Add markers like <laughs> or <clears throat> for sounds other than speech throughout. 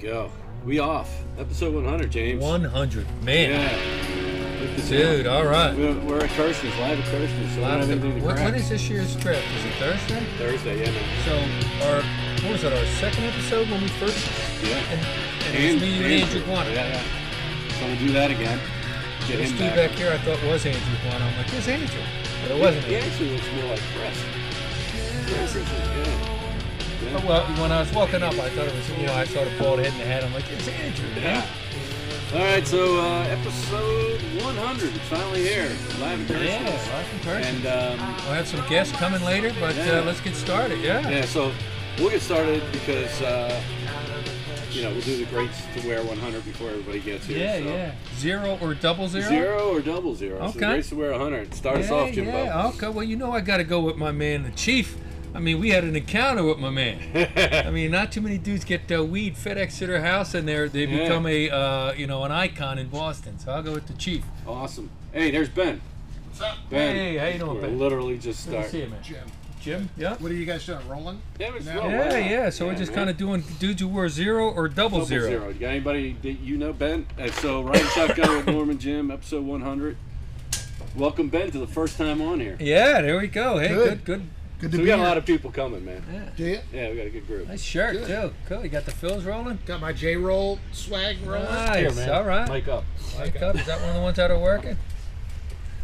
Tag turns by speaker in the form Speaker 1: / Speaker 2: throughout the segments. Speaker 1: go. We off. Episode 100, James.
Speaker 2: 100. Man.
Speaker 1: Yeah. Look this
Speaker 2: Dude,
Speaker 1: out.
Speaker 2: all right.
Speaker 1: We're, we're at Kirsten's, live at Kirsten's, so we don't
Speaker 2: Live
Speaker 1: have
Speaker 2: to-
Speaker 1: anything to
Speaker 2: what,
Speaker 1: crack.
Speaker 2: when is this year's trip? Is it Thursday?
Speaker 1: Thursday, yeah, man.
Speaker 2: So, our, what was it, our second episode when we first?
Speaker 1: Yeah.
Speaker 2: And, and it was me and Andrew Guano.
Speaker 1: Yeah, yeah. So we'll do that again. Get
Speaker 2: This
Speaker 1: him
Speaker 2: dude back here I thought was Andrew Guano. I'm like, who's Andrew? But it wasn't.
Speaker 1: He
Speaker 2: Andrew.
Speaker 1: actually looks more like Chris. Chris is- yeah.
Speaker 2: But Oh, well, when I was walking up, I thought it was, you know, I saw the bald head in the hat. I'm like, it's Andrew.
Speaker 1: Yeah. All right, so uh, episode 100 is finally here, live at Kirsten's.
Speaker 2: Yeah, live in person.
Speaker 1: And um,
Speaker 2: We'll have some guests coming later, but
Speaker 1: Yeah.
Speaker 2: uh, let's get started.
Speaker 1: Yeah, so we'll get started because uh, you know we'll do the greats to wear 100 before everybody gets here.
Speaker 2: Yeah,
Speaker 1: so.
Speaker 2: yeah. Zero or double zero?
Speaker 1: Zero or double zero. So the
Speaker 2: Okay.
Speaker 1: greats to wear 100. Start us off, Jimbo.
Speaker 2: yeah. Okay. Well, you know, I got to go with my man, the chief. I mean, we had an encounter with
Speaker 1: <laughs>
Speaker 2: my man. I mean, not too many dudes get uh, weed FedEx to their house, and they're they
Speaker 1: Yeah.
Speaker 2: become a uh, you know an icon in Boston. So I'll go with the chief.
Speaker 1: awesome. Hey, there's Ben.
Speaker 3: What's up?
Speaker 1: Ben.
Speaker 2: Hey, how you doing,
Speaker 1: We're
Speaker 2: Ben?
Speaker 1: Literally just
Speaker 2: Good to
Speaker 1: start.
Speaker 2: see you, man.
Speaker 3: Jim.
Speaker 2: Jim. Yeah.
Speaker 3: What are you guys doing? Rolling?
Speaker 1: Yeah, it's-
Speaker 3: Yeah.
Speaker 1: oh,
Speaker 2: yeah,
Speaker 1: wow.
Speaker 2: yeah. So we're just kind of doing dudes who were zero or double
Speaker 1: double
Speaker 2: zero.
Speaker 1: zero. You got anybody that you know, Ben? And so Ryan Shotgun with Norman Jim, episode 100. Welcome, Ben, to the first time on here.
Speaker 2: Yeah. There we go. Hey, good,
Speaker 3: Good.
Speaker 2: good.
Speaker 3: Good to
Speaker 1: So we got a lot of people coming, man.
Speaker 3: Do you?
Speaker 1: Yeah, we got a good group.
Speaker 2: Nice shirt
Speaker 3: Good.
Speaker 2: too. Cool. You got the fills rolling.
Speaker 3: Got my J roll swag rolling.
Speaker 1: Here,
Speaker 2: Nice.
Speaker 1: man.
Speaker 2: All right.
Speaker 1: Mic up.
Speaker 2: Mic up. Is that one of the ones that are working?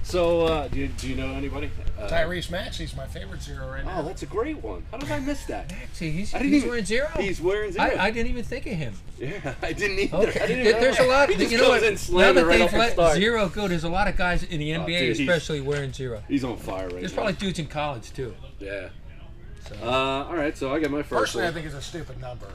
Speaker 1: So, uh, do, you, do you know anybody? Uh,
Speaker 3: Tyrese Maxey's my favorite zero right
Speaker 1: Oh,
Speaker 3: now.
Speaker 1: that's a great one. How did I miss
Speaker 2: <laughs>
Speaker 1: that?
Speaker 2: See, he's,
Speaker 1: I didn't
Speaker 2: he's
Speaker 1: even-
Speaker 2: wearing zero.
Speaker 1: He's wearing zero.
Speaker 2: I, I didn't even think of him.
Speaker 1: <laughs> yeah, I didn't either.
Speaker 2: Okay.
Speaker 1: I didn't
Speaker 2: There-
Speaker 1: even
Speaker 2: there's
Speaker 1: know.
Speaker 2: a lot.
Speaker 1: He just
Speaker 2: you know
Speaker 1: goes
Speaker 2: what?
Speaker 1: in slamming
Speaker 2: now that
Speaker 1: right off
Speaker 2: they've
Speaker 1: the
Speaker 2: let
Speaker 1: start. Oh,
Speaker 2: zero go, there's a lot of guys in the NBA,
Speaker 1: dude, he's-
Speaker 2: especially wearing zero.
Speaker 1: He's on fire right
Speaker 2: There's
Speaker 1: now.
Speaker 2: probably dudes in college too.
Speaker 1: yeah.
Speaker 2: So.
Speaker 1: Uh, all right, so I got my first
Speaker 3: Personally, I
Speaker 1: one.
Speaker 3: think it's a stupid number.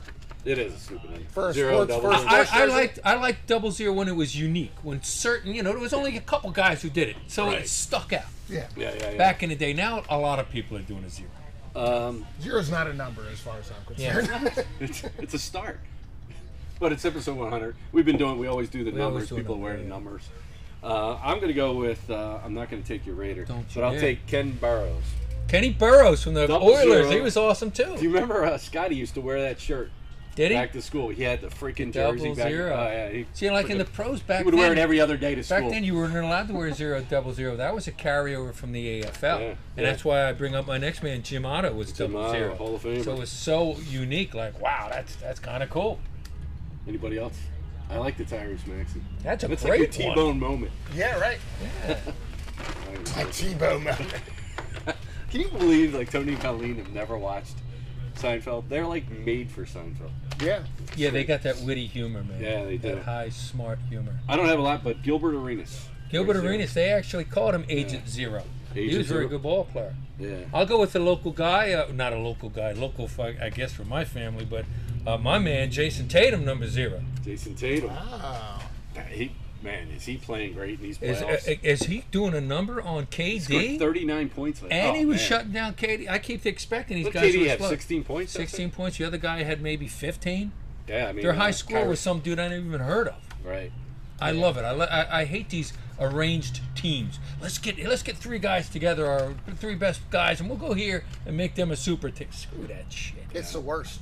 Speaker 1: It is a stupid name.
Speaker 3: First,
Speaker 1: zero
Speaker 3: fourth,
Speaker 1: double
Speaker 3: first,
Speaker 1: zero.
Speaker 2: I,
Speaker 3: first
Speaker 2: I
Speaker 3: jersey?
Speaker 2: liked I liked double zero when it was unique. When certain, you know, there was only a couple guys who did it, so
Speaker 1: Right.
Speaker 2: it stuck out.
Speaker 3: Yeah.
Speaker 1: Yeah, yeah, yeah.
Speaker 2: Back in the day, now a lot of people are doing a zero.
Speaker 1: Um,
Speaker 3: Zero's not a number as far as I'm concerned.
Speaker 1: it's, it's a start. <laughs> But it's episode 100. We've been doing, we always do the
Speaker 2: We
Speaker 1: numbers.
Speaker 2: always do a
Speaker 1: People
Speaker 2: number,
Speaker 1: wear the
Speaker 2: yeah.
Speaker 1: numbers. Uh, I'm going to go with, uh, I'm not going to take your Raider,
Speaker 2: Don't you
Speaker 1: but I'll
Speaker 2: dare.
Speaker 1: take Ken Burrows.
Speaker 2: Kenny Burrows from the
Speaker 1: Double
Speaker 2: Oilers,
Speaker 1: zero.
Speaker 2: he was awesome
Speaker 1: Do you
Speaker 2: too.
Speaker 1: remember uh, Scotty used to wear that shirt
Speaker 2: Did he?
Speaker 1: back to school? He had the freaking
Speaker 2: Double
Speaker 1: jersey back.
Speaker 2: zero.
Speaker 1: Oh, yeah, he,
Speaker 2: See, like in the
Speaker 1: freaking-
Speaker 2: pros back
Speaker 1: he would
Speaker 2: then,
Speaker 1: wear it every other day to
Speaker 2: Back
Speaker 1: school.
Speaker 2: then, you weren't allowed to wear zero double zero. That was a carryover from the AFL,
Speaker 1: Yeah,
Speaker 2: and
Speaker 1: yeah.
Speaker 2: that's why I bring up my next man, Jim Otto, was
Speaker 1: Jim
Speaker 2: double
Speaker 1: Otto,
Speaker 2: zero.
Speaker 1: Hall of Famer.
Speaker 2: So it was so unique. Like, wow, that's that's kind of cool.
Speaker 1: Anybody else? I like the Tyrese Maxey.
Speaker 2: That's a
Speaker 1: That's like a
Speaker 2: great one.
Speaker 1: T-bone moment.
Speaker 3: <laughs> yeah, right. My T-bone moment.
Speaker 1: Can you believe like Tony and Colleen have never watched Seinfeld? They're like made for Seinfeld.
Speaker 3: Yeah.
Speaker 2: Yeah, they got that witty humor, man.
Speaker 1: Yeah, they do.
Speaker 2: That high, smart humor.
Speaker 1: I don't have a lot, but Gilbert Arenas.
Speaker 2: Gilbert
Speaker 1: Zero.
Speaker 2: Arenas, they actually called him Agent Zero. he
Speaker 1: Agent
Speaker 2: was a very
Speaker 1: Zero.
Speaker 2: good ball player.
Speaker 1: Yeah.
Speaker 2: I'll go with the local guy. Uh, not a local guy, local, fu- I guess, for my family, but uh, my man, Jason Tatum, number zero.
Speaker 1: Jason Tatum.
Speaker 3: Wow.
Speaker 1: He, man, is he playing great in these
Speaker 2: Is,
Speaker 1: playoffs?
Speaker 2: uh, is he doing a number on KD?
Speaker 1: Scored 39 points. Like,
Speaker 2: And
Speaker 1: oh,
Speaker 2: he was
Speaker 1: man.
Speaker 2: shutting down KD. I keep expecting these
Speaker 1: What
Speaker 2: guys
Speaker 1: did
Speaker 2: to
Speaker 1: he have?
Speaker 2: explode.
Speaker 1: 16 points? that's it?
Speaker 2: 16 points. The other guy had maybe 15.
Speaker 1: Yeah, I mean.
Speaker 2: Their high
Speaker 1: uh,
Speaker 2: score
Speaker 1: Kyrie-
Speaker 2: was some dude I never even heard of.
Speaker 1: Right.
Speaker 2: I love it. I, li- I I hate these arranged teams. Let's get let's get three guys together, our three best guys, and we'll go here and make them a super team. Screw that shit.
Speaker 3: It's the worst.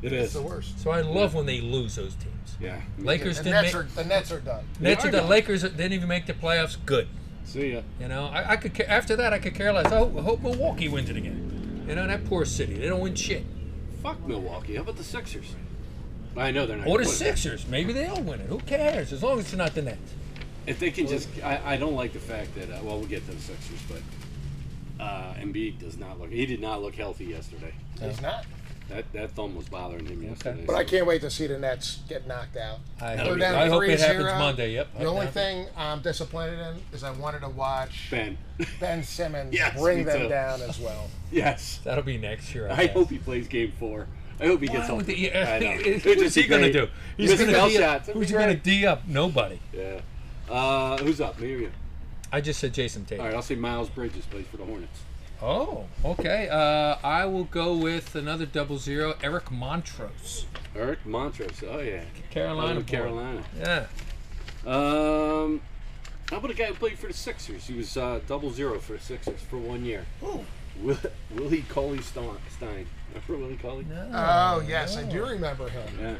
Speaker 1: It
Speaker 3: It's
Speaker 1: is.
Speaker 3: the worst.
Speaker 2: So I love when they lose those teams.
Speaker 1: Yeah.
Speaker 2: Lakers
Speaker 3: The
Speaker 2: didn't make.
Speaker 3: Nets, are, the Nets are done.
Speaker 2: Nets
Speaker 1: They
Speaker 2: are
Speaker 1: are
Speaker 2: the
Speaker 1: done.
Speaker 2: Lakers didn't even make the playoffs. Good.
Speaker 1: See ya.
Speaker 2: You know, I, I could care, after that I could care less. I hope, I hope Milwaukee wins it again. You know, that poor city. They don't win shit.
Speaker 1: Fuck Milwaukee. How about the Sixers? I know they're not.
Speaker 2: Or the
Speaker 1: gonna win.
Speaker 2: Sixers. Maybe they'll win it. Who cares? As long as it's not the Nets.
Speaker 1: If they can just, I, I don't like the fact that. Uh, well, we'll get to the Sixers, but uh, Embiid does not look. He did not look healthy yesterday.
Speaker 3: He's not.
Speaker 1: That that thumb was bothering him yesterday.
Speaker 3: But I can't wait to see the Nets get knocked out.
Speaker 2: I
Speaker 3: They're
Speaker 2: hope,
Speaker 3: down
Speaker 2: I hope it
Speaker 3: 3-0.
Speaker 2: happens Monday. Yep.
Speaker 3: The only thing I'm disappointed in is I wanted to watch
Speaker 1: Ben. <laughs>
Speaker 3: Ben Simmons
Speaker 1: Yes, me
Speaker 3: bring them
Speaker 1: too.
Speaker 3: down as <laughs> well.
Speaker 1: yes.
Speaker 2: That'll be next year.
Speaker 1: I
Speaker 2: guess.
Speaker 1: hope he plays Game Four. I hope he gets
Speaker 2: Why would
Speaker 1: healthy.
Speaker 2: they- yeah,
Speaker 1: I know. It'd
Speaker 2: <laughs> Who's
Speaker 1: just
Speaker 2: he
Speaker 1: be
Speaker 2: going to
Speaker 1: great.
Speaker 2: do? He's
Speaker 1: Missed
Speaker 2: going to
Speaker 1: foul
Speaker 2: D up.
Speaker 1: shots. It'd
Speaker 2: Who's
Speaker 1: be
Speaker 2: going to
Speaker 1: great.
Speaker 2: D up? Nobody.
Speaker 1: Yeah. Uh, who's up? Me or you?
Speaker 2: I just said Jason Tatum.
Speaker 1: All right. I'll say Miles Bridges plays for the Hornets.
Speaker 2: Oh, okay. Uh, I will go with another double zero, Eric Montrose.
Speaker 1: Eric Montrose. Oh yeah.
Speaker 2: Carolina.
Speaker 1: Out
Speaker 2: boy.
Speaker 1: of Carolina.
Speaker 2: Yeah.
Speaker 1: Um, how about a guy who played for the Sixers? He was uh, double zero for the Sixers for one year.
Speaker 3: Who?
Speaker 1: Will, Willie Cauley Stein. Remember Willie Cauley?
Speaker 2: No.
Speaker 3: Oh yes, I do remember him.
Speaker 1: Yeah.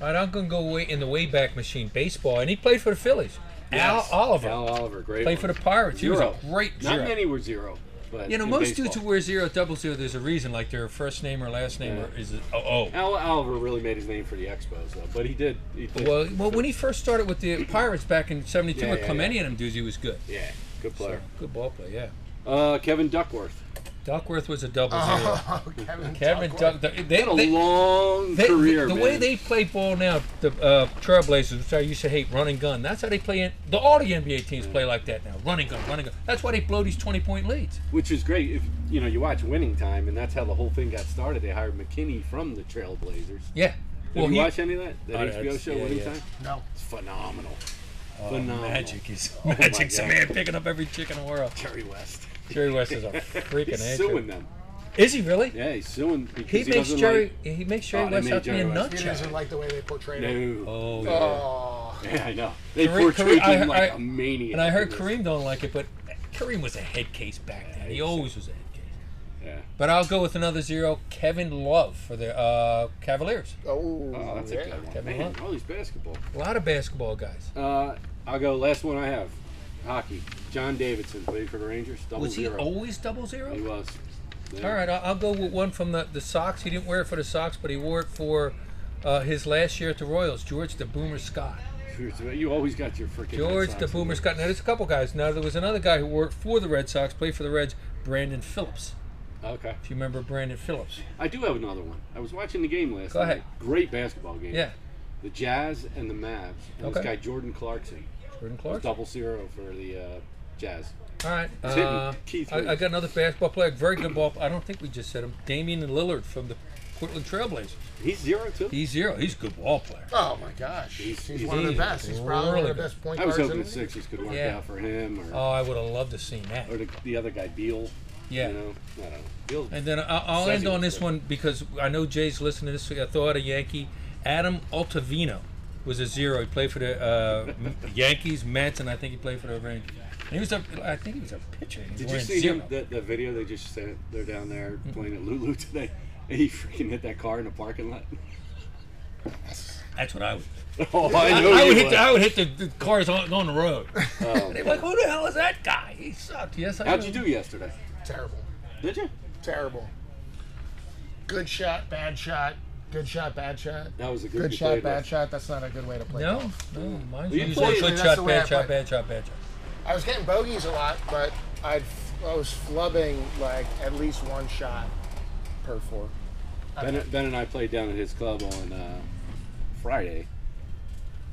Speaker 2: All right, I'm gonna go way in the Wayback Machine, baseball, and he played for the Phillies.
Speaker 1: Yes.
Speaker 2: Al Oliver
Speaker 1: Al Oliver, great.
Speaker 2: played for
Speaker 1: one.
Speaker 2: the Pirates. He was
Speaker 1: Zero.
Speaker 2: a great
Speaker 1: Not
Speaker 2: zero.
Speaker 1: many were zero, but
Speaker 2: You know,
Speaker 1: in
Speaker 2: most dudes
Speaker 1: baseball.
Speaker 2: who wear zero, double zero, there's a reason. Like their first name or last name
Speaker 1: Yeah.
Speaker 2: or is oh oh.
Speaker 1: Al Oliver really made his name for the Expos, though. But he did. He did
Speaker 2: Well, well, when he first started with the Pirates back in '72,
Speaker 1: Yeah,
Speaker 2: with
Speaker 1: yeah,
Speaker 2: Clemente and him dudes, he was good.
Speaker 1: yeah, good player.
Speaker 2: Good ball play, yeah.
Speaker 1: Uh, Kevin Duckworth
Speaker 2: Duckworth was a
Speaker 1: <laughs>
Speaker 2: double zero.
Speaker 3: <laughs> Oh, Kevin,
Speaker 2: Kevin
Speaker 3: Duckworth.
Speaker 2: Duck, they, they,
Speaker 1: had a long
Speaker 2: they-
Speaker 1: career.
Speaker 2: the
Speaker 1: man.
Speaker 2: way they play ball now, the uh, Trailblazers, which I used to hate, run and gun. That's how they play. In, the, all the NBA teams play like that now, running gun, running gun. That's why they blow these twenty-point leads.
Speaker 1: which is great if you know you watch Winning Time, and that's how the whole thing got started. They hired McKinney from the Trailblazers.
Speaker 2: Yeah.
Speaker 1: Did you
Speaker 2: he- <laughs>
Speaker 1: watch any of that? That
Speaker 2: Oh,
Speaker 1: HBO
Speaker 2: that's-
Speaker 1: show,
Speaker 2: yeah,
Speaker 1: Winning
Speaker 2: yeah.
Speaker 1: Time?
Speaker 3: No.
Speaker 1: It's phenomenal.
Speaker 2: oh,
Speaker 1: Phenomenal.
Speaker 2: <laughs> magic is
Speaker 1: um, oh my
Speaker 2: magic's a
Speaker 1: God.
Speaker 2: man picking up every chick in the world.
Speaker 1: Jerry West.
Speaker 2: Jerry West is a
Speaker 1: <laughs>
Speaker 2: freaking
Speaker 1: He's
Speaker 2: hatred.
Speaker 1: suing them.
Speaker 2: Is he really?
Speaker 1: Yeah, he's suing because
Speaker 2: He,
Speaker 1: he,
Speaker 2: makes
Speaker 1: doesn't
Speaker 2: Jerry. he makes Jerry
Speaker 1: Oh, they
Speaker 2: West
Speaker 1: made
Speaker 2: out to be a
Speaker 1: Jerry West.
Speaker 2: nut
Speaker 3: He
Speaker 2: job.
Speaker 3: doesn't like the way they portrayed him.
Speaker 1: No.
Speaker 2: Oh, yeah.
Speaker 3: Oh,
Speaker 1: <laughs> Yeah, I know. They
Speaker 2: Kareem-
Speaker 1: portrayed
Speaker 2: Kareem-
Speaker 1: him
Speaker 2: I-
Speaker 1: like
Speaker 2: I-
Speaker 1: a maniac.
Speaker 2: and I heard
Speaker 1: in this.
Speaker 2: Kareem don't like it, but Kareem was a head case back then. He
Speaker 1: he's-
Speaker 2: always was a head case.
Speaker 1: Yeah.
Speaker 2: But I'll go with another zero, Kevin Love for the uh, Cavaliers.
Speaker 3: oh,
Speaker 1: Oh, that's
Speaker 3: yeah.
Speaker 1: a good one.
Speaker 2: Kevin
Speaker 1: Man,
Speaker 2: Love.
Speaker 1: all these basketball.
Speaker 2: A lot of basketball guys.
Speaker 1: Uh, I'll go last one I have. Hockey. John Davidson played for the Rangers. Double
Speaker 2: Was he
Speaker 1: zero.
Speaker 2: always double zero?
Speaker 1: He was. Yeah.
Speaker 2: All right, I'll, I'll go with one from the, the Sox. He didn't wear it for the Sox, but he wore it for uh, his last year at the Royals. George the Boomer Scott.
Speaker 1: You always got your freaking
Speaker 2: George
Speaker 1: Red
Speaker 2: the
Speaker 1: Sox in
Speaker 2: Boomer
Speaker 1: there.
Speaker 2: Scott. Now there's a couple guys. Now there was another guy who worked for the Red Sox, played for the Reds, Brandon Phillips.
Speaker 1: Okay.
Speaker 2: If you remember Brandon Phillips,
Speaker 1: I do have another one. I was watching the game last
Speaker 2: Go
Speaker 1: night.
Speaker 2: ahead.
Speaker 1: Great basketball game.
Speaker 2: yeah,
Speaker 1: The Jazz and the Mavs. And This
Speaker 2: Okay.
Speaker 1: guy Jordan Clarkson.
Speaker 2: Jordan
Speaker 1: was
Speaker 2: Clark. All
Speaker 1: Double zero for the uh, Jazz.
Speaker 2: right,
Speaker 1: He's hitting
Speaker 2: uh,
Speaker 1: key
Speaker 2: I, I
Speaker 1: threes.
Speaker 2: got another basketball player, very good ball. I don't think we just said him. Damian Lillard from the Portland Trailblazers.
Speaker 1: He's zero too.
Speaker 2: He's zero. He's a good ball player.
Speaker 3: oh my gosh. He's,
Speaker 1: He's- he's
Speaker 3: one of the
Speaker 2: easy.
Speaker 3: best. He's probably one of
Speaker 2: Really
Speaker 3: the best point
Speaker 1: I was
Speaker 3: guards in
Speaker 1: hoping
Speaker 3: the
Speaker 1: the Sixers could work
Speaker 2: Yeah.
Speaker 1: out for him or,
Speaker 2: Oh, I would have loved to seen that.
Speaker 1: or the, the other guy Beal.
Speaker 2: Yeah.
Speaker 1: You know, I don't know. Beal's
Speaker 2: And then I'll, I'll
Speaker 1: Says
Speaker 2: end
Speaker 1: he
Speaker 2: on
Speaker 1: was
Speaker 2: this
Speaker 1: good.
Speaker 2: one because I know Jay's listening to this. So I throw out a Yankee. Adam Altavino was a zero. He played for the uh, M- Yankees, Mets, and I think he played for the Rangers. And he was a, I think he was a pitcher. He
Speaker 1: Did
Speaker 2: was
Speaker 1: you
Speaker 2: wearing
Speaker 1: see
Speaker 2: zero.
Speaker 1: him, the, the video they just sent? They're down there playing at Lulu <laughs> today. And he freaking hit that car in the parking lot. <laughs>
Speaker 2: That's what I would.
Speaker 1: Oh,
Speaker 2: I,
Speaker 1: I know
Speaker 2: I
Speaker 1: you
Speaker 2: would hit.
Speaker 1: would.
Speaker 2: The, I would hit the, the cars on, on
Speaker 1: <laughs>
Speaker 2: the road. <laughs>
Speaker 1: Oh,
Speaker 2: They're like, who the hell is that guy? He sucked. Yes, I
Speaker 1: How'd
Speaker 2: know.
Speaker 1: you do yesterday?
Speaker 3: Terrible.
Speaker 1: Did you?
Speaker 3: Terrible. Good shot, bad shot. Good shot, bad shot.
Speaker 1: That was a good,
Speaker 3: Good
Speaker 1: you
Speaker 3: shot,
Speaker 1: played
Speaker 3: bad
Speaker 1: last-
Speaker 3: shot. That's not a good way to play.
Speaker 2: No, no. Mine's
Speaker 1: You
Speaker 2: usually
Speaker 1: played-
Speaker 2: good
Speaker 3: that's
Speaker 2: shot,
Speaker 3: the way I
Speaker 2: bad shot,
Speaker 3: played.
Speaker 2: bad shot, bad shot.
Speaker 3: I was getting bogeys a lot, but I'd, I was flubbing like at least one shot per four.
Speaker 1: Ben, ben and I played down at his club on uh, Friday.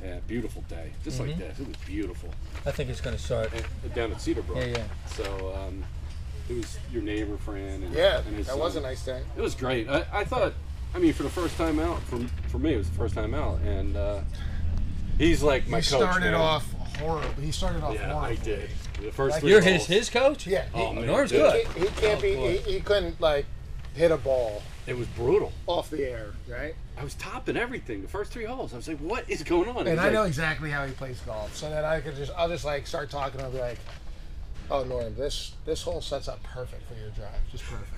Speaker 1: Yeah, beautiful day, just
Speaker 2: Mm-hmm.
Speaker 1: like this. It was beautiful
Speaker 2: I think it's going to start.
Speaker 1: And- down at Cedarbrook.
Speaker 2: Yeah, yeah.
Speaker 1: So um, it was your neighbor friend. And,
Speaker 3: Yeah,
Speaker 1: and his
Speaker 3: that was a
Speaker 1: son.
Speaker 3: nice day.
Speaker 1: It was great. I, I thought, I mean, for the first time out, for, for me, it was the first time out, and uh, he's like my
Speaker 3: He
Speaker 1: coach.
Speaker 3: started
Speaker 1: man.
Speaker 3: off horrible. He started off
Speaker 1: Yeah,
Speaker 3: horrible.
Speaker 1: I did. The first three
Speaker 2: You're
Speaker 1: balls,
Speaker 2: his his coach.
Speaker 3: Yeah. He,
Speaker 1: Oh, man,
Speaker 2: Norm's
Speaker 1: dude,
Speaker 2: good.
Speaker 3: he, he can't
Speaker 2: Oh,
Speaker 3: be. He,
Speaker 2: boy.
Speaker 3: he couldn't like hit a ball
Speaker 1: It was brutal.
Speaker 3: off the air, right?
Speaker 1: I was topping everything the first three holes. I was like, "What is going on?" He's
Speaker 3: And I
Speaker 1: like,
Speaker 3: know exactly how he plays golf, so that I could just I'll just like start talking and I'll be like, "Oh, Norm, this this hole sets up perfect for your drive, just perfect."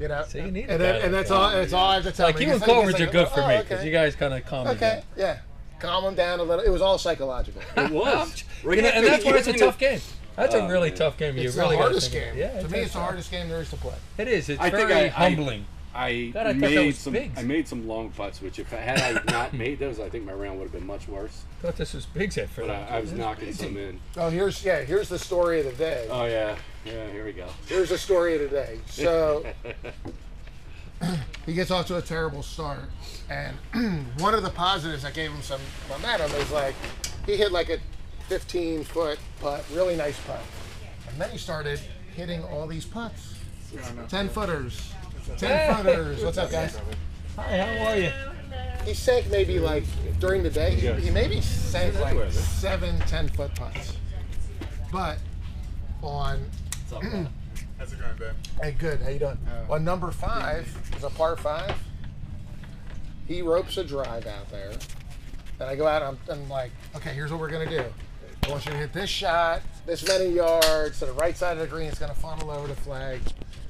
Speaker 3: You know,
Speaker 2: So you need a
Speaker 3: and,
Speaker 2: guy
Speaker 3: that, and
Speaker 2: like
Speaker 3: that's all. That's all I have to tell.
Speaker 2: Like
Speaker 3: him.
Speaker 2: you and
Speaker 3: He's like- he's
Speaker 2: Coleridge
Speaker 3: like,
Speaker 2: are good for
Speaker 3: "Oh,
Speaker 2: me
Speaker 3: okay,
Speaker 2: because you guys kind of calm me
Speaker 3: Okay,
Speaker 2: down.
Speaker 3: yeah, calm him down a little. It was
Speaker 2: <laughs>
Speaker 3: all psychological.
Speaker 1: It was. Right
Speaker 2: You know,
Speaker 1: after
Speaker 2: and that's
Speaker 1: you
Speaker 2: why it's a
Speaker 1: bring it-
Speaker 2: tough game. That's a
Speaker 1: Oh,
Speaker 2: really
Speaker 1: man.
Speaker 2: tough game. You
Speaker 3: it's
Speaker 2: really
Speaker 3: the
Speaker 2: gotta
Speaker 3: hardest
Speaker 2: think
Speaker 3: game.
Speaker 2: of- Yeah,
Speaker 3: to me,
Speaker 2: is
Speaker 3: it's the
Speaker 2: tough.
Speaker 3: hardest game there is to play.
Speaker 2: It is. It's
Speaker 1: I
Speaker 2: very
Speaker 1: think I- I-
Speaker 2: humbling.
Speaker 1: I
Speaker 2: God, I thought that
Speaker 1: made
Speaker 2: was
Speaker 1: some.
Speaker 2: Biggs.
Speaker 1: I made some long putts, which if I had I not <laughs> made those, I think my round would have been much worse.
Speaker 2: I thought this was Biggs at first.
Speaker 1: But I, I was knocking some in.
Speaker 3: Oh, here's yeah. Here's the story of the day.
Speaker 1: Oh yeah, yeah. Here we go.
Speaker 3: Here's the story of the day. So he gets off to a terrible start, and <clears throat> one of the positives that gave him some momentum is like he hit like a 15 foot putt, really nice putt, and then he started hitting all these putts, 10 footers, 10 footers. What's up, guys?
Speaker 2: Hi, how are you?
Speaker 3: He sank maybe like during the day. He, he maybe sank like seven 10 foot putts, but on
Speaker 1: <clears throat>
Speaker 4: How's it going, babe?
Speaker 3: Hey, good. How you doing? well, number five is a par five. He ropes a drive out there, and I go out. And I'm, I'm like, okay, here's what we're gonna do. I want you to hit this shot, this many yards to the right side of the green. It's gonna funnel over the flag.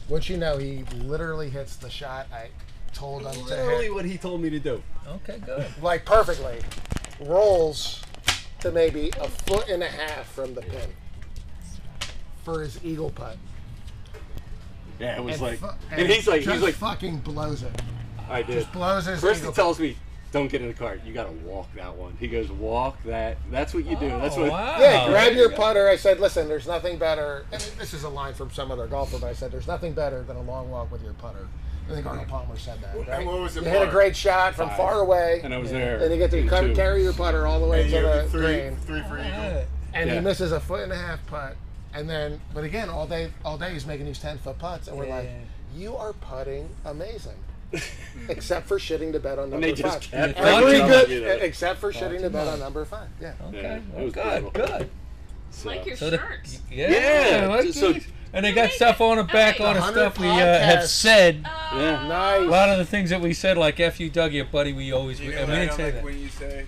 Speaker 3: Once you know, he literally hits the shot I told him to
Speaker 1: Literally
Speaker 3: hit,
Speaker 1: what he told me to do.
Speaker 2: Okay, good. <laughs>
Speaker 3: like perfectly, rolls to maybe a foot and a half from the pin for his eagle putt.
Speaker 1: Yeah, it was
Speaker 3: And
Speaker 1: like,
Speaker 3: fu-
Speaker 1: and he's like,
Speaker 3: just
Speaker 1: he's like,
Speaker 3: fucking blows it.
Speaker 1: I did.
Speaker 3: Blows his
Speaker 1: Kristen
Speaker 3: eagle
Speaker 1: tells me, don't get in the cart. You got to walk that one. He goes, walk that. That's what you do. That's
Speaker 2: Oh,
Speaker 1: what.
Speaker 2: wow.
Speaker 3: Yeah, grab
Speaker 1: there
Speaker 3: your
Speaker 1: you go.
Speaker 3: putter. I said, listen, there's nothing better. And this is a line from some other golfer, but I said, there's nothing better than a long walk with your putter. I think Arnold Palmer said that. Right?
Speaker 4: what was the
Speaker 3: you hit a
Speaker 4: par?
Speaker 3: great shot from far away,
Speaker 1: And I was there.
Speaker 3: and you get to
Speaker 1: in
Speaker 3: cut,
Speaker 1: two.
Speaker 3: carry your putter all the way
Speaker 4: And
Speaker 3: to
Speaker 4: you
Speaker 3: the
Speaker 4: three,
Speaker 3: green,
Speaker 4: three for eagle.
Speaker 2: Yeah.
Speaker 3: and
Speaker 1: Yeah.
Speaker 3: he misses a foot and a half putt. And then, but again, all day, all day he's making these ten foot putts, and we're like,
Speaker 2: Yeah.
Speaker 3: you are putting amazing. Except for shitting to bed on number
Speaker 1: they just
Speaker 3: five.
Speaker 1: kept
Speaker 3: Every
Speaker 2: punching
Speaker 3: good,
Speaker 1: him.
Speaker 3: except for shitting to bed on number five. Yeah.
Speaker 1: Yeah,
Speaker 2: Okay.
Speaker 1: it
Speaker 2: Well,
Speaker 1: was
Speaker 2: good.
Speaker 1: brutal.
Speaker 2: Good.
Speaker 1: So-
Speaker 5: Like your
Speaker 2: So the-
Speaker 5: shirt.
Speaker 2: yeah.
Speaker 1: Yeah,
Speaker 2: like
Speaker 1: just so-
Speaker 2: it. and they got stuff on the back, a lot of
Speaker 3: The
Speaker 2: stuff we uh,
Speaker 3: 100
Speaker 2: have
Speaker 3: podcasts.
Speaker 2: said.
Speaker 5: Oh,
Speaker 1: yeah.
Speaker 3: Nice.
Speaker 2: A lot of the things that we said, like "f you, dug your buddy," we always
Speaker 4: You
Speaker 2: we,
Speaker 4: know
Speaker 2: and
Speaker 4: what
Speaker 2: we
Speaker 4: I
Speaker 2: didn't
Speaker 4: don't
Speaker 2: say
Speaker 4: like
Speaker 2: that.
Speaker 4: when you say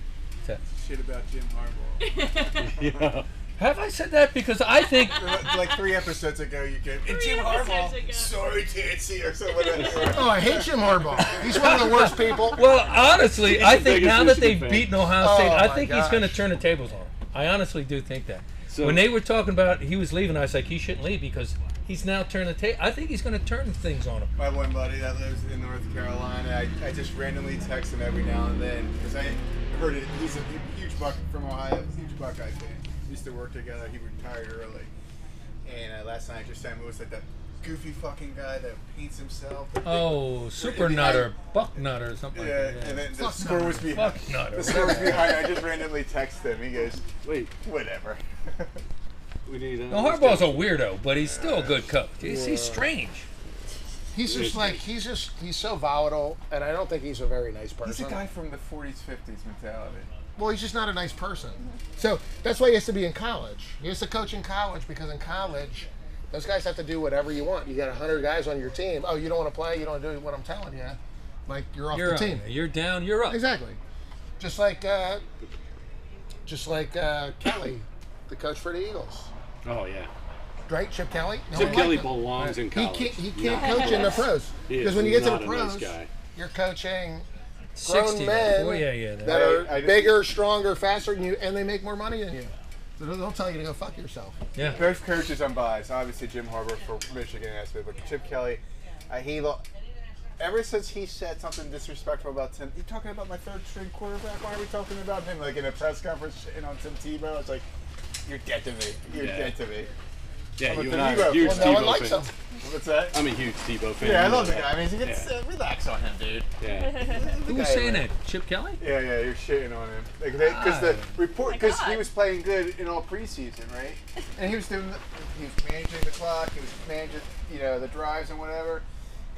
Speaker 2: Say-
Speaker 4: shit about Jim Harbaugh.
Speaker 1: yeah.
Speaker 2: Have I said that? Because I think
Speaker 4: <laughs> Like- like three episodes ago, you came. And
Speaker 5: Three
Speaker 4: Jim
Speaker 5: episodes
Speaker 4: Harbaugh.
Speaker 5: ago.
Speaker 4: Sorry, Tansy, or something. like that.
Speaker 3: Oh, I hate Jim Harbaugh. He's one of the worst people.
Speaker 2: Well, honestly,
Speaker 1: He's
Speaker 2: I
Speaker 1: the
Speaker 2: think
Speaker 1: biggest
Speaker 2: now that
Speaker 1: Michigan
Speaker 2: they've
Speaker 1: fan.
Speaker 2: beaten Ohio
Speaker 3: Oh,
Speaker 2: State, I
Speaker 3: my
Speaker 2: think he's
Speaker 3: gosh.
Speaker 2: going to turn the tables on. 'em. I honestly do think that.
Speaker 1: So-
Speaker 2: when they were talking about he was leaving, I was like, he shouldn't leave because he's now turned the table. I think he's going to turn things on him.
Speaker 4: My one buddy that lives in North Carolina, I, I just randomly text him every now and then because I heard it. He's a hu- huge buck from Ohio, huge Buckeye fan. We used to work together. He retired early, and uh, last night I just sent him it was like that goofy fucking guy that paints himself. the big-
Speaker 2: Oh, super
Speaker 4: Yeah,
Speaker 2: nutter, buck nutter, or something
Speaker 4: yeah,
Speaker 2: like that.
Speaker 4: and
Speaker 2: yeah.
Speaker 4: then the
Speaker 3: Fuck
Speaker 4: score
Speaker 3: no.
Speaker 4: was behind.
Speaker 2: Buck nutter.
Speaker 4: The score was behind. I just randomly text him. He goes,
Speaker 1: Wait,
Speaker 4: whatever.
Speaker 1: we need. Uh,
Speaker 2: No, Harbaugh's a weirdo, but he's still a good coach. He's, he's strange.
Speaker 3: He's just like he's just he's so volatile, and I don't think he's a very nice person.
Speaker 4: He's a guy from the 40s, 50s mentality.
Speaker 3: Well, he's just not a nice person. So that's why he has to be in college. He has to coach in college because in college, those guys have to do whatever you want. You got hundred guys on your team. Oh, you don't want to play? You don't do what I'm telling you? Like you're off
Speaker 2: You're
Speaker 3: the
Speaker 2: up.
Speaker 3: team.
Speaker 2: You're down. You're up.
Speaker 3: Exactly. Just like uh, just like uh, Kelly, the coach for the Eagles.
Speaker 1: Oh yeah.
Speaker 3: Right, Chip Kelly. No
Speaker 1: Chip
Speaker 3: one
Speaker 1: Kelly
Speaker 3: liked him.
Speaker 1: belongs in
Speaker 3: He
Speaker 1: college.
Speaker 3: can't, he can't
Speaker 1: Not
Speaker 3: coach in the
Speaker 1: close.
Speaker 3: pros
Speaker 1: He is
Speaker 3: because when you get to the
Speaker 1: not a nice
Speaker 3: pros,
Speaker 1: guy.
Speaker 3: you're coaching grown
Speaker 2: 60.
Speaker 3: men
Speaker 2: Oh, yeah, yeah.
Speaker 3: that
Speaker 2: that-
Speaker 3: are
Speaker 4: I- I-
Speaker 3: bigger, stronger, faster than you, and they make more money than you. So they'll they'll tell you to go fuck yourself.
Speaker 2: yeah.
Speaker 4: Both coaches I'm biased. Obviously, Jim Harbaugh for Michigan aspect, but Chip Kelly, uh, he lo- ever since he said something disrespectful about Tim, you talking about my third string quarterback? Why are we talking about him? Like in a press conference shitting on Tim Tebow, it's like, you're dead to me. You're
Speaker 1: Yeah.
Speaker 4: dead to me.
Speaker 1: Yeah,
Speaker 4: But
Speaker 1: you
Speaker 4: the
Speaker 1: and I
Speaker 4: Eagles-
Speaker 1: are huge
Speaker 3: Well, no one
Speaker 1: Tebow
Speaker 3: likes them.
Speaker 1: fans.
Speaker 4: What's that?
Speaker 1: I'm a huge Tebow fan.
Speaker 4: yeah, I
Speaker 1: You
Speaker 4: love
Speaker 1: know
Speaker 4: the guy. I mean, he gets,
Speaker 1: Yeah.
Speaker 4: uh, relax on him, dude.
Speaker 1: Yeah.
Speaker 2: Who was saying that? Chip Kelly?
Speaker 4: Yeah, yeah, you're shitting on him. Like because the report,
Speaker 5: Oh My
Speaker 4: because he
Speaker 5: God.
Speaker 4: was playing good in all preseason, right? And he was doing, the, he was managing the clock, he was managing, you know, the drives and whatever.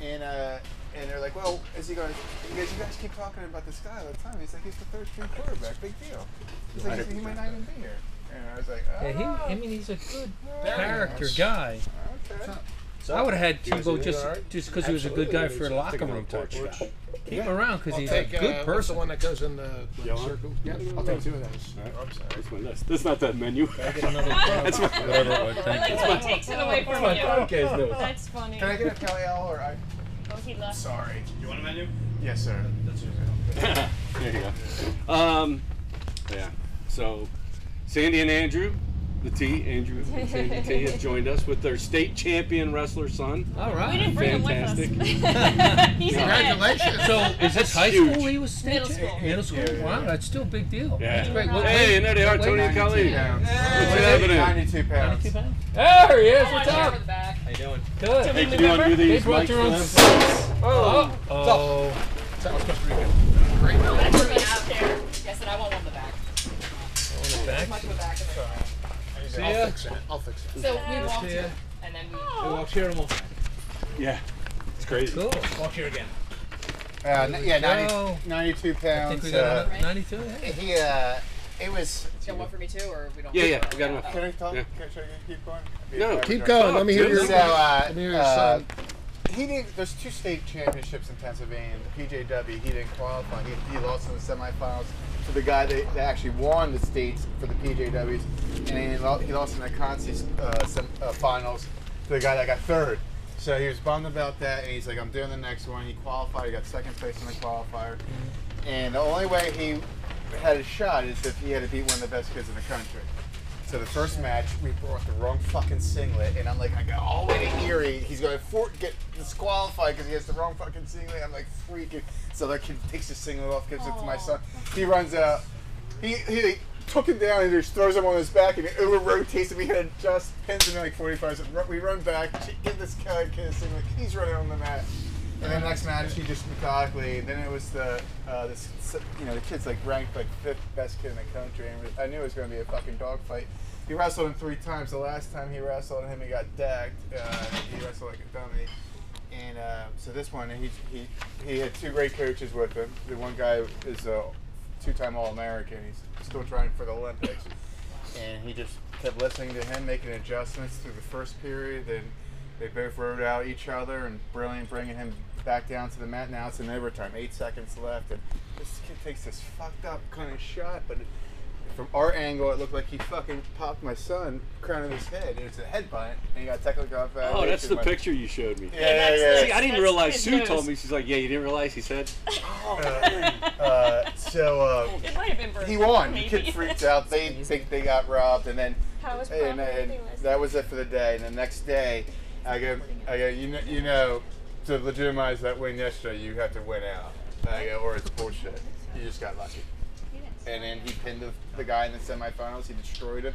Speaker 4: And uh, and they're like, well, is he going? to Because you guys keep talking about this guy all the time. He's like, he's the third string quarterback. Big deal. He's like, he might not even be here. And I was like, oh,
Speaker 2: Yeah, he, I mean, he's a good
Speaker 4: Very
Speaker 2: character guy.
Speaker 4: okay.
Speaker 2: I would have had
Speaker 3: guys are
Speaker 2: Tebow
Speaker 3: doing
Speaker 2: just
Speaker 3: all right?
Speaker 2: just because he was a good
Speaker 3: Absolutely,
Speaker 2: guy
Speaker 3: we
Speaker 2: for
Speaker 3: need to
Speaker 2: locker
Speaker 1: Take
Speaker 2: room
Speaker 1: another
Speaker 2: touch.
Speaker 1: porch.
Speaker 2: Keep him around because he's a
Speaker 3: Take,
Speaker 2: good
Speaker 3: uh, what's the
Speaker 2: person.
Speaker 3: one that goes in the like,
Speaker 1: Yellow?
Speaker 3: circle? Yeah, I'll take two of those.
Speaker 1: That's my list. That's not that menu.
Speaker 2: That's whatever it was.
Speaker 5: I
Speaker 2: Thank
Speaker 5: like
Speaker 2: you.
Speaker 5: when he takes it away from you. That's funny.
Speaker 4: Can I get a Kelly L or I?
Speaker 5: Oh, he left.
Speaker 4: Sorry. You want a menu? Yes, sir.
Speaker 1: <laughs> there you go. Um, yeah. So, Sandy and Andrew, the T, Andrew and Sandy T,
Speaker 2: <laughs>
Speaker 1: have joined us with their state champion wrestler son.
Speaker 2: All
Speaker 5: We
Speaker 2: right.
Speaker 5: didn't bring <laughs>
Speaker 1: Fantastic.
Speaker 5: him with us. He's ahead.
Speaker 3: Congratulations.
Speaker 2: So is this high
Speaker 1: huge.
Speaker 2: school? He was state
Speaker 5: Middle
Speaker 2: champ-
Speaker 5: school.
Speaker 2: Middle school. Wow, that's still a big deal.
Speaker 1: Yeah.
Speaker 2: Great. What
Speaker 1: Hey,
Speaker 2: weight?
Speaker 1: there they are,
Speaker 2: What
Speaker 1: Tony
Speaker 2: weight?
Speaker 1: and Colleen.
Speaker 4: pounds.
Speaker 1: What's happening?
Speaker 4: 92 pounds.
Speaker 2: There he is. What's
Speaker 5: Watch over
Speaker 2: up?
Speaker 5: the back.
Speaker 2: Good.
Speaker 1: Hey, can you undo
Speaker 2: They
Speaker 1: these
Speaker 2: brought
Speaker 1: mics?
Speaker 2: your own.
Speaker 1: Lance?
Speaker 2: Oh. Oh.
Speaker 5: That's right out there. Yes, and I want one in the back.
Speaker 2: Back.
Speaker 5: Much of the back of it.
Speaker 2: See
Speaker 3: I'll
Speaker 2: ya.
Speaker 3: fix it. I'll fix it.
Speaker 5: So we walked
Speaker 2: Yeah.
Speaker 5: in, and then we.
Speaker 1: Yeah. It's crazy.
Speaker 2: Cool.
Speaker 4: Uh, n- yeah, 90,
Speaker 2: Go.
Speaker 4: 92
Speaker 2: I think we
Speaker 4: pounds.
Speaker 2: got
Speaker 4: Uh,
Speaker 2: another 92. Hey.
Speaker 4: he, uh, it was.
Speaker 5: You got one for me too, or we don't? Oh.
Speaker 1: Yeah, yeah, we got enough.
Speaker 4: Can I talk?
Speaker 1: Yeah.
Speaker 4: Can, should I keep going?
Speaker 1: No,
Speaker 3: Keep going. Let me hear
Speaker 1: Fuck,
Speaker 3: your.
Speaker 1: dude.
Speaker 4: So, uh,
Speaker 3: Let me hear your
Speaker 4: uh,
Speaker 3: son.
Speaker 4: he didn't. There's two state championships in Pennsylvania. The PJW, he didn't qualify. He, he lost in the semifinals to the guy that, that actually won the states for the PJWs, and he, lo- he lost in the Concy uh, sem- uh, finals to the guy that got third. So he was bummed about that, and he's like, "I'm doing the next one." He qualified. He got second place in the qualifier,
Speaker 3: Mm-hmm.
Speaker 4: and the only way he had a shot is if he had to beat one of the best kids in the country. So the first match, we brought the wrong fucking singlet, and I'm like, I got all the way to Erie. He's going to for- get disqualified because he has the wrong fucking singlet. I'm like freaking. So that kid takes his singlet off, gives it to my son. He runs out. He he took him down and just throws him on his back and it over rotates him. We had just pins him in like 45 seconds. Ru- We run back, ch- give this guy a kiss, and like he's running on the mat. And then next match, he just methodically. Then it was the uh, this s- you know the kid's like ranked like fifth best kid in the country, and I knew it was going to be a fucking dogfight. He wrestled him three times. The last time he wrestled him, he got dagged. Uh, he wrestled like a dummy. And uh, so this one, he, he he had two great coaches with him. The one guy is a two-time All-American. He's still trying for the Olympics, and he just kept listening to him, making adjustments through the first period. Then they both rode out each other, and brilliant bringing him back down to the mat. Now it's in overtime, eight seconds left, and this kid takes this fucked up kind of shot, but. It, from our angle, it looked like he fucking popped my son crown of his head. It was a headbutt, and he got technical off. uh,
Speaker 1: Oh, that's the picture you showed me.
Speaker 4: Yeah, yeah,
Speaker 5: that's-
Speaker 4: yeah.
Speaker 5: that's-
Speaker 1: See, I didn't
Speaker 5: that's
Speaker 1: realize.
Speaker 5: good
Speaker 1: Sue
Speaker 5: news.
Speaker 1: told me she's like, "Yeah, you didn't realize." He said,
Speaker 4: uh, so uh,
Speaker 5: It might have been Bruce.
Speaker 4: he won. The
Speaker 5: Maybe.
Speaker 4: kid
Speaker 5: <laughs>
Speaker 4: freaked out. They think they got robbed, and then
Speaker 6: How was
Speaker 4: and,
Speaker 6: Providence
Speaker 4: and
Speaker 6: doing this?
Speaker 4: that was it for the day. And the next day, I go, I go, you know, you know, to legitimize that win yesterday, you have to win out. I go, or it's bullshit. You just got lucky. And then he pinned the, the guy in the semifinals. He destroyed him.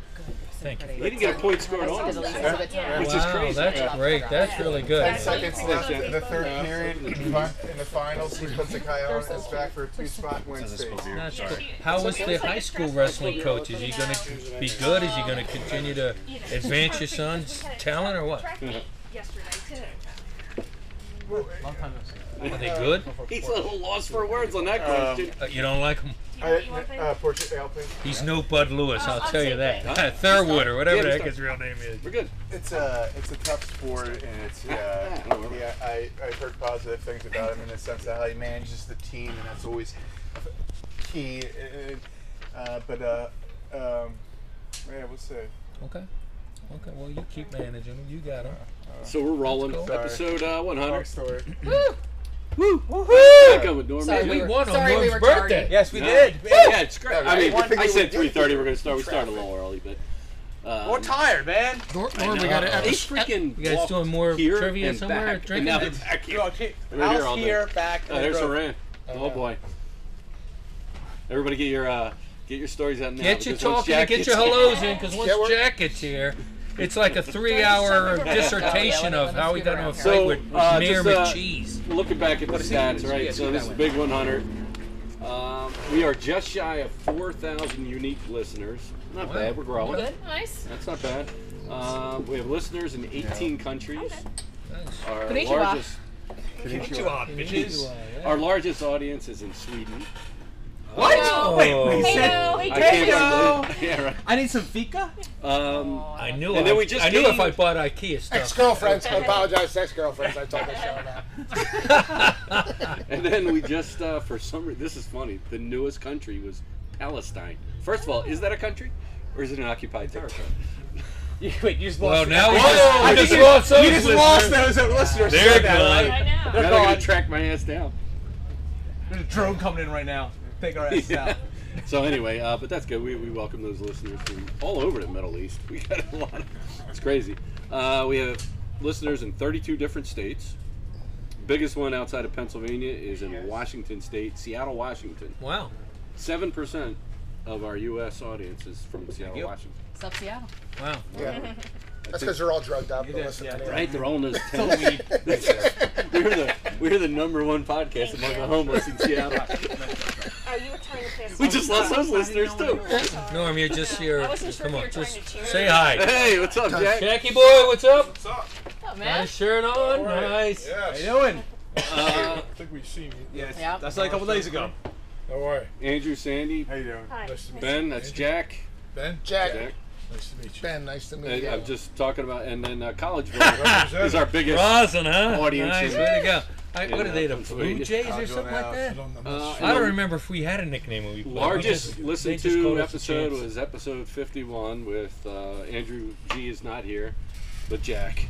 Speaker 2: Thank you.
Speaker 1: "They didn't get a point scored on him."
Speaker 4: Yeah.
Speaker 1: Which is
Speaker 2: wow,
Speaker 1: crazy.
Speaker 2: that's great. That's really good.
Speaker 4: Ten seconds left in the third
Speaker 1: Yeah.
Speaker 4: period in the finals. He puts the guy on his back for a two-spot win. stage.
Speaker 2: That's good. How is the high school wrestling coach? Is he going to be good? Is he going to continue to advance your son's talent or what? Are they good?
Speaker 1: He's a little lost for words on that question.
Speaker 2: Uh, you don't like him?
Speaker 4: Uh, uh, portrait ale, please.
Speaker 2: He's no Bud Lewis, I'll tell you that. <laughs> Thurwood or whatever the heck his real name is.
Speaker 1: We're good.
Speaker 4: It's a it's a tough sport, and it's <laughs> yeah, yeah. I I've heard positive things about him in the sense of how he manages the team, and that's always key. uh, Uh, but uh, um, yeah, we'll see.
Speaker 2: Okay. Okay, well, you keep managing him. You got him.
Speaker 1: So we're rolling.
Speaker 2: That's cool.
Speaker 1: Episode uh, 100.
Speaker 4: Long story.
Speaker 1: Woo! Woohoo! Going with Norman. Yeah.
Speaker 5: Sorry, we
Speaker 2: We
Speaker 5: were-
Speaker 2: won on
Speaker 5: sorry, we
Speaker 2: Norm's
Speaker 5: were
Speaker 2: birthday.
Speaker 5: tardy.
Speaker 7: Yes, we
Speaker 1: No.
Speaker 7: did.
Speaker 1: Yeah, it's great. I mean,
Speaker 4: One thing
Speaker 1: I
Speaker 4: we
Speaker 1: said
Speaker 4: would do is
Speaker 1: 3:30. We're gonna start. We started a
Speaker 4: traffic.
Speaker 1: little early, but. Um,
Speaker 7: We're tired, man.
Speaker 3: Nor,
Speaker 1: I
Speaker 3: Norm, we
Speaker 1: know.
Speaker 3: got to
Speaker 1: They
Speaker 3: ever,
Speaker 1: freaking
Speaker 2: You guys
Speaker 1: walked
Speaker 2: doing more
Speaker 1: here
Speaker 2: trivia
Speaker 1: and
Speaker 2: somewhere?
Speaker 1: Back,
Speaker 2: Drinking?
Speaker 1: and now they're back here.
Speaker 7: Yo, okay.
Speaker 1: We're here all
Speaker 7: Al's
Speaker 1: day.
Speaker 7: here, back.
Speaker 1: Oh, there's
Speaker 7: Road.
Speaker 1: Saran. Oh boy. Everybody, get your uh, get your stories out now.
Speaker 2: <laughs> Get your
Speaker 1: because once
Speaker 2: talking
Speaker 1: Jack
Speaker 2: and get
Speaker 1: gets
Speaker 2: your
Speaker 1: here-
Speaker 2: hellos in, because once
Speaker 3: Yeah, we're-
Speaker 2: Jack gets here, it's like a
Speaker 1: <laughs>
Speaker 2: three-hour dissertation of how he got on a fight with
Speaker 1: So, uh,
Speaker 2: Mayor
Speaker 1: just, uh,
Speaker 2: McCheese.
Speaker 1: Looking back at the stats, right? So this is Big 100. Um, we are just shy of 4,000 unique listeners. Not
Speaker 2: Wow.
Speaker 1: bad. We're growing.
Speaker 5: Good, nice.
Speaker 1: That's not bad. Um, we have listeners in 18 countries.
Speaker 2: Nice.
Speaker 1: Our
Speaker 5: Konnichiwa.
Speaker 1: largest
Speaker 7: Get you on, bitches.
Speaker 1: our largest audience is in Sweden.
Speaker 7: What?
Speaker 5: Hello.
Speaker 7: Wait, wait,
Speaker 2: Hello.
Speaker 7: you said.
Speaker 1: I
Speaker 7: Heyo.
Speaker 1: can't believe. <laughs> Yeah, right.
Speaker 7: I need some fika.
Speaker 1: Um,
Speaker 2: I knew.
Speaker 1: And then
Speaker 2: I,
Speaker 1: we just
Speaker 2: I knew if
Speaker 1: gained-
Speaker 2: I bought IKEA
Speaker 3: ex
Speaker 2: stuff.
Speaker 3: girlfriends. I apologize to ex girlfriends. I told the show about.
Speaker 1: And then we just, uh, for some reason, this is funny. The newest country was Palestine. First of all, is that a country, or is it an occupied territory?
Speaker 7: You- Wait, you just
Speaker 2: Well,
Speaker 7: lost.
Speaker 2: now we
Speaker 7: it.
Speaker 2: just, we
Speaker 4: I
Speaker 2: Oh, just
Speaker 4: think
Speaker 2: lost those
Speaker 4: You just
Speaker 2: listeners.
Speaker 4: lost those listeners.
Speaker 2: They're
Speaker 4: said that,
Speaker 2: gone.
Speaker 4: right?
Speaker 5: I
Speaker 1: Now
Speaker 5: know.
Speaker 1: they're gonna track my ass down.
Speaker 7: There's a drone coming in right now. Take our ass out.
Speaker 1: So anyway, uh, but that's good. We, we welcome those listeners from all over the Middle East. <laughs> We got a lot. Of, it's crazy. Uh, we have listeners in 32 different states. Biggest one outside of Pennsylvania is in Washington State, Seattle, Washington.
Speaker 2: Wow.
Speaker 1: Seven percent of our U.S. audience is from Seattle,
Speaker 7: you.
Speaker 1: Washington.
Speaker 5: Sub Seattle.
Speaker 2: Wow.
Speaker 3: Yeah. That's because they're all drugged up. and listen to me.
Speaker 1: Right, they're all in those
Speaker 7: Some
Speaker 1: tents. <laughs>
Speaker 7: weed.
Speaker 1: we're the we're the number one podcast among the homeless in Seattle.
Speaker 6: Oh, you were trying to pass.
Speaker 1: We just lost those listeners too.
Speaker 2: Norm, you're just here.
Speaker 6: I wasn't sure
Speaker 2: Come
Speaker 6: if you
Speaker 2: on,
Speaker 6: were trying
Speaker 2: just
Speaker 6: to cheer.
Speaker 2: say hi.
Speaker 1: Hey, what's up, Jack?
Speaker 2: Jackie boy, what's up?
Speaker 5: What's up, man?
Speaker 2: Nice shirt on. Nice.
Speaker 7: How you doing?
Speaker 1: Uh,
Speaker 3: I think we've seen you.
Speaker 7: Yes.
Speaker 5: Yeah.
Speaker 7: That's like a couple days ago.
Speaker 3: Don't worry.
Speaker 1: Andrew, Sandy,
Speaker 4: How you doing?
Speaker 6: Hi. nice to
Speaker 1: Ben. That's Jack.
Speaker 3: Ben. Jack.
Speaker 1: Jack.
Speaker 3: Nice to meet you. Ben, nice to
Speaker 1: Uh,
Speaker 3: meet you.
Speaker 1: I'm just talking about, and then uh,
Speaker 8: <laughs>
Speaker 1: Collegeville is our biggest.
Speaker 2: Rosin, huh?
Speaker 1: Audience
Speaker 2: Nice.
Speaker 1: is-
Speaker 2: Way to go. I, what
Speaker 1: Yeah.
Speaker 2: are they, the Blue
Speaker 1: Sweet.
Speaker 2: Jays
Speaker 4: I'll
Speaker 2: or
Speaker 4: go
Speaker 2: something
Speaker 4: now.
Speaker 2: like that?
Speaker 1: Uh,
Speaker 2: I don't remember if we had a nickname when we played. We
Speaker 1: Largest
Speaker 2: just- they
Speaker 1: listened
Speaker 2: just
Speaker 1: to
Speaker 2: called us the
Speaker 1: episode
Speaker 2: Champs.
Speaker 1: was episode 51 with uh, Andrew G is not here, but Jack.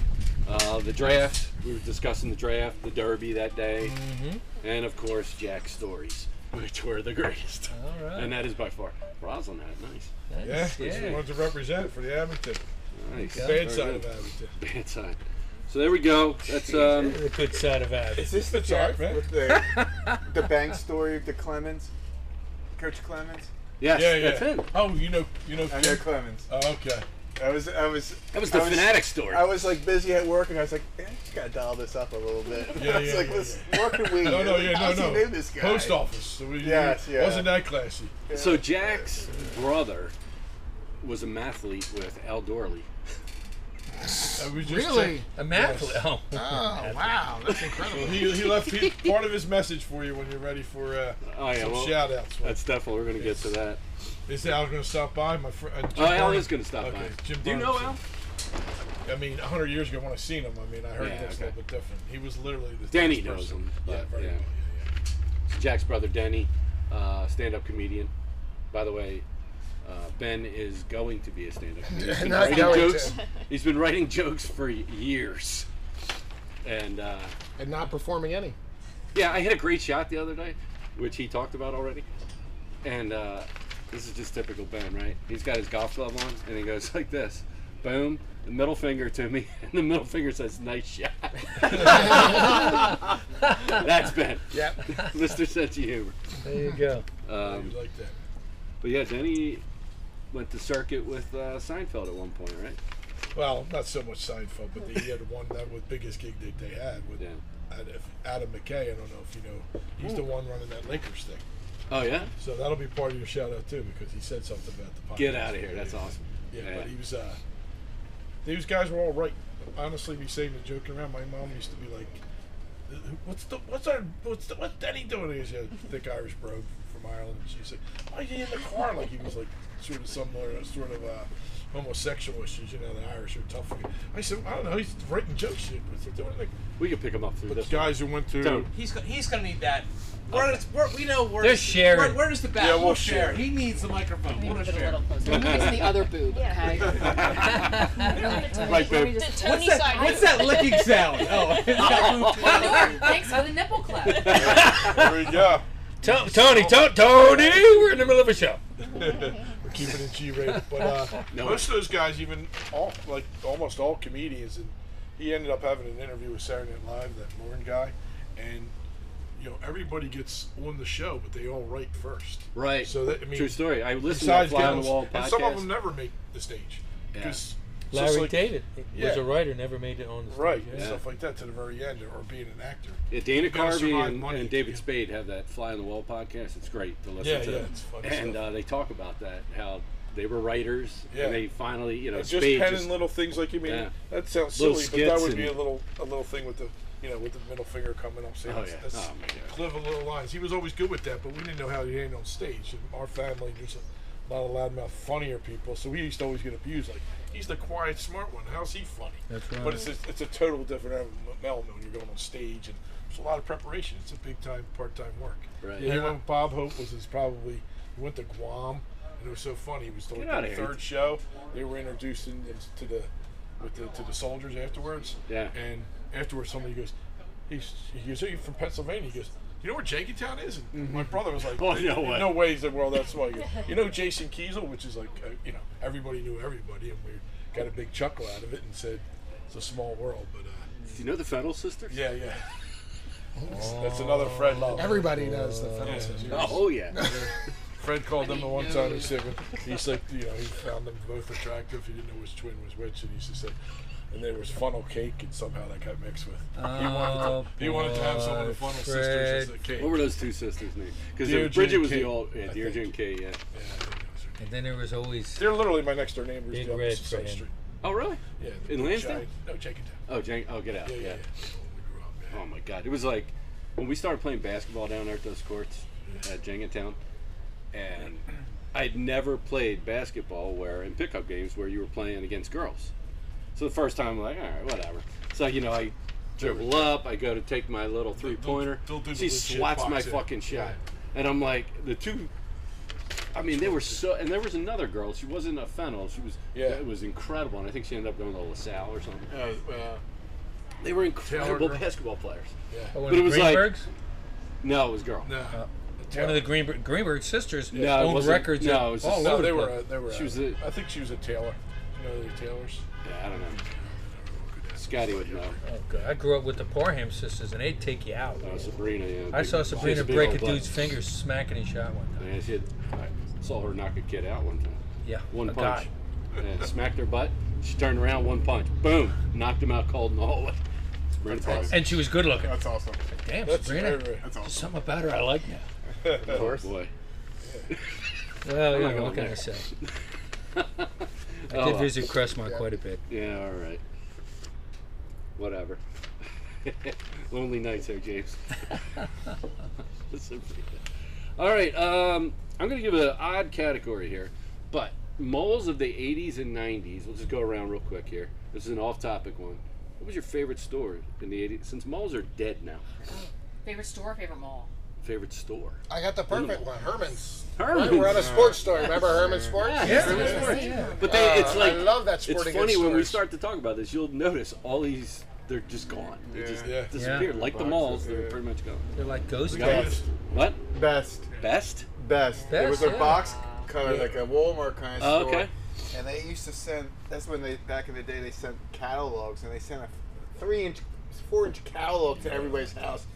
Speaker 1: Uh, the draft, we were discussing the draft, the derby that day,
Speaker 2: Mm-hmm.
Speaker 1: and of course, Jack's stories, which were the greatest.
Speaker 2: All right.
Speaker 1: And that is by far. Roslyn had it. Nice.
Speaker 8: Yeah,
Speaker 2: Nice,
Speaker 8: yeah.
Speaker 2: yeah.
Speaker 8: wanted to represent for the Abington.
Speaker 1: Nice.
Speaker 8: Bad
Speaker 1: Very
Speaker 8: side of
Speaker 1: good.
Speaker 8: Abington.
Speaker 1: Bad side. So there we go. That's
Speaker 2: <laughs>
Speaker 1: um,
Speaker 2: The good side of Abby.
Speaker 4: Is this the
Speaker 8: It's all
Speaker 4: Jack
Speaker 8: right, man.
Speaker 4: with the, the bank story of the Clemens? Coach Clemens?
Speaker 1: yes,
Speaker 8: Yeah, yeah.
Speaker 1: that's it.
Speaker 8: Oh, you know, you know.
Speaker 4: I know
Speaker 8: Kim?
Speaker 4: Clemens.
Speaker 8: Oh, okay.
Speaker 4: I was, I was,
Speaker 1: That was the
Speaker 4: I was-
Speaker 1: fanatic story.
Speaker 4: I was like busy at work, and I was like, eh, just gotta dial this up a little bit. <laughs>
Speaker 8: Yeah,
Speaker 4: I was
Speaker 8: yeah,
Speaker 4: like,
Speaker 8: yeah,
Speaker 4: let's work a week.
Speaker 8: No, no, yeah, no,
Speaker 4: How's
Speaker 8: no.
Speaker 4: He knew this guy.
Speaker 8: Post office. So we,
Speaker 4: Yes, yeah.
Speaker 8: Wasn't that classy?
Speaker 1: So Jack's brother was a mathlete with Al Dorley.
Speaker 8: I was just
Speaker 3: Really?
Speaker 2: A math. Oh.
Speaker 3: Oh, wow. That's
Speaker 1: <laughs>
Speaker 3: incredible.
Speaker 8: saying- he, he left he, part of his message for you when you're ready for uh,
Speaker 1: Oh yeah,
Speaker 8: some
Speaker 1: well,
Speaker 8: shout outs.
Speaker 1: that's definitely we're gonna get to that.
Speaker 8: They said I was going to stop by. My friend. Uh, Jim
Speaker 1: Oh, Al
Speaker 8: Barnum-
Speaker 1: is gonna stop
Speaker 8: okay,
Speaker 1: by.
Speaker 8: Jim
Speaker 1: Do you know
Speaker 8: Barnum
Speaker 1: Al?
Speaker 8: said- I mean, 100 years ago when I seen him, I mean, I heard
Speaker 1: Yeah,
Speaker 8: he looks
Speaker 1: okay.
Speaker 8: a little bit different. He was literally the
Speaker 1: Danny
Speaker 8: first
Speaker 1: knows
Speaker 8: person.
Speaker 1: him,
Speaker 8: Yeah,
Speaker 1: but,
Speaker 8: very
Speaker 1: yeah.
Speaker 8: well, yeah, yeah.
Speaker 1: Jack's brother Denny, uh, stand-up comedian. By the way, uh, Ben is going to be a
Speaker 8: <laughs>
Speaker 1: stand-up comedian. He's been
Speaker 3: Not
Speaker 1: writing
Speaker 3: going to.
Speaker 1: jokes. He's been writing jokes for years, and uh,
Speaker 3: And not performing any.
Speaker 1: yeah, I hit a great shot the other day, which he talked about already. And uh, this is just typical Ben, right? He's got his golf glove on, and he goes <laughs> like this, boom, the middle finger to me, <laughs> and the middle finger says, "Nice shot." <laughs> That's Ben,
Speaker 3: Yep.
Speaker 1: <laughs> Mr. Sense of Humor.
Speaker 2: There you go.
Speaker 1: Um,
Speaker 8: You like that.
Speaker 1: But yeah, Denny went to circuit with uh, Seinfeld at one point, right?
Speaker 8: Well, not so much Seinfeld, but they had one that was biggest gig that they had with
Speaker 1: Yeah.
Speaker 8: Ad- if- Adam McKay. I don't know if you know, he's the one running that Lakers thing.
Speaker 1: Oh yeah,
Speaker 8: So that'll be part of your shout out too, because he said something about the podcast.
Speaker 1: get out of here. That's
Speaker 8: Yeah.
Speaker 1: awesome.
Speaker 8: Yeah,
Speaker 1: Yeah.
Speaker 8: but he was. uh These guys were all right. Honestly, we saying the joke around. My mom used to be like, "What's the what's our what's the, what's Denny doing?" He's a thick Irish bro from Ireland. She said, "Why is he in the car?" Like he was like sort of some sort of- sort of uh, homosexual issues. You know, the Irish are tough. I said, "I don't know. He's writing joke shit. What's he doing?" Like,
Speaker 1: We can pick him up through
Speaker 8: but the
Speaker 1: this.
Speaker 8: guys who went to
Speaker 1: Don't.
Speaker 7: He's go- he's gonna need that. We're, gonna- we're, we know where.
Speaker 2: They're sharing.
Speaker 7: Where, where is the back?
Speaker 8: Yeah, we'll
Speaker 7: We'll
Speaker 8: share.
Speaker 7: share. He needs the microphone. We'll
Speaker 5: Move it a
Speaker 7: share.
Speaker 5: little closer. Move it to the other boob,
Speaker 6: Yeah.
Speaker 5: okay?
Speaker 1: Right, babe.
Speaker 6: The Tony
Speaker 5: What's that-
Speaker 6: side.
Speaker 7: What's
Speaker 2: <laughs>
Speaker 7: that licking sound? Oh,
Speaker 5: Manure, thanks for the nipple clap.
Speaker 8: there we go.
Speaker 2: To- Tony, to- Tony, we're in the middle of a show.
Speaker 8: We're keeping it G rated. But uh,
Speaker 1: <laughs> No.
Speaker 8: most of those guys, even all like almost all comedians, and he ended up having an interview with Saturday Night Live, that Lauren guy, and you know everybody gets on the show, but they all write first.
Speaker 1: Right.
Speaker 8: So that I mean,
Speaker 1: True story. I listened to
Speaker 8: besides
Speaker 1: Fly on
Speaker 8: getting,
Speaker 1: the Wall
Speaker 8: and some of
Speaker 1: podcast.
Speaker 8: them never make the stage
Speaker 1: Yeah.
Speaker 8: because
Speaker 2: Larry David was
Speaker 8: Yeah.
Speaker 2: a writer, never made it on the stage.
Speaker 8: right and
Speaker 2: yeah.
Speaker 8: stuff like that to the very end, or being an actor.
Speaker 1: yeah, Dana
Speaker 8: You gotta
Speaker 1: Carvey
Speaker 8: survive
Speaker 1: and,
Speaker 8: money.
Speaker 1: and David Spade have that Fly on the Wall podcast. It's great to listen
Speaker 8: Yeah,
Speaker 1: to.
Speaker 8: yeah, it's fun
Speaker 1: and
Speaker 8: stuff.
Speaker 1: uh, they talk about that how they were writers
Speaker 8: Yeah.
Speaker 1: and they finally, you know,
Speaker 8: It's just
Speaker 1: Spade
Speaker 8: penning
Speaker 1: just
Speaker 8: little things like you mean.
Speaker 1: Yeah.
Speaker 8: That sounds
Speaker 1: Little
Speaker 8: silly, but that
Speaker 1: skits
Speaker 8: would be
Speaker 1: and-
Speaker 8: a little a little thing with the you know with the middle finger coming up saying
Speaker 1: Oh,
Speaker 8: that's,
Speaker 1: yeah.
Speaker 8: that's
Speaker 1: Oh, my God.
Speaker 8: clever little lines. He was always good with that, but we didn't know how to handle on stage. And our family there's a lot of loudmouth, funnier people, so we used to always get abused. Like he's the quiet, smart one. How's he funny?
Speaker 2: That's right.
Speaker 8: But it's a, it's a total different element when you're going on stage, and there's a lot of preparation. It's a big time, part time work.
Speaker 1: Right.
Speaker 8: Yeah. Anyway, Bob Hope was his probably he went to Guam, and it was so funny. He was the
Speaker 1: Get outta
Speaker 8: the
Speaker 1: here.
Speaker 8: third show. They were introducing them to the with the to the soldiers afterwards.
Speaker 1: Yeah.
Speaker 8: And afterwards, somebody goes, he's, he goes, "Are you from Pennsylvania?" He goes, "You know where Jenkintown is?" And my brother was like,
Speaker 1: Oh, no way.
Speaker 8: no ways in the world that's why." He goes, you know Jason Kiesel, which is like uh, you know everybody knew everybody, and we got a big chuckle out of it and said, "It's a small world." But uh,
Speaker 1: Do you know the Fennel sisters?
Speaker 8: yeah, yeah. <laughs> That's- That's another Fred.
Speaker 3: Everybody knows the film.
Speaker 8: Yeah.
Speaker 1: Oh
Speaker 8: <laughs>
Speaker 1: yeah.
Speaker 8: Fred called them the one time <laughs> he said, he's like, you know, he found them both attractive. He didn't know which twin was which, and he used to say, and there was funnel cake, and somehow that got mixed with. he, wanted to,
Speaker 2: Oh,
Speaker 8: he wanted to have someone of
Speaker 2: boy,
Speaker 8: funnel sisters as
Speaker 2: Fred.
Speaker 8: a cake.
Speaker 1: what were those two sisters' names?
Speaker 8: Dear
Speaker 1: Because
Speaker 8: Jane
Speaker 1: Bridget was
Speaker 8: Kay,
Speaker 1: the old yeah,
Speaker 8: I
Speaker 1: Dear Jane
Speaker 8: think.
Speaker 1: Kay. Yeah.
Speaker 8: Yeah, I think that was her name.
Speaker 2: And then there was always
Speaker 8: They're literally my next door neighbors.
Speaker 2: Big
Speaker 8: the opposite
Speaker 2: red
Speaker 8: side
Speaker 2: for
Speaker 8: of the
Speaker 2: him.
Speaker 8: street.
Speaker 1: Oh really?
Speaker 8: Yeah,
Speaker 1: In
Speaker 8: the
Speaker 1: Lansdowne?
Speaker 8: giant- No, Jenkintown.
Speaker 1: Oh Jane. Oh get out.
Speaker 8: Yeah, yeah, yeah. yeah.
Speaker 1: Oh my god, it was like when we started playing basketball down there at those courts at Jenkintown, and I'd never played basketball where in pickup games where you were playing against girls. So the first time, I'm like, all right, whatever. So you know, I dribble up, I go to take my little three pointer.
Speaker 8: they'll do the
Speaker 1: She
Speaker 8: legit
Speaker 1: swats my
Speaker 8: boxing.
Speaker 1: fucking shot, and I'm like, the two. I mean, they were so, and there was another girl. She wasn't a fennel. She was,
Speaker 8: Yeah.
Speaker 1: Oh, It was incredible, and I think she ended up going to LaSalle or something.
Speaker 8: Uh, uh,
Speaker 1: They were incredible
Speaker 8: Taylor.
Speaker 1: basketball players.
Speaker 2: Oh, one
Speaker 1: But
Speaker 2: of
Speaker 1: it
Speaker 2: the
Speaker 1: was like-
Speaker 2: Greenbergs?
Speaker 1: No, it was girl.
Speaker 8: No,
Speaker 2: one of the Oh, Greenberg, Greenberg sisters
Speaker 1: No, it
Speaker 2: owned
Speaker 1: wasn't-
Speaker 2: records
Speaker 1: no,
Speaker 2: at-
Speaker 1: it was just-
Speaker 2: all
Speaker 8: no,
Speaker 2: over
Speaker 8: they
Speaker 2: the
Speaker 8: were.
Speaker 2: place.
Speaker 8: A, they were.
Speaker 1: She
Speaker 8: a-
Speaker 1: was a-
Speaker 8: I think she was a Taylor. You know, the Taylors.
Speaker 1: Yeah, I don't know. Scotty would know.
Speaker 2: Oh, God. I grew up with the Parham sisters, and they'd take you out.
Speaker 1: Uh, Sabrina. Yeah,
Speaker 2: I
Speaker 1: big- she
Speaker 2: saw
Speaker 1: was
Speaker 2: Sabrina
Speaker 1: big
Speaker 2: break
Speaker 1: old
Speaker 2: a
Speaker 1: butt.
Speaker 2: dude's finger smacking his shot one time.
Speaker 1: Yeah, she had, I saw her knock a kid out one time.
Speaker 2: Yeah,
Speaker 1: One
Speaker 2: a
Speaker 1: punch.
Speaker 2: guy.
Speaker 1: Yeah, smacked her butt. She turned around, one punch. Boom. Knocked him out cold in the hallway. Sabrina Parks.
Speaker 2: And she was good looking.
Speaker 4: Uh,
Speaker 8: That's awesome.
Speaker 2: Damn,
Speaker 8: That's
Speaker 2: Sabrina.
Speaker 8: very-
Speaker 2: There's something about her I like now.
Speaker 1: Of course. boy.
Speaker 2: Well,
Speaker 1: not
Speaker 2: yeah,
Speaker 1: going
Speaker 2: what can I
Speaker 1: there.
Speaker 2: say? I
Speaker 1: <laughs> Oh,
Speaker 2: did
Speaker 1: well.
Speaker 2: visit Crestmont quite a bit.
Speaker 1: Yeah, all right. Whatever. <laughs> Lonely nights there, James. <laughs> all right, um, I'm going to give an odd category here, but moles of the 80s and 90s. We'll just go around real quick here. This is an off-topic one. What was your favorite store in the 80s? Since malls are dead now,
Speaker 5: Favorite store, favorite mall?
Speaker 1: favorite store?
Speaker 3: I got the perfect one, Herman's.
Speaker 1: Herman's.
Speaker 3: <laughs> We're on a sports store. Remember Herman's Sports?
Speaker 1: Herman's Sports. But they, it's
Speaker 3: Uh,
Speaker 1: like
Speaker 3: I love that
Speaker 1: it's
Speaker 3: sporting
Speaker 1: funny
Speaker 3: goods
Speaker 1: when we
Speaker 3: stores.
Speaker 1: start to talk about this, you'll notice all these they're just gone. They just
Speaker 8: Yeah. Yeah.
Speaker 1: disappeared. Like the malls, they're
Speaker 4: yeah.
Speaker 1: pretty much gone.
Speaker 2: They're like ghost
Speaker 1: We got
Speaker 2: towns.
Speaker 4: Best.
Speaker 1: What?
Speaker 4: Best.
Speaker 1: Best?
Speaker 4: Best. It was
Speaker 2: Best,
Speaker 4: a
Speaker 2: yeah.
Speaker 4: box color, like a Walmart kind
Speaker 1: Oh,
Speaker 4: of store.
Speaker 1: okay.
Speaker 4: And they used to send. That's when they back in the day they sent catalogs, and they sent a three-inch, four-inch catalog to everybody's house.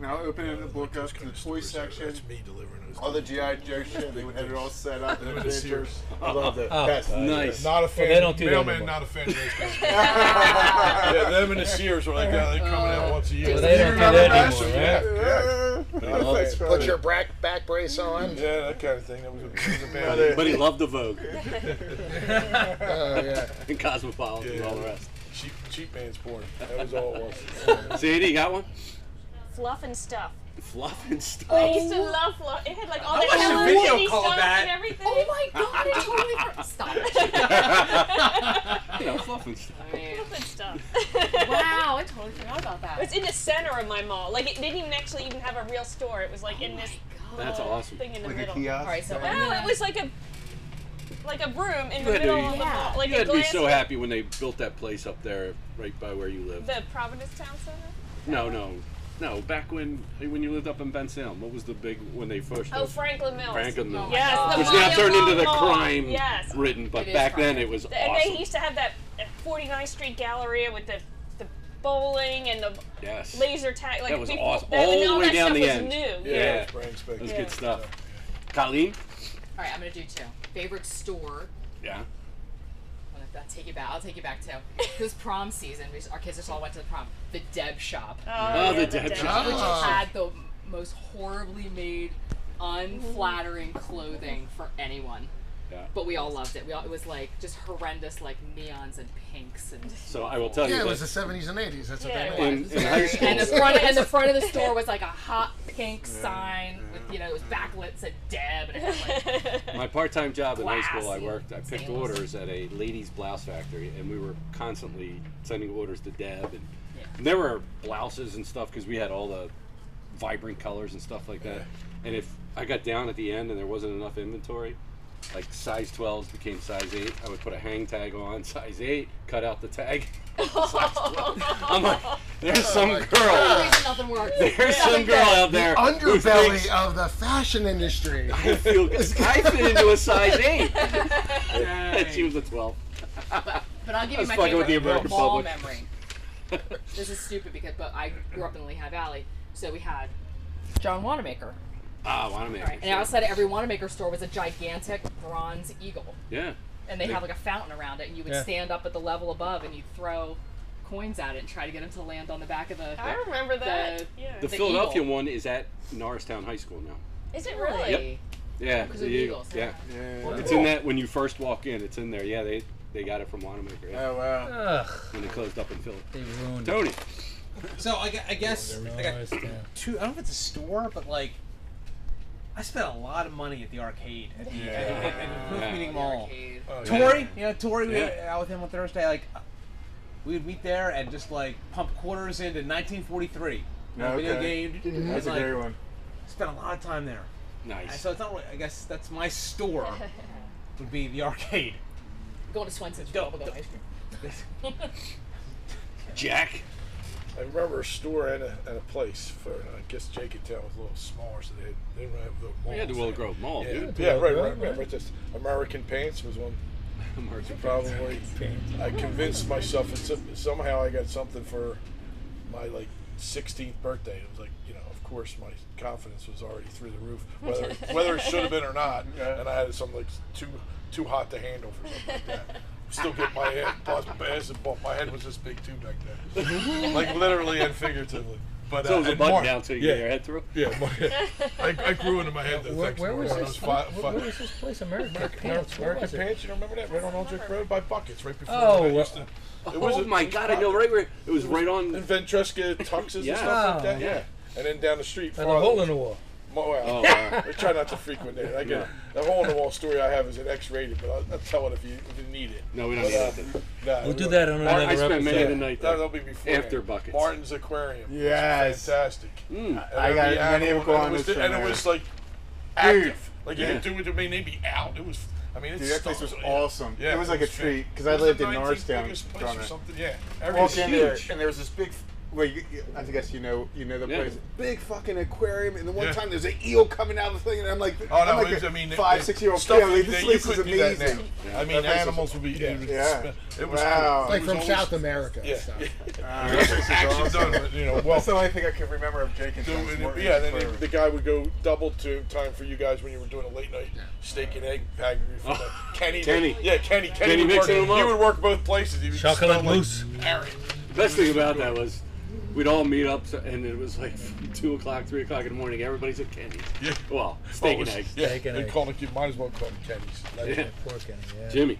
Speaker 4: Now open it the book up to the toy section.
Speaker 8: Hmm? That's me delivering those.
Speaker 4: All the GI Joe shit. They would have it all set
Speaker 8: <laughs>
Speaker 4: up. And
Speaker 8: Limited series.
Speaker 4: pictures. I loved it.
Speaker 2: Oh.
Speaker 4: Best.
Speaker 1: Nice.
Speaker 8: Not a fan.
Speaker 2: they don't do that
Speaker 8: Mailman,
Speaker 2: anymore.
Speaker 8: not a fan
Speaker 2: <laughs>
Speaker 8: of those guys. yeah, them and the Sears were like that. They coming out once a year.
Speaker 2: Well, they don't do that anymore,
Speaker 8: Yeah, yeah,
Speaker 4: Thanks, brother.
Speaker 3: Put your back, back brace on.
Speaker 8: yeah, that kind of thing. That was a, that was a bad
Speaker 4: Brother.
Speaker 1: But he loved the Vogue
Speaker 3: Oh, <laughs> yeah.
Speaker 1: and Cosmopolitan and all the rest.
Speaker 8: cheap, cheap man's porn. That was all it was.
Speaker 1: CD, you got one?
Speaker 6: Fluff and stuff.
Speaker 1: Fluff and stuff.
Speaker 6: I used
Speaker 5: Oh.
Speaker 6: to love fluff. It had like all the
Speaker 5: watched a
Speaker 6: Hello
Speaker 5: video
Speaker 6: Kitty
Speaker 7: called
Speaker 6: stuff
Speaker 7: that.
Speaker 6: and everything.
Speaker 5: Oh my god, I totally forgot. Stop
Speaker 1: <laughs>
Speaker 5: it.
Speaker 1: You know, fluff and stuff.
Speaker 6: Fluff and stuff. <laughs>
Speaker 5: Wow, I totally forgot about that.
Speaker 6: It was in the center of my mall. Like it didn't even actually even have a real store. It was like
Speaker 5: Oh
Speaker 6: in this
Speaker 1: That's
Speaker 6: little
Speaker 1: awesome.
Speaker 6: thing in the
Speaker 4: Like a
Speaker 6: middle.
Speaker 4: kiosk.
Speaker 5: All right, so I'm
Speaker 6: No,
Speaker 5: gonna-
Speaker 6: it was like a like a room in
Speaker 1: You
Speaker 6: the
Speaker 1: had to-
Speaker 6: middle of the
Speaker 5: Yeah.
Speaker 6: mall. Like
Speaker 1: You
Speaker 6: a
Speaker 1: had to be
Speaker 6: glass
Speaker 1: so happy when they built that place up there right by where you live.
Speaker 6: the Providence Town Center.
Speaker 1: No, no. No, back when when you lived up in Ben Salem, what was the big when they first
Speaker 6: Oh,
Speaker 1: opened?
Speaker 6: Franklin Mills.
Speaker 1: Franklin Mills.
Speaker 6: Yes, the
Speaker 1: Which
Speaker 6: mall-
Speaker 1: now
Speaker 6: the
Speaker 1: turned into the
Speaker 6: mall.
Speaker 1: crime
Speaker 6: Yes.
Speaker 1: ridden, but
Speaker 5: It is
Speaker 1: back then
Speaker 5: crime.
Speaker 1: it was
Speaker 6: And they
Speaker 1: awesome.
Speaker 6: used to have that uh, 49th Street Galleria with the the bowling and the
Speaker 1: Yes.
Speaker 6: laser tag. Like
Speaker 1: That was
Speaker 6: before-
Speaker 1: awesome.
Speaker 6: that- and
Speaker 1: All the way
Speaker 6: that
Speaker 1: down
Speaker 6: stuff
Speaker 1: the
Speaker 6: was
Speaker 1: end.
Speaker 6: New.
Speaker 1: <laughs> Yeah.
Speaker 8: It was brand
Speaker 1: That was
Speaker 8: spanking.
Speaker 1: good stuff. Colleen?
Speaker 5: All right, I'm gonna do two. Favorite store.
Speaker 1: Yeah.
Speaker 5: I'm gonna- I'll take you back. I'll take you back too. It was prom season. because Our kids just all went to the prom. The Deb shop.
Speaker 1: Oh, the
Speaker 6: yeah,
Speaker 1: dad
Speaker 6: dad
Speaker 1: shop.
Speaker 5: which
Speaker 3: Oh.
Speaker 5: had the most horribly made, unflattering clothing for anyone.
Speaker 1: Yeah.
Speaker 5: But we all loved it. We all, it was like just horrendous, like neons and pinks and. <laughs>
Speaker 1: So I will tell
Speaker 3: Yeah,
Speaker 1: you
Speaker 3: it was the
Speaker 1: that
Speaker 3: 70s and 80s. That's
Speaker 6: Yeah,
Speaker 3: what
Speaker 6: it
Speaker 3: they made.
Speaker 1: in, in high school,
Speaker 5: And the front and the front of the store was like a hot pink sign with you know it was backlit said Deb and it had like <laughs>
Speaker 1: my part-time job in high school, I
Speaker 5: Classy.
Speaker 1: worked. I picked
Speaker 5: Stainless.
Speaker 1: orders at a ladies' blouse factory, and we were constantly sending orders to Deb, and
Speaker 5: Yeah.
Speaker 1: there were blouses and stuff because we had all the vibrant colors and stuff like that. And if I got down at the end and there wasn't enough inventory, like size 12s became size 8, I would put a hang tag on <laughs> size 8, cut out the tag. <laughs> size 12. I'm like, there's some girl.
Speaker 5: Always nothing worked.
Speaker 1: There's some girl out there. who thinks-
Speaker 3: <laughs> Underbelly of the fashion industry.
Speaker 1: I feel <laughs> I fit into a size eight. and she was a twelve.
Speaker 5: But I'll give
Speaker 1: I
Speaker 5: you
Speaker 1: was
Speaker 5: my
Speaker 1: fucking
Speaker 5: favorite
Speaker 1: with the American
Speaker 5: mall
Speaker 1: public.
Speaker 5: memory. this is stupid because, but I grew up in the Lehigh Valley, so we had John Wanamaker,
Speaker 1: Ah, Wanamaker.
Speaker 5: right? And outside of every Wanamaker store was a gigantic bronze eagle,
Speaker 1: Yeah.
Speaker 5: and they had like a fountain around it, and you would
Speaker 2: Yeah.
Speaker 5: stand up at the level above and you'd throw coins at it and try to get them to land on the back of the.
Speaker 6: I remember that.
Speaker 5: The-
Speaker 6: yeah.
Speaker 1: The,
Speaker 5: The
Speaker 1: Philadelphia
Speaker 5: Eagle.
Speaker 1: one is at Norristown High School now.
Speaker 6: Is it really?
Speaker 1: Yeah.
Speaker 5: Because
Speaker 1: the
Speaker 5: of the
Speaker 1: Eagle.
Speaker 5: Eagles.
Speaker 1: Yeah.
Speaker 4: Yeah.
Speaker 1: It's in that when you first walk in, it's in there. Yeah, they they got it from Wanamaker yeah,
Speaker 4: Oh wow.
Speaker 2: Ugh,
Speaker 1: when they closed up in Philly.
Speaker 2: they ruined it.
Speaker 1: Tony.
Speaker 7: So I, gu- I guess I got
Speaker 2: Nice, yeah.
Speaker 7: two. I don't know if it's a store, but like I spent a lot of money at the arcade at the at, at, at the Hoof
Speaker 1: Yeah.
Speaker 7: Meeting
Speaker 5: The
Speaker 7: Mall.
Speaker 5: arcade.
Speaker 8: Oh, yeah.
Speaker 7: Tori, you know Tori, we
Speaker 1: Yeah.
Speaker 7: were out with him on Thursday. Like uh, we would meet there and just like pump quarters into 1943. You know, Video
Speaker 4: Okay.
Speaker 7: game.
Speaker 4: That's a
Speaker 7: and, like,
Speaker 4: great one.
Speaker 7: Spent a lot of time there. And
Speaker 1: Nice.
Speaker 7: so it's not really. I guess that's
Speaker 5: <laughs>
Speaker 7: my store. Would be the arcade.
Speaker 5: Going to Swenson's for
Speaker 7: Dope,
Speaker 5: bubblegum
Speaker 7: dope.
Speaker 5: ice cream.
Speaker 1: Jack.
Speaker 8: I remember a store and a, and a place for I guess Jake and Town was a little smaller, so they, they didn't have the mall.
Speaker 1: We had the Willow Grove Mall,
Speaker 8: Yeah,
Speaker 1: dude.
Speaker 8: yeah, right,
Speaker 2: Grove,
Speaker 8: right. Remember this American Pants was one.
Speaker 1: Emergency.
Speaker 8: Probably, I convinced myself it's a, somehow I got something for my like 16th birthday. It was like you know, of course, my confidence was already through the roof, whether whether it should have been
Speaker 2: <laughs>
Speaker 8: or not.
Speaker 4: Yeah.
Speaker 8: And I had something like too too hot to handle for something like that. <laughs> Still get my head bust ass and bump. My head was this big too back
Speaker 1: <laughs>
Speaker 8: then, like literally and figuratively. But
Speaker 1: So it was
Speaker 8: uh,
Speaker 1: a
Speaker 8: and
Speaker 1: button
Speaker 8: Mark-
Speaker 1: down so you
Speaker 8: yeah,
Speaker 1: get your head through.
Speaker 8: Yeah, my- I, I grew into my head. The
Speaker 2: Where,
Speaker 8: next
Speaker 2: where
Speaker 8: morning.
Speaker 2: was
Speaker 8: I
Speaker 2: this? where-
Speaker 8: fi- fi-
Speaker 2: where was this place? American
Speaker 8: American,
Speaker 2: Pants. Where was
Speaker 8: American
Speaker 2: it?
Speaker 8: Pants, you remember that? Right on Old Dick Road by Buckets, right before.
Speaker 2: Oh,
Speaker 8: I
Speaker 2: well-
Speaker 8: used to- it
Speaker 1: oh my God! I know right where it was. Right
Speaker 8: And
Speaker 1: on.
Speaker 8: Ventresca tuxes
Speaker 1: Yeah. Oh,
Speaker 8: and stuff like that,
Speaker 1: Yeah.
Speaker 8: yeah. And then down the street.
Speaker 2: And a hole in the wall.
Speaker 8: Mo- well, <laughs>
Speaker 1: Oh, wow.
Speaker 8: I try not to frequent it. I get it. The hole in the wall story I have is an X-rated, but I'll, I'll tell it if you, if you need it.
Speaker 1: No, we don't need
Speaker 8: Uh,
Speaker 1: that.
Speaker 8: Nah,
Speaker 2: We'll do
Speaker 8: won't.
Speaker 2: that on
Speaker 1: I, I
Speaker 2: another
Speaker 1: spent many of the
Speaker 2: episode.
Speaker 1: night
Speaker 8: No,
Speaker 1: there.
Speaker 8: that'll be before
Speaker 1: After
Speaker 8: that.
Speaker 1: Buckets.
Speaker 8: Martin's Aquarium. was
Speaker 4: Yes.
Speaker 8: fantastic.
Speaker 1: Mm.
Speaker 8: And
Speaker 4: I got
Speaker 8: every
Speaker 4: many
Speaker 8: animal-
Speaker 4: iguanas
Speaker 8: and it was-
Speaker 4: from
Speaker 8: and
Speaker 4: there.
Speaker 8: it was like active. Like
Speaker 1: Yeah.
Speaker 8: you could do it. I mean, they'd be out. It was. I mean, it's
Speaker 4: Dude, that place
Speaker 8: still-
Speaker 4: was awesome. It was like a
Speaker 8: fan-
Speaker 4: treat, 'cause
Speaker 8: it
Speaker 4: I
Speaker 8: was the
Speaker 4: lived in
Speaker 8: 19th
Speaker 4: Norristown
Speaker 8: biggest place
Speaker 4: growing
Speaker 8: or
Speaker 4: up.
Speaker 8: something. Yeah,
Speaker 4: I
Speaker 8: Every-
Speaker 4: walked in there,
Speaker 1: huge.
Speaker 4: and there was this big. Well, you, you- I guess you know you know the
Speaker 1: Yeah.
Speaker 4: place. Big fucking aquarium, and the one
Speaker 8: Yeah.
Speaker 4: time there's an eel coming out of the thing, and I'm like,
Speaker 8: Oh no!
Speaker 4: I'm like
Speaker 8: it was,
Speaker 4: a
Speaker 8: I mean,
Speaker 4: five
Speaker 8: it-
Speaker 4: six year old
Speaker 8: stuff
Speaker 4: kid. I'm like,
Speaker 8: that
Speaker 4: this
Speaker 8: you
Speaker 4: place is
Speaker 8: couldn't do that
Speaker 4: amazing.
Speaker 8: now. I mean,
Speaker 4: That place
Speaker 8: animals would be.
Speaker 4: Yeah.
Speaker 8: It was, <laughs>
Speaker 4: Yeah.
Speaker 8: It was
Speaker 4: Wow. Like
Speaker 8: cool. It
Speaker 3: Like
Speaker 8: was
Speaker 3: from
Speaker 8: always-
Speaker 3: South America. and
Speaker 8: Yeah.
Speaker 3: stuff.
Speaker 4: Uh,
Speaker 8: It was Action done, you know. Well,
Speaker 4: That's the only thing I can remember of Jake and
Speaker 8: do-
Speaker 4: Tom's
Speaker 8: and-
Speaker 4: Morton
Speaker 8: yeah. Then
Speaker 4: forever.
Speaker 8: the, the guy would go double to time for you guys when you were doing a late night steak and egg pack. for <laughs> the- Kenny,
Speaker 1: Kenny.
Speaker 8: yeah, Kenny, Kenny,
Speaker 1: Kenny
Speaker 8: would work,
Speaker 1: mixing 'em up.
Speaker 8: He would work both places. He would smell
Speaker 2: Chocolate
Speaker 8: like-
Speaker 2: mousse.
Speaker 1: Best thing about that was we'd all meet up so- and it was like <laughs> two o'clock, three o'clock in the morning. Everybody's at Kenny's.
Speaker 8: Yeah.
Speaker 1: Well,
Speaker 8: Oh,
Speaker 1: steak
Speaker 8: it
Speaker 1: and
Speaker 8: was-
Speaker 1: eggs.
Speaker 8: Yeah,
Speaker 2: Steak and
Speaker 8: they
Speaker 2: egg.
Speaker 8: call it. You might as well call them Kenny's. That is
Speaker 1: Yeah.
Speaker 8: it.
Speaker 2: Pork and- yeah.
Speaker 1: Jimmy,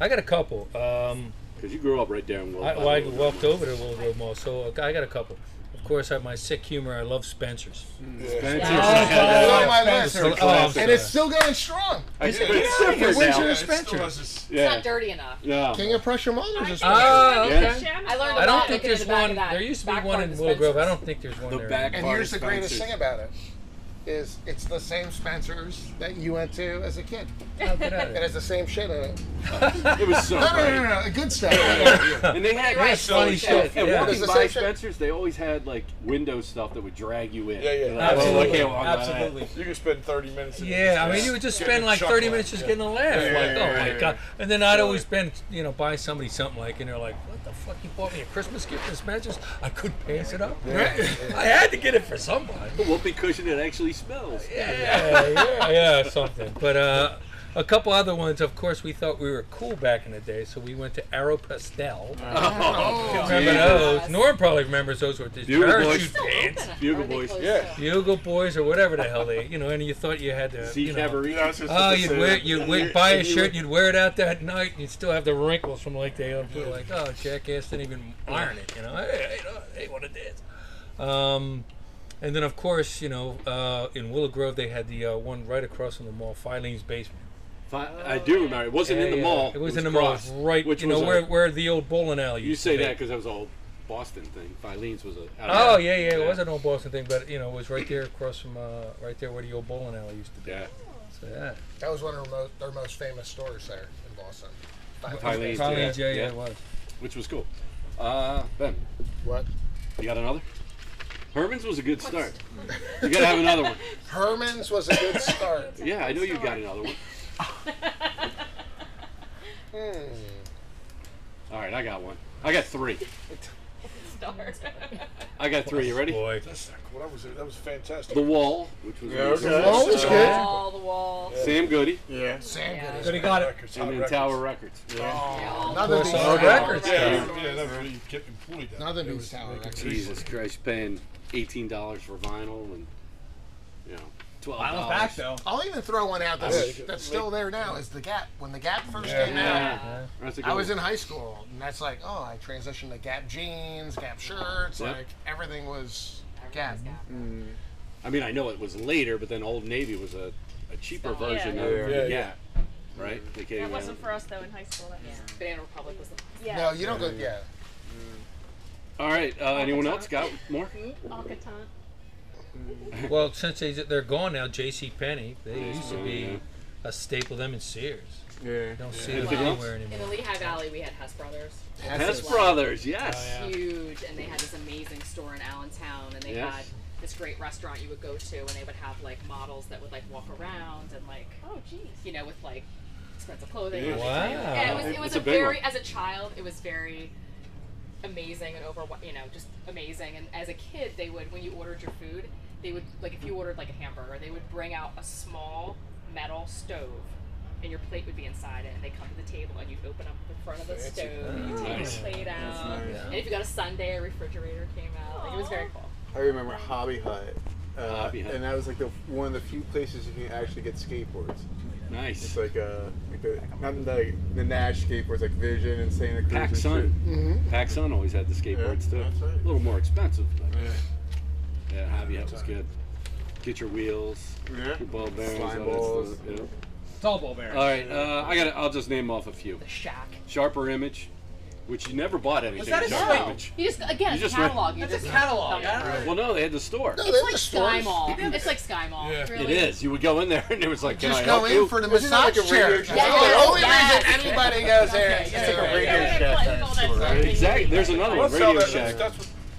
Speaker 2: I got a couple. Um,
Speaker 1: because you grew up right there in Willow.
Speaker 2: I, well, I walked over to Willow Grove Mall, so I got a couple. Of course, I have my sick humor. I love Spencer's.
Speaker 8: <laughs> Yeah.
Speaker 3: It's on my
Speaker 2: Spencer's is
Speaker 3: list.
Speaker 2: a
Speaker 7: Oh,
Speaker 2: classic.
Speaker 3: And it's still going strong.
Speaker 1: It's
Speaker 8: Yeah.
Speaker 1: it's different
Speaker 3: Windsor
Speaker 1: now.
Speaker 3: is- Spencer.
Speaker 5: It's
Speaker 1: Yeah.
Speaker 5: not dirty enough.
Speaker 1: No.
Speaker 3: King of Prussia Motors is
Speaker 2: Ah,
Speaker 1: Yeah.
Speaker 2: okay.
Speaker 5: oh, I learned
Speaker 2: I
Speaker 5: a
Speaker 2: don't
Speaker 5: lot
Speaker 2: think
Speaker 5: looking at
Speaker 2: there's
Speaker 5: the back
Speaker 2: one.
Speaker 5: of that.
Speaker 2: There used to be
Speaker 5: back
Speaker 2: one
Speaker 5: part
Speaker 2: in
Speaker 5: of
Speaker 2: Willow Grove. I
Speaker 5: Spencer's.
Speaker 2: don't think there's one
Speaker 1: The
Speaker 2: there.
Speaker 1: back
Speaker 2: anymore.
Speaker 3: And
Speaker 1: part
Speaker 3: here's
Speaker 1: of
Speaker 3: the greatest
Speaker 1: Spencer's.
Speaker 3: thing about it is it's the same Spencers that you went to as a kid.
Speaker 2: Oh, get out of
Speaker 3: It
Speaker 2: here.
Speaker 3: has the same shit in it.
Speaker 1: It was so
Speaker 3: No, no, no,
Speaker 1: great.
Speaker 3: no, no, good stuff.
Speaker 1: And they had
Speaker 5: Right.
Speaker 2: Funny shit.
Speaker 1: And
Speaker 2: Yeah.
Speaker 1: walking
Speaker 3: It's the
Speaker 1: by
Speaker 3: same shit.
Speaker 1: Spencer's, they always had like window stuff that would drag you in.
Speaker 8: Yeah, yeah.
Speaker 1: You're like, "Oh, I
Speaker 2: Absolutely.
Speaker 1: can't walk by that."
Speaker 7: Absolutely.
Speaker 8: You can spend 30 minutes. in
Speaker 2: Yeah, I
Speaker 8: this.
Speaker 2: mean, you would just
Speaker 8: Getting
Speaker 2: spend
Speaker 8: a
Speaker 2: like
Speaker 8: chuckle
Speaker 2: 30
Speaker 8: out.
Speaker 2: minutes just
Speaker 8: Yeah.
Speaker 2: getting a laugh.
Speaker 8: yeah,
Speaker 2: like,
Speaker 8: yeah,
Speaker 2: oh
Speaker 8: yeah,
Speaker 2: my
Speaker 8: yeah.
Speaker 2: God. And then I'd always been, you know, buy somebody something like, and they're like, what the fuck, you bought me a Christmas gift as matches? I couldn't pass it up. I had to get it for somebody.
Speaker 1: The whoopee cushion it actually smells.
Speaker 2: yeah, yeah, yeah, something. But uh, a couple other ones, of course, we thought we were cool back in the day, so we went to Arrow Pastel. Remember those? Norm probably remembers those were these
Speaker 1: Bugle Boys.
Speaker 2: parachute
Speaker 5: Still
Speaker 2: pants.
Speaker 5: open.
Speaker 1: Bugle
Speaker 5: Are they
Speaker 1: Boys.
Speaker 5: closed
Speaker 8: Yeah.
Speaker 5: still?
Speaker 2: Bugle Boys or whatever the hell they, you know, and you thought you had to,
Speaker 1: See
Speaker 2: you know.
Speaker 1: Cabaret.
Speaker 2: Oh,
Speaker 1: <laughs>
Speaker 2: you'd wear, you'd wear, buy a shirt, you'd wear it out that night, and you'd still have the wrinkles from like they don't feel like, oh, jackass didn't even iron it, you know, hey, hey, no, hey what it is. Um, and then of course, you know, uh, in Willow Grove they had the uh, one right across from the mall, Filene's basement.
Speaker 1: Fi- I do remember. It wasn't in the
Speaker 2: Yeah, yeah.
Speaker 1: mall.
Speaker 2: It was, in the mall,
Speaker 1: across,
Speaker 2: right?
Speaker 1: Which
Speaker 2: you
Speaker 1: was
Speaker 2: know
Speaker 1: a-
Speaker 2: where, where the old bowling alley.
Speaker 1: You
Speaker 2: used
Speaker 1: say
Speaker 2: to be.
Speaker 1: that because that was a whole Boston thing. Filene's was a.
Speaker 2: Oh yeah, yeah, it was an old Boston thing, but you know, it was right there across from, uh, right there where the old bowling alley used to be.
Speaker 1: Yeah.
Speaker 2: So, yeah.
Speaker 3: that was one of their most, their most famous stores there in Boston.
Speaker 1: Filene's.
Speaker 2: Filene's, yeah, yeah,
Speaker 1: yeah.
Speaker 2: it was.
Speaker 1: Which was cool. Uh, ben,
Speaker 3: What?
Speaker 1: you got another? Herman's was a good start. You gotta have another one.
Speaker 3: Herman's was a good
Speaker 8: <laughs>
Speaker 3: start.
Speaker 1: Yeah, I know you got another one. All right, I got one. I got three.
Speaker 5: <laughs>
Speaker 1: I got three. You ready?
Speaker 2: Boy.
Speaker 8: That's not cool. That was that was fantastic.
Speaker 1: The Wall, which was
Speaker 4: okay.
Speaker 3: The wall was Oh, good.
Speaker 5: All the walls.
Speaker 1: Sam Goody,
Speaker 4: Yeah.
Speaker 3: Sam
Speaker 5: Yeah.
Speaker 3: Goody.
Speaker 2: But he got it.
Speaker 8: Records,
Speaker 1: and
Speaker 8: Hot
Speaker 1: then
Speaker 8: Records.
Speaker 1: Tower Records.
Speaker 3: Another
Speaker 2: course,
Speaker 3: beast.
Speaker 2: our records.
Speaker 8: Yeah, yeah, yeah, that was really kept employed. That
Speaker 3: Another
Speaker 8: It
Speaker 3: beast
Speaker 8: was-
Speaker 3: tower
Speaker 8: they could
Speaker 3: records.
Speaker 8: see-
Speaker 1: Jesus Christ, paying eighteen dollars for vinyl and you know twelve
Speaker 7: I was back
Speaker 1: dollars.
Speaker 7: though.
Speaker 3: I'll even throw one out
Speaker 8: Yeah, you
Speaker 3: that's,
Speaker 8: could
Speaker 3: that's
Speaker 8: make-
Speaker 3: still there now is the Gap. When the Gap first
Speaker 8: Yeah.
Speaker 3: came out,
Speaker 5: Yeah.
Speaker 1: That's a good
Speaker 3: I was
Speaker 1: one.
Speaker 3: in high school, and that's like, oh, I transitioned to Gap jeans, Gap shirts,
Speaker 1: Yep.
Speaker 3: like everything was Gap.
Speaker 1: I mean, I know it was later, but then Old Navy was a, a cheaper
Speaker 5: Yeah.
Speaker 1: version
Speaker 5: Yeah.
Speaker 1: of
Speaker 8: Yeah,
Speaker 1: the
Speaker 8: yeah.
Speaker 1: Gap, right? They came
Speaker 6: That
Speaker 1: out-
Speaker 6: wasn't for us though in high school. That was,
Speaker 5: Banana Republic was the
Speaker 6: yeah.
Speaker 3: No, you don't go. Yeah.
Speaker 1: All right. Uh, anyone else got more?
Speaker 6: Alcatan.
Speaker 2: Well, since they, they're gone now, J.C. Penney, they used to be a staple. Them in Sears.
Speaker 7: Yeah.
Speaker 2: Don't see
Speaker 1: Yeah.
Speaker 2: them
Speaker 1: Anything else?
Speaker 2: anywhere
Speaker 5: In
Speaker 2: anymore.
Speaker 5: the Lehigh Valley, we had Hess Brothers.
Speaker 1: Hess Brothers, yes.
Speaker 7: Oh,
Speaker 5: Huge, and they had this amazing store in Allentown, and they
Speaker 1: Yes.
Speaker 5: had this great restaurant you would go to, and they would have like models that would like walk around and like,
Speaker 6: Oh, jeez.
Speaker 5: you know, with like expensive clothing. and
Speaker 2: Wow.
Speaker 5: everything. Yeah, it was, it
Speaker 1: It's
Speaker 5: was
Speaker 1: a
Speaker 5: a,
Speaker 1: big
Speaker 5: very,
Speaker 1: one.
Speaker 5: as a child, it was very amazing and over, you know, just amazing. And as a kid, they would, when you ordered your food, they would, like, if you ordered like a hamburger, they would bring out a small metal stove. And your plate would be inside it, and they come to the table, and you'd open up the front of the stove, and you take
Speaker 2: Nice.
Speaker 5: your plate out. And if you got a Sunday, a refrigerator came out. Like, it was very cool.
Speaker 4: I remember Hobby Hut. Uh,
Speaker 1: Hobby Hut.
Speaker 4: And that was like the one of the few places you can actually get skateboards. It's
Speaker 1: Nice.
Speaker 4: like uh, like the not the, the Nash skateboards, like Vision and Santa Cruz.
Speaker 1: Pac
Speaker 4: and
Speaker 1: Sun.
Speaker 4: shit.
Speaker 1: Pac Sun always had the skateboards
Speaker 4: Yeah, that's
Speaker 1: too.
Speaker 4: right.
Speaker 1: A little more expensive, but
Speaker 4: Yeah.
Speaker 1: yeah, Hobby Hut was good. Get your wheels,
Speaker 4: Yeah.
Speaker 1: your ball bearings,
Speaker 4: Slime
Speaker 1: all that
Speaker 4: balls.
Speaker 1: stuff. yeah.
Speaker 7: It's all ball bearings.
Speaker 1: All right, uh, I got. I'll just name off a few.
Speaker 5: The shack.
Speaker 1: Sharper Image, which you never bought anything.
Speaker 7: that
Speaker 1: at
Speaker 7: a
Speaker 1: Sharper
Speaker 7: show?
Speaker 1: Image.
Speaker 5: You just again
Speaker 1: You
Speaker 5: it's
Speaker 1: just went-
Speaker 5: catalog. you
Speaker 7: That's a
Speaker 5: just-
Speaker 7: catalog. I don't
Speaker 1: Well, no, they had the store.
Speaker 3: No, they
Speaker 5: It's
Speaker 3: have
Speaker 5: like
Speaker 3: the
Speaker 5: Sky
Speaker 3: stores.
Speaker 5: Mall. It's like Sky Mall.
Speaker 8: Yeah.
Speaker 1: It
Speaker 5: Really.
Speaker 1: is. You would go in there, and it was like, "Can I
Speaker 3: Just go
Speaker 1: help
Speaker 3: in
Speaker 1: you?"
Speaker 3: for the
Speaker 4: Isn't that like
Speaker 3: massage
Speaker 4: a
Speaker 3: chair.
Speaker 4: radio
Speaker 3: That's
Speaker 4: show?
Speaker 3: the only
Speaker 5: Yes.
Speaker 3: reason anybody goes there.
Speaker 5: Okay.
Speaker 3: It's like a
Speaker 4: radio
Speaker 3: radio
Speaker 4: show.
Speaker 6: <laughs>
Speaker 1: Exactly. There's another
Speaker 8: Well,
Speaker 1: one.
Speaker 8: that's how
Speaker 1: Radio
Speaker 8: that, that's,
Speaker 1: Shack.
Speaker 8: that's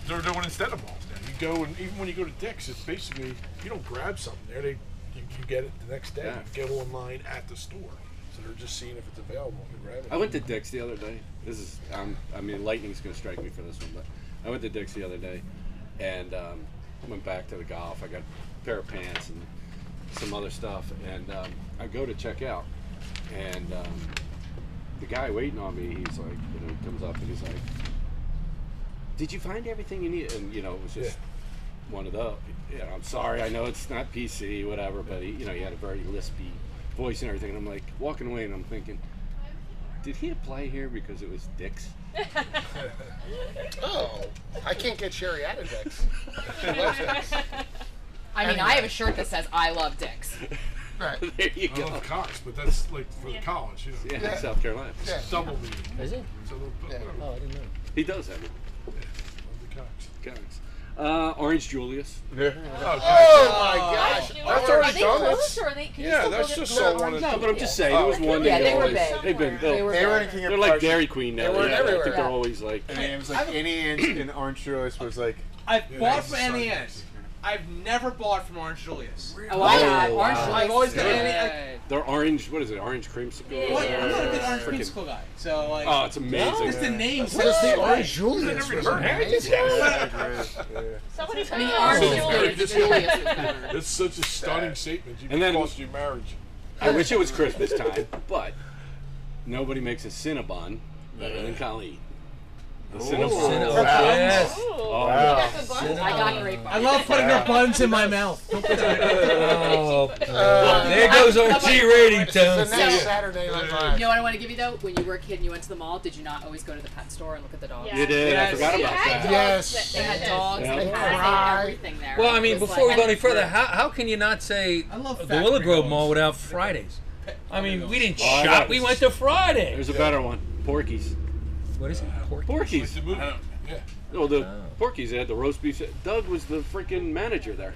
Speaker 8: what they're doing instead of balls now. You go and even when you go to Dick's, it's basically you don't grab something there. They you, you get it the next day.
Speaker 1: Yeah.
Speaker 8: You get online at the store, so they're just seeing if it's available. You grab it.
Speaker 1: I went to Dick's the other day. This is, um, I mean, lightning's going to strike me for this one, but I went to Dick's the other day and um, went back to the golf. I got a pair of pants and some other stuff, and um, I go to check out, and um, the guy waiting on me, he's like, you know, he comes up and he's like, "Did you find everything you need?" And you know, it was just one of those. You know, I'm sorry, I know it's not PC, whatever, but he, you know, he had a very lispy voice and everything. And I'm like walking away, and I'm thinking did he apply here because it was dicks? <laughs>
Speaker 3: Oh, I can't get Sherry out of Dick's.
Speaker 5: I mean, I have a shirt that says "I love dicks."
Speaker 3: Right.
Speaker 1: there you
Speaker 8: I
Speaker 1: go.
Speaker 8: love Cox, but that's like for the college, you know.
Speaker 1: Yeah,
Speaker 3: Yeah.
Speaker 1: South Carolina.
Speaker 3: Yeah.
Speaker 8: Double meaning.
Speaker 2: Is it?
Speaker 8: It's a little bit.
Speaker 3: Yeah.
Speaker 8: whatever.
Speaker 2: Oh, I didn't know.
Speaker 1: He does have it.
Speaker 8: Love the Cox.
Speaker 1: Guys. Uh, Orange Julius.
Speaker 3: Oh my gosh.
Speaker 8: That's
Speaker 5: Are
Speaker 8: already
Speaker 5: they
Speaker 8: done.
Speaker 5: closed
Speaker 8: That's,
Speaker 5: or are they? Can you
Speaker 8: yeah,
Speaker 5: still go
Speaker 8: that's
Speaker 5: get-
Speaker 8: just
Speaker 5: No,
Speaker 8: so one.
Speaker 5: orange-
Speaker 8: of-
Speaker 1: No, but I'm just saying, it was one
Speaker 5: Yeah,
Speaker 1: that
Speaker 5: they were
Speaker 1: always,
Speaker 5: big.
Speaker 1: they've been
Speaker 5: They were
Speaker 1: built.
Speaker 5: big.
Speaker 4: They were in King of
Speaker 1: They're like
Speaker 4: Prussia.
Speaker 1: Dairy Queen now.
Speaker 4: They
Speaker 1: yeah, I
Speaker 4: were
Speaker 1: think
Speaker 3: everywhere.
Speaker 1: they're always like,
Speaker 4: And it was like any inch in Orange Julius was like
Speaker 7: I've
Speaker 8: Yeah,
Speaker 7: bought
Speaker 8: that's
Speaker 7: from
Speaker 8: the side
Speaker 4: <laughs>
Speaker 7: NES. I've never bought from Orange Julius.
Speaker 5: Oh, I got
Speaker 1: Oh, wow.
Speaker 5: orange.
Speaker 7: I've always got
Speaker 5: juice.
Speaker 7: NES.
Speaker 1: they're orange, what is it, orange creamsicle? or
Speaker 7: What? I'm not a big Orange
Speaker 1: Freaking-
Speaker 7: Creamsicle guy. So like,
Speaker 1: Oh, it's amazing.
Speaker 7: just the name.
Speaker 3: What is the
Speaker 7: says-
Speaker 3: orange Julius? was amazing.
Speaker 6: Somebody
Speaker 5: I
Speaker 6: put
Speaker 5: mean,
Speaker 6: me
Speaker 5: orange
Speaker 8: Oh.
Speaker 5: Julius. is Julius was better.
Speaker 8: <laughs> that's such a stunning statement. You
Speaker 1: And then-
Speaker 8: cost you marriage.
Speaker 1: I wish it was Christmas time, but nobody makes a Cinnabon better than Colleen. The Cinnabon.
Speaker 2: Cinnabon.
Speaker 1: Oh,
Speaker 2: Yes.
Speaker 5: I got grape.
Speaker 7: I love putting her buns in my mouth. Don't put that-
Speaker 2: <laughs> Oh,
Speaker 5: Uh,
Speaker 2: there goes our G rating,
Speaker 3: The
Speaker 2: Towns.
Speaker 3: Uh, next Saturday Night Live.
Speaker 5: You know what I want to give you though? When you were a kid and you went to the mall, did you not always go to the pet store and look at the dogs?
Speaker 6: Yeah.
Speaker 1: You did, I forgot about that.
Speaker 3: Yes.
Speaker 5: They had dogs.
Speaker 1: Yeah.
Speaker 5: They
Speaker 3: Right.
Speaker 5: had everything there.
Speaker 2: Well, I
Speaker 5: It
Speaker 2: mean,
Speaker 5: was
Speaker 2: before we
Speaker 5: like-
Speaker 2: go any further, how, how can you not say
Speaker 7: I love
Speaker 2: the
Speaker 7: factory
Speaker 2: Willow Grove
Speaker 7: dogs.
Speaker 2: Mall without Fridays? I mean, we didn't
Speaker 1: Oh, I got
Speaker 2: shop.
Speaker 1: it.
Speaker 2: We went to Friday.
Speaker 1: There's a better one. Porky's.
Speaker 2: What is it? Pork?
Speaker 1: Porky's.
Speaker 8: The movie. Yeah.
Speaker 1: No, the
Speaker 2: Oh.
Speaker 1: Porky's had the roast beef. Doug was the freaking manager there.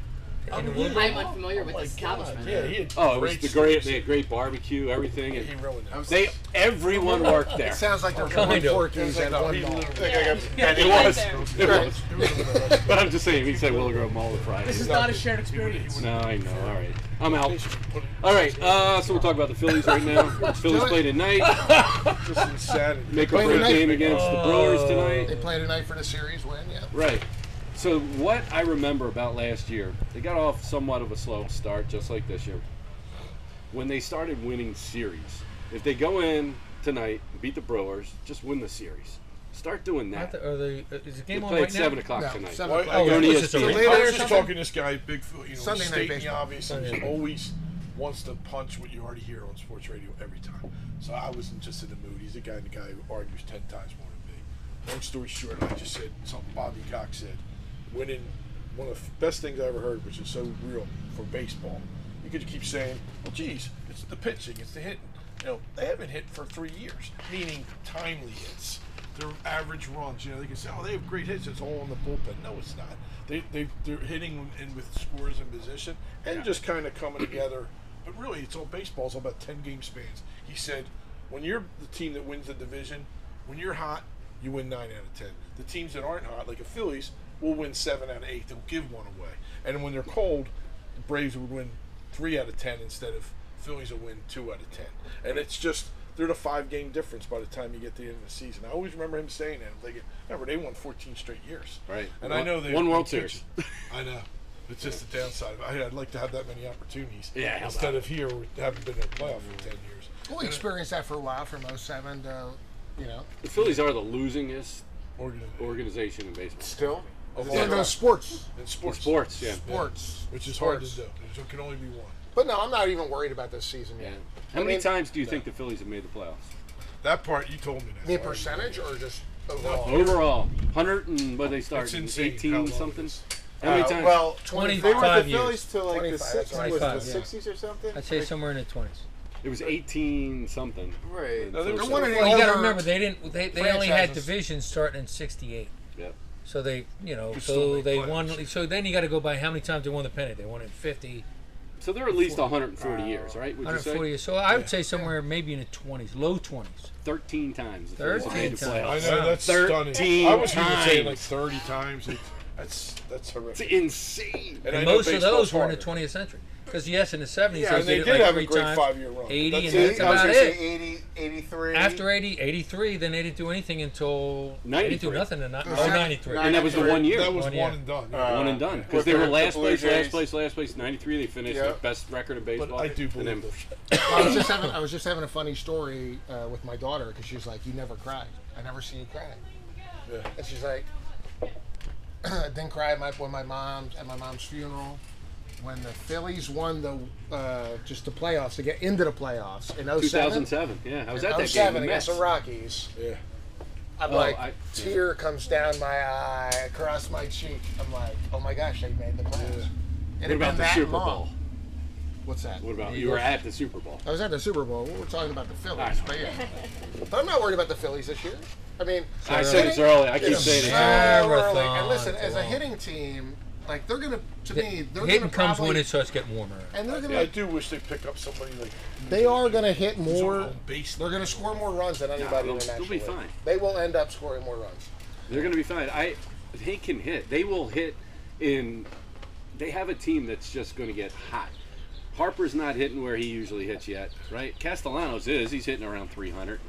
Speaker 5: I'm unfamiliar with this establishment.
Speaker 8: Yeah, he had
Speaker 1: Oh, it was the great.
Speaker 8: stories.
Speaker 1: They had great barbecue, everything,
Speaker 8: He
Speaker 1: and
Speaker 8: ruined it.
Speaker 1: they everyone worked there.
Speaker 3: Sounds like they're
Speaker 2: Kind
Speaker 3: going
Speaker 2: of.
Speaker 3: Porky's at one mall.
Speaker 1: It was. It was.
Speaker 8: <laughs>
Speaker 1: But I'm just saying, he said Willow Grove Mall with
Speaker 7: This
Speaker 1: Fridays.
Speaker 7: is not a shared experience.
Speaker 1: No, I know. All right, I'm out. All right, uh, so we'll talk about the Phillies right now. Phillies
Speaker 3: it.
Speaker 1: play tonight.
Speaker 8: Just insanity.
Speaker 1: Make a
Speaker 3: Play
Speaker 1: break
Speaker 3: tonight. Oh.
Speaker 1: game against the Brewers tonight.
Speaker 3: They play tonight for the series win, yeah.
Speaker 1: Right. So what I remember about last year, they got off somewhat of a slow start, just like this year. When they started winning series, if they go in tonight, beat the Brewers, just win the series. Start doing
Speaker 2: Not
Speaker 1: that.
Speaker 2: the- are they- uh, is the
Speaker 1: They
Speaker 2: game on
Speaker 1: play
Speaker 2: right
Speaker 1: at seven
Speaker 2: now?
Speaker 1: o'clock
Speaker 3: No,
Speaker 1: tonight.
Speaker 3: seven
Speaker 8: Well,
Speaker 3: o'clock.
Speaker 8: I,
Speaker 2: Oh,
Speaker 8: I,
Speaker 1: Go to
Speaker 2: it's just a
Speaker 1: ESPN.
Speaker 2: late-
Speaker 8: I
Speaker 3: Later or
Speaker 8: was just
Speaker 3: something?
Speaker 8: talking to this guy, Big, Phil, you know,
Speaker 3: Sunday night
Speaker 8: stating
Speaker 3: baseball.
Speaker 8: obvious, and he always wants to punch what you already hear on sports radio every time. So I wasn't just in the mood. He's a guy, the guy who argues ten times more than me. Long story short, I just said something Bobby Cox said. Winning, one of the best things I ever heard, which is so real for baseball. You could keep saying, "Well, geez, it's the pitching, it's the hitting." You know, they haven't hit for three years, meaning timely hits their average runs. You know, they can say, "Oh, they have great hits. It's all in the bullpen." No, it's not. They they they're hitting in with scores and position and just kind of coming together but really, it's all baseball. It's all about ten game spans. He said, when you're the team that wins the division, when you're hot, you win nine out of ten. The teams that aren't hot, like the Phillies, will win seven out of eight. They'll give one away. And when they're cold, the Braves would win three out of ten instead of Phillies will win two out of ten. And it's just they're the five game difference by the time you get to the end of the season. I always remember him saying that. I'm thinking, remember they won 14 straight years.
Speaker 1: Right.
Speaker 8: And I
Speaker 1: One-
Speaker 8: know they
Speaker 1: one World Series.
Speaker 8: I know. It's just the downside. I, I'd like to have that many opportunities.
Speaker 1: Yeah, how
Speaker 8: Instead
Speaker 1: about
Speaker 8: of here, we haven't been in a playoff for 10 years.
Speaker 3: We experienced that for a while from 07 to, you know,
Speaker 1: The Phillies are the losingest
Speaker 8: Organi-
Speaker 1: organization in baseball.
Speaker 4: Still?
Speaker 8: of all
Speaker 3: yeah.
Speaker 8: time.
Speaker 3: uh, sports.
Speaker 8: in sports.
Speaker 1: Sports, yeah.
Speaker 3: Sports.
Speaker 8: Which is hard to
Speaker 3: Sports.
Speaker 8: do. There can only be one.
Speaker 3: But no, I'm not even worried about this season yet.
Speaker 1: How many
Speaker 3: mean-
Speaker 1: times do you think the Phillies have made the playoffs?
Speaker 8: That part, you told me that.
Speaker 3: The percentage or just overall?
Speaker 1: Overall, 100 and what they start,
Speaker 8: It's insane how
Speaker 1: 18
Speaker 8: long it
Speaker 1: something?
Speaker 8: is.
Speaker 1: How many
Speaker 4: Uh,
Speaker 1: times?
Speaker 4: Well, they were
Speaker 2: 25
Speaker 4: with the
Speaker 2: years.
Speaker 4: Phillies till like the
Speaker 3: 25, that's
Speaker 4: 60s, was it the
Speaker 2: 25, yeah.
Speaker 4: 60s or something?
Speaker 2: I'd say
Speaker 4: Like,
Speaker 2: somewhere in the 20s.
Speaker 1: it was 18 something.
Speaker 4: Right.
Speaker 8: No, they're
Speaker 1: So-
Speaker 8: one and
Speaker 2: Well, you got to
Speaker 3: Over
Speaker 2: remember they didn't. They, they only had
Speaker 3: franchises.
Speaker 2: divisions starting in '68.
Speaker 1: Yep.
Speaker 2: So they, you know,
Speaker 8: Could still
Speaker 2: so
Speaker 8: make
Speaker 2: they
Speaker 8: playoffs.
Speaker 2: won. So then you got to go by how many times they won the pennant. They won in 50,
Speaker 1: So they're at least 140 years, right? Would you
Speaker 2: 140
Speaker 1: say?
Speaker 2: years. So I would say somewhere maybe in the 20s, low 20s.
Speaker 1: 13 times. the Phillies have
Speaker 2: 13
Speaker 1: made the
Speaker 2: times.
Speaker 8: I
Speaker 1: playoffs.
Speaker 8: know, that's
Speaker 1: 13
Speaker 8: stunning. I was even saying
Speaker 1: times.
Speaker 8: like 30 times. It, that's, that's horrific.
Speaker 1: It's insane.
Speaker 8: I
Speaker 2: And
Speaker 8: know
Speaker 2: most of
Speaker 8: baseball's
Speaker 2: those were in the
Speaker 8: harder.
Speaker 2: 20th century. Because yes, in the 70s
Speaker 8: Yeah,
Speaker 2: they
Speaker 8: and they
Speaker 2: did,
Speaker 8: did
Speaker 2: it like
Speaker 8: have
Speaker 2: three
Speaker 8: a great
Speaker 2: times.
Speaker 8: five-year run.
Speaker 2: 80
Speaker 8: That's
Speaker 2: and
Speaker 8: it.
Speaker 2: that's
Speaker 4: I was
Speaker 2: about
Speaker 4: gonna
Speaker 2: it.
Speaker 4: say 80, 83.
Speaker 2: After 80, 83, then they didn't do anything until they didn't do
Speaker 1: 93.
Speaker 2: nothing in ni-
Speaker 3: Right.
Speaker 2: oh, 93.
Speaker 1: And that was the one year.
Speaker 8: That was
Speaker 2: One
Speaker 8: one,
Speaker 2: year.
Speaker 8: and done.
Speaker 4: Uh,
Speaker 1: one and done. Because
Speaker 4: With
Speaker 1: they were
Speaker 4: the- the
Speaker 1: last
Speaker 4: Blue
Speaker 1: place, last
Speaker 4: Jays.
Speaker 1: place, last place. 93, they finished
Speaker 4: Yeah.
Speaker 1: the best record in
Speaker 8: but
Speaker 1: baseball.
Speaker 8: I do
Speaker 1: And
Speaker 8: believe
Speaker 1: then
Speaker 8: this.
Speaker 3: I was just having I was just having a funny story uh, with my daughter because she's like, "You never cried. I never see you cry."
Speaker 8: Yeah.
Speaker 3: And she's like, <clears throat> "Didn't cry at my when my mom at my mom's funeral when the Phillies won the uh, just the playoffs to get into the playoffs in 07,
Speaker 1: 2007. Yeah, I was at
Speaker 3: in
Speaker 1: that game.
Speaker 3: 07
Speaker 1: The
Speaker 3: against the
Speaker 1: Mets.
Speaker 3: Rockies."
Speaker 8: Yeah.
Speaker 3: I'm
Speaker 1: Oh,
Speaker 3: like,
Speaker 1: I-
Speaker 3: tear comes down my eye, across my cheek. I'm like, "Oh my gosh, they made the playoffs." And
Speaker 1: What about the Super Bowl?
Speaker 3: What's that?
Speaker 1: What about you were at the Super Bowl?
Speaker 3: I was at the Super Bowl. We were talking about the
Speaker 1: I
Speaker 3: Phillies,
Speaker 1: know.
Speaker 3: but yeah. but I'm not worried about the Phillies this year. I mean,
Speaker 1: I said it's early. I keep
Speaker 3: it's
Speaker 1: saying
Speaker 3: so
Speaker 1: it's early.
Speaker 2: Marathon
Speaker 3: early. And listen, as a
Speaker 2: long.
Speaker 3: hitting team, like they're gonna, to me, they're
Speaker 2: Hitting
Speaker 3: gonna
Speaker 2: comes
Speaker 3: probably,
Speaker 2: when it starts getting warmer.
Speaker 3: and they're
Speaker 8: I
Speaker 3: gonna,
Speaker 8: do wish they pick up somebody like
Speaker 3: they are gonna hit
Speaker 8: more
Speaker 3: more.
Speaker 8: base.
Speaker 3: They're gonna score more runs than anybody in the
Speaker 1: they'll-
Speaker 3: National
Speaker 1: they'll be
Speaker 3: League.
Speaker 1: fine.
Speaker 3: They will end up scoring more runs.
Speaker 1: They're going to be fine. I they can hit. They will hit in. They have a team that's just going to get hot. Harper's not hitting where he usually hits yet, right? Castellanos is. He's hitting around 300.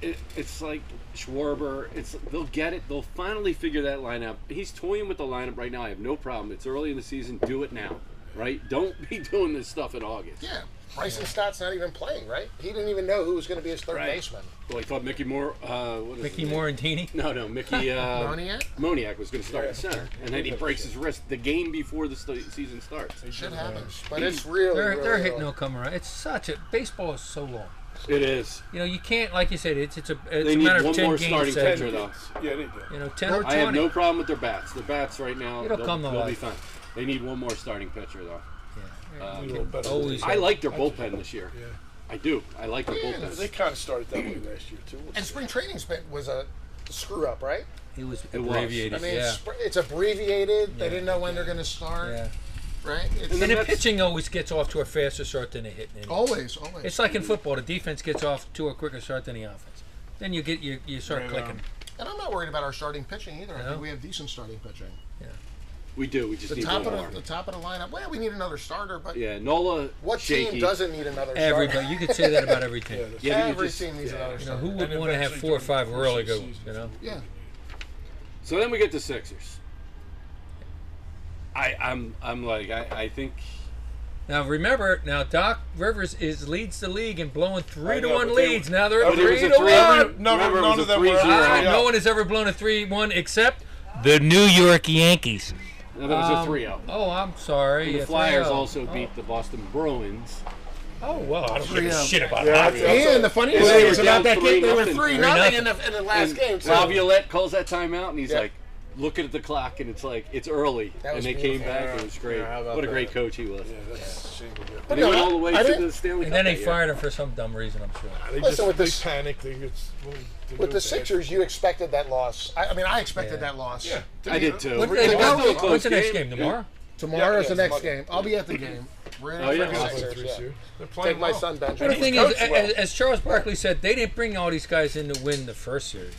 Speaker 1: It, it's like Schwarber. It's they'll get it. They'll finally figure that lineup. He's toying with the lineup right now. I have no problem. It's early in the season. Do it now, right? Don't <laughs> be doing this stuff in August.
Speaker 3: Yeah, Bryson Stott's not even playing, right? He didn't even know who was gonna be his third
Speaker 1: Right.
Speaker 3: baseman.
Speaker 1: Well, he Oh, thought Mickey Moore. Uh, what is his
Speaker 2: Mickey
Speaker 1: name?
Speaker 2: Morantini.
Speaker 1: No, no,
Speaker 3: <laughs>
Speaker 1: Mickey uh,
Speaker 3: Moniak?
Speaker 1: Moniak was going to start at center, and then he breaks his wrist the game before the st- season starts.
Speaker 3: Shit happens, but it's really,
Speaker 2: They're,
Speaker 3: really
Speaker 2: they're hitting
Speaker 3: early.
Speaker 2: no come around. It's such a baseball is so long.
Speaker 1: It is.
Speaker 2: You know, you can't like you said. It's it's a it's
Speaker 1: They
Speaker 2: a
Speaker 1: need
Speaker 2: matter of
Speaker 1: one
Speaker 2: ten
Speaker 1: more
Speaker 2: games.
Speaker 1: starting
Speaker 2: that-
Speaker 1: pitcher, though.
Speaker 8: Yeah, they do.
Speaker 2: You know, ten or
Speaker 1: I
Speaker 2: twenty.
Speaker 1: have no problem with their bats. Their bats right now,
Speaker 2: It'll
Speaker 1: they'll,
Speaker 2: come to
Speaker 1: they'll be
Speaker 2: life.
Speaker 1: fine. They need one more starting pitcher, though.
Speaker 8: A little better.
Speaker 2: always-
Speaker 1: I like their bullpen this year.
Speaker 8: Yeah.
Speaker 1: I do. I like their
Speaker 3: Yeah,
Speaker 8: They
Speaker 1: bullpen.
Speaker 8: kind of started that way last year too.
Speaker 3: And spring training was a screw up, right?
Speaker 2: It was
Speaker 1: was.
Speaker 2: abbreviated.
Speaker 3: I mean,
Speaker 2: yeah.
Speaker 3: it's, it's abbreviated. They didn't know when they're going to start,
Speaker 2: yeah.
Speaker 3: right? It's
Speaker 1: And
Speaker 2: And the
Speaker 1: that's-
Speaker 2: pitching always gets off to a faster start than the hitting.
Speaker 1: Oh.
Speaker 2: innings.
Speaker 3: always, always.
Speaker 2: It's like in football, the defense gets off to a quicker start than the offense. Then you get you, you start
Speaker 8: Right
Speaker 2: clicking.
Speaker 8: on.
Speaker 3: and I'm not worried about our starting pitching either. I
Speaker 2: No?
Speaker 3: think we have decent starting pitching.
Speaker 1: We do. We just
Speaker 3: The
Speaker 1: need
Speaker 3: top
Speaker 1: one
Speaker 3: of
Speaker 1: more.
Speaker 3: the, the top of the lineup. Well, we need another starter, but
Speaker 1: yeah, Nola.
Speaker 3: what
Speaker 1: shaky.
Speaker 3: team doesn't need another
Speaker 2: Everybody, you could say that about
Speaker 8: <laughs>
Speaker 2: every
Speaker 8: Yeah,
Speaker 2: team.
Speaker 8: that's-
Speaker 1: Yeah,
Speaker 3: starter?
Speaker 1: but you
Speaker 3: Every
Speaker 1: just-
Speaker 3: team needs another
Speaker 2: You know, who
Speaker 3: starter.
Speaker 2: would
Speaker 8: And
Speaker 2: want to have
Speaker 8: eventually
Speaker 2: four or
Speaker 8: during
Speaker 2: five
Speaker 8: the
Speaker 2: really
Speaker 8: postseason
Speaker 2: good ones? You
Speaker 8: season.
Speaker 2: know,
Speaker 3: Yeah,
Speaker 1: So then we get to Sixers. I, I'm, I'm like, I, I think
Speaker 2: Now remember, now Doc Rivers is leads the league in blowing three
Speaker 8: I
Speaker 2: to
Speaker 8: know,
Speaker 2: one
Speaker 8: but they-
Speaker 2: leads. Now they're at
Speaker 1: but it
Speaker 2: three
Speaker 1: was a
Speaker 2: to
Speaker 1: three-
Speaker 2: one.
Speaker 8: No,
Speaker 1: Remember, it
Speaker 8: none
Speaker 1: was
Speaker 8: of
Speaker 1: a
Speaker 8: them were.
Speaker 1: 3-0.
Speaker 2: Ah,
Speaker 8: Yeah.
Speaker 2: No one has ever blown a three one except the New York Yankees.
Speaker 1: no, that was a
Speaker 2: Um,
Speaker 1: 3 0.
Speaker 2: Oh, I'm sorry.
Speaker 1: The
Speaker 2: yeah,
Speaker 1: Flyers
Speaker 2: 3-0.
Speaker 1: also beat the Boston Bruins.
Speaker 2: Oh well, I don't give a shit about
Speaker 8: Yeah,
Speaker 2: that.
Speaker 8: that's- that's
Speaker 3: and the funny
Speaker 1: They
Speaker 3: thing
Speaker 1: were
Speaker 3: is about
Speaker 1: down
Speaker 3: that game, they were
Speaker 1: 3-0.
Speaker 3: three
Speaker 2: Three
Speaker 3: nothing in the, in the last
Speaker 1: And
Speaker 3: game. So
Speaker 1: Laviolette calls that timeout, and he's
Speaker 3: Yeah.
Speaker 1: like, looking at the clock, and it's like it's early,
Speaker 3: That
Speaker 1: and
Speaker 3: was
Speaker 1: they came
Speaker 3: beautiful.
Speaker 1: back. and It was great.
Speaker 8: Yeah, how about
Speaker 1: what a great
Speaker 8: that?
Speaker 1: coach he was.
Speaker 8: Yeah, that's a shame. we got-
Speaker 1: And they went
Speaker 3: no,
Speaker 1: all the way
Speaker 3: I
Speaker 1: to
Speaker 3: didn't-
Speaker 1: the Stanley
Speaker 2: And
Speaker 1: Cup.
Speaker 2: then they
Speaker 1: that year.
Speaker 2: fired him for some dumb reason. I'm sure.
Speaker 8: They
Speaker 3: Listen,
Speaker 8: just
Speaker 3: with
Speaker 8: they
Speaker 3: the-
Speaker 8: panic. They just well, they
Speaker 3: with
Speaker 8: go
Speaker 3: the
Speaker 8: back.
Speaker 3: Sixers, you expected that loss. I, I mean, I expected
Speaker 2: Yeah.
Speaker 3: that loss.
Speaker 8: Yeah,
Speaker 1: I did too.
Speaker 2: What
Speaker 1: We're
Speaker 2: they-
Speaker 1: still a
Speaker 2: what's the-
Speaker 1: close
Speaker 2: what's the next game
Speaker 1: Yeah.
Speaker 2: tomorrow?
Speaker 3: Tomorrow's
Speaker 8: Yeah, yeah,
Speaker 3: the next
Speaker 8: Monday.
Speaker 3: game. I'll be at the game. We're in
Speaker 1: Oh, yeah.
Speaker 3: freaking
Speaker 1: Well,
Speaker 3: Sixers,
Speaker 8: three
Speaker 3: yeah.
Speaker 8: series.
Speaker 4: They're
Speaker 3: Take my son
Speaker 2: But the
Speaker 3: Benjamin.
Speaker 2: thing is,
Speaker 4: coach
Speaker 2: a-
Speaker 4: well.
Speaker 2: as, as Charles Barkley said, they didn't bring all these guys in to win the first series.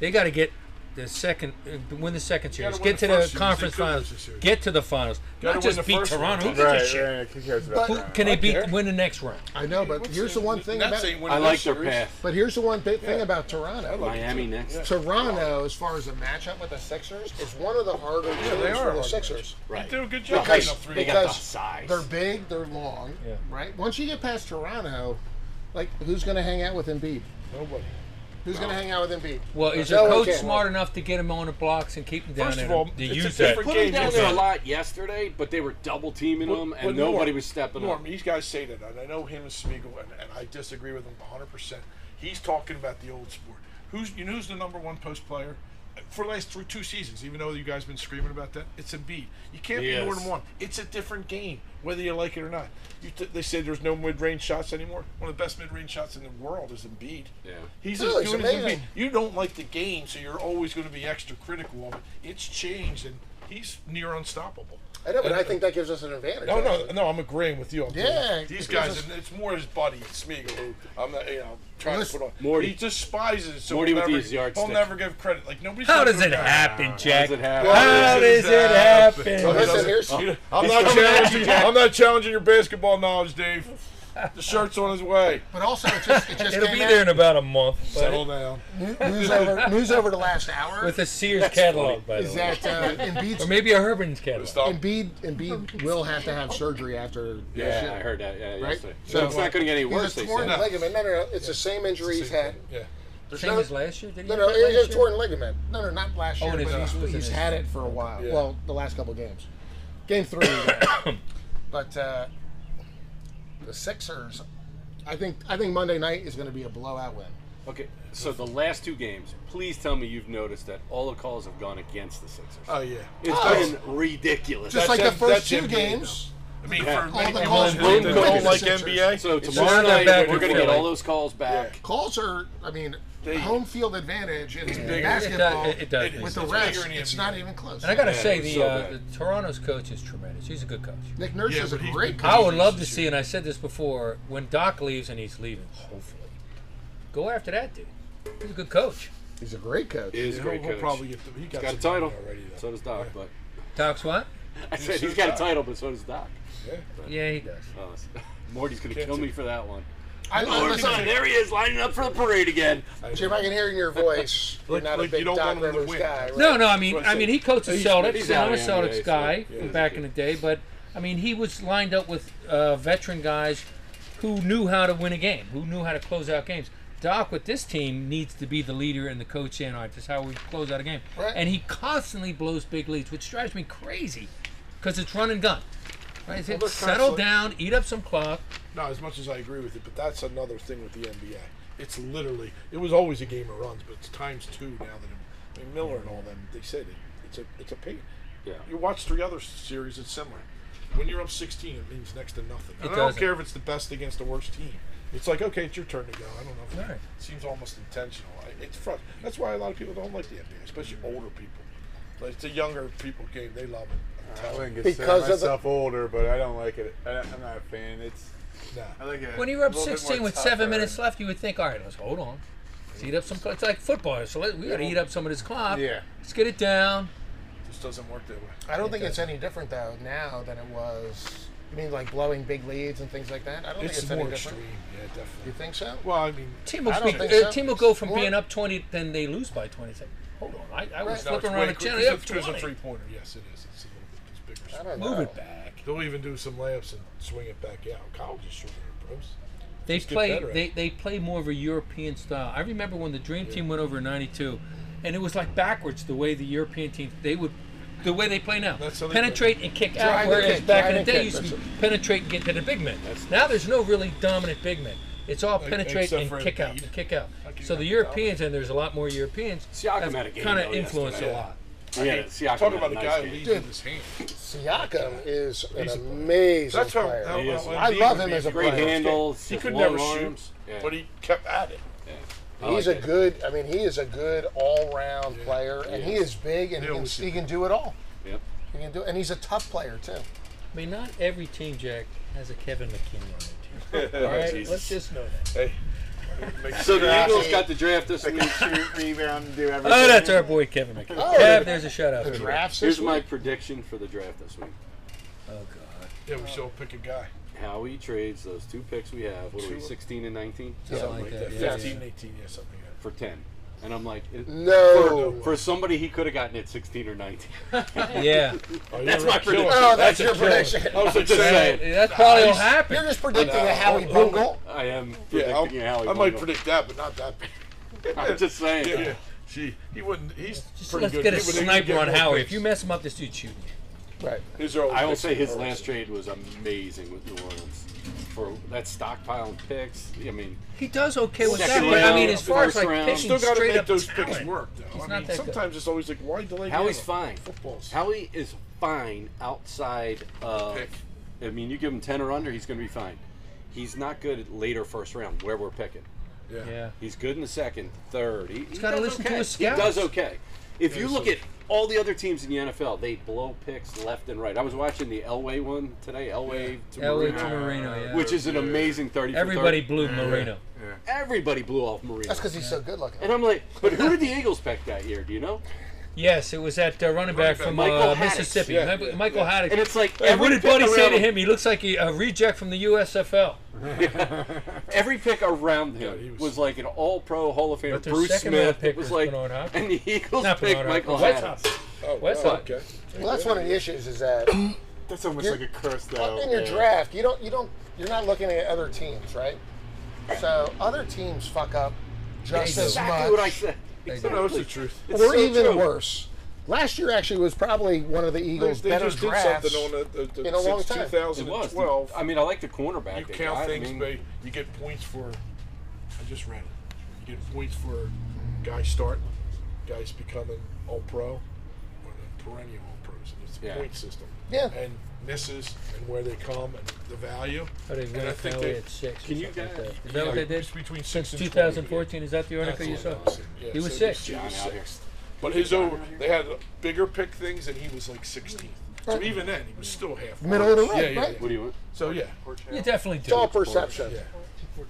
Speaker 2: They got to get the second, uh, win the second series,
Speaker 8: win
Speaker 2: get to
Speaker 8: the
Speaker 2: the
Speaker 8: first series. They
Speaker 2: conference
Speaker 8: couldn't
Speaker 2: finals,
Speaker 8: lose this series.
Speaker 2: get to the finals,
Speaker 8: Gotta
Speaker 2: not
Speaker 8: win
Speaker 2: just
Speaker 8: the
Speaker 2: beat
Speaker 8: first one.
Speaker 2: Toronto. Who gives a
Speaker 9: Right,
Speaker 2: shit?
Speaker 9: right. Who cares about
Speaker 2: Who
Speaker 9: that?
Speaker 2: can they beat?
Speaker 9: care.
Speaker 2: Win the next round?
Speaker 3: I know, but here's the one thing about.
Speaker 8: Nets ain't winning
Speaker 1: I like
Speaker 8: this
Speaker 1: their
Speaker 8: series.
Speaker 1: path.
Speaker 3: But here's the one big thing about Toronto.
Speaker 1: Miami next.
Speaker 3: Toronto, as far as a matchup with the Sixers, is one of the harder teams
Speaker 8: they are
Speaker 3: for the
Speaker 8: hard
Speaker 3: Sixers.
Speaker 1: Right.
Speaker 8: They do a good job.
Speaker 3: Because-
Speaker 8: Cutting up three.
Speaker 1: They got the
Speaker 3: because
Speaker 1: size.
Speaker 3: They're big, they're long,
Speaker 2: Yeah.
Speaker 3: right? Once you get past Toronto, like who's going to hang out with Embiid?
Speaker 8: Nobody.
Speaker 3: Who's going to hang out with Embiid?
Speaker 2: Well, is
Speaker 3: No
Speaker 2: your
Speaker 3: one
Speaker 2: coach
Speaker 3: can.
Speaker 2: smart enough to get him on the blocks and keep him down
Speaker 8: First
Speaker 2: there
Speaker 8: of all,
Speaker 2: to
Speaker 8: it's a
Speaker 2: use that?
Speaker 8: different
Speaker 1: Put
Speaker 8: game.
Speaker 1: him down there a lot yesterday, but they were double teaming him, and
Speaker 8: Norm-
Speaker 1: nobody was stepping
Speaker 8: Norm,
Speaker 1: up.
Speaker 8: these guys say that, and I know him and Smeagol, and, and I disagree with him 100. percent He's talking about the old sport. Who's you know who's the number one post player uh, for the last three, two seasons? Even though you guys have been screaming about that, it's Embiid. You can't
Speaker 1: He
Speaker 8: be more
Speaker 1: is.
Speaker 8: than one. It's a different game, whether you like it or not. You t- they say there's no mid range shots anymore. One of the best mid range shots in the world is Embiid.
Speaker 1: Yeah.
Speaker 8: He's
Speaker 3: Really,
Speaker 8: as
Speaker 3: it's
Speaker 8: good as Embiid.
Speaker 3: amazing.
Speaker 8: You don't like the game, so you're always going to be extra critical of it. It's changed, and he's near unstoppable.
Speaker 3: I know, but I think that gives us an advantage.
Speaker 8: No, no,
Speaker 3: actually.
Speaker 8: no. I'm agreeing with you. I'm
Speaker 3: Yeah,
Speaker 8: agreeing. these guys. and It's more his buddy Smeagol who I'm not, you know, trying
Speaker 3: Listen,
Speaker 8: to put on.
Speaker 1: Morty.
Speaker 8: he despises. it, So
Speaker 1: Morty
Speaker 8: we'll
Speaker 1: with
Speaker 8: never,
Speaker 1: his yardstick.
Speaker 8: I'll never give credit. Like nobody's.
Speaker 2: How
Speaker 8: gonna
Speaker 2: does
Speaker 8: do
Speaker 2: it
Speaker 8: that.
Speaker 2: happen,
Speaker 1: How
Speaker 2: Jack?
Speaker 1: does it happen?
Speaker 2: How does it
Speaker 8: Well,
Speaker 2: happen?
Speaker 8: listen,
Speaker 3: Listen, here's-
Speaker 8: here's- Oh, I'm
Speaker 1: He's
Speaker 8: not
Speaker 1: coming at you,
Speaker 8: challenging.
Speaker 1: Jack.
Speaker 8: I'm not challenging your basketball knowledge, Dave. The shirt's on his way.
Speaker 3: But also, it just, it just
Speaker 2: It'll
Speaker 3: came
Speaker 2: be
Speaker 3: out.
Speaker 2: there in about a month.
Speaker 8: Settle down.
Speaker 3: News over, news over the last hour
Speaker 2: With a Sears catalog, by the
Speaker 3: is
Speaker 2: way. <laughs>
Speaker 3: that uh,
Speaker 2: Or
Speaker 3: Embiid's,
Speaker 2: maybe a Herbin's catalog.
Speaker 8: Stop.
Speaker 3: Embiid, Embiid will have to have surgery after
Speaker 1: Yeah,
Speaker 3: this year.
Speaker 1: I heard that. Yeah,
Speaker 3: Right?
Speaker 1: yesterday. So it's not going to get any
Speaker 3: He's
Speaker 1: worse.
Speaker 3: a
Speaker 1: They
Speaker 3: torn
Speaker 1: said.
Speaker 3: ligament. No, no, no. It's the same injury he's had.
Speaker 8: Yeah.
Speaker 3: There's
Speaker 2: Same
Speaker 3: no-
Speaker 2: as last year? Did he
Speaker 3: No,
Speaker 2: have
Speaker 3: no,
Speaker 2: that
Speaker 3: it
Speaker 2: last
Speaker 3: was a
Speaker 2: year?
Speaker 3: torn ligament. No, no, not last
Speaker 2: Oh,
Speaker 3: year,
Speaker 2: it is.
Speaker 3: but he's,
Speaker 2: It was in
Speaker 3: he's
Speaker 2: his-
Speaker 3: had it for a while.
Speaker 8: Yeah.
Speaker 3: Well, the last couple games. Game three. he got it. but uh, the Sixers, I think I think Monday night is going to be a blowout win.
Speaker 1: Okay, so the last two games, please tell me you've noticed that all the calls have gone against the Sixers.
Speaker 8: Oh yeah.
Speaker 1: It's
Speaker 3: Oh.
Speaker 1: been ridiculous.
Speaker 3: Just like the
Speaker 8: that's-
Speaker 3: first
Speaker 8: that's
Speaker 3: two
Speaker 8: NBA,
Speaker 3: games.
Speaker 8: I mean,
Speaker 1: Yeah.
Speaker 8: for
Speaker 3: All
Speaker 8: many
Speaker 3: the
Speaker 8: people
Speaker 3: calls
Speaker 8: who
Speaker 1: were
Speaker 8: don't like
Speaker 3: against the
Speaker 8: NBA,
Speaker 1: so
Speaker 8: it's
Speaker 1: tomorrow
Speaker 2: just not
Speaker 1: night
Speaker 2: back
Speaker 1: we're
Speaker 2: in
Speaker 1: going to get
Speaker 2: Philly.
Speaker 1: all those calls back.
Speaker 3: Calls are, I mean,
Speaker 8: They-
Speaker 3: home field advantage in
Speaker 8: bigger.
Speaker 2: It
Speaker 3: basketball
Speaker 2: does. It, it does.
Speaker 8: It
Speaker 3: with
Speaker 8: is.
Speaker 3: the
Speaker 8: It's
Speaker 3: rest.
Speaker 8: bigger in the
Speaker 3: It's
Speaker 8: NBA.
Speaker 3: not even close.
Speaker 2: And I gotta
Speaker 1: Yeah,
Speaker 2: say,
Speaker 1: it was
Speaker 2: the,
Speaker 1: so
Speaker 2: uh,
Speaker 1: bad.
Speaker 2: the Toronto's coach is tremendous. He's a good coach.
Speaker 3: Nick Nurse
Speaker 8: Yeah,
Speaker 3: is a
Speaker 8: but he's
Speaker 3: great
Speaker 8: been-
Speaker 3: coach.
Speaker 2: I would love to
Speaker 8: this
Speaker 2: see, and I said this before, when Doc leaves and he's leaving, hopefully, go after that dude. He's a good coach.
Speaker 3: He's a great coach.
Speaker 1: It is a
Speaker 8: he'll,
Speaker 1: great
Speaker 8: he'll
Speaker 1: coach.
Speaker 8: probably get. The, he
Speaker 1: he's
Speaker 8: got,
Speaker 1: got a
Speaker 8: some
Speaker 1: title.
Speaker 8: already. Though.
Speaker 1: So does Doc, but
Speaker 2: Doc's what?
Speaker 1: I said
Speaker 8: so
Speaker 1: he's got a
Speaker 8: does
Speaker 1: title, but so does Doc.
Speaker 2: Yeah, he does.
Speaker 1: Oh, it's- <laughs> Morty's going to
Speaker 8: Can't
Speaker 1: kill
Speaker 8: do-
Speaker 1: me for that one.
Speaker 3: I,
Speaker 1: Oh,
Speaker 3: I,
Speaker 1: sorry,
Speaker 3: listen,
Speaker 1: there he is, lining up for the parade again.
Speaker 3: Jim, I can hear in your voice you're
Speaker 8: Like-
Speaker 3: not
Speaker 8: like
Speaker 3: a
Speaker 8: you
Speaker 3: big
Speaker 8: don't want
Speaker 3: Doc
Speaker 8: him to
Speaker 3: Rivers
Speaker 8: win.
Speaker 3: guy. Right?
Speaker 2: No, no. I mean,
Speaker 8: That's what I
Speaker 2: I mean,
Speaker 8: said.
Speaker 2: he coached the
Speaker 8: He's-
Speaker 2: Celtics.
Speaker 1: he's
Speaker 2: and I'm a
Speaker 1: out of the NBA,
Speaker 2: Celtics guy
Speaker 1: so, yeah.
Speaker 2: from back in the day, but I mean, he was lined up with uh, veteran guys who knew how to win a game, who knew how to close out games. Doc with this team needs to be the leader and the coach saying, "All right, this is how we close out a game."
Speaker 3: Right.
Speaker 2: And he constantly blows big leads, which drives me crazy, because it's run and gun. Right? It's-
Speaker 8: they're
Speaker 2: settle
Speaker 8: constantly-
Speaker 2: down, eat up some clock.
Speaker 8: No, as much as I agree with it, but that's another thing with the NBA. It's literally it was always a game of runs, but it's times two now that I mean, Miller and all them. They said it, it's a it's a pain.
Speaker 1: Yeah.
Speaker 8: You watch three other series, it's similar. When you're up 16, it means next to nothing. And I don't
Speaker 2: doesn't.
Speaker 8: care if it's the best against the worst team. It's like okay, it's your turn to go. I don't know. If
Speaker 2: Right.
Speaker 8: It seems almost intentional. I- It's front. That's why a lot of people don't like the NBA, especially older people. Like it's a younger people game. They love it.
Speaker 9: I wouldn't consider
Speaker 3: Because of the-
Speaker 9: myself older, but I don't like it. I, I'm not a fan. It's
Speaker 8: Nah.
Speaker 9: like it.
Speaker 2: When you're up 16 with seven minutes left, you would think, all right, let's hold on. Let's eat up some. It's like football, so let, we got to eat up some of this clock.
Speaker 9: Yeah.
Speaker 2: Let's get it down.
Speaker 8: Just doesn't work that way.
Speaker 3: I don't think it's any different though now than it was. You mean like blowing big leads and things like that? I don't
Speaker 8: It's,
Speaker 3: think it's any
Speaker 8: more
Speaker 3: different.
Speaker 8: extreme. Yeah, definitely.
Speaker 3: You think so?
Speaker 8: Well, I mean,
Speaker 2: Team will,
Speaker 3: I don't
Speaker 2: be,
Speaker 3: think
Speaker 2: uh,
Speaker 3: so.
Speaker 2: team will go from
Speaker 3: More-
Speaker 2: being up 20, then they lose by 20. It's like, hold on, I, I was
Speaker 3: Right. No,
Speaker 2: flipping
Speaker 8: it's
Speaker 2: around
Speaker 8: way
Speaker 2: the
Speaker 8: quicker.
Speaker 2: channel.
Speaker 8: It's
Speaker 2: Yeah,
Speaker 8: a- It's a
Speaker 2: 20.
Speaker 8: three-pointer. Yes, it is. It's a little bit it's
Speaker 3: I
Speaker 8: bigger.
Speaker 3: don't
Speaker 2: Move
Speaker 3: know.
Speaker 2: it back.
Speaker 8: They'll even do some layups and swing it back out. College is shorter than pros.
Speaker 2: They
Speaker 8: get
Speaker 2: play
Speaker 8: better at
Speaker 2: they,
Speaker 8: it.
Speaker 2: they play more of a European style. I remember when the Dream Team went over in '92, and it was like backwards the way the European team they would. The way they play now,
Speaker 8: That's how they
Speaker 2: penetrate and kick out.
Speaker 3: and
Speaker 2: whereas
Speaker 3: kick,
Speaker 2: back in
Speaker 3: drive
Speaker 2: the
Speaker 3: and
Speaker 2: day,
Speaker 3: kick,
Speaker 2: you used to
Speaker 3: that's
Speaker 2: be penetrate and get to the big men. Now there's no really dominant big men. It's all penetrate
Speaker 8: except
Speaker 2: and
Speaker 8: for
Speaker 2: kick out,
Speaker 8: Embiid.
Speaker 2: and kick out.
Speaker 8: Fucking
Speaker 2: So the
Speaker 8: Embiid.
Speaker 2: Europeans, and there's a lot more Europeans,
Speaker 1: Siakam
Speaker 2: have
Speaker 1: had a game,
Speaker 2: kind
Speaker 1: though,
Speaker 2: of influenced a
Speaker 1: yesterday.
Speaker 2: lot.
Speaker 1: Yeah, Siakam
Speaker 8: Talk
Speaker 1: had
Speaker 8: about a
Speaker 1: nice
Speaker 8: guy who
Speaker 1: game.
Speaker 8: leads with his hand.
Speaker 3: Siakam is an amazing
Speaker 8: That's how.
Speaker 3: player.
Speaker 8: how-
Speaker 1: He is.
Speaker 8: how
Speaker 3: I
Speaker 8: Embiid
Speaker 3: love
Speaker 8: would
Speaker 3: him
Speaker 8: be.
Speaker 3: as a
Speaker 1: Great
Speaker 3: player.
Speaker 1: handles.
Speaker 8: He
Speaker 1: his
Speaker 8: could
Speaker 1: long
Speaker 8: never
Speaker 1: arms.
Speaker 8: shoot,
Speaker 1: Yeah.
Speaker 8: but he kept at it.
Speaker 1: I
Speaker 3: He's
Speaker 1: like
Speaker 3: a
Speaker 1: it.
Speaker 3: good. I mean, he is a good all-round player, and he is big, and he
Speaker 8: Yeah,
Speaker 3: can,
Speaker 8: we see.
Speaker 3: he can do it all.
Speaker 1: Yep.
Speaker 3: He can do, and he's a tough player too.
Speaker 2: I mean, not every team, Jack, has a Kevin McKinney on their team. All right, let's just know that.
Speaker 9: Hey, make
Speaker 1: So
Speaker 9: sure
Speaker 1: the Eagles got the draft this week.
Speaker 4: Shoot, rebound, do
Speaker 2: <laughs>
Speaker 4: everything.
Speaker 2: Oh, that's our boy Kevin McKinney.
Speaker 3: Oh,
Speaker 2: Kev,
Speaker 3: the-
Speaker 2: there's a shout out.
Speaker 3: The
Speaker 2: for you.
Speaker 3: drafts this
Speaker 1: Here's my
Speaker 3: week.
Speaker 1: prediction for the draft this week.
Speaker 2: Oh God.
Speaker 8: Yeah, we should all pick a guy.
Speaker 1: Howie trades those two picks we have. What are we, 16 and 19?
Speaker 2: Something like that. Yeah,
Speaker 8: 15,
Speaker 2: yeah.
Speaker 8: 18, yeah, something like
Speaker 1: For 10. And I'm like, it,
Speaker 3: No.
Speaker 1: for, for somebody he could have gotten at 16 or 19.
Speaker 2: Yeah.
Speaker 8: that. Oh,
Speaker 1: That's
Speaker 8: you're
Speaker 1: my
Speaker 8: a killer.
Speaker 1: prediction.
Speaker 3: Oh, that's
Speaker 1: a
Speaker 3: your
Speaker 1: killer.
Speaker 3: prediction.
Speaker 1: I was just saying.
Speaker 2: Yeah, That's probably what
Speaker 3: You're
Speaker 2: happened.
Speaker 3: just predicting a Howie Bungle.
Speaker 1: <laughs> I am predicting
Speaker 9: Yeah, I'll-
Speaker 1: a Howie
Speaker 9: I might
Speaker 1: Bungle.
Speaker 9: predict that, but not that. big.
Speaker 1: <laughs> I'm just saying.
Speaker 8: Yeah, yeah. Gee, he wouldn't. He's
Speaker 2: Just
Speaker 8: pretty
Speaker 2: let's
Speaker 8: good.
Speaker 2: get a
Speaker 8: He wouldn't even
Speaker 2: sniper
Speaker 8: get
Speaker 2: on
Speaker 8: more
Speaker 2: Howie.
Speaker 8: picks.
Speaker 2: If you mess him up, this dude's shooting you.
Speaker 3: Right.
Speaker 9: These are all
Speaker 1: I will
Speaker 9: picks
Speaker 1: say his
Speaker 9: for
Speaker 1: last trade was amazing with New Orleans. For that stockpiling picks, I mean,
Speaker 2: He does okay with that,
Speaker 1: Second
Speaker 2: but I
Speaker 1: round,
Speaker 2: mean, as far as
Speaker 1: first
Speaker 2: like
Speaker 1: round.
Speaker 2: picking
Speaker 8: Still got to
Speaker 2: straight
Speaker 8: make
Speaker 2: up
Speaker 8: those
Speaker 2: talent.
Speaker 8: picks work, though. I
Speaker 2: He's
Speaker 8: mean,
Speaker 2: not that good.
Speaker 8: sometimes it's always like, why delay?
Speaker 1: Howie's
Speaker 8: game?
Speaker 1: fine.
Speaker 8: Footballs.
Speaker 1: Howie is fine outside of.
Speaker 9: pick.
Speaker 1: I mean, you give him 10 or under, he's going to be fine. He's not good at later first round where we're picking.
Speaker 8: Oh,
Speaker 2: Yeah.
Speaker 1: He's good in the second, third. He, he
Speaker 2: gotta
Speaker 1: does
Speaker 2: listen to
Speaker 1: okay.
Speaker 2: his
Speaker 1: He
Speaker 2: scouts.
Speaker 1: does okay. If you
Speaker 8: Yeah,
Speaker 1: look
Speaker 8: so-
Speaker 1: at all the other teams in the NFL, they blow picks left and right. I was watching the Elway one today, Elway to
Speaker 2: Elway
Speaker 1: Marino,
Speaker 2: to Marino. Yeah.
Speaker 1: which is an amazing 30 for 30.
Speaker 2: everybody blew Marino.
Speaker 1: Everybody blew off Marino.
Speaker 3: That's because he's so good looking.
Speaker 1: and I'm like, but who did the Eagles pick that year? Do you know?
Speaker 2: Yes, it was that uh, running back from
Speaker 1: Michael
Speaker 2: uh,
Speaker 1: Haddock.
Speaker 2: Mississippi.
Speaker 1: Yeah,
Speaker 2: Mi- Michael Haddock.
Speaker 1: And it's like,
Speaker 2: And what
Speaker 1: every
Speaker 2: did
Speaker 1: pick
Speaker 2: Buddy say
Speaker 1: around
Speaker 2: to him? He looks like he, a reject from the USFL.
Speaker 1: Every pick around him
Speaker 8: Yeah, he was-
Speaker 1: was, like an All-Pro Hall of Famer.
Speaker 2: But their
Speaker 1: Bruce
Speaker 2: second
Speaker 1: Smith.
Speaker 2: round pick
Speaker 1: it was,
Speaker 2: was
Speaker 1: like,
Speaker 2: Bernard Hopkins.
Speaker 1: and the <laughs> Eagles
Speaker 2: Not
Speaker 1: picked
Speaker 2: Bernard
Speaker 1: Michael
Speaker 2: Hopkins.
Speaker 1: Adams.
Speaker 8: Oh,
Speaker 2: What's
Speaker 8: wow,
Speaker 2: up?
Speaker 8: Okay.
Speaker 3: Well, that's one of the issues is that
Speaker 9: That's almost like a curse, though.
Speaker 4: Oh,
Speaker 3: in your
Speaker 9: Yeah.
Speaker 3: draft, you don't, you don't, you're not looking at other teams, right? So other teams fuck up just
Speaker 2: They do.
Speaker 3: as
Speaker 1: Exactly what I
Speaker 3: much,
Speaker 1: said.
Speaker 9: No, no, it's the truth.
Speaker 1: It's so
Speaker 3: or even
Speaker 1: true.
Speaker 3: worse. Last year actually was probably one of the
Speaker 9: They,
Speaker 3: Eagles'
Speaker 9: they
Speaker 3: better
Speaker 9: just did
Speaker 3: drafts.
Speaker 9: something on the, the, the
Speaker 3: in a long
Speaker 9: since
Speaker 3: time. It was.
Speaker 9: 2012.
Speaker 1: I mean, I like the cornerback.
Speaker 8: You
Speaker 1: they
Speaker 8: count
Speaker 1: got. I
Speaker 8: things,
Speaker 1: mean,
Speaker 8: but you get points for. I just read it. You get points for guys starting, guys becoming all pro, or the perennial all pros. And it's a
Speaker 1: Yeah.
Speaker 8: point system.
Speaker 3: Yeah.
Speaker 8: And misses and where they come and the value.
Speaker 2: Oh, they
Speaker 8: and I
Speaker 2: went
Speaker 8: think
Speaker 2: that
Speaker 8: they-
Speaker 2: way at six. or
Speaker 1: Can you
Speaker 2: something like
Speaker 1: guys-
Speaker 2: that. Is that what they did?
Speaker 8: It's between six and
Speaker 2: 2014. Is that the article
Speaker 8: That's
Speaker 2: you
Speaker 8: all
Speaker 2: saw?
Speaker 8: I was saying. Yeah,
Speaker 2: He was
Speaker 8: so
Speaker 2: six.
Speaker 8: he
Speaker 1: John
Speaker 8: was
Speaker 1: out here.
Speaker 8: sixth. But his own, they had bigger pick things, and he was like 16th. So even then, he was still half.
Speaker 3: Middle of the
Speaker 8: Yeah,
Speaker 3: road,
Speaker 8: yeah,
Speaker 3: right?
Speaker 8: yeah.
Speaker 1: What do you want?
Speaker 8: So yeah,
Speaker 2: You definitely
Speaker 3: It's all
Speaker 2: do.
Speaker 3: perception.
Speaker 8: yeah.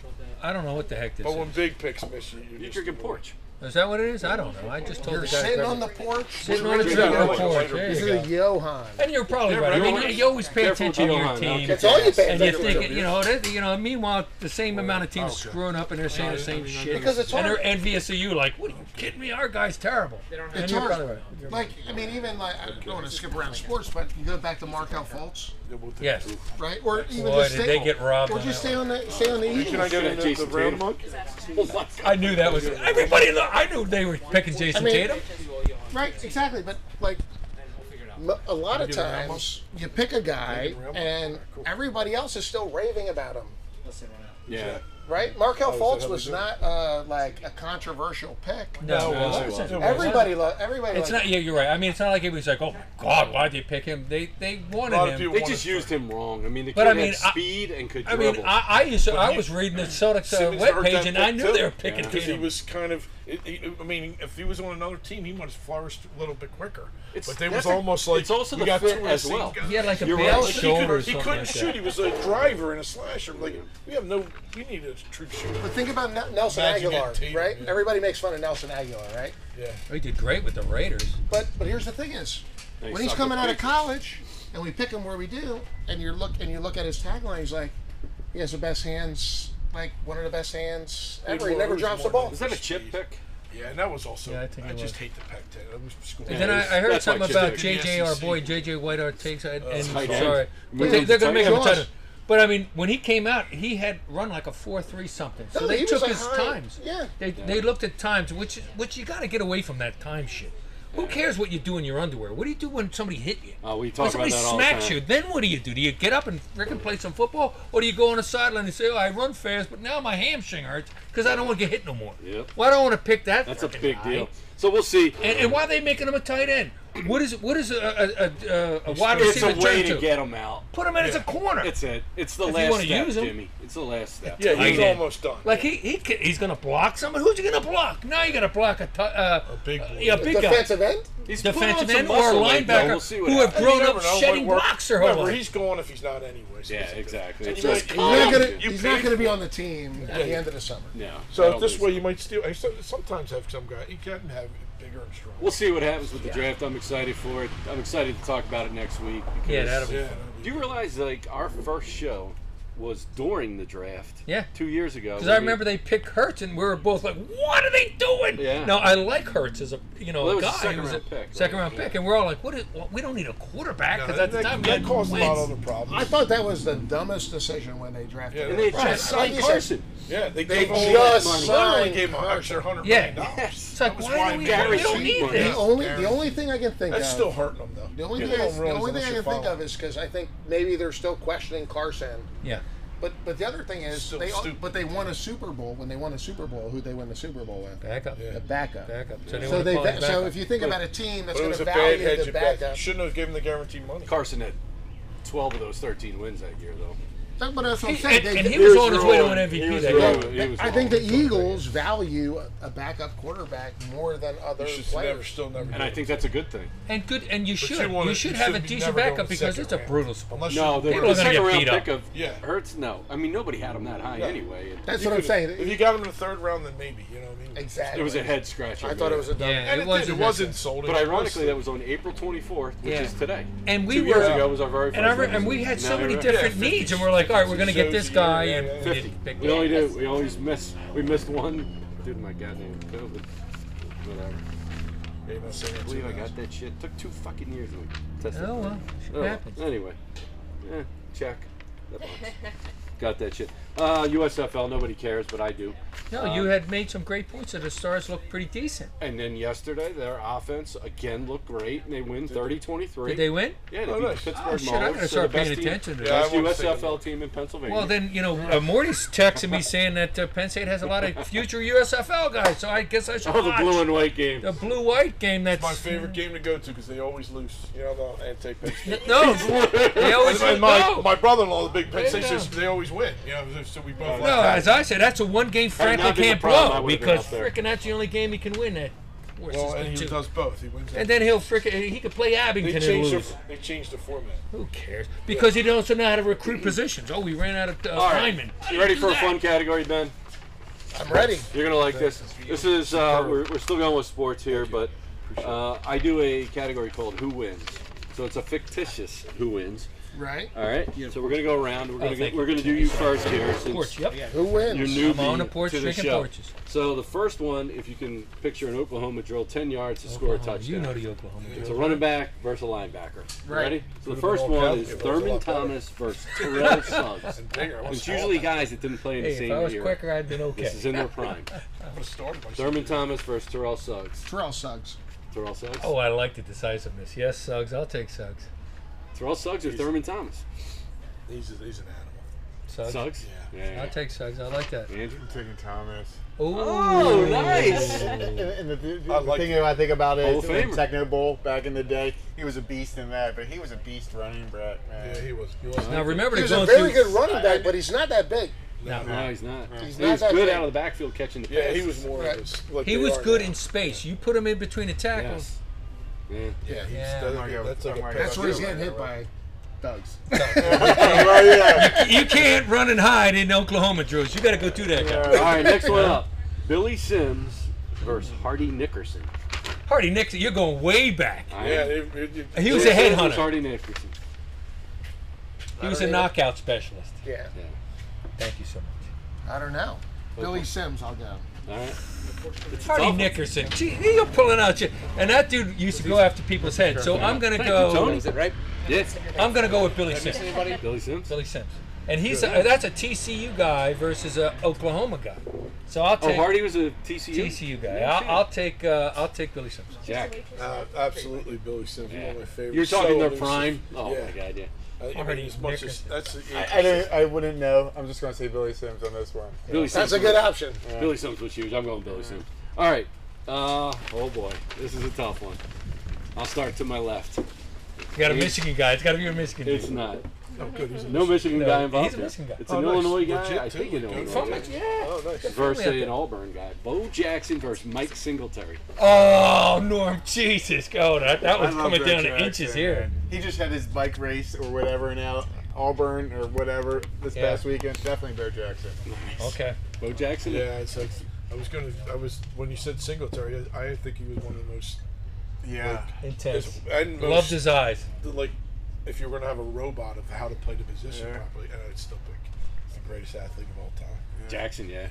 Speaker 2: I don't know what the heck this
Speaker 8: But when
Speaker 2: is.
Speaker 8: big picks miss you,
Speaker 1: You
Speaker 8: you just
Speaker 1: drinking porch.
Speaker 2: Is that what it is? I don't know. I just told
Speaker 3: You're
Speaker 2: the guy. to
Speaker 3: sitting
Speaker 2: grab
Speaker 3: on
Speaker 2: it.
Speaker 3: the porch.
Speaker 2: Sitting on the
Speaker 8: You're
Speaker 2: trailer
Speaker 8: right.
Speaker 2: porch. There
Speaker 3: This
Speaker 2: you
Speaker 3: is a
Speaker 2: go.
Speaker 3: Johan.
Speaker 2: And you're probably right. I mean, you always pay
Speaker 1: Careful with
Speaker 2: attention to your
Speaker 1: Johan, I'll
Speaker 2: team.
Speaker 1: catch
Speaker 3: That's all you pay
Speaker 2: And you're
Speaker 3: attention to.
Speaker 2: thinking, you know, that, you know, meanwhile, the same amount of teams screwing up and they're saying the same shit.
Speaker 3: Because it's
Speaker 2: and
Speaker 3: hard.
Speaker 2: they're envious of you, like, what are you kidding me? Our guy's terrible. And
Speaker 3: It's
Speaker 2: you're
Speaker 3: hard.
Speaker 2: probably right.
Speaker 3: Like, I mean, even like, I don't want to skip around sports, but you go back to Markel Fultz,
Speaker 2: Yes.
Speaker 3: right? Or even
Speaker 2: Boy,
Speaker 3: just
Speaker 2: did
Speaker 3: stay,
Speaker 2: they get robbed
Speaker 3: Or
Speaker 2: on
Speaker 3: just
Speaker 2: that
Speaker 3: stay on the stay on the
Speaker 9: Can I
Speaker 3: Eagles.
Speaker 9: get
Speaker 1: Yeah,
Speaker 9: in the, the
Speaker 1: Jason
Speaker 9: round
Speaker 1: Tatum.
Speaker 9: monk?
Speaker 1: <laughs> Oh my God.
Speaker 2: I knew that was everybody. lo- I knew they were picking Jason
Speaker 3: I mean-
Speaker 2: Tatum.
Speaker 3: Right, exactly. But like, m- a lot of times you pick a guy and everybody else is still raving about him,
Speaker 1: Yeah.
Speaker 3: right? Markel
Speaker 9: is that how
Speaker 3: Fultz
Speaker 9: they
Speaker 3: was
Speaker 9: do it?
Speaker 3: not uh, like a controversial pick.
Speaker 2: No,
Speaker 1: it wasn't.
Speaker 3: Everybody, lo- everybody.
Speaker 2: it's
Speaker 3: liked
Speaker 2: not. Yeah, you're right. I mean, it's not like it was like, oh my God, why'd they pick him? They they wanted
Speaker 8: A lot of
Speaker 2: him.
Speaker 8: people
Speaker 1: They
Speaker 8: wanted
Speaker 1: just
Speaker 8: to-
Speaker 1: used him wrong. I mean, the kid
Speaker 2: But I mean,
Speaker 1: had
Speaker 2: I-
Speaker 1: speed and could
Speaker 2: I
Speaker 1: dribble.
Speaker 2: mean, I, I used to, I
Speaker 8: he-
Speaker 2: was reading the Celtics uh,
Speaker 8: Simmons heard
Speaker 2: webpage
Speaker 8: that
Speaker 2: and I
Speaker 8: pick,
Speaker 2: knew they
Speaker 8: too.
Speaker 2: were picking
Speaker 8: because he
Speaker 2: Tatum.
Speaker 8: was kind of. It, it, I mean, if he was on another team, he might have flourished a little bit quicker.
Speaker 1: It's-
Speaker 8: but they was
Speaker 1: that's a-
Speaker 8: almost like
Speaker 1: it's also
Speaker 8: we
Speaker 1: the
Speaker 8: got
Speaker 1: fit
Speaker 8: two of
Speaker 1: as
Speaker 8: the same
Speaker 1: well.
Speaker 8: guy.
Speaker 2: he had like a
Speaker 1: You're
Speaker 2: bad
Speaker 1: right.
Speaker 8: Like, he
Speaker 2: shoulder or
Speaker 8: could, he
Speaker 2: something.
Speaker 8: couldn't
Speaker 2: like
Speaker 8: shoot. He
Speaker 2: That.
Speaker 8: was a driver and a slasher. Like we have no, we need a true shooter.
Speaker 3: But think about N- Nelson
Speaker 8: Imagine getting
Speaker 3: Aguilar,
Speaker 8: Tatum,
Speaker 3: right?
Speaker 8: yeah.
Speaker 3: Everybody makes fun of Nelson Aguilar, right?
Speaker 8: Yeah,
Speaker 2: He did great with the Raiders.
Speaker 3: But but here's the thing is,
Speaker 1: They
Speaker 3: when he's
Speaker 1: suck
Speaker 3: coming
Speaker 1: with
Speaker 3: out of
Speaker 1: pictures.
Speaker 3: college, and we pick him where we do, and you look and you look at his tagline, he's like, he has the best hands, like one of the best hands ever. He
Speaker 8: well,
Speaker 3: never
Speaker 8: it was
Speaker 3: drops the
Speaker 8: more
Speaker 3: ball.
Speaker 1: Is that a chip pick?
Speaker 8: yeah, and that was also.
Speaker 2: Yeah, I
Speaker 8: I,
Speaker 2: think it
Speaker 8: just
Speaker 2: was.
Speaker 8: hate the Pac-10. I was school.
Speaker 2: And then I, I heard
Speaker 1: That's why
Speaker 2: something
Speaker 1: Chip
Speaker 2: about
Speaker 1: did
Speaker 8: the
Speaker 2: JJ, our
Speaker 8: SEC.
Speaker 2: boy JJ White, our takes, and, and
Speaker 1: tight end.
Speaker 2: sorry,
Speaker 1: Moved
Speaker 2: but they,
Speaker 1: to
Speaker 2: they're gonna
Speaker 1: tight
Speaker 2: make him a
Speaker 1: end.
Speaker 2: tight end. But I mean, when he came out, he had run like a four-three something. So
Speaker 3: No,
Speaker 2: they
Speaker 3: he was
Speaker 2: took
Speaker 3: a
Speaker 2: his
Speaker 3: high-
Speaker 2: times.
Speaker 3: yeah.
Speaker 2: They, they looked at times, which which you got to get away from that time shit. Who cares what you do in your underwear? What do you do when somebody hit you?
Speaker 1: Oh, we
Speaker 2: When
Speaker 1: talk about
Speaker 2: somebody
Speaker 1: that all the
Speaker 2: smacks
Speaker 1: time.
Speaker 2: you, then what do you do? Do you get up and freaking play some football, or do you go on a sideline and say, "Oh, I run fast, but now my hamstring hurts because I don't want to get hit no more"?
Speaker 1: Yep.
Speaker 2: Well, I don't want to pick that.
Speaker 1: That's a
Speaker 2: frickin'
Speaker 1: big
Speaker 2: guy.
Speaker 1: deal. So we'll see.
Speaker 2: And, and why are they making him a tight end? What is what is a a, a, a, a wide
Speaker 1: It's
Speaker 2: receiver
Speaker 1: a way
Speaker 2: turn
Speaker 1: to
Speaker 2: to?
Speaker 1: get him out.
Speaker 2: Put him in as a corner.
Speaker 1: It's it. It's the
Speaker 2: If you
Speaker 1: last
Speaker 2: wanna
Speaker 1: step,
Speaker 2: use 'em.
Speaker 1: Jimmy. It's the last step.
Speaker 8: Yeah,
Speaker 2: I
Speaker 8: he was
Speaker 2: did.
Speaker 8: almost done.
Speaker 2: like he, he ca- he's gonna block someone. Who's he gonna block? Now you gotta block a, t- uh,
Speaker 8: big boy.
Speaker 2: yeah, a big guy.
Speaker 3: Defensive end?
Speaker 1: He's put on
Speaker 2: defensive
Speaker 1: some
Speaker 2: end or
Speaker 1: muscle weight, though.
Speaker 2: linebacker
Speaker 1: We'll see what
Speaker 2: who have
Speaker 1: happens.
Speaker 2: grown
Speaker 8: You
Speaker 2: up
Speaker 8: never know
Speaker 2: shedding
Speaker 8: what work-
Speaker 2: blocks their whole
Speaker 8: Remember,
Speaker 2: life.
Speaker 8: he's gone if he's not anyway. So
Speaker 1: Yeah,
Speaker 8: it's-
Speaker 1: exactly.
Speaker 8: And
Speaker 1: It's
Speaker 8: you
Speaker 1: like,
Speaker 8: make-
Speaker 3: He's not gonna,
Speaker 8: You
Speaker 3: he's not
Speaker 8: paid-
Speaker 3: gonna be on the team at the end of the summer.
Speaker 1: No. I
Speaker 8: So
Speaker 1: don't
Speaker 8: this
Speaker 1: think
Speaker 8: way, you might still. I so- sometimes have some guy. You can have bigger and stronger.
Speaker 1: We'll see what happens with the draft. I'm excited for it. I'm excited to talk about it next week. Because
Speaker 2: Yeah, that'll be.
Speaker 8: Yeah.
Speaker 1: Do you realize like our first show was during the draft?
Speaker 2: Yeah.
Speaker 1: Two years ago.
Speaker 2: Because I remember they picked Hertz, and we were both like, "What are they doing?"
Speaker 1: Yeah.
Speaker 2: Now I like Hertz as a you know
Speaker 1: Well, it
Speaker 2: a
Speaker 1: was a
Speaker 2: guy.
Speaker 1: second
Speaker 2: who was
Speaker 1: round pick,
Speaker 2: Second
Speaker 1: right?
Speaker 2: round pick, and we're all like, "What? Is, well, we don't need a quarterback."
Speaker 8: No,
Speaker 2: Because
Speaker 8: that,
Speaker 2: at the time we
Speaker 8: that
Speaker 2: had
Speaker 8: caused a lot
Speaker 2: Wentz.
Speaker 8: of other problems.
Speaker 3: I thought that was the dumbest decision when they drafted.
Speaker 8: Yeah,
Speaker 3: him.
Speaker 1: And they
Speaker 8: Right,
Speaker 1: just
Speaker 3: like
Speaker 1: signed
Speaker 3: you said.
Speaker 1: Carson.
Speaker 8: yeah, they,
Speaker 3: They
Speaker 8: gave him all
Speaker 3: just
Speaker 8: that money.
Speaker 3: signed
Speaker 8: Literally gave him an extra hundred
Speaker 2: Yeah.
Speaker 8: million dollars.
Speaker 1: Yes.
Speaker 2: It's like,
Speaker 8: That was
Speaker 2: why do
Speaker 8: why
Speaker 2: we,
Speaker 1: Barry
Speaker 2: we don't
Speaker 1: Sweet
Speaker 2: need
Speaker 1: was-
Speaker 2: this?
Speaker 3: The only,
Speaker 8: Barry-
Speaker 3: the only thing I can think
Speaker 8: That's
Speaker 3: of.
Speaker 8: still hurting them though.
Speaker 3: the only
Speaker 8: They
Speaker 3: thing,
Speaker 8: don't
Speaker 3: I, the
Speaker 8: realize
Speaker 3: only thing I
Speaker 8: how much
Speaker 3: can
Speaker 8: you
Speaker 3: think
Speaker 8: follow
Speaker 3: of is because I think maybe they're still questioning Carson.
Speaker 2: Yeah.
Speaker 3: But but the other thing is
Speaker 8: Still
Speaker 3: they
Speaker 8: stupid.
Speaker 3: but they won a Super Bowl when they won a Super Bowl. Who they win the Super Bowl with?
Speaker 2: Back up.
Speaker 3: The backup.
Speaker 2: Back up. So they
Speaker 3: So
Speaker 2: want
Speaker 3: they
Speaker 2: to call him
Speaker 3: va-
Speaker 2: back
Speaker 3: so
Speaker 2: up.
Speaker 3: if you think about a team that's
Speaker 8: But it
Speaker 3: going
Speaker 8: was
Speaker 3: to
Speaker 8: a bad
Speaker 3: value
Speaker 8: hedge
Speaker 3: the
Speaker 8: at best. You
Speaker 3: backup,
Speaker 8: shouldn't have given the guaranteed money.
Speaker 1: Carson had 12 of those 13 wins that year, though.
Speaker 3: That- but that's what I'm
Speaker 2: He-
Speaker 3: saying.
Speaker 2: and-
Speaker 3: They-
Speaker 2: and he
Speaker 3: they-
Speaker 2: was
Speaker 1: was
Speaker 2: on his way to
Speaker 1: wrong.
Speaker 2: an
Speaker 1: He
Speaker 2: MVP
Speaker 1: was
Speaker 2: that
Speaker 1: wrong.
Speaker 2: year.
Speaker 1: Yeah, he was
Speaker 3: I think the
Speaker 1: wrong.
Speaker 3: Eagles value a- a backup quarterback more than other
Speaker 8: You should never,
Speaker 3: players.
Speaker 8: still never.
Speaker 1: And I
Speaker 8: do
Speaker 1: think that's a good thing.
Speaker 2: And good, and you should. You,
Speaker 8: wanna-
Speaker 2: should
Speaker 8: you
Speaker 2: have a
Speaker 8: should be
Speaker 2: decent
Speaker 8: never going
Speaker 2: backup because
Speaker 8: second
Speaker 2: it's a
Speaker 8: round.
Speaker 2: brutal sport.
Speaker 8: Unless
Speaker 1: No, the,
Speaker 8: you,
Speaker 2: People are
Speaker 1: the
Speaker 2: gonna
Speaker 1: second
Speaker 2: get
Speaker 1: round
Speaker 2: beat
Speaker 1: pick
Speaker 2: up.
Speaker 1: of
Speaker 8: Yeah.
Speaker 1: Hurts, no. I mean, nobody had him that high anyway. It,
Speaker 3: That's what I'm saying.
Speaker 8: If you got him in the third round, then maybe you know what I mean.
Speaker 3: exactly.
Speaker 1: it was a head scratcher.
Speaker 3: I thought it was a dumb.
Speaker 2: Yeah.
Speaker 8: And
Speaker 2: It
Speaker 8: it,
Speaker 2: wasn't
Speaker 8: did, it
Speaker 2: that
Speaker 8: was
Speaker 2: bad.
Speaker 8: insulting.
Speaker 1: But ironically, that was on April 24th, which
Speaker 2: Yeah.
Speaker 1: is today.
Speaker 2: And we
Speaker 1: Two
Speaker 2: were.
Speaker 1: years ago was our very first.
Speaker 2: And, I re-
Speaker 1: episode.
Speaker 2: and we had so
Speaker 1: Now
Speaker 2: many
Speaker 1: we're-
Speaker 2: different
Speaker 8: Yeah,
Speaker 2: needs, and we're like, all right, we're going to get
Speaker 8: shows
Speaker 2: this
Speaker 8: a
Speaker 2: guy,
Speaker 8: year,
Speaker 2: and
Speaker 8: yeah,
Speaker 2: we
Speaker 8: yeah.
Speaker 2: didn't pick
Speaker 1: We only do. We always miss. We missed one. Dude, my goddamn COVID. Whatever.
Speaker 8: Yeah, that's it, that's
Speaker 1: I believe I
Speaker 8: it.
Speaker 1: got that shit. Took two fucking years to test
Speaker 2: Oh,
Speaker 1: it.
Speaker 2: well, shit
Speaker 1: Oh,
Speaker 2: happens.
Speaker 1: Anyway, eh, check. That box. got that shit. Uh, USFL. Nobody cares, but I do.
Speaker 2: No, you had made some great points that the Stars looked pretty decent.
Speaker 1: And then yesterday, their offense again looked great, and they win 30-23.
Speaker 2: Did they win?
Speaker 1: Yeah, they
Speaker 8: Oh,
Speaker 1: beat
Speaker 8: nice.
Speaker 1: the Pittsburgh
Speaker 2: Oh, shit, I
Speaker 1: Maulers.
Speaker 2: gotta
Speaker 1: They're
Speaker 2: start
Speaker 1: the best
Speaker 2: paying
Speaker 1: team-
Speaker 2: attention to
Speaker 8: Yeah,
Speaker 1: Best
Speaker 8: I wanna see
Speaker 1: USFL team in Pennsylvania. <laughs>
Speaker 2: Well, then, you know, uh, Morty's texting me saying that uh, Penn State has a lot of future USFL guys, so I guess I should
Speaker 1: oh, the
Speaker 2: watch
Speaker 1: blue and white game. <laughs>
Speaker 2: the blue white game. That's
Speaker 8: It's my favorite game to go to because they always lose. You know, eh, I'm not anti-Penn
Speaker 2: <laughs>
Speaker 8: State.
Speaker 2: No, they always
Speaker 8: And my,
Speaker 2: no.
Speaker 8: my brother-in-law, the big Penn
Speaker 2: Right
Speaker 8: State,
Speaker 2: now.
Speaker 8: says they always win. You know, so we both.
Speaker 2: no,
Speaker 8: like
Speaker 2: as I said, that's a one game
Speaker 1: Had
Speaker 2: Franklin
Speaker 1: not been the
Speaker 2: can't
Speaker 1: problem, I
Speaker 2: blow
Speaker 1: would've been
Speaker 2: because
Speaker 1: up there.
Speaker 2: frickin' that's the only game he can win. That horse
Speaker 8: well,
Speaker 2: is
Speaker 8: and
Speaker 2: the
Speaker 8: he
Speaker 2: two.
Speaker 8: does both. He wins.
Speaker 2: And then he'll frickin' he could play
Speaker 8: they
Speaker 2: Abington and
Speaker 8: changed
Speaker 2: lose.
Speaker 8: the they changed the format.
Speaker 2: Who cares? Because he doesn't know how to recruit positions. Oh, we ran out of uh,
Speaker 1: All right.
Speaker 2: linemen. How do
Speaker 1: You ready
Speaker 2: do
Speaker 1: for a
Speaker 2: that?
Speaker 1: fun category, Ben?
Speaker 3: I'm ready.
Speaker 1: You're gonna like this. This is uh, we're, we're still going with sports here, but uh, I do a category called "Who Wins." So it's a fictitious "Who Wins."
Speaker 3: Right?
Speaker 1: All right. So we're gonna go around. We're gonna
Speaker 2: Oh, thank
Speaker 1: go, we're gonna do you first here since
Speaker 2: Porch, yep.
Speaker 3: Who wins?
Speaker 1: you're newbie
Speaker 2: I'm on a porch
Speaker 1: to the
Speaker 2: drinking
Speaker 1: show.
Speaker 2: porches.
Speaker 1: So the first one, if you can picture an Oklahoma drill, ten yards to score a
Speaker 2: Oh,
Speaker 1: touchdown.
Speaker 2: You know the Oklahoma.
Speaker 1: it's a running back versus a linebacker. You
Speaker 3: Right.
Speaker 1: Ready? So the
Speaker 8: been
Speaker 1: first
Speaker 8: all
Speaker 1: one
Speaker 8: Cowboys.
Speaker 1: is
Speaker 8: It was a
Speaker 1: Thurman
Speaker 8: lot better.
Speaker 1: Thomas versus
Speaker 8: <laughs>
Speaker 1: Terrell Suggs.
Speaker 8: Bigger. I
Speaker 1: It's usually guys that didn't play in the
Speaker 2: Hey,
Speaker 1: same
Speaker 2: if I was
Speaker 1: year.
Speaker 2: quicker, I'd been okay.
Speaker 1: This is in their
Speaker 2: <laughs>
Speaker 1: prime.
Speaker 8: would have started by
Speaker 1: Thurman Thomas versus Terrell Suggs.
Speaker 3: Terrell Suggs.
Speaker 1: Terrell Suggs.
Speaker 2: Oh, I like the decisiveness. Yes, Suggs. I'll take Suggs.
Speaker 1: Terrell Suggs or Thurman Thomas?
Speaker 8: He's, a, he's an animal.
Speaker 2: Suggs.
Speaker 1: Suggs. Yeah.
Speaker 2: I'll take Suggs. I like that.
Speaker 1: Andrew.
Speaker 9: I'm taking Thomas.
Speaker 2: Oh,
Speaker 1: nice.
Speaker 9: And, and the, the,
Speaker 8: I
Speaker 9: the
Speaker 8: like
Speaker 9: thing
Speaker 8: it.
Speaker 9: I think about
Speaker 1: Hall
Speaker 9: is
Speaker 1: of
Speaker 9: the
Speaker 1: Famer.
Speaker 9: Techno Bowl back in the day. He was a beast in that, but he was a beast running, Brett. Man.
Speaker 8: Yeah, he was. He was.
Speaker 2: Now remember
Speaker 3: He
Speaker 2: to
Speaker 3: was
Speaker 2: go
Speaker 3: a very
Speaker 2: through.
Speaker 3: good running back, but he's not that big.
Speaker 1: No, he's not.
Speaker 3: He's
Speaker 1: he
Speaker 3: not
Speaker 1: was
Speaker 3: that
Speaker 1: good
Speaker 3: big.
Speaker 1: out of the backfield catching the
Speaker 8: Yeah,
Speaker 1: passes.
Speaker 8: he was more. Of this, like
Speaker 2: He
Speaker 8: they
Speaker 2: was
Speaker 8: are
Speaker 2: good
Speaker 8: now.
Speaker 2: in space. You put him in between the tackles.
Speaker 1: Yes. Yeah.
Speaker 8: Yeah, he's
Speaker 2: Yeah.
Speaker 8: that-
Speaker 9: I'm gonna go-
Speaker 8: that's
Speaker 9: I'm
Speaker 8: like a
Speaker 9: gonna go-
Speaker 8: pet
Speaker 3: That's where he's
Speaker 8: peeve.
Speaker 3: getting hit by thugs.
Speaker 9: Oh, yeah.
Speaker 2: You can't run and hide in Oklahoma, Drews. You got to go through that guy.
Speaker 1: All
Speaker 2: <laughs>
Speaker 1: right, next one up. Billy Sims versus Hardy Nickerson.
Speaker 2: Hardy Nixon, you're going way back.
Speaker 1: All right.
Speaker 8: Yeah, it, it, it,
Speaker 2: He was a
Speaker 1: Billy Sims versus
Speaker 2: headhunter.
Speaker 1: Hardy Nickerson.
Speaker 2: He was a knockout specialist.
Speaker 3: Yeah.
Speaker 2: Thank you so much.
Speaker 3: I don't know. Billy Sims, I'll go.
Speaker 1: All right.
Speaker 2: Hardy
Speaker 1: Tough.
Speaker 2: Nickerson. Gee, you're pulling out your. And that dude used to go after people's heads. So I'm gonna
Speaker 1: Thank
Speaker 2: go.
Speaker 1: you, Tony.
Speaker 7: right?
Speaker 1: Yes.
Speaker 2: I'm gonna go with Billy Sims.
Speaker 1: Billy Sims.
Speaker 2: Billy Sims, and he's a, that's a TCU guy versus a Oklahoma guy. So I'll
Speaker 1: Oh,
Speaker 2: take
Speaker 1: Hardy was a TCU.
Speaker 2: TCU guy. I'll, I'll take uh, I'll take Billy Sims.
Speaker 1: Jack.
Speaker 8: uh, absolutely Billy Sims, one of my favorites.
Speaker 1: You're talking
Speaker 8: So
Speaker 1: their
Speaker 8: elusive.
Speaker 1: prime. Oh
Speaker 8: yeah.
Speaker 1: my God, yeah.
Speaker 8: I, I mean,
Speaker 2: Already
Speaker 8: as much as
Speaker 2: Nickerson.
Speaker 8: that's the-
Speaker 9: I, I, don't- I wouldn't know. I'm just going to say Billy Sims on this one.
Speaker 1: Billy Sims.
Speaker 3: That's a good option.
Speaker 1: Billy Sims was huge. I'm going Billy Sims. All right. Uh, oh boy, this is a tough one. I'll start to my left.
Speaker 2: You got a Michigan guy. It's got to be a Michigan.
Speaker 1: It's
Speaker 2: dude.
Speaker 1: not.
Speaker 8: Oh, good. He's a
Speaker 1: No Michigan
Speaker 2: No,
Speaker 1: guy
Speaker 2: he's a
Speaker 1: involved.
Speaker 2: Michigan guy.
Speaker 1: It's
Speaker 8: Oh,
Speaker 1: an
Speaker 8: nice.
Speaker 1: Illinois guy.
Speaker 8: Legit,
Speaker 1: I
Speaker 8: too.
Speaker 1: think an
Speaker 8: Good
Speaker 1: Illinois
Speaker 2: From
Speaker 1: guy.
Speaker 2: Michigan.
Speaker 8: Oh, nice.
Speaker 1: versus
Speaker 2: Family
Speaker 1: an Auburn guy. Bo Jackson versus Mike Singletary.
Speaker 2: Oh, Norm, Jesus, God, that, that was
Speaker 9: I love
Speaker 2: coming
Speaker 9: Bo
Speaker 2: down to
Speaker 9: Jackson,
Speaker 2: inches
Speaker 9: man.
Speaker 2: here.
Speaker 9: He just had his bike race or whatever in Al- Auburn or whatever this
Speaker 2: Yeah.
Speaker 9: past weekend. Definitely Bear Jackson.
Speaker 2: Okay.
Speaker 1: Bo Jackson.
Speaker 8: Yeah, it's like I was gonna. I was when you said Singletary, I, I think he was one of the most.
Speaker 9: Yeah.
Speaker 2: Intense.
Speaker 8: And most,
Speaker 2: Loved his eyes.
Speaker 8: like if you were gonna have a robot of how to play the position
Speaker 9: Yeah.
Speaker 8: properly, and I'd still pick the greatest athlete of all time. Uh,
Speaker 1: Jackson. Yeah.